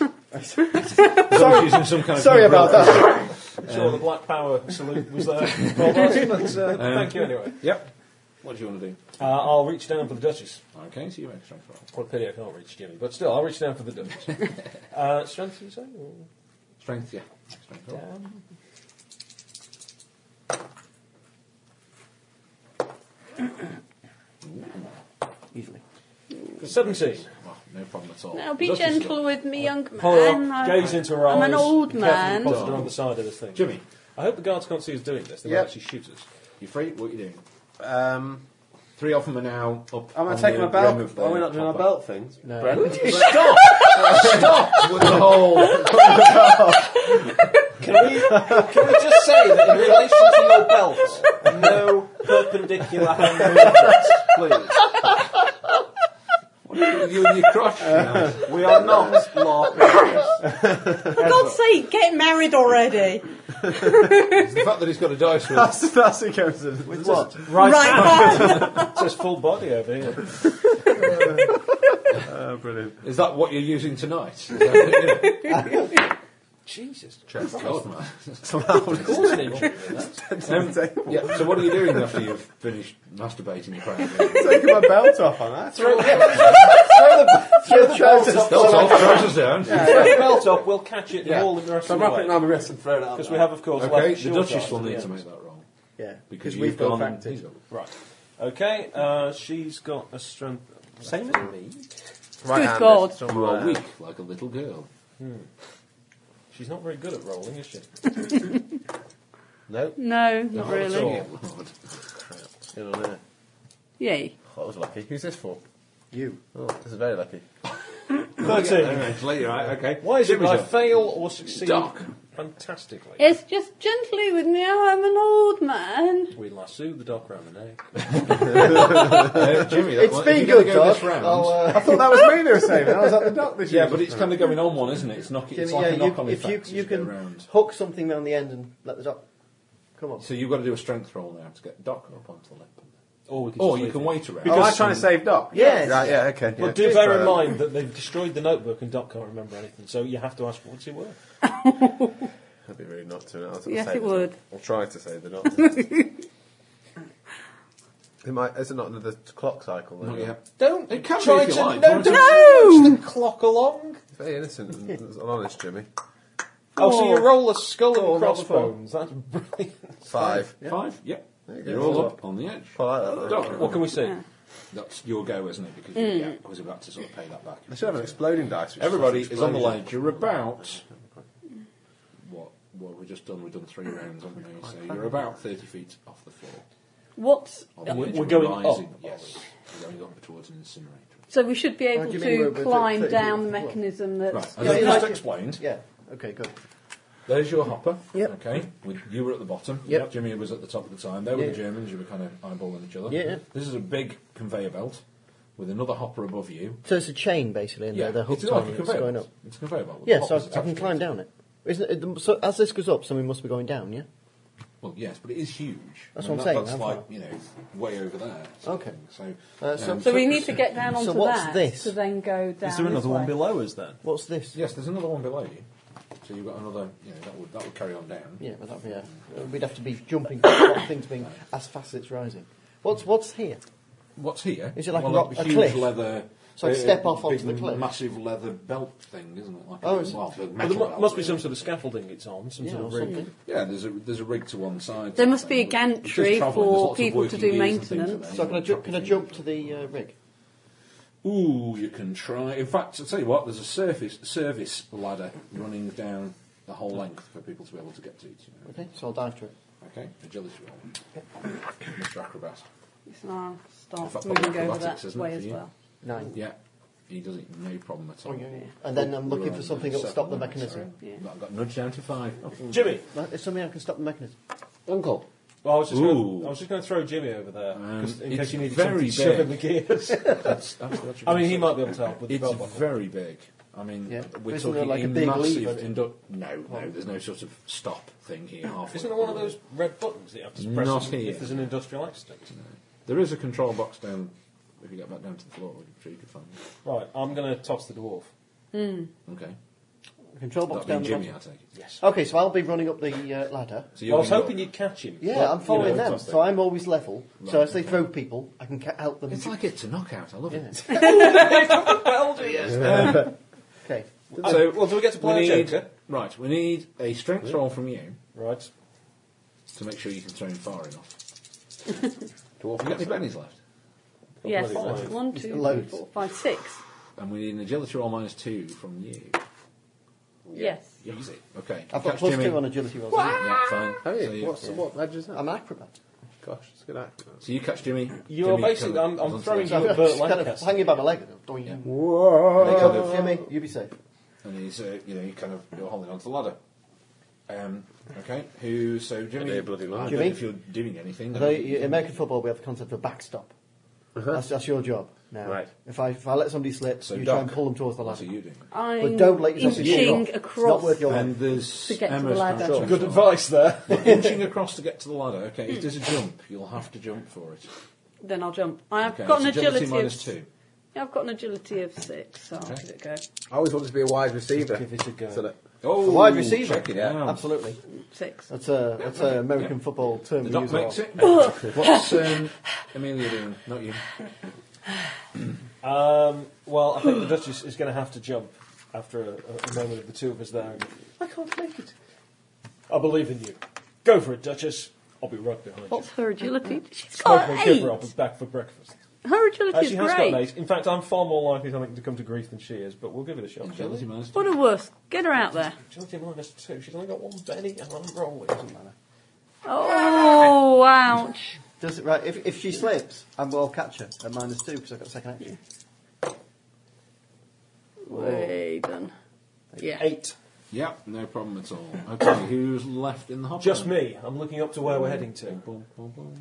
[SPEAKER 3] you
[SPEAKER 6] <laughs>
[SPEAKER 3] know. Sorry. using some kind of
[SPEAKER 6] Sorry
[SPEAKER 3] umbrella.
[SPEAKER 6] about that.
[SPEAKER 4] I'm sure the Black Power salute was there. Well, that's- that's, uh, thank you anyway.
[SPEAKER 3] Yep. What do you want to do?
[SPEAKER 4] Uh, I'll reach down for the Duchess.
[SPEAKER 3] Okay, so you make a strength roll.
[SPEAKER 4] What a pity I can't reach Jimmy, but still, I'll reach down for the Duchess. uh, strength, you say? Or
[SPEAKER 3] Strength, yeah. Strength roll.
[SPEAKER 4] down?
[SPEAKER 6] Easily.
[SPEAKER 4] 17.
[SPEAKER 3] Well, no problem at all.
[SPEAKER 5] Now be
[SPEAKER 3] Justice is
[SPEAKER 5] gentle
[SPEAKER 3] up.
[SPEAKER 5] with me, young man.
[SPEAKER 4] Pull her
[SPEAKER 5] I-
[SPEAKER 4] up, gaze into her eyes.
[SPEAKER 5] I'm an old
[SPEAKER 4] be careful you
[SPEAKER 5] man.
[SPEAKER 4] Put her on the side of this thing.
[SPEAKER 3] Jimmy,
[SPEAKER 4] I hope the guards can't see us doing this. They
[SPEAKER 2] Yep.
[SPEAKER 4] might actually shoot us.
[SPEAKER 3] you free? What are you doing?
[SPEAKER 2] Um,
[SPEAKER 3] Three of them are now up.
[SPEAKER 2] am I
[SPEAKER 3] on
[SPEAKER 2] taking
[SPEAKER 3] the
[SPEAKER 2] my
[SPEAKER 3] rim of
[SPEAKER 2] belt?
[SPEAKER 3] the
[SPEAKER 2] Are we not doing our
[SPEAKER 3] topper.
[SPEAKER 2] belt things?
[SPEAKER 6] No.
[SPEAKER 2] Stop!
[SPEAKER 3] Stop with the whole.
[SPEAKER 4] Can we, can we just say that in relation to your belt, no perpendicular hand movements, please?
[SPEAKER 3] you and your <laughs> crush. now.
[SPEAKER 4] We are not LARPers.
[SPEAKER 5] For God's sake, get married already.
[SPEAKER 3] It's the fact that he's got a dice roll.
[SPEAKER 2] That's, that's the coincidence. With what?
[SPEAKER 4] Right,
[SPEAKER 5] Right back.
[SPEAKER 4] It says full body over here.
[SPEAKER 2] Oh, brilliant.
[SPEAKER 3] Is that what you're using tonight? Is that what you're- <laughs>
[SPEAKER 4] Jesus.
[SPEAKER 3] God, man.
[SPEAKER 4] Cause an injury with that.
[SPEAKER 3] Um,
[SPEAKER 2] <laughs>
[SPEAKER 3] yeah, so what are you doing after you've finished masturbating? Apparently,
[SPEAKER 2] Taking my belt off on that. <laughs>
[SPEAKER 4] Throw, throw the
[SPEAKER 2] trousers
[SPEAKER 4] belt
[SPEAKER 3] that's all
[SPEAKER 4] up.
[SPEAKER 3] trousers down.
[SPEAKER 4] Throw the belt up, we'll catch it and
[SPEAKER 2] Yeah.
[SPEAKER 4] all in the rest
[SPEAKER 2] So
[SPEAKER 4] of
[SPEAKER 2] I'm
[SPEAKER 4] the
[SPEAKER 2] wrapping it
[SPEAKER 4] way.
[SPEAKER 2] around my wrist and throwing it out.
[SPEAKER 4] Because
[SPEAKER 2] there.
[SPEAKER 4] we have, of course,
[SPEAKER 3] Okay,
[SPEAKER 4] left
[SPEAKER 3] the
[SPEAKER 4] short
[SPEAKER 3] Duchess will
[SPEAKER 4] arms at
[SPEAKER 3] need
[SPEAKER 4] the
[SPEAKER 3] to
[SPEAKER 4] end.
[SPEAKER 3] make that roll
[SPEAKER 6] Yeah.
[SPEAKER 3] because
[SPEAKER 6] we've
[SPEAKER 3] you've
[SPEAKER 6] got
[SPEAKER 3] gone.
[SPEAKER 6] fact
[SPEAKER 3] he's
[SPEAKER 6] it.
[SPEAKER 3] gone.
[SPEAKER 4] Right. Okay, uh, she's got a strength. Same as me.
[SPEAKER 5] Good God.
[SPEAKER 3] You
[SPEAKER 2] somewhere.
[SPEAKER 3] are weak like a little girl.
[SPEAKER 4] She's not very good at rolling, is she?
[SPEAKER 2] Nope.
[SPEAKER 5] No, not really.
[SPEAKER 3] Oh, Lord.
[SPEAKER 2] Get on there.
[SPEAKER 5] Yay.
[SPEAKER 2] That was lucky. Who's this for?
[SPEAKER 6] You.
[SPEAKER 2] Oh, this is very lucky.
[SPEAKER 4] 13.
[SPEAKER 3] Anyway, it's late, right? Okay.
[SPEAKER 4] Why is it that
[SPEAKER 3] Jimmy's
[SPEAKER 4] I
[SPEAKER 3] up.
[SPEAKER 4] fail or succeed
[SPEAKER 3] Doc.
[SPEAKER 4] fantastically?
[SPEAKER 5] It's just gently with me. Oh, I'm an old man.
[SPEAKER 4] We lasso the doc round the neck.
[SPEAKER 3] Uh, Jimmy, that
[SPEAKER 6] It's
[SPEAKER 3] one- if
[SPEAKER 6] been
[SPEAKER 3] you're gonna
[SPEAKER 6] good,
[SPEAKER 3] go
[SPEAKER 6] Doc.
[SPEAKER 3] this round-
[SPEAKER 6] I'll, uh,
[SPEAKER 2] I thought that was me they were saying. I was at the dock this
[SPEAKER 3] yeah,
[SPEAKER 2] year.
[SPEAKER 3] but it's kind of going on one, isn't it? It's, knock, it's
[SPEAKER 6] Jimmy,
[SPEAKER 3] like a
[SPEAKER 6] yeah, you-
[SPEAKER 3] knock-on
[SPEAKER 6] if you, you,
[SPEAKER 3] effect as you go
[SPEAKER 6] can
[SPEAKER 3] round.
[SPEAKER 6] hook something round the end and let the dot come on.
[SPEAKER 3] So you've got to do a strength roll now to get Doc up onto the lip.
[SPEAKER 4] Or we can
[SPEAKER 3] Or
[SPEAKER 4] just
[SPEAKER 3] you
[SPEAKER 4] leave
[SPEAKER 3] can
[SPEAKER 4] it.
[SPEAKER 3] wait uh, around.
[SPEAKER 2] Oh, I'm trying to save Doc.
[SPEAKER 6] Yes.
[SPEAKER 2] Right, yeah, okay.
[SPEAKER 4] But
[SPEAKER 2] yeah.
[SPEAKER 4] do bear
[SPEAKER 2] Sorry.
[SPEAKER 4] in mind that they've destroyed the notebook and Doc can't remember anything, so you have to ask, what's it worth?
[SPEAKER 2] That'd be rude not to. I'll sort of
[SPEAKER 5] Yes,
[SPEAKER 2] say
[SPEAKER 5] it
[SPEAKER 2] the
[SPEAKER 5] would.
[SPEAKER 2] not. I'll try to say the not.
[SPEAKER 5] <laughs>
[SPEAKER 2] It might, is it not another clock cycle? Though?
[SPEAKER 3] Not yet.
[SPEAKER 4] Don't
[SPEAKER 3] It can be
[SPEAKER 4] try
[SPEAKER 3] if you
[SPEAKER 4] to
[SPEAKER 3] like.
[SPEAKER 4] no,
[SPEAKER 6] <laughs>
[SPEAKER 3] Don't-
[SPEAKER 4] no! clock along.
[SPEAKER 2] It's Very innocent
[SPEAKER 5] <laughs>
[SPEAKER 2] and and honest, Jimmy.
[SPEAKER 4] Oh, so you roll a skull
[SPEAKER 6] Go
[SPEAKER 4] and
[SPEAKER 6] on, Robert
[SPEAKER 4] crossbones. That's brilliant.
[SPEAKER 2] Five.
[SPEAKER 3] Five? Yep.
[SPEAKER 2] you go.
[SPEAKER 3] You're all up on the edge.
[SPEAKER 2] I like that. though.
[SPEAKER 3] Doc,
[SPEAKER 4] What can we see?
[SPEAKER 3] that's your go, isn't it? Because
[SPEAKER 6] Mm.
[SPEAKER 3] you- yeah, because we're about to sort of pay that back.
[SPEAKER 2] I should have an exploding dice. which
[SPEAKER 3] Everybody
[SPEAKER 2] says
[SPEAKER 3] is on the
[SPEAKER 2] explosion.
[SPEAKER 3] ledge. You're about what? What we've just done? We've done three rounds, haven't we? So you're about thirty feet off the floor.
[SPEAKER 5] What's.
[SPEAKER 3] On the ledge
[SPEAKER 4] we're
[SPEAKER 3] of a
[SPEAKER 4] going up.
[SPEAKER 3] rising- Yes, we're going up towards an incinerator.
[SPEAKER 5] So we should be
[SPEAKER 6] Oh,
[SPEAKER 5] able
[SPEAKER 6] do you mean we're-
[SPEAKER 5] to
[SPEAKER 6] we're
[SPEAKER 5] climb
[SPEAKER 6] taking-
[SPEAKER 5] down the mechanism that's.
[SPEAKER 3] Right, as
[SPEAKER 6] Yeah,
[SPEAKER 3] I've
[SPEAKER 6] you
[SPEAKER 3] just
[SPEAKER 6] like-
[SPEAKER 3] explained,
[SPEAKER 6] Yeah. Okay. Good.
[SPEAKER 3] There's your hopper.
[SPEAKER 6] Yep.
[SPEAKER 3] Okay. With, you were at the bottom.
[SPEAKER 6] Yep.
[SPEAKER 3] Jimmy was at the top at the time. They were
[SPEAKER 6] Yeah.
[SPEAKER 3] the Germans. You were kind of eyeballing each other.
[SPEAKER 6] Yeah, yeah.
[SPEAKER 3] This is a big conveyor belt with another hopper above you.
[SPEAKER 6] So it's a chain basically, and they're, they're
[SPEAKER 3] it's
[SPEAKER 6] hooked
[SPEAKER 3] like
[SPEAKER 6] on
[SPEAKER 3] a
[SPEAKER 6] and it's
[SPEAKER 3] conveyor.
[SPEAKER 6] going
[SPEAKER 3] belt.
[SPEAKER 6] up.
[SPEAKER 3] It's a conveyor belt. with
[SPEAKER 6] Yeah, so
[SPEAKER 3] hoppers
[SPEAKER 6] I, I can
[SPEAKER 3] attached to
[SPEAKER 6] climb
[SPEAKER 3] it.
[SPEAKER 6] down it. Isn't it, the- so as this goes up, something must be going down, yeah?
[SPEAKER 3] Well, yes, but it is huge.
[SPEAKER 6] That's
[SPEAKER 3] I mean,
[SPEAKER 6] what I'm saying,
[SPEAKER 3] that- That's
[SPEAKER 6] how
[SPEAKER 3] like
[SPEAKER 6] far?
[SPEAKER 3] you know, way over there. sort of
[SPEAKER 6] Okay.
[SPEAKER 3] thing. So,
[SPEAKER 6] Uh, so-
[SPEAKER 3] um,
[SPEAKER 6] So
[SPEAKER 12] So we need to get down
[SPEAKER 6] So
[SPEAKER 12] onto
[SPEAKER 6] what's
[SPEAKER 12] that
[SPEAKER 6] this?
[SPEAKER 12] to then go down.
[SPEAKER 13] Is there
[SPEAKER 12] this
[SPEAKER 13] another one
[SPEAKER 12] way.
[SPEAKER 13] below us then?
[SPEAKER 6] What's this?
[SPEAKER 3] Yes, there's another one below you. So you've got another. You know, that would that would carry on down.
[SPEAKER 6] Yeah, but that'd be a, we'd have to be jumping from <coughs> the top, things being as fast as it's rising. What's what's here?
[SPEAKER 3] What's here?
[SPEAKER 6] Is it like a rock- a
[SPEAKER 3] huge
[SPEAKER 6] cliff?
[SPEAKER 3] leather? uh,
[SPEAKER 6] So I step off onto
[SPEAKER 3] big
[SPEAKER 6] the cliff?
[SPEAKER 3] Massive leather belt thing, isn't it? Like
[SPEAKER 6] Oh,
[SPEAKER 3] a,
[SPEAKER 6] is it?
[SPEAKER 3] well, the
[SPEAKER 4] Well,
[SPEAKER 3] metal
[SPEAKER 4] there mu-
[SPEAKER 3] belt,
[SPEAKER 4] must be
[SPEAKER 3] really.
[SPEAKER 4] some sort of scaffolding it's on, some
[SPEAKER 6] Yeah,
[SPEAKER 4] sort
[SPEAKER 6] or
[SPEAKER 4] of rig.
[SPEAKER 6] something.
[SPEAKER 3] Yeah, there's a there's a rig to one side.
[SPEAKER 5] There must be a
[SPEAKER 3] It's just
[SPEAKER 5] gantry
[SPEAKER 3] travelling,
[SPEAKER 5] for
[SPEAKER 3] there's lots of
[SPEAKER 5] people to
[SPEAKER 3] working
[SPEAKER 5] do
[SPEAKER 3] gears and things like
[SPEAKER 5] maintenance.
[SPEAKER 3] that.
[SPEAKER 6] So can I,
[SPEAKER 3] You
[SPEAKER 6] ju- can I
[SPEAKER 3] chop
[SPEAKER 6] jump to the uh, rig?
[SPEAKER 3] Ooh, you can try. In fact, I'll tell you what, there's a surface service ladder running down the whole length for people to be able to get to it. You know.
[SPEAKER 6] Okay, so I'll dive to it.
[SPEAKER 3] Okay, agility roll. Mr. Acrobat.
[SPEAKER 12] So I'll
[SPEAKER 3] In fact,
[SPEAKER 12] start moving
[SPEAKER 3] probably
[SPEAKER 12] over
[SPEAKER 3] acrobatics,
[SPEAKER 12] that
[SPEAKER 3] isn't it,
[SPEAKER 12] way
[SPEAKER 3] for
[SPEAKER 12] as
[SPEAKER 3] you?
[SPEAKER 12] well.
[SPEAKER 6] Nine.
[SPEAKER 3] Yeah, he does it no problem at all.
[SPEAKER 6] Oh, yeah, yeah. And then I'm looking for something that'll stop the mechanism.
[SPEAKER 12] Yeah.
[SPEAKER 3] I've got nudged down to five. Oh.
[SPEAKER 4] Jimmy!
[SPEAKER 6] Like, It's something I can stop the mechanism.
[SPEAKER 3] Uncle.
[SPEAKER 4] Well, I was just
[SPEAKER 3] Ooh.
[SPEAKER 4] gonna, I was just going to throw Jimmy over there 'cause
[SPEAKER 3] Um,
[SPEAKER 4] in
[SPEAKER 3] it's
[SPEAKER 4] case you needed something
[SPEAKER 3] very
[SPEAKER 4] to shove in the
[SPEAKER 3] big.
[SPEAKER 4] gears.
[SPEAKER 3] That's, that's, that's
[SPEAKER 4] I mean, he might be able to help with the
[SPEAKER 3] It's
[SPEAKER 4] belt buckle.
[SPEAKER 3] very big. I mean,
[SPEAKER 6] Yeah.
[SPEAKER 3] we're
[SPEAKER 6] Isn't there
[SPEAKER 3] talking
[SPEAKER 6] like a
[SPEAKER 3] a
[SPEAKER 6] big
[SPEAKER 3] massive.
[SPEAKER 6] lever?
[SPEAKER 3] indu- no, no, there's no sort of stop thing here. Halfway.
[SPEAKER 4] Isn't there one of those red buttons that you have to press
[SPEAKER 3] Not
[SPEAKER 4] if-
[SPEAKER 3] here.
[SPEAKER 4] if there's an industrial accident?
[SPEAKER 3] There is a control box down. If you get back down to the floor, I'm sure you could find it.
[SPEAKER 4] Right, I'm going to toss the dwarf.
[SPEAKER 3] Okay.
[SPEAKER 6] Control box down
[SPEAKER 3] That'd be
[SPEAKER 6] the
[SPEAKER 3] Jimmy, I
[SPEAKER 6] bottom.
[SPEAKER 3] take it.
[SPEAKER 4] Yes.
[SPEAKER 6] Okay, so I'll be running up the uh, ladder.
[SPEAKER 3] So
[SPEAKER 4] Well, I was
[SPEAKER 3] gonna
[SPEAKER 4] hoping
[SPEAKER 3] go-
[SPEAKER 4] you'd catch him.
[SPEAKER 6] Yeah,
[SPEAKER 4] Well,
[SPEAKER 6] I'm following
[SPEAKER 4] you know,
[SPEAKER 6] them, so I'm always level. So as they throw people, I can ca- help them.
[SPEAKER 3] It's like it's a knockout. I love
[SPEAKER 6] Yeah.
[SPEAKER 3] it.
[SPEAKER 6] <laughs> Okay.
[SPEAKER 4] So, well, do we get to
[SPEAKER 3] We
[SPEAKER 4] play a
[SPEAKER 3] need,
[SPEAKER 4] joker?
[SPEAKER 3] right, we need a strength roll from you
[SPEAKER 4] Right.
[SPEAKER 3] to make sure you can throw him far enough. Dwarf, you got any pennies left?
[SPEAKER 5] Yes,
[SPEAKER 4] bloody loads.
[SPEAKER 5] one, two, three,
[SPEAKER 6] Loads.
[SPEAKER 5] four, five, six.
[SPEAKER 3] And we need an agility roll minus two from you.
[SPEAKER 5] Yes.
[SPEAKER 3] Easy. Okay.
[SPEAKER 6] I've got
[SPEAKER 3] Catch
[SPEAKER 6] plus
[SPEAKER 3] Jimmy.
[SPEAKER 6] two on agility rolls.
[SPEAKER 3] Yeah, fine.
[SPEAKER 2] Have
[SPEAKER 3] So
[SPEAKER 2] you?
[SPEAKER 3] you,
[SPEAKER 2] What's, What ledge is that?
[SPEAKER 6] I'm an acrobat.
[SPEAKER 2] Gosh, it's a good act.
[SPEAKER 3] so you catch Jimmy.
[SPEAKER 4] You
[SPEAKER 3] Jimmy
[SPEAKER 4] are basically- I'm-
[SPEAKER 3] kind
[SPEAKER 4] I'm
[SPEAKER 3] onto
[SPEAKER 4] throwing
[SPEAKER 3] the
[SPEAKER 6] So
[SPEAKER 4] you-
[SPEAKER 3] side.
[SPEAKER 6] I'm
[SPEAKER 4] Bert
[SPEAKER 6] <laughs> just kind of
[SPEAKER 4] Lancaster.
[SPEAKER 6] hanging by my leg. Doing-
[SPEAKER 3] Yeah.
[SPEAKER 6] There you
[SPEAKER 3] Kind
[SPEAKER 6] go,
[SPEAKER 3] of-
[SPEAKER 6] Oh, Jimmy, you be safe.
[SPEAKER 3] And he's, uh, you know, you kind of you're holding onto the ladder. Um, okay. Who? So Jimmy.
[SPEAKER 2] Are they bloody lying?
[SPEAKER 3] I don't
[SPEAKER 6] Jimmy?
[SPEAKER 3] know if you're doing anything. I
[SPEAKER 6] They,
[SPEAKER 3] mean,
[SPEAKER 6] in American football, we have the concept of backstop. That's, that's your job now.
[SPEAKER 2] Right.
[SPEAKER 6] If I if I let somebody slip,
[SPEAKER 3] Uh-huh. So
[SPEAKER 6] you
[SPEAKER 3] Doc,
[SPEAKER 6] try and pull them towards the
[SPEAKER 3] What are
[SPEAKER 6] ladder.
[SPEAKER 3] you doing?
[SPEAKER 5] I'm
[SPEAKER 6] But don't let yourself be pulled
[SPEAKER 5] inching
[SPEAKER 6] off. It's not
[SPEAKER 5] across.
[SPEAKER 6] worth your
[SPEAKER 3] And
[SPEAKER 6] life.
[SPEAKER 3] there's
[SPEAKER 5] To get to the
[SPEAKER 3] Emma's
[SPEAKER 5] ladder.
[SPEAKER 3] control.
[SPEAKER 4] Good advice
[SPEAKER 3] <laughs>
[SPEAKER 4] there.
[SPEAKER 3] Inching across to get to the ladder. Okay,
[SPEAKER 5] Hmm.
[SPEAKER 3] it is a jump. You'll have to jump for it.
[SPEAKER 5] Then I'll jump. I've
[SPEAKER 3] Okay,
[SPEAKER 5] got an
[SPEAKER 3] that's
[SPEAKER 5] agility,
[SPEAKER 3] minus
[SPEAKER 5] of,
[SPEAKER 3] two.
[SPEAKER 5] Yeah, I've got an agility of six, so I'll give it a go.
[SPEAKER 2] I always wanted to be a wide receiver.
[SPEAKER 4] Give it a go.
[SPEAKER 2] So that-
[SPEAKER 3] Oh,
[SPEAKER 6] A wide receiver.
[SPEAKER 3] Check it out.
[SPEAKER 6] Absolutely.
[SPEAKER 5] Six.
[SPEAKER 6] That's a that's a American football term.
[SPEAKER 3] The
[SPEAKER 6] we
[SPEAKER 3] doc
[SPEAKER 6] use a lot.
[SPEAKER 3] makes it. <laughs> What's um, Amelia doing? Not you.
[SPEAKER 4] Um, well, I think the Duchess is going to have to jump after a, a moment of the two of us there. I can't make it. I believe in you. Go for it, Duchess. I'll be right behind
[SPEAKER 5] What's
[SPEAKER 4] you.
[SPEAKER 5] her agility? She's
[SPEAKER 4] Don't
[SPEAKER 5] got
[SPEAKER 4] worry,
[SPEAKER 5] Oh, eight.
[SPEAKER 4] give her up and back for breakfast.
[SPEAKER 5] Her agility
[SPEAKER 4] Uh,
[SPEAKER 5] is
[SPEAKER 4] she has got an
[SPEAKER 5] great.
[SPEAKER 4] ace. In fact, I'm far more likely something to come to grief than she is, but we'll give it a shot. shall we?
[SPEAKER 3] Agility minus two.
[SPEAKER 5] What a worse. Get her out there.
[SPEAKER 4] Agility minus two. She's only got one penny and I'm rolling. Doesn't matter.
[SPEAKER 5] Oh, ouch.
[SPEAKER 6] Does it right? If, if she slips, I'm well catch her at minus two because I've got a second action.
[SPEAKER 5] Way done. Yeah.
[SPEAKER 4] Eight.
[SPEAKER 3] Yep, no problem at all. Okay, who's left in the hopper?
[SPEAKER 4] Just me. I'm looking up to where we're heading to.
[SPEAKER 3] Boom, boom, boom.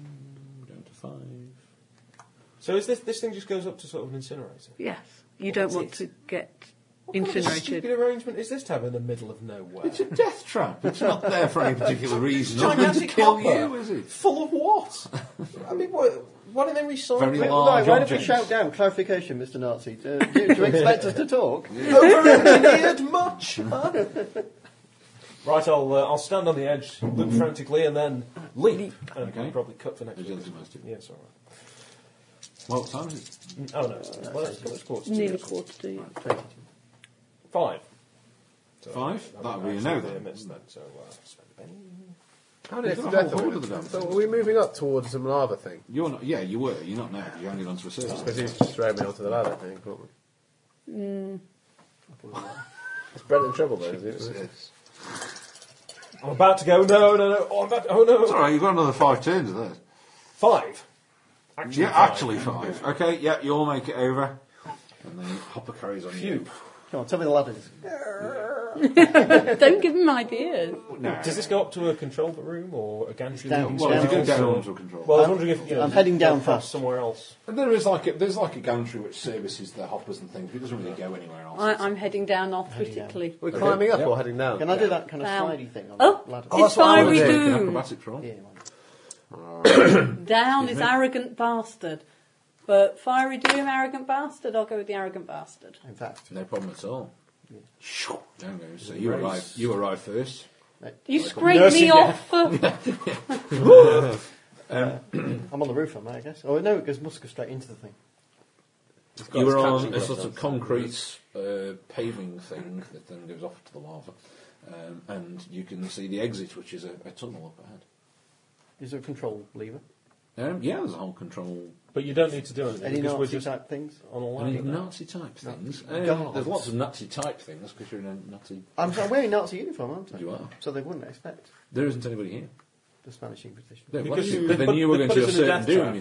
[SPEAKER 3] Down to five.
[SPEAKER 4] So is this this thing just goes up to sort of an incinerator?
[SPEAKER 5] Yes. You don't want to get
[SPEAKER 4] What stupid
[SPEAKER 5] incinerated.
[SPEAKER 4] arrangement is this to have in the middle of nowhere?
[SPEAKER 3] It's a death trap. It's not there for any particular reason. Other than to
[SPEAKER 4] gigantic
[SPEAKER 3] kill
[SPEAKER 4] hopper.
[SPEAKER 3] you, is it?
[SPEAKER 4] Full of what? I mean, what, why don't they recycle?
[SPEAKER 3] Very
[SPEAKER 6] Wait,
[SPEAKER 3] large
[SPEAKER 6] why don't we
[SPEAKER 3] objects.
[SPEAKER 6] shout down clarification, Mr. Nazi? Uh, do, do you expect us to talk?
[SPEAKER 4] Over-engineered much. huh? <laughs> right, I'll uh, I'll stand on the edge, look frantically, and then leap, and
[SPEAKER 3] Okay.
[SPEAKER 4] probably cut for next.
[SPEAKER 3] Agility
[SPEAKER 4] week.
[SPEAKER 3] minus two.
[SPEAKER 4] Yeah, it's all right.
[SPEAKER 3] Well, what time is it?
[SPEAKER 4] Mm, Oh no, it's, well, it's, it's quarter to
[SPEAKER 5] Nearly
[SPEAKER 4] two.
[SPEAKER 5] quarter to you.
[SPEAKER 4] five. So,
[SPEAKER 3] Five?
[SPEAKER 4] I
[SPEAKER 3] That'll
[SPEAKER 4] mean,
[SPEAKER 3] be a no
[SPEAKER 4] actually, I
[SPEAKER 3] then.
[SPEAKER 4] missed that, so, uh, spend a penny.
[SPEAKER 2] How did
[SPEAKER 3] They've
[SPEAKER 2] you
[SPEAKER 3] got
[SPEAKER 2] get
[SPEAKER 3] a whole
[SPEAKER 2] there?
[SPEAKER 3] horde of them.
[SPEAKER 2] So are we moving up towards some lava thing?
[SPEAKER 3] You're not. Yeah, you were. You're not now. You're only onto a surface.
[SPEAKER 2] Because he's just thrown me onto the ladder thing, probably. Hmm. It's Brent in trouble, though, isn't it?
[SPEAKER 3] Yes.
[SPEAKER 4] I'm about to go. No, no, no. Oh, I'm about to, oh no.
[SPEAKER 3] It's all right. You've got another five turns of this.
[SPEAKER 4] Five. Actually,
[SPEAKER 3] Yeah,
[SPEAKER 4] five.
[SPEAKER 3] actually five. Okay. Yeah, you all make it over. And then Hopper carries on you.
[SPEAKER 6] Come on, tell me the ladder.
[SPEAKER 5] Don't give him ideas.
[SPEAKER 3] No.
[SPEAKER 4] Does this go up to a control room or a gantry? leading
[SPEAKER 6] Down. Well,
[SPEAKER 4] to
[SPEAKER 6] if you
[SPEAKER 4] the
[SPEAKER 6] go
[SPEAKER 4] house?
[SPEAKER 3] down to a control
[SPEAKER 4] Well, I was
[SPEAKER 6] room.
[SPEAKER 4] wondering if you know,
[SPEAKER 6] I'm heading down
[SPEAKER 4] go across
[SPEAKER 6] fast.
[SPEAKER 4] somewhere else.
[SPEAKER 3] And there is like a, there's like a gantry which services the hoppers and things, but it doesn't really go anywhere else.
[SPEAKER 5] I, I'm heading down
[SPEAKER 6] down.
[SPEAKER 5] arthritically.
[SPEAKER 2] We're climbing up or heading down?
[SPEAKER 6] Can I do that kind of
[SPEAKER 5] Wow.
[SPEAKER 6] slidey thing on
[SPEAKER 5] Oh,
[SPEAKER 6] the ladder?
[SPEAKER 5] it's fiery doom.
[SPEAKER 3] Acrobatics roll.
[SPEAKER 6] Yeah, why not?
[SPEAKER 5] Down is arrogant bastard. But fiery doom, arrogant bastard. I'll go with the arrogant bastard.
[SPEAKER 6] in fact,
[SPEAKER 3] No problem at all. Shoo, Down goes. So you arrive. You arrive first.
[SPEAKER 5] You scrape
[SPEAKER 6] nursing
[SPEAKER 5] me
[SPEAKER 6] you.
[SPEAKER 5] off. uh,
[SPEAKER 6] I'm on the roof, am I? I guess. Oh no, it goes must go straight into the thing.
[SPEAKER 3] You were on
[SPEAKER 2] catching
[SPEAKER 3] a sort
[SPEAKER 2] gloves
[SPEAKER 3] of concrete uh, paving thing that then goes off to the lava, um, and you can see the exit, which is a, a tunnel up ahead.
[SPEAKER 6] Is there a control lever?
[SPEAKER 3] Um, yeah, there's a whole control.
[SPEAKER 4] But you don't need to do anything
[SPEAKER 6] Any
[SPEAKER 4] because we're
[SPEAKER 6] Nazi
[SPEAKER 4] just
[SPEAKER 6] type things?
[SPEAKER 4] on a
[SPEAKER 3] I
[SPEAKER 4] ladder.
[SPEAKER 3] mean,
[SPEAKER 4] now.
[SPEAKER 3] Nazi type things. Um,
[SPEAKER 6] God.
[SPEAKER 3] there's lots of Nazi type things because you're in a Nazi.
[SPEAKER 6] I'm, I'm wearing Nazi uniform, aren't I?
[SPEAKER 3] You are.
[SPEAKER 6] So they wouldn't expect
[SPEAKER 3] There isn't anybody here.
[SPEAKER 6] the Spanish Inquisition.
[SPEAKER 3] They
[SPEAKER 4] Because
[SPEAKER 3] watch you,
[SPEAKER 4] they
[SPEAKER 3] but then
[SPEAKER 4] put-
[SPEAKER 3] you were
[SPEAKER 4] they
[SPEAKER 3] going
[SPEAKER 4] put
[SPEAKER 3] to
[SPEAKER 4] us
[SPEAKER 3] a
[SPEAKER 4] in a
[SPEAKER 3] certain
[SPEAKER 4] death
[SPEAKER 3] doom,
[SPEAKER 4] trap.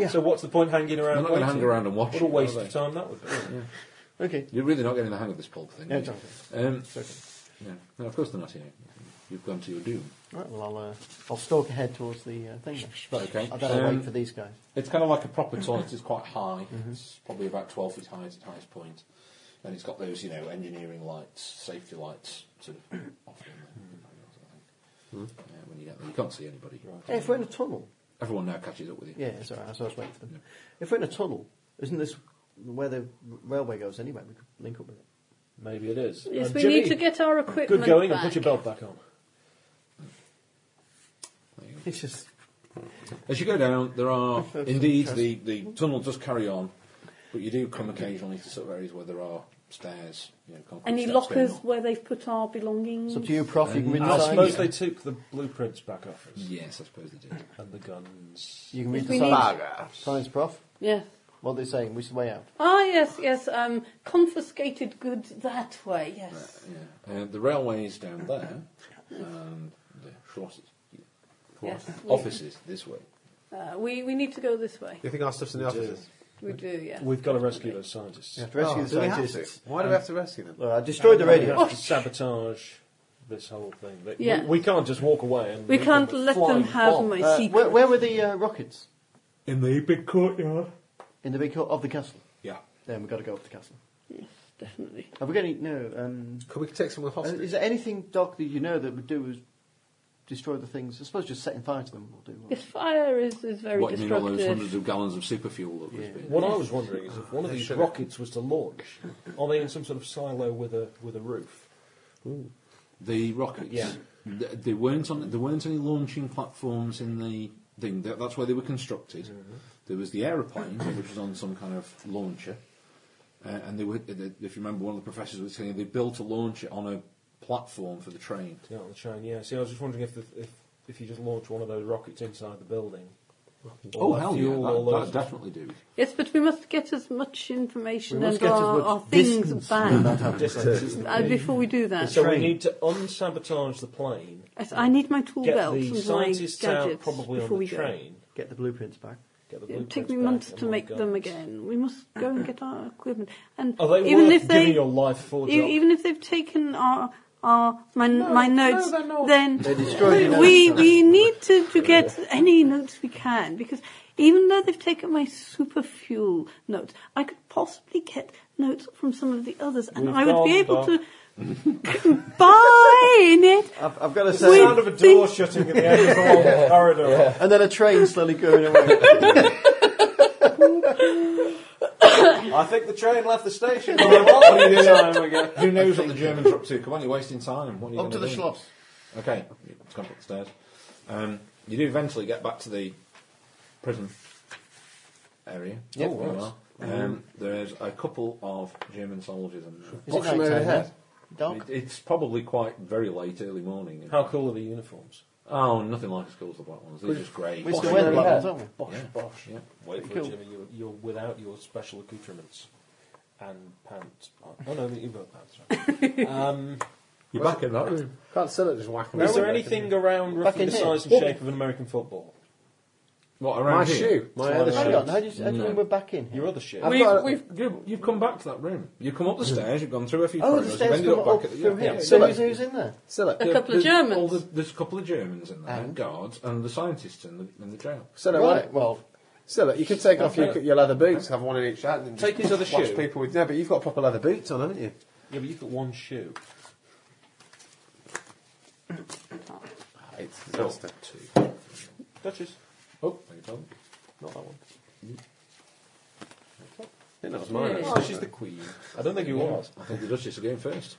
[SPEAKER 3] you see.
[SPEAKER 4] So what's the point hanging around?
[SPEAKER 3] They're not going to hang
[SPEAKER 4] waiting?
[SPEAKER 3] around and watch
[SPEAKER 4] What
[SPEAKER 3] you,
[SPEAKER 4] a
[SPEAKER 3] are
[SPEAKER 4] waste
[SPEAKER 3] they?
[SPEAKER 4] of time that would be.
[SPEAKER 6] Okay.
[SPEAKER 3] You're really not getting the hang of this pulp thing.
[SPEAKER 6] Yeah,
[SPEAKER 3] are you?
[SPEAKER 6] exactly.
[SPEAKER 3] Um,
[SPEAKER 6] It's okay.
[SPEAKER 3] yeah. No, of course they're not here. You've gone to your doom.
[SPEAKER 6] Right, well, I'll, uh, I'll stalk ahead towards the uh, thing then.
[SPEAKER 3] Okay.
[SPEAKER 6] I better
[SPEAKER 3] Um,
[SPEAKER 6] wait for Mm-hmm. these guys.
[SPEAKER 3] It's kind of like a proper toilet. It's quite high. It's probably about 12 feet high at its highest point. And it's got those, you know, engineering lights, safety lights, sort of off in
[SPEAKER 6] Mm-hmm.
[SPEAKER 3] there. Uh, when you get there, you can't see anybody.
[SPEAKER 6] Hey, if we're in a tunnel,
[SPEAKER 3] Everyone now catches up with you.
[SPEAKER 6] yeah, it's all right. So I was waiting for them. If we're in a tunnel, isn't this where the r- railway goes anyway? We could link up with it.
[SPEAKER 4] Maybe it is.
[SPEAKER 5] yes,
[SPEAKER 4] Um,
[SPEAKER 5] we
[SPEAKER 4] Jimmy,
[SPEAKER 5] need to get our equipment
[SPEAKER 4] good going
[SPEAKER 5] back.
[SPEAKER 4] and put your belt back on.
[SPEAKER 6] It's just
[SPEAKER 3] As you go down, there are indeed the, the tunnel does carry on, but you do come occasionally to sort of areas where there are stairs. You know, concrete
[SPEAKER 5] Any
[SPEAKER 3] steps going
[SPEAKER 5] lockers
[SPEAKER 3] up.
[SPEAKER 5] where they've put our belongings?
[SPEAKER 6] it's up to you, Prof. You can read
[SPEAKER 4] I
[SPEAKER 6] the
[SPEAKER 4] suppose
[SPEAKER 6] signs.
[SPEAKER 4] they took the blueprints back off us
[SPEAKER 3] Yes, I suppose they do.
[SPEAKER 4] and the guns.
[SPEAKER 6] You can read
[SPEAKER 5] If
[SPEAKER 6] the
[SPEAKER 5] we
[SPEAKER 6] signs. Signs, Prof.
[SPEAKER 5] Yes.
[SPEAKER 6] What they're saying. Which is the way out?
[SPEAKER 5] Ah, yes, yes. Um, confiscated goods that way. Yes.
[SPEAKER 3] Yeah. Uh, the railway is down there, and the shortest
[SPEAKER 5] Yes.
[SPEAKER 3] offices this way.
[SPEAKER 5] Uh, we we need to go this way.
[SPEAKER 2] You think our stuff's in the offices?
[SPEAKER 5] We do. Yeah.
[SPEAKER 4] We've got to rescue those scientists.
[SPEAKER 6] You have to rescue
[SPEAKER 2] Oh,
[SPEAKER 6] the
[SPEAKER 2] do we have to?
[SPEAKER 6] scientists.
[SPEAKER 2] Why do we have to rescue them?
[SPEAKER 6] Well, I destroyed the
[SPEAKER 4] We
[SPEAKER 6] radio.
[SPEAKER 4] have to sabotage this whole thing. They- we-
[SPEAKER 5] Yeah.
[SPEAKER 4] we, can't just walk away. And
[SPEAKER 5] We
[SPEAKER 4] leave
[SPEAKER 5] can't
[SPEAKER 4] them with
[SPEAKER 5] let them
[SPEAKER 4] flying
[SPEAKER 5] have
[SPEAKER 4] bombs.
[SPEAKER 5] my
[SPEAKER 6] Uh,
[SPEAKER 5] secret.
[SPEAKER 6] where, where were the uh, rockets?
[SPEAKER 3] In the big courtyard.
[SPEAKER 6] In the big hall of the castle.
[SPEAKER 3] Yeah.
[SPEAKER 6] Then we've got to go up the castle.
[SPEAKER 5] Definitely.
[SPEAKER 6] Have we got any? No. Um,
[SPEAKER 2] Could we take someone
[SPEAKER 6] uh,
[SPEAKER 2] hostage?
[SPEAKER 6] is there anything, Doc, that you know that would do is destroy the things? I suppose just setting fire to them will do. won't it?
[SPEAKER 5] Yes, fire is, is very
[SPEAKER 3] What you mean, all those hundreds
[SPEAKER 5] destructive.
[SPEAKER 3] of gallons of super fuel that was being.
[SPEAKER 4] What I was wondering is if one of these rockets was to launch, are they in some sort of silo with a with a roof?
[SPEAKER 3] The rockets.
[SPEAKER 4] Yeah.
[SPEAKER 3] Th- They weren't on. There weren't any launching platforms in the thing. That, that's where they were constructed. There was the aeroplane, <coughs> which was on some kind of launcher, uh, and they were. They, if you remember, one of the professors was saying they built a launcher on a platform for the train.
[SPEAKER 4] Yeah, on the train. Yeah. See, I was just wondering if the, if if you just launch one of those rockets inside the building. all
[SPEAKER 3] oh
[SPEAKER 4] that
[SPEAKER 3] hell
[SPEAKER 4] fuel,
[SPEAKER 3] yeah!
[SPEAKER 4] all
[SPEAKER 3] That,
[SPEAKER 4] those-
[SPEAKER 3] that definitely do.
[SPEAKER 5] Yes, but we must get as much information
[SPEAKER 6] We must
[SPEAKER 5] and
[SPEAKER 6] get as
[SPEAKER 5] our,
[SPEAKER 6] much
[SPEAKER 5] our things
[SPEAKER 6] distance from
[SPEAKER 5] back
[SPEAKER 6] that house.
[SPEAKER 4] Distance.
[SPEAKER 5] uh, before we do that.
[SPEAKER 4] So we
[SPEAKER 6] Train.
[SPEAKER 4] need to unsabotage the plane.
[SPEAKER 5] Yes, I need my tool
[SPEAKER 4] Get
[SPEAKER 5] belt
[SPEAKER 4] the
[SPEAKER 5] and my gadgets
[SPEAKER 4] scientists out probably on
[SPEAKER 5] before
[SPEAKER 4] the
[SPEAKER 5] we go.
[SPEAKER 4] train.
[SPEAKER 6] Get the blueprints back.
[SPEAKER 4] Get the
[SPEAKER 5] It would
[SPEAKER 4] blueprints
[SPEAKER 5] take me
[SPEAKER 4] back
[SPEAKER 5] months
[SPEAKER 4] and
[SPEAKER 5] to
[SPEAKER 4] my
[SPEAKER 5] make them
[SPEAKER 4] guns.
[SPEAKER 5] again. We must go and get our equipment. And
[SPEAKER 4] Are they
[SPEAKER 5] even
[SPEAKER 4] worth
[SPEAKER 5] if they
[SPEAKER 4] giving your life for?
[SPEAKER 5] e-
[SPEAKER 4] Doc?
[SPEAKER 5] even if they've taken our our my my notes,
[SPEAKER 4] they're not.
[SPEAKER 5] then
[SPEAKER 6] destroyed your
[SPEAKER 5] we
[SPEAKER 6] notes.
[SPEAKER 5] we need to, to get any notes we can because even though they've taken my super fuel notes, I could possibly get notes from some of the others, and
[SPEAKER 4] We've
[SPEAKER 5] I would be
[SPEAKER 4] gone,
[SPEAKER 5] able
[SPEAKER 4] Doc.
[SPEAKER 5] to combine it.
[SPEAKER 6] I've, I've got to
[SPEAKER 4] the
[SPEAKER 6] say,
[SPEAKER 4] sound of a door shutting at the end of the
[SPEAKER 3] <laughs>
[SPEAKER 4] long corridor.
[SPEAKER 6] and then a train slowly going away.
[SPEAKER 4] I think the train left the station. by what <laughs> are you doing?
[SPEAKER 3] Who knows what the Germans are up to? Come on, you're wasting time. What are you
[SPEAKER 6] Up to
[SPEAKER 3] gonna
[SPEAKER 6] the
[SPEAKER 3] do?
[SPEAKER 6] Schloss.
[SPEAKER 3] Okay, it's gone up the stairs. Um, you do eventually get back to the prison area.
[SPEAKER 6] Yep.
[SPEAKER 3] Oh, well. Um, there's a couple of German soldiers in
[SPEAKER 6] Is
[SPEAKER 3] there.
[SPEAKER 6] it
[SPEAKER 2] Box them
[SPEAKER 6] night time
[SPEAKER 2] overhead.
[SPEAKER 6] yet? Doc?
[SPEAKER 3] It- it's probably quite very late, early morning.
[SPEAKER 4] <laughs> How cool are the uniforms?
[SPEAKER 3] Oh, nothing like as cool as the black ones. They're just grey.
[SPEAKER 6] We're
[SPEAKER 3] Bosh,
[SPEAKER 6] still wearing the
[SPEAKER 3] yeah.
[SPEAKER 6] black ones, aren't we?
[SPEAKER 4] Bosh,
[SPEAKER 3] Yeah.
[SPEAKER 4] bosh.
[SPEAKER 3] Yeah.
[SPEAKER 4] Wait for
[SPEAKER 6] Cool.
[SPEAKER 4] it, Jimmy. You're, you're without your special accoutrements and pants. Oh no, you've got pants. Right. um,
[SPEAKER 3] You're back in that room.
[SPEAKER 2] Can't sell it, just whack them.
[SPEAKER 4] is there anything around roughly
[SPEAKER 6] in
[SPEAKER 4] the
[SPEAKER 6] here.
[SPEAKER 4] size and shape of an American football?
[SPEAKER 3] What, around
[SPEAKER 2] My
[SPEAKER 3] here?
[SPEAKER 2] shoe. My other
[SPEAKER 6] Hang on,
[SPEAKER 2] shoe.
[SPEAKER 6] how do you, how do you
[SPEAKER 3] No.
[SPEAKER 6] we're back in here?
[SPEAKER 4] Your other shit.
[SPEAKER 2] I've
[SPEAKER 3] We've,
[SPEAKER 2] got a-
[SPEAKER 3] we've, you've, you've come back to that room. You've come up the stairs, you've gone through a few
[SPEAKER 6] Oh, the
[SPEAKER 3] corridors,
[SPEAKER 6] stairs
[SPEAKER 3] you've ended
[SPEAKER 6] come
[SPEAKER 3] up
[SPEAKER 6] up,
[SPEAKER 3] back at
[SPEAKER 6] through
[SPEAKER 3] yeah,
[SPEAKER 6] here.
[SPEAKER 3] yeah.
[SPEAKER 6] so
[SPEAKER 2] Scylla.
[SPEAKER 6] who's, who's in there?
[SPEAKER 2] Scylla.
[SPEAKER 5] A couple of
[SPEAKER 3] there's All
[SPEAKER 5] Germans.
[SPEAKER 3] the, there's a couple of Germans in
[SPEAKER 4] Oh.
[SPEAKER 3] there,
[SPEAKER 6] And?
[SPEAKER 3] guards, and the scientists in the, in the jail.
[SPEAKER 2] Scylla, why-
[SPEAKER 6] Right, well,
[SPEAKER 2] Scylla, you could take off your,
[SPEAKER 3] Okay.
[SPEAKER 2] your leather boots, have one in each hand, and
[SPEAKER 3] Take
[SPEAKER 2] just
[SPEAKER 3] his other
[SPEAKER 2] watch
[SPEAKER 3] shoe.
[SPEAKER 2] people with. No, but you've got proper leather boots on, haven't you?
[SPEAKER 4] Yeah, but you've got one shoe.
[SPEAKER 2] It's disaster.
[SPEAKER 4] Duchess.
[SPEAKER 3] Oh, beg your pardon.
[SPEAKER 4] Not that one.
[SPEAKER 2] I think that was mine.
[SPEAKER 4] Mm. Oh,
[SPEAKER 2] actually.
[SPEAKER 4] she's the queen. I don't think it was.
[SPEAKER 3] I think the Duchess are going first.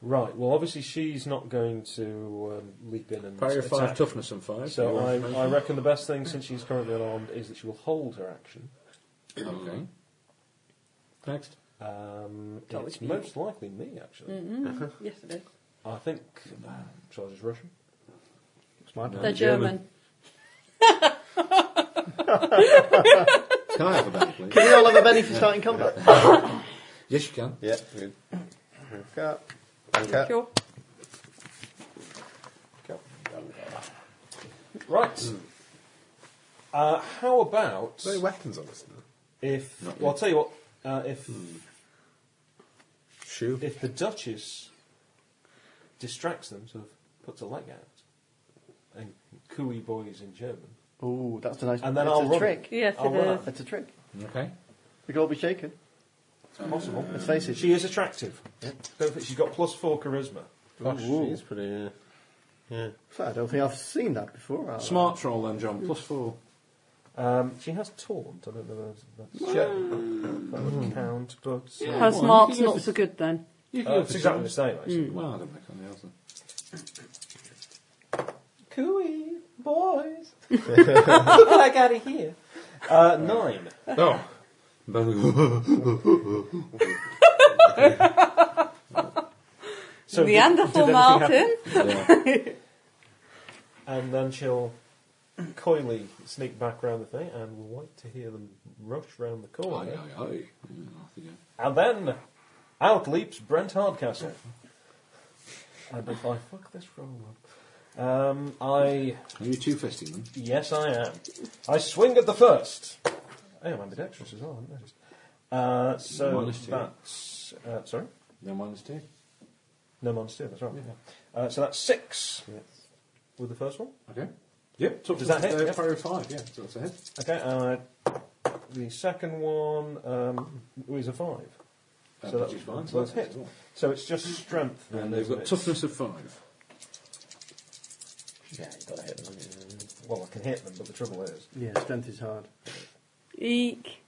[SPEAKER 4] Right, well, obviously she's not going to um, leap in and
[SPEAKER 3] Parry of
[SPEAKER 4] attack.
[SPEAKER 3] five, toughness and five.
[SPEAKER 4] So
[SPEAKER 3] You're on
[SPEAKER 4] I, I reckon the best thing, since she's currently unarmed, is that she will hold her action.
[SPEAKER 3] five. Okay. Next.
[SPEAKER 4] Um,
[SPEAKER 5] Tell
[SPEAKER 4] it's
[SPEAKER 5] it to you.
[SPEAKER 4] most likely me, actually.
[SPEAKER 5] Yes, it is.
[SPEAKER 4] I think. Shall I just rush him?
[SPEAKER 6] it's my plan.
[SPEAKER 5] They're German.
[SPEAKER 3] Can I have a bag,
[SPEAKER 6] <laughs>
[SPEAKER 3] please?
[SPEAKER 6] Can we all have a Benny for starting combat?
[SPEAKER 3] yes, you can.
[SPEAKER 2] <laughs> Yeah, good. Cut. Cut.
[SPEAKER 5] Sure.
[SPEAKER 4] Right. Uh, how about
[SPEAKER 2] Any weapons on us now?
[SPEAKER 4] if? Well, I'll tell you what. Uh, if
[SPEAKER 2] Shoe.
[SPEAKER 4] if the Duchess distracts them, sort of puts a leg out, and cooey boys in German,
[SPEAKER 6] Ooh, that's a nice.
[SPEAKER 4] and then
[SPEAKER 6] that's
[SPEAKER 4] I'll
[SPEAKER 6] a
[SPEAKER 4] run.
[SPEAKER 6] trick.
[SPEAKER 5] Yes,
[SPEAKER 4] I'll
[SPEAKER 5] it
[SPEAKER 4] run.
[SPEAKER 5] is.
[SPEAKER 6] That's a trick.
[SPEAKER 3] Okay.
[SPEAKER 6] We could all be shaken.
[SPEAKER 4] It's possible.
[SPEAKER 6] Let's face it.
[SPEAKER 4] She is attractive. Don't think she's got plus four charisma.
[SPEAKER 2] Gosh, she's pretty. Yeah.
[SPEAKER 6] I don't think I've seen that before. Uh, have I?
[SPEAKER 3] Smart roll then, John. Plus four.
[SPEAKER 4] Um, she has taunt. I don't know if that's, that would count, but
[SPEAKER 5] Her
[SPEAKER 3] Well,
[SPEAKER 5] Mm. smart's
[SPEAKER 3] you can
[SPEAKER 5] not
[SPEAKER 3] use
[SPEAKER 5] so Mm. good then.
[SPEAKER 3] You can
[SPEAKER 4] uh,
[SPEAKER 3] go
[SPEAKER 4] it's
[SPEAKER 3] for
[SPEAKER 4] exactly the
[SPEAKER 3] John.
[SPEAKER 4] same. Actually.
[SPEAKER 3] Well, I don't think on the
[SPEAKER 5] <laughs>
[SPEAKER 3] other.
[SPEAKER 4] Cooey <laughs> boys, look what I got here. Uh, nine. <laughs>
[SPEAKER 3] Oh.
[SPEAKER 4] So did-
[SPEAKER 5] Neanderthal
[SPEAKER 4] did anything
[SPEAKER 5] Martin.
[SPEAKER 4] and then she'll coyly sneak back round the thing, and we'll wait to hear them rush round the
[SPEAKER 3] Oh, aye,
[SPEAKER 4] corner.
[SPEAKER 3] aye, aye. Mm, Yeah, off you go.
[SPEAKER 4] And then out leaps Brent Hardcastle. and if I fuck this roll up, um, I
[SPEAKER 3] Are you two fisting them?
[SPEAKER 4] yes I am. I swing at the first. I am ambidextrous as well. I haven't noticed. Uh, so
[SPEAKER 3] Minus two.
[SPEAKER 4] that's uh, sorry.
[SPEAKER 3] No minus two.
[SPEAKER 4] No minus two. That's right. yeah. Uh, so that's six with the first one.
[SPEAKER 3] Okay. Yep. Tough
[SPEAKER 4] Does that hit?
[SPEAKER 3] Uh,
[SPEAKER 4] Yeah.
[SPEAKER 3] Parry of five. Yeah. So that's a hit.
[SPEAKER 4] Okay, uh, the second one um, was a five.
[SPEAKER 3] Uh,
[SPEAKER 4] So
[SPEAKER 3] which
[SPEAKER 4] that-
[SPEAKER 3] is fine.
[SPEAKER 4] so that's
[SPEAKER 3] that's
[SPEAKER 4] hit.
[SPEAKER 3] as well.
[SPEAKER 4] So it's just strength. then,
[SPEAKER 3] And they've
[SPEAKER 4] isn't
[SPEAKER 3] got
[SPEAKER 4] it?
[SPEAKER 3] toughness of five.
[SPEAKER 4] Yeah, you've got to hit them. haven't you? Well, I can hit them, but the trouble is,
[SPEAKER 6] Yeah, strength is hard.
[SPEAKER 5] Eek.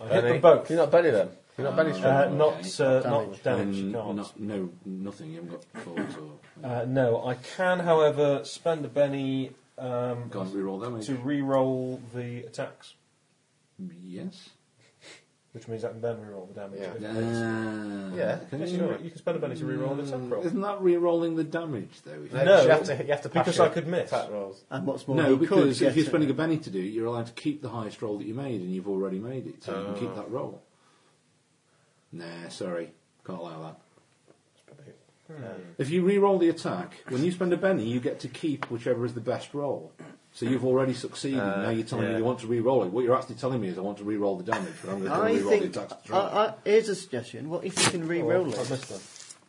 [SPEAKER 4] I hit them both.
[SPEAKER 2] You're not Benny then. You're not Benny
[SPEAKER 4] Uh,
[SPEAKER 2] strong.
[SPEAKER 4] not uh, not
[SPEAKER 6] Damage.
[SPEAKER 4] damage. You
[SPEAKER 3] Um,
[SPEAKER 4] can't.
[SPEAKER 3] no- no, nothing. You haven't got fours or.
[SPEAKER 4] Uh, no, I can, however, spend a penny um,
[SPEAKER 3] Can't re-roll damage.
[SPEAKER 4] to re-roll the attacks,
[SPEAKER 3] Yes.
[SPEAKER 4] which means I can then re-roll the damage.
[SPEAKER 2] Yeah.
[SPEAKER 6] Uh,
[SPEAKER 3] yeah. Can
[SPEAKER 4] Yes, you,
[SPEAKER 3] you,
[SPEAKER 4] can- you can spend a penny to re-roll the attack roll.
[SPEAKER 3] isn't that re-rolling the damage though? if you-
[SPEAKER 2] No,
[SPEAKER 4] No.
[SPEAKER 2] you have to, you have to pass
[SPEAKER 4] Because
[SPEAKER 2] your
[SPEAKER 4] I could miss.
[SPEAKER 2] attack rolls.
[SPEAKER 6] And what's more,
[SPEAKER 3] No,
[SPEAKER 6] he could
[SPEAKER 3] because
[SPEAKER 6] get
[SPEAKER 3] if you're
[SPEAKER 6] a-
[SPEAKER 3] spending a penny to do it, you're allowed to keep the highest roll that you made, and you've already made it, so you can
[SPEAKER 6] Oh.
[SPEAKER 3] keep that roll. Nah, sorry, can't allow that. If you re-roll the attack, when you spend a penny, you get to keep whichever is the best roll. So you've already succeeded.
[SPEAKER 6] Uh,
[SPEAKER 3] now you're telling me
[SPEAKER 2] yeah.
[SPEAKER 3] you want to re-roll it. What you're actually telling me is I want to re-roll the damage, but I'm going to
[SPEAKER 6] I
[SPEAKER 3] re-roll
[SPEAKER 6] think.
[SPEAKER 3] the attack. to
[SPEAKER 6] I,
[SPEAKER 3] try.
[SPEAKER 6] I, here's a suggestion. What if you can re-roll
[SPEAKER 4] Oh, I
[SPEAKER 6] it,
[SPEAKER 4] missed them.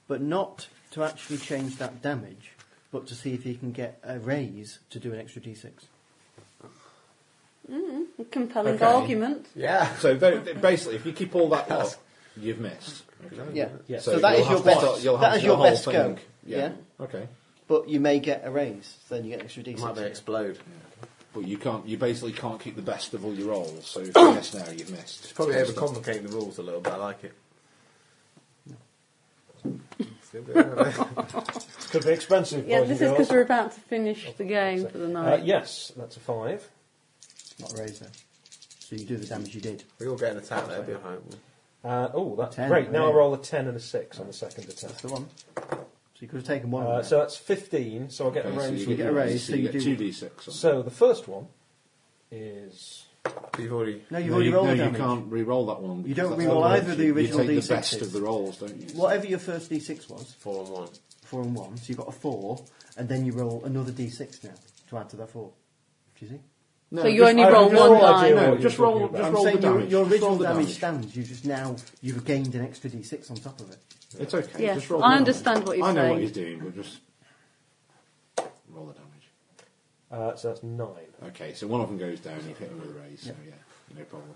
[SPEAKER 6] but not to actually change that damage, but to see if he can get a raise to do an extra d6.
[SPEAKER 5] Compelling
[SPEAKER 3] Okay.
[SPEAKER 5] argument.
[SPEAKER 2] Yeah.
[SPEAKER 3] So tho- basically, if you keep all that up, you've missed.
[SPEAKER 6] <laughs> Yeah.
[SPEAKER 4] Yes.
[SPEAKER 6] So,
[SPEAKER 4] So
[SPEAKER 6] that
[SPEAKER 3] you'll
[SPEAKER 6] is your
[SPEAKER 3] have to-
[SPEAKER 6] best.
[SPEAKER 3] you'll have
[SPEAKER 6] That
[SPEAKER 3] to
[SPEAKER 6] is
[SPEAKER 3] do
[SPEAKER 6] your
[SPEAKER 3] the whole
[SPEAKER 6] best go.
[SPEAKER 3] thing.
[SPEAKER 6] Yeah.
[SPEAKER 3] Okay.
[SPEAKER 6] But you may get a raise, so then you get an extra d6.
[SPEAKER 2] Might be explode.
[SPEAKER 3] But you can't. You basically can't keep the best of all your rolls. So if you miss now, you've missed.
[SPEAKER 2] Probably overcomplicating the rules a little bit. I like <laughs> it. Still do it.
[SPEAKER 4] Could be expensive.
[SPEAKER 5] Yeah,
[SPEAKER 4] boys
[SPEAKER 5] this is
[SPEAKER 4] and
[SPEAKER 5] because
[SPEAKER 4] girls.
[SPEAKER 5] we're about to finish the game for the
[SPEAKER 4] Uh,
[SPEAKER 5] night.
[SPEAKER 4] yes, that's a five.
[SPEAKER 6] Not a raise though. So you do the damage you did.
[SPEAKER 2] We all get an attack there, be alright.
[SPEAKER 4] Uh, oh, that's
[SPEAKER 6] Ten,
[SPEAKER 4] great. Now I
[SPEAKER 6] yeah.
[SPEAKER 4] roll a 10 and a 6 on the second attack.
[SPEAKER 6] That's the one. So you could have taken one.
[SPEAKER 4] Uh,
[SPEAKER 6] of
[SPEAKER 4] so
[SPEAKER 6] them.
[SPEAKER 4] that's 15, so I'll get a
[SPEAKER 3] so
[SPEAKER 4] range.
[SPEAKER 3] you
[SPEAKER 4] So,
[SPEAKER 6] get a raise, so
[SPEAKER 3] you
[SPEAKER 6] you
[SPEAKER 3] get
[SPEAKER 6] do-
[SPEAKER 3] two d six.
[SPEAKER 4] so the first one is.
[SPEAKER 2] But you've already.
[SPEAKER 6] no, oh, you've
[SPEAKER 3] no,
[SPEAKER 6] already
[SPEAKER 3] you,
[SPEAKER 6] rolled
[SPEAKER 3] no,
[SPEAKER 6] the
[SPEAKER 3] you
[SPEAKER 6] damage.
[SPEAKER 3] can't re-roll that one. because
[SPEAKER 6] don't
[SPEAKER 3] that's
[SPEAKER 6] re-roll
[SPEAKER 3] how it
[SPEAKER 6] either
[SPEAKER 3] works.
[SPEAKER 6] the
[SPEAKER 3] You-
[SPEAKER 6] original
[SPEAKER 3] You take the
[SPEAKER 6] D6s.
[SPEAKER 3] best of the rolls, don't you?
[SPEAKER 6] Whatever your first d6 was,
[SPEAKER 2] Four and one.
[SPEAKER 6] four and one, so you got a four, and then you roll another d6 now to add to that four. Do you see?
[SPEAKER 5] So you only roll
[SPEAKER 6] no
[SPEAKER 5] one die.
[SPEAKER 6] idea what
[SPEAKER 3] No,
[SPEAKER 6] you're
[SPEAKER 3] just
[SPEAKER 6] talking
[SPEAKER 3] roll-
[SPEAKER 6] about.
[SPEAKER 3] just
[SPEAKER 6] I'm
[SPEAKER 3] roll
[SPEAKER 6] saying
[SPEAKER 3] the
[SPEAKER 6] your-
[SPEAKER 3] damage.
[SPEAKER 6] Your
[SPEAKER 3] Just roll
[SPEAKER 6] original
[SPEAKER 3] the
[SPEAKER 6] damage
[SPEAKER 3] damage.
[SPEAKER 6] stands. You just now you've gained an extra d6 on top of it.
[SPEAKER 3] It's okay.
[SPEAKER 5] Yeah,
[SPEAKER 3] Just roll
[SPEAKER 5] I
[SPEAKER 3] the damage.
[SPEAKER 5] understand what you're
[SPEAKER 3] I know
[SPEAKER 5] saying.
[SPEAKER 3] what he's doing, but just roll the damage.
[SPEAKER 4] Uh, so that's nine.
[SPEAKER 3] Okay, so one of them goes down, you hit him with a raise, so yeah, no problem.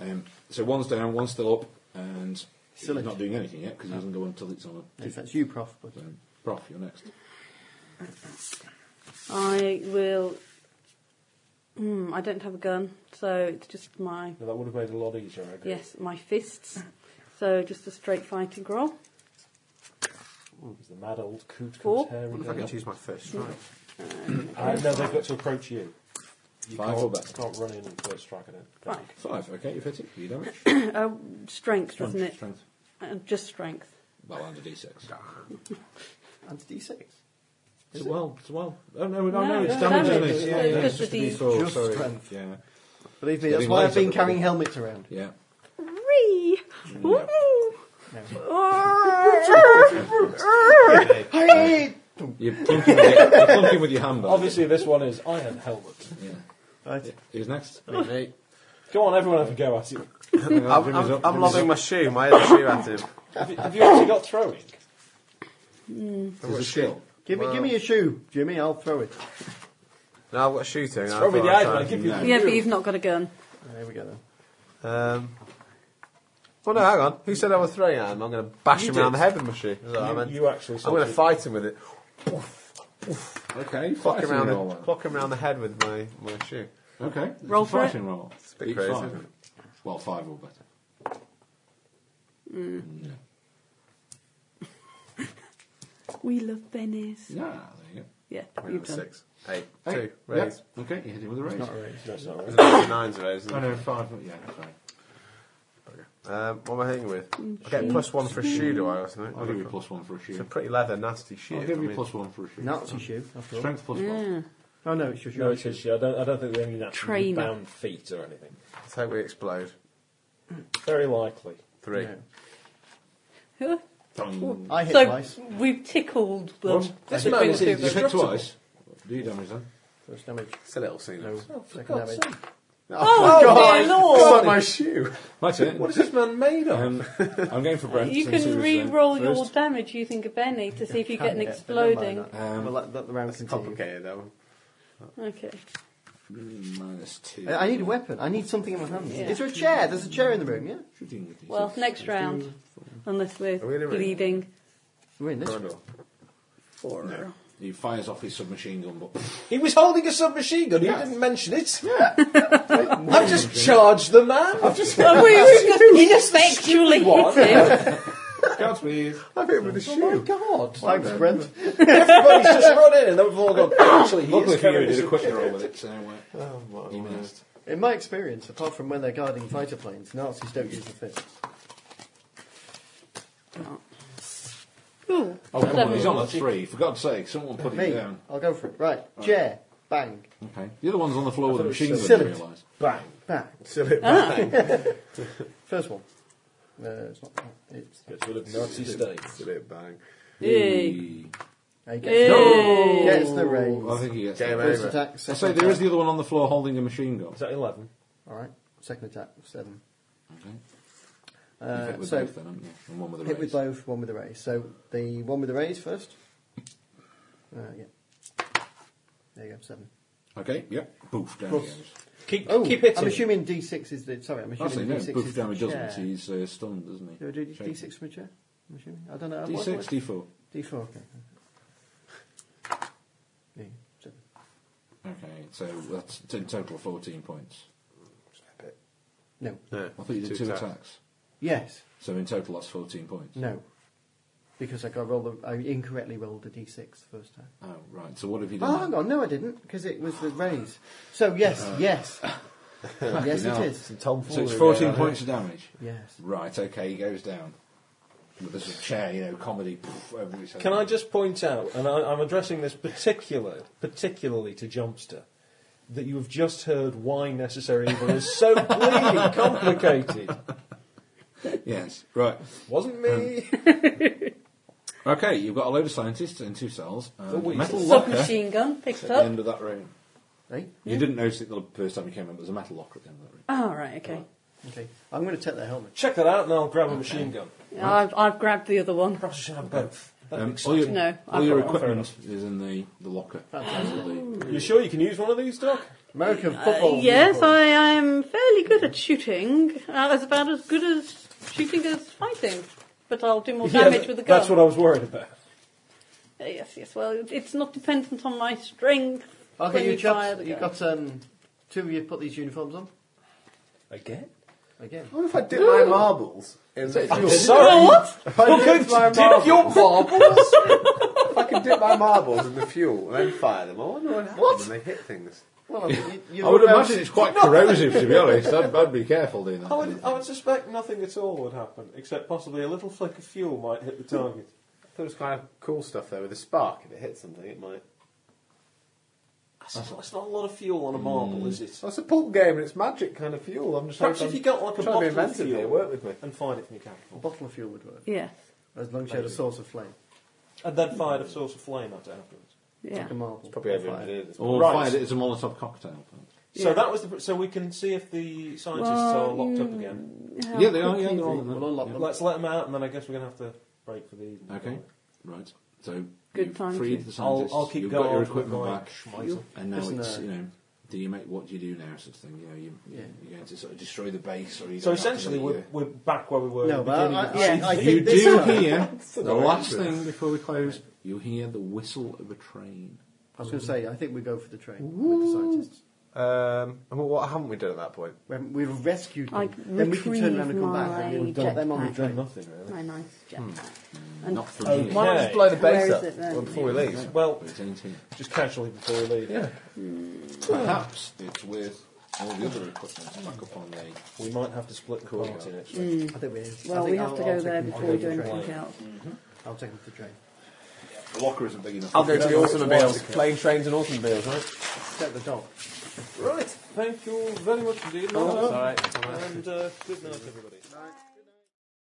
[SPEAKER 3] Um, so one's down, one's still up, and
[SPEAKER 6] Silly.
[SPEAKER 3] he's not doing anything yet because he doesn't go until it's on a.
[SPEAKER 6] If that's you, Prof. But uh,
[SPEAKER 3] So, prof, you're next.
[SPEAKER 5] I will. Hmm, I don't have a gun, so it's just my
[SPEAKER 4] Now, that would have made it a lot easier, I guess.
[SPEAKER 5] yes, my fists. So just a straight fighting roll.
[SPEAKER 4] Because the mad old coot
[SPEAKER 5] Four.
[SPEAKER 4] comes hair
[SPEAKER 2] What if I can choose my first strike?
[SPEAKER 4] Uh, no, they've got to approach you. You
[SPEAKER 3] Five
[SPEAKER 4] can't,
[SPEAKER 3] or better.
[SPEAKER 4] can't run in and first strike at it.
[SPEAKER 5] Right,
[SPEAKER 3] Five, okay, you've hit it, you damage.
[SPEAKER 5] uh, strength, doesn't it?
[SPEAKER 3] Strength.
[SPEAKER 5] Uh, just strength.
[SPEAKER 3] Well, under d6.
[SPEAKER 6] and d6.
[SPEAKER 3] It's a well, it's a well. Oh, no, no, no,
[SPEAKER 5] No,
[SPEAKER 3] it's
[SPEAKER 5] no,
[SPEAKER 3] damage,
[SPEAKER 5] damage,
[SPEAKER 3] isn't it?
[SPEAKER 5] yeah,
[SPEAKER 3] Yeah,
[SPEAKER 5] yeah.
[SPEAKER 3] it's
[SPEAKER 5] Just
[SPEAKER 3] just a
[SPEAKER 5] the-
[SPEAKER 3] d4,
[SPEAKER 6] Just
[SPEAKER 3] Oh, sorry.
[SPEAKER 6] strength.
[SPEAKER 3] Yeah.
[SPEAKER 6] Believe me,
[SPEAKER 3] Yeah,
[SPEAKER 6] that's
[SPEAKER 3] they
[SPEAKER 6] why
[SPEAKER 3] might
[SPEAKER 6] I've been
[SPEAKER 3] have-
[SPEAKER 6] carrying helmets
[SPEAKER 3] <laughs>
[SPEAKER 6] around.
[SPEAKER 3] Yeah.
[SPEAKER 5] Three. Woo!
[SPEAKER 6] Hey!
[SPEAKER 3] You're plunking with your, you're plunking with your handbag.
[SPEAKER 4] Obviously, this one is Iron Helmet.
[SPEAKER 3] Yeah.
[SPEAKER 6] Right.
[SPEAKER 3] Yeah. Who's next?
[SPEAKER 4] Go on, everyone have a go at it.
[SPEAKER 2] <laughs>
[SPEAKER 3] Hang on,
[SPEAKER 2] I'm, I'm,
[SPEAKER 3] Jimmy's up,
[SPEAKER 2] I'm
[SPEAKER 3] Jimmy's
[SPEAKER 2] lobbing my shoe, my other shoe at him.
[SPEAKER 4] Have you, have you actually got throwing?
[SPEAKER 3] up. There's a skill.
[SPEAKER 6] Give me, give me a shoe, Jimmy. I'll throw it.
[SPEAKER 2] Now I've got shooting.
[SPEAKER 4] Throw me the eyes, man. Give you the
[SPEAKER 5] Yeah, but
[SPEAKER 4] view.
[SPEAKER 5] you've not got a gun.
[SPEAKER 6] There we go. Then.
[SPEAKER 2] Um, well, Oh, no, hang on. Who said I was throwing at him? I'm going to bash him around the head with my shoe. Is that what I
[SPEAKER 4] You-
[SPEAKER 2] meant?
[SPEAKER 4] you actually
[SPEAKER 2] I'm
[SPEAKER 4] said
[SPEAKER 2] going to
[SPEAKER 4] it.
[SPEAKER 2] fight him with it.
[SPEAKER 3] Okay,
[SPEAKER 2] Clock him,
[SPEAKER 3] fighting
[SPEAKER 2] around
[SPEAKER 3] roll.
[SPEAKER 2] the,
[SPEAKER 3] then.
[SPEAKER 2] clock him around the head with my, my shoe.
[SPEAKER 3] Okay, it's
[SPEAKER 5] Roll
[SPEAKER 3] a
[SPEAKER 5] for it.
[SPEAKER 3] fighting roll. It's
[SPEAKER 2] a bit crazy, isn't it?
[SPEAKER 3] Well, five or better.
[SPEAKER 5] We love Venice.
[SPEAKER 3] Yeah, there you
[SPEAKER 5] Yeah,
[SPEAKER 2] Wait,
[SPEAKER 5] you've
[SPEAKER 2] that was
[SPEAKER 5] done.
[SPEAKER 2] six, eight,
[SPEAKER 3] go.
[SPEAKER 2] two,
[SPEAKER 3] Hey,
[SPEAKER 2] raise.
[SPEAKER 3] yeah, Okay, you hit him with a raise.
[SPEAKER 4] No, it's not right.
[SPEAKER 2] There's another nine's raise.
[SPEAKER 3] Oh
[SPEAKER 2] isn't
[SPEAKER 3] no, five. Yeah, sorry.
[SPEAKER 2] there? Um, what am I hitting with? I get plus one for a shoe, do I, or something?
[SPEAKER 3] I'll give you plus one for a shoe.
[SPEAKER 2] It's a pretty leather, nasty shoe.
[SPEAKER 3] I'll
[SPEAKER 2] I
[SPEAKER 3] give you
[SPEAKER 2] mean,
[SPEAKER 3] plus one for a shoe.
[SPEAKER 6] Nazi shoe, after all.
[SPEAKER 3] Strength plus one.
[SPEAKER 6] Oh no, it's just
[SPEAKER 4] No,
[SPEAKER 6] your
[SPEAKER 4] it
[SPEAKER 6] shoe.
[SPEAKER 4] is. Yeah, I don't, I don't think we have any naturally
[SPEAKER 5] Trainer.
[SPEAKER 4] bound feet or anything.
[SPEAKER 2] Let's hope we explode.
[SPEAKER 4] Very likely.
[SPEAKER 2] Three.
[SPEAKER 6] No.
[SPEAKER 5] Huh?
[SPEAKER 3] Dong.
[SPEAKER 6] I hit
[SPEAKER 5] So
[SPEAKER 6] twice.
[SPEAKER 5] we've tickled them.
[SPEAKER 4] This
[SPEAKER 5] We've
[SPEAKER 4] man
[SPEAKER 5] been
[SPEAKER 4] is
[SPEAKER 5] through
[SPEAKER 3] You
[SPEAKER 5] them.
[SPEAKER 3] hit twice. Do you damage then?
[SPEAKER 6] First damage.
[SPEAKER 2] It's a little scene.
[SPEAKER 6] No. Second damage.
[SPEAKER 5] Oh, dear
[SPEAKER 2] It's
[SPEAKER 5] lord!
[SPEAKER 2] like my shoe.
[SPEAKER 3] My turn. What is this man made of? Um, I'm going for Brent.
[SPEAKER 5] You
[SPEAKER 3] since
[SPEAKER 5] can
[SPEAKER 3] he was, um,
[SPEAKER 5] re-roll your
[SPEAKER 3] first.
[SPEAKER 5] damage using a Benny to see if you get an
[SPEAKER 6] Yeah,
[SPEAKER 5] exploding.
[SPEAKER 6] never
[SPEAKER 3] Um,
[SPEAKER 6] mind that. we'll let, let the round continue.
[SPEAKER 2] Complicated, that one.
[SPEAKER 5] Okay.
[SPEAKER 3] Mm, Minus two.
[SPEAKER 6] I I need a weapon. I need something in my hands.
[SPEAKER 5] Yeah.
[SPEAKER 6] Is there a chair? There's a chair in the room, yeah?
[SPEAKER 3] Shooting with these.
[SPEAKER 5] Well, next round, unless we're
[SPEAKER 2] Are we in a ring?
[SPEAKER 5] bleeding.
[SPEAKER 6] We're in this room.
[SPEAKER 2] Corridor.
[SPEAKER 5] Four.
[SPEAKER 3] He fires off his submachine gun, but
[SPEAKER 4] He was holding a submachine gun.
[SPEAKER 3] Yeah.
[SPEAKER 4] You didn't mention it.
[SPEAKER 3] <laughs>
[SPEAKER 4] Yeah. I've just charged the man. I've
[SPEAKER 5] <laughs>
[SPEAKER 4] just
[SPEAKER 5] Oh, we we just effectually hit him.
[SPEAKER 3] can't please.
[SPEAKER 2] I hit him with a
[SPEAKER 4] Oh my
[SPEAKER 2] shoe.
[SPEAKER 4] god!
[SPEAKER 6] Thanks, Brent.
[SPEAKER 4] Everybody's just run in and they've all gone. Actually, he
[SPEAKER 3] Luckily
[SPEAKER 4] is
[SPEAKER 3] for you,
[SPEAKER 4] carrying
[SPEAKER 3] he did a
[SPEAKER 4] a
[SPEAKER 3] quick roll with it, so uh,
[SPEAKER 2] Oh, my
[SPEAKER 3] he
[SPEAKER 2] word.
[SPEAKER 3] missed.
[SPEAKER 6] In my experience, apart from when they're guarding fighter planes, Nazis don't use the fist.
[SPEAKER 5] Ooh,
[SPEAKER 3] Oh, come on,
[SPEAKER 5] Seven.
[SPEAKER 3] he's on a three. For God's sake, someone put
[SPEAKER 6] Me,
[SPEAKER 3] him down.
[SPEAKER 6] I'll go for it. Right, chair, bang,
[SPEAKER 3] Okay. The other one's on the floor with a machine gun, I
[SPEAKER 6] silly.
[SPEAKER 3] realise.
[SPEAKER 4] bang.
[SPEAKER 6] bang.
[SPEAKER 2] Still hit
[SPEAKER 5] Ah.
[SPEAKER 2] back.
[SPEAKER 6] First one. No, it's not. It's
[SPEAKER 4] Gets rid of Nazi states.
[SPEAKER 2] Still hit bang.
[SPEAKER 5] Yay.
[SPEAKER 6] I
[SPEAKER 5] Yay.
[SPEAKER 6] guess Gets the raise.
[SPEAKER 3] I think he gets
[SPEAKER 2] Game
[SPEAKER 3] that.
[SPEAKER 6] First
[SPEAKER 2] over.
[SPEAKER 6] attack,
[SPEAKER 3] I
[SPEAKER 6] second
[SPEAKER 3] say
[SPEAKER 6] attack.
[SPEAKER 3] there is the other one on the floor holding a machine gun.
[SPEAKER 4] Is that eleven?
[SPEAKER 6] All right, second attack, seven.
[SPEAKER 3] Okay. You've hit
[SPEAKER 6] Uh,
[SPEAKER 3] with
[SPEAKER 6] so
[SPEAKER 3] both then, haven't you? And one with a
[SPEAKER 6] hit with
[SPEAKER 3] raise.
[SPEAKER 6] both, one with the raise. So the one with the raise first. Uh, yeah. There you go, seven.
[SPEAKER 3] Okay, yep. Boof, down
[SPEAKER 6] Plus-
[SPEAKER 3] he goes.
[SPEAKER 4] Keep
[SPEAKER 6] Oh,
[SPEAKER 4] keep hitting.
[SPEAKER 6] I'm assuming D6 is the. Sorry, I'm
[SPEAKER 3] That's it,
[SPEAKER 6] assuming
[SPEAKER 3] no,
[SPEAKER 6] D6
[SPEAKER 3] boof
[SPEAKER 6] is
[SPEAKER 3] damage
[SPEAKER 6] the
[SPEAKER 3] doesn't.
[SPEAKER 6] chair.
[SPEAKER 3] He's uh, stunned, doesn't
[SPEAKER 6] Do I
[SPEAKER 3] he?
[SPEAKER 6] do D6
[SPEAKER 3] Shaken.
[SPEAKER 6] from a chair? I'm assuming. I don't know. What-
[SPEAKER 3] D6,
[SPEAKER 6] what-
[SPEAKER 3] D4.
[SPEAKER 6] D4. Okay. There you go, seven.
[SPEAKER 3] Okay, so that's t- in total 14 points.
[SPEAKER 6] No.
[SPEAKER 2] Yeah.
[SPEAKER 3] I thought you did two, attacks.
[SPEAKER 6] Yes.
[SPEAKER 3] So in total that's 14 points.
[SPEAKER 6] No. Because I got rolled. The, I incorrectly rolled the D6 first time.
[SPEAKER 3] Oh, right. So what have you
[SPEAKER 6] Oh,
[SPEAKER 3] done?
[SPEAKER 6] hang on. No, I didn't. Because it was the raise. So yes,
[SPEAKER 3] Uh, <laughs>
[SPEAKER 6] yes, yes, it
[SPEAKER 3] Now-
[SPEAKER 6] is.
[SPEAKER 3] So it's 14 points of damage.
[SPEAKER 6] Yes.
[SPEAKER 3] Right, okay, he goes down. With a sort of chair, you know, comedy. Poof, over his head.
[SPEAKER 4] Can I just point out, and I, I'm addressing this particular, particularly to Jumpster, that you have just heard why Necessary Evil is so bleeding complicated.
[SPEAKER 3] Yes, right.
[SPEAKER 4] Wasn't me.
[SPEAKER 3] Okay, you've got a load of scientists in two cells. And
[SPEAKER 4] Oh, wait.
[SPEAKER 3] metal locker
[SPEAKER 5] Submachine gun picked
[SPEAKER 3] at the
[SPEAKER 5] up.
[SPEAKER 3] end of that room.
[SPEAKER 6] Eh?
[SPEAKER 3] You didn't notice it the first time you came in, but there's a metal locker at the end of that room.
[SPEAKER 5] Oh, right, okay.
[SPEAKER 6] Okay. I'm going to take their helmet.
[SPEAKER 4] Check that out and I'll grab a machine gun.
[SPEAKER 5] I've, I've grabbed the other one.
[SPEAKER 4] Perhaps I should have both. That'd
[SPEAKER 3] Um,
[SPEAKER 4] be
[SPEAKER 3] all your,
[SPEAKER 5] No, I've
[SPEAKER 3] all your
[SPEAKER 5] got one.
[SPEAKER 3] equipment is in the, the locker.
[SPEAKER 4] Oh, exciting. You sure you can use one of these, Doc?
[SPEAKER 6] American
[SPEAKER 5] Uh,
[SPEAKER 6] football.
[SPEAKER 5] yes,
[SPEAKER 6] people.
[SPEAKER 5] I am fairly good at shooting. Uh, it's about as good as shooting as fighting. But I'll do more damage with the gun.
[SPEAKER 4] That's what I was worried about.
[SPEAKER 5] Uh, yes, yes. Well, it- it's not dependent on my strength. when
[SPEAKER 6] Oh, Okay, you
[SPEAKER 5] you fire
[SPEAKER 6] chaps,
[SPEAKER 5] the
[SPEAKER 6] you've
[SPEAKER 5] gun.
[SPEAKER 6] got um, two of you put these uniforms on
[SPEAKER 4] Again?
[SPEAKER 5] <laughs>
[SPEAKER 6] again.
[SPEAKER 2] What if I dip my marbles in the fuel?
[SPEAKER 5] Oh,
[SPEAKER 4] Sorry!
[SPEAKER 2] If
[SPEAKER 4] <laughs>
[SPEAKER 2] I dip my
[SPEAKER 4] Dip
[SPEAKER 2] marbles,
[SPEAKER 4] your marbles!
[SPEAKER 2] if I can dip my marbles in the fuel and then fire them, I wonder what happens
[SPEAKER 6] What?
[SPEAKER 2] when they hit things.
[SPEAKER 6] Well, you, you
[SPEAKER 3] I would imagine it's
[SPEAKER 4] <laughs>
[SPEAKER 3] quite corrosive, to be honest. I'd, I'd be careful doing
[SPEAKER 4] I would,
[SPEAKER 3] that.
[SPEAKER 4] I would suspect nothing at all would happen, except possibly a little flick of fuel might hit the target.
[SPEAKER 2] I thought it was kind of cool stuff though. With a spark, if it hits something, it might.
[SPEAKER 4] That's not, that's not a lot of fuel on a marble, is it?
[SPEAKER 2] Well, it's a pulp game and it's magic kind of fuel. I'm just
[SPEAKER 4] Perhaps
[SPEAKER 2] hoping
[SPEAKER 4] if you got like a
[SPEAKER 2] I'm trying Hmm. to be
[SPEAKER 4] bottle of
[SPEAKER 2] inventive here.
[SPEAKER 4] fuel
[SPEAKER 2] Work with me.
[SPEAKER 4] and fired it from your capital,
[SPEAKER 6] bottle of fuel would work
[SPEAKER 5] Yes.
[SPEAKER 6] as long as you had a source of flame,
[SPEAKER 4] and then fired a source of flame at it afterwards.
[SPEAKER 5] Yeah.
[SPEAKER 6] like a marble.
[SPEAKER 2] Probably
[SPEAKER 6] or fire.
[SPEAKER 2] overengineered. It's
[SPEAKER 3] Or
[SPEAKER 4] Right.
[SPEAKER 3] find it as a Molotov cocktail.
[SPEAKER 4] So
[SPEAKER 5] Yeah.
[SPEAKER 4] that was the. pr- So we can see if the scientists
[SPEAKER 5] Well,
[SPEAKER 4] are locked up
[SPEAKER 5] you-
[SPEAKER 4] again.
[SPEAKER 5] How
[SPEAKER 3] yeah, they are.
[SPEAKER 5] quickly
[SPEAKER 3] Yeah, they're
[SPEAKER 5] is
[SPEAKER 3] all
[SPEAKER 5] it?
[SPEAKER 3] in there.
[SPEAKER 6] We'll unlock
[SPEAKER 3] Yeah.
[SPEAKER 6] them.
[SPEAKER 4] Let's let them out, and then I guess we're going to have to break for the evening.
[SPEAKER 3] Okay, right. So
[SPEAKER 5] Good
[SPEAKER 3] you've
[SPEAKER 5] time
[SPEAKER 3] freed
[SPEAKER 5] to-
[SPEAKER 3] the
[SPEAKER 4] I'll,
[SPEAKER 3] scientists.
[SPEAKER 4] I'll keep
[SPEAKER 3] you've
[SPEAKER 4] going.
[SPEAKER 3] got your equipment back,
[SPEAKER 4] Schmeiser.
[SPEAKER 3] and now
[SPEAKER 6] Listen,
[SPEAKER 3] it's
[SPEAKER 6] uh,
[SPEAKER 3] you know, do you make what do you do now, sort of thing? You know, you,
[SPEAKER 6] Yeah.
[SPEAKER 3] you're going to sort of destroy the base, or you
[SPEAKER 4] So essentially, we're, we're back where we were. at
[SPEAKER 6] No,
[SPEAKER 4] the
[SPEAKER 6] but
[SPEAKER 4] beginning
[SPEAKER 6] I,
[SPEAKER 4] of the
[SPEAKER 6] I,
[SPEAKER 4] season.
[SPEAKER 6] I, I think
[SPEAKER 3] you
[SPEAKER 6] this
[SPEAKER 3] do
[SPEAKER 6] time-
[SPEAKER 3] hear
[SPEAKER 4] <laughs>
[SPEAKER 3] the
[SPEAKER 2] not
[SPEAKER 3] last
[SPEAKER 2] very
[SPEAKER 3] thing before we close. You hear the whistle of a train.
[SPEAKER 6] I was going to say, I think we go for the train with the scientists.
[SPEAKER 2] Um, and what, what haven't we done at that point?
[SPEAKER 6] We haven't- We've rescued them.
[SPEAKER 5] I
[SPEAKER 6] then we can turn around and come
[SPEAKER 5] retrieve
[SPEAKER 6] back. and
[SPEAKER 5] my
[SPEAKER 6] we'll dump them on the
[SPEAKER 5] jetpack.
[SPEAKER 6] train.
[SPEAKER 4] Nothing really.
[SPEAKER 5] My nice jetpack. And
[SPEAKER 3] Not from
[SPEAKER 4] Okay.
[SPEAKER 3] here.
[SPEAKER 2] Why don't we just blow the
[SPEAKER 5] Where
[SPEAKER 2] base
[SPEAKER 5] is
[SPEAKER 2] up
[SPEAKER 5] it then?
[SPEAKER 2] well, before we leave?
[SPEAKER 4] Well,
[SPEAKER 3] But it ain't here.
[SPEAKER 4] just casually before we leave,
[SPEAKER 2] Yeah.
[SPEAKER 3] Perhaps it's with all the other equipment back up on the.
[SPEAKER 4] we might have to split the party next week.
[SPEAKER 6] I think we.
[SPEAKER 5] well,
[SPEAKER 6] I think
[SPEAKER 5] we have
[SPEAKER 6] I'll-
[SPEAKER 5] to
[SPEAKER 6] I'll
[SPEAKER 5] go
[SPEAKER 6] take
[SPEAKER 5] there
[SPEAKER 6] them to
[SPEAKER 5] before we
[SPEAKER 6] the
[SPEAKER 5] do
[SPEAKER 6] train.
[SPEAKER 5] anything else.
[SPEAKER 6] I'll take them to the train.
[SPEAKER 3] The locker isn't big enough.
[SPEAKER 2] I'll go to the automobiles. Plane trains and automobiles, right?
[SPEAKER 6] Set the dog.
[SPEAKER 4] Right, thank you very much indeed.
[SPEAKER 2] All right.
[SPEAKER 4] And uh, good night, everybody.
[SPEAKER 2] Right.